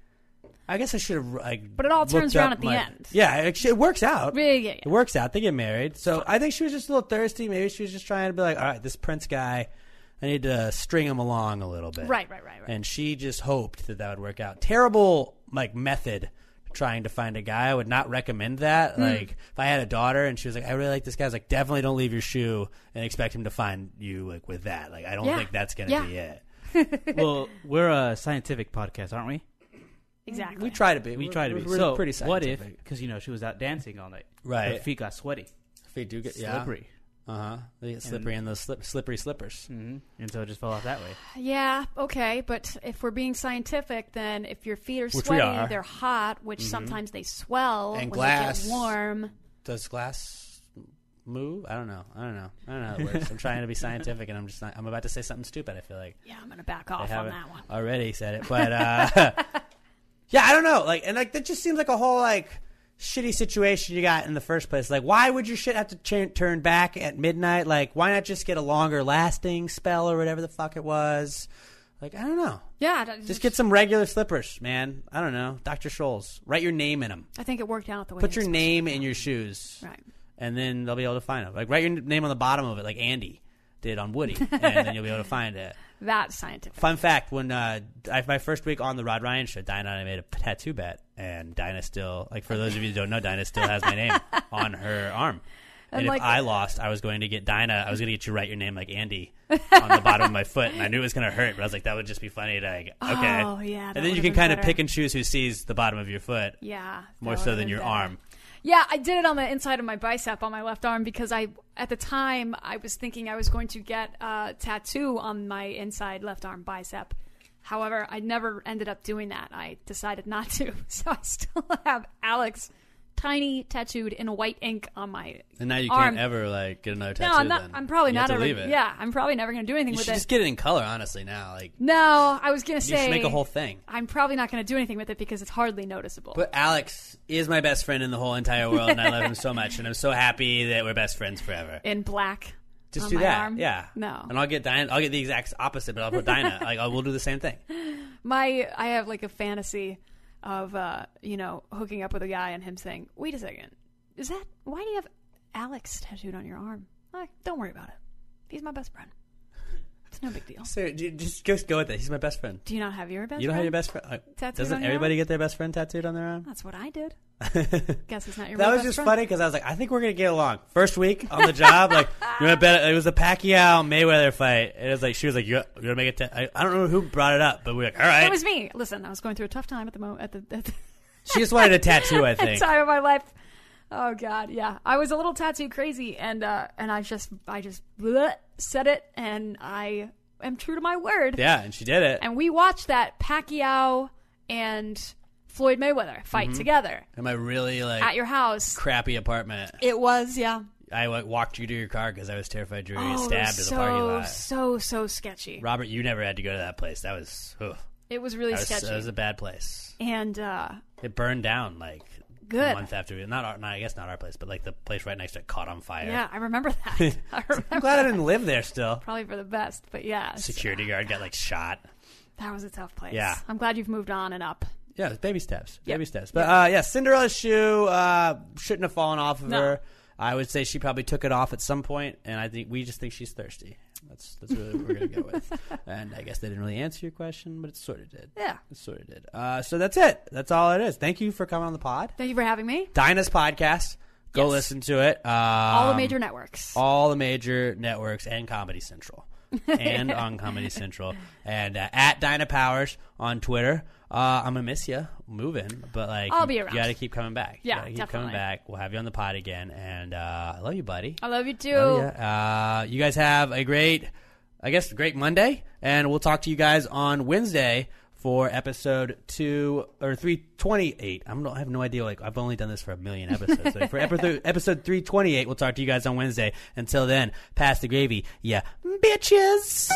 I guess I should have like.
But it all
looked
turns around
up
at the
my-
end.
Yeah, it, it works out.
Yeah, yeah, yeah.
It works out. They get married. So I think she was just a little thirsty. Maybe she was just trying to be like, all right, this Prince guy, I need to string him along a little bit.
Right, right, right, right.
And she just hoped that that would work out. Terrible, like, method trying to find a guy. I would not recommend that.
Hmm.
Like, if I had a daughter and she was like, I really like this guy, I was like, definitely don't leave your shoe and expect him to find you, like, with that. Like, I don't
Yeah.
think that's going to
Yeah.
be it.
well, we're a scientific podcast, aren't we?
[LAUGHS] Exactly.
We try to
We
be. We're-
try to be.
we're
so
pretty
what if?
scientific.
Because you know she was out dancing all night.
Right.
Her feet got sweaty.
Feet do get [LAUGHS] yeah.
slippery.
Uh huh. They get slippery in those slip, slippery slippers.
Mm-hmm. And so it just fell off that way.
Yeah, okay, but if we're being scientific, then if your feet are
Which we
sweaty,
are.
they're hot, which
Mhm.
sometimes they swell
And
when
glass.
they get warm.
Does glass move? I don't know. I don't know. I don't know how it works. I'm trying to be scientific, and I'm just not, I'm about to say something stupid. I feel like
Yeah, I'm gonna back off
I
on
haven't
that one.
already said it, but uh, [LAUGHS] yeah, I don't know. Like, and like that just seems like a whole like shitty situation you got in the first place. Like, why would your shit have to ch- turn back at midnight? Like, why not just get a longer lasting spell or whatever the fuck it was? Like, I don't know.
Yeah, I don't-
Just get some regular slippers, man. I don't know. Dr. Scholes, write your name in them.
I think it worked out the way.
Put
it's
your
supposed
name in your shoes.
Right.
And then they'll be able to find it. Like write your n- name on the bottom of it, like Andy did on Woody, and then you'll be able to find
[LAUGHS]
it.
to- That's scientific.
Fun fact: When uh, I, my first week on the Rod Ryan show, Dinah and I made a p- tattoo bet, and Dinah still, like for those of you who don't know, Dinah still has my
[LAUGHS]
name on her arm.
And
And,
like-
if I lost, I was going to get Dinah. I was going to get you to write your name like Andy [LAUGHS] on the bottom of my foot, and I knew it was going to hurt. But I was like, that would just be funny. To, like, okay,
Oh, yeah,
and
that
then
would've
you can
been
kind of
better.
pick and choose who sees the bottom of your foot.
[LAUGHS] Yeah, that
more
would've
so than
been
your
better.
arm.
Yeah, I did it on the inside of my bicep on my left arm because I, at the time, I was thinking I was going to get a tattoo on my inside left arm bicep. However, I never ended up doing that. I decided not to, [LAUGHS] so I still have Alex tiny tattooed in white ink on my
And now you
arm.
can't ever like get another
No,
tattoo.
I'm not.
then.
I'm probably
You
not
have to
ever.
leave it.
Yeah, I'm probably never going to do anything
you
with
should
it.
just get it in color. Honestly, now like
no, I was going to
you
say
should make a whole thing.
I'm probably not going to do anything with it because it's hardly noticeable.
But Alex is my best friend in the whole entire world, and I love him
[LAUGHS]
so much, and I'm so happy that we're best friends forever.
in black.
Just
on
do
my
that,
arm. Oh.
yeah.
No.
and I'll get Dinah. I'll get the exact opposite, but I'll put
[LAUGHS]
Dinah. like I will do the same thing.
My I have like a fantasy of uh, you know, hooking up with a guy and him saying, "Wait a second. Is that why do you have Alex tattooed on your arm?" Like, "Don't worry about it. He's my best friend." It's no big deal.
So ju- just just go with it. He's my best friend.
Do you not have your best
you don't have
friend?
your best friend. Like,
Tattooed on
doesn't
your
everybody
arm?
get their best friend tattooed on their arm?
That's what
[LAUGHS]
I did. Guess he's not your
That
real
was
best
just
friend.
funny because I was like, I think we're gonna get along. First week on the job,
[LAUGHS]
like you know, I bet it was the Pacquiao Mayweather fight, and it was like she was like, "You're, you're gonna make it." ta- I, I don't know who brought it up, but we were like, "All right."
That was me. Listen, I was going through a tough time at the moment at the, at the [LAUGHS]
she just wanted a tattoo, I think.
time of my life. Oh God, yeah. I was a little tattoo crazy, and uh, and I just I just bleh, said it, and I am true to my word.
Yeah, and she did it.
And we watched that Pacquiao and Floyd Mayweather fight
Mhm.
together
Am I really like
at your house.
crappy apartment?
It was yeah.
I like, walked you to your car because I was terrified you were gonna
Oh,
get
it
stabbed
was
in the parking
so
lot.
so so sketchy.
Robert, you never had to go to that place. That was ugh.
It was really
That was-
sketchy.
That was a bad place.
And uh,
It burned down like
Good.
a month after we not our, not I guess not our place, but like the place right next to it caught on fire.
yeah, I remember [LAUGHS] that. I
I'm
remember
glad I didn't live there still.
probably for the best, but yeah, it's-
Security guard got like shot.
that was a tough place.
Yeah.
I'm glad you've moved on and up.
Yeah, it was baby steps. Baby steps. But uh, yeah, Cinderella's shoe uh, shouldn't have fallen off of
No.
her. I would say she probably took it off at some point, and I think we just think she's thirsty. That's that's really what we're gonna
[LAUGHS]
go with. And I guess they didn't really answer your question, but it sort of did.
Yeah.
it sort of did. Uh, so that's it. That's all it is. Thank you for coming on the pod,
Thank you for having me.
Dinah's podcast. Go listen to it. Um, all
the major networks.
all the major networks, and Comedy Central,
[LAUGHS]
and on Comedy Central, and uh, at Dinah Powers on Twitter. Uh, I'm gonna miss you moving, but like
I'll be
you-
around.
You gotta keep coming back. You
Yeah,
gotta keep
definitely.
coming back. We'll have you on the pod again, and uh, I love you, buddy.
I love you too.
Love ya. Uh, you guys have a great, I guess, a great Monday, and we'll talk to you guys on Wednesday for episode two or three twenty eight. I'm no, I have no idea. Like I've only done this for a million episodes. Like, for episode [LAUGHS] episode three twenty eight, we'll talk to you guys on Wednesday. Until then, pass the gravy. Yeah. Bitches.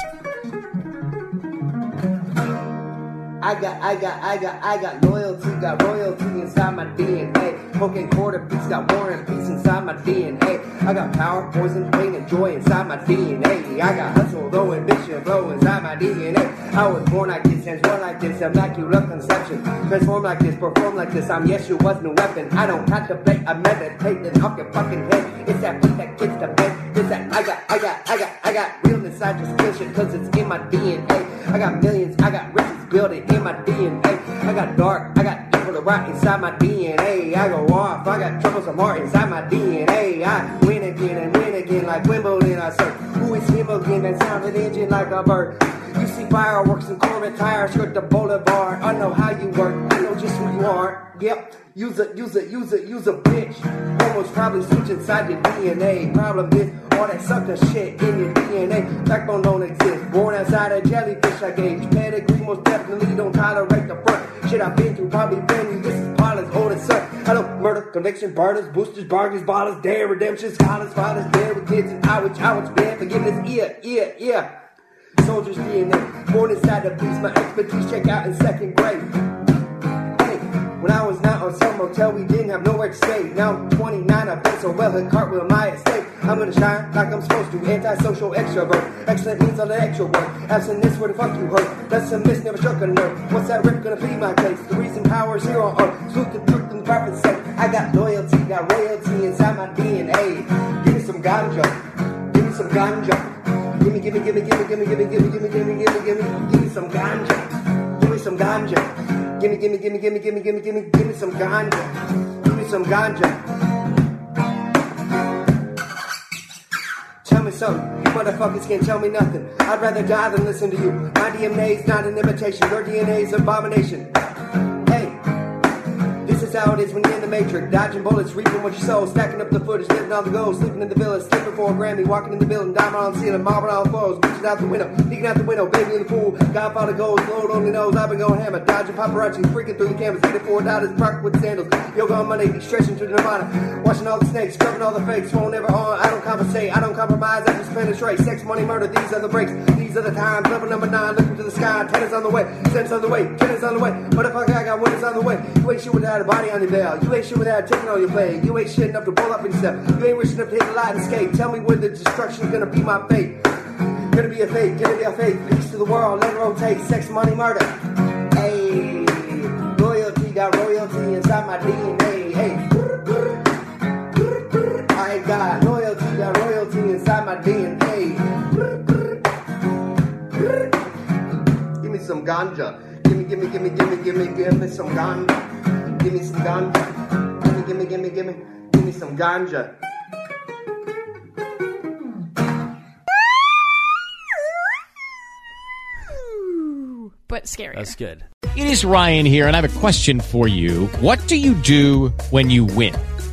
I got, I got, I got, I got loyalty, got royalty inside my DNA. Poking quarter piece, got war and peace inside my DNA. I got power, poison, pain, and joy inside my DNA. I got hustle, low ambition, flow inside my DNA. I was born like this, transformed like this, immaculate conception. Transform like this, perform like this, I'm Yeshua's new weapon. I don't contemplate, I meditate, then off your fucking head. It's that beat that gets the bed. It's that I got, I got, I got, I got realness, I just feel shit, cause it's in my DNA. I got millions, I got riches built it in my DNA. I got dark, I got evil to rock inside my DNA. I go off, I got troublesome heart inside my DNA. I win again and win again like Wimbledon. I say, who is him again that sounded engine like a bird? You see fireworks and Corvette tires skirt the boulevard. I know how you work, I know just who you are. Yep, use a, use a, use a, use a bitch. Almost probably switch inside your DNA. Problem is, all that sucker shit in your DNA. Backbone don't exist. Born outside a jellyfish, I gauge. Pedigree most definitely don't tolerate the front. Shit I've been through, probably been you. This is Paula's oldest son. I don't murder, conviction, burners, boosters, bargains, ballers, dare, redemption, scholars, fathers, dare with kids, and I would, I would spare forgiveness. Yeah, yeah, yeah. Soldiers DNA, born inside the beast. My expertise check out in second grade. Hey, when I was not on some motel, we didn't have nowhere to stay. Now I'm 29, I've been so well in cartwheel my estate. I'm gonna shine like I'm supposed to. Antisocial extrovert, excellent means all the extra work. Absent this, where the fuck you hurt? That's a miss, never struck a nerve. What's that rip gonna be my case? The reason power's here on earth. Salute the truth and profit's sake. I got loyalty, got royalty inside my DNA. Give me some ganja, give me some ganja. Give me, give me, give me, give me, give me, give me, give me, give me, give me, give me, give me, give me some ganja. Give me some ganja. Gimme, gimme, gimme, gimme, gimme, gimme, gimme, gimme some ganja. Give me some ganja. Tell me something. You motherfuckers can't tell me nothing. I'd rather die than listen to you. My DMA's not an imitation. Your DNA's abomination. Hey, this is how it is when you're in the matrix. Dodging bullets, reaping what you sow. Stacking up the footage, living on the go. Sleeping in the village, skipping for a Grammy. Walking in the building, diamond on the ceiling, marble on floors. Bitching out the window, peeking out the window. Baby in the pool, Godfather goes, load on the nose. I've been going hammer. Dodging paparazzi, freaking through the cameras. Getting four dollars, parked with sandals. Yoga on Monday, stretching to the Nirvana. Watching all the snakes, scrubbing all the fakes. Won't ever on. I don't compensate, I don't compromise. I just penetrate. Sex, money, murder, these are the breaks. These are the times. Level number nine, looking to the sky. Tennis on the way, tennis on the way, tennis on the way. Motherfucker, I got winners on the way. You ain't shit without a body on your belt. You ain't shit without a ticket on your plate. You ain't shit enough to pull up and step. You ain't rich enough to hit a light and skate. Tell me where the destruction's gonna be my fate. Gonna be a fate, gonna be a fate. Peace to the world, let it rotate. Sex, money, murder. Hey, loyalty got royalty inside my DNA. Hey. I got loyalty, got royalty inside my DNA. Give me some ganja. Give me, give me, give me, give me, give me, give me some ganja. Give me some ganja. Give me, give me, give me, give me, give me some ganja.
But scary.
That's good.
It is Ryan here, and I have a question for you. What do you do when you win?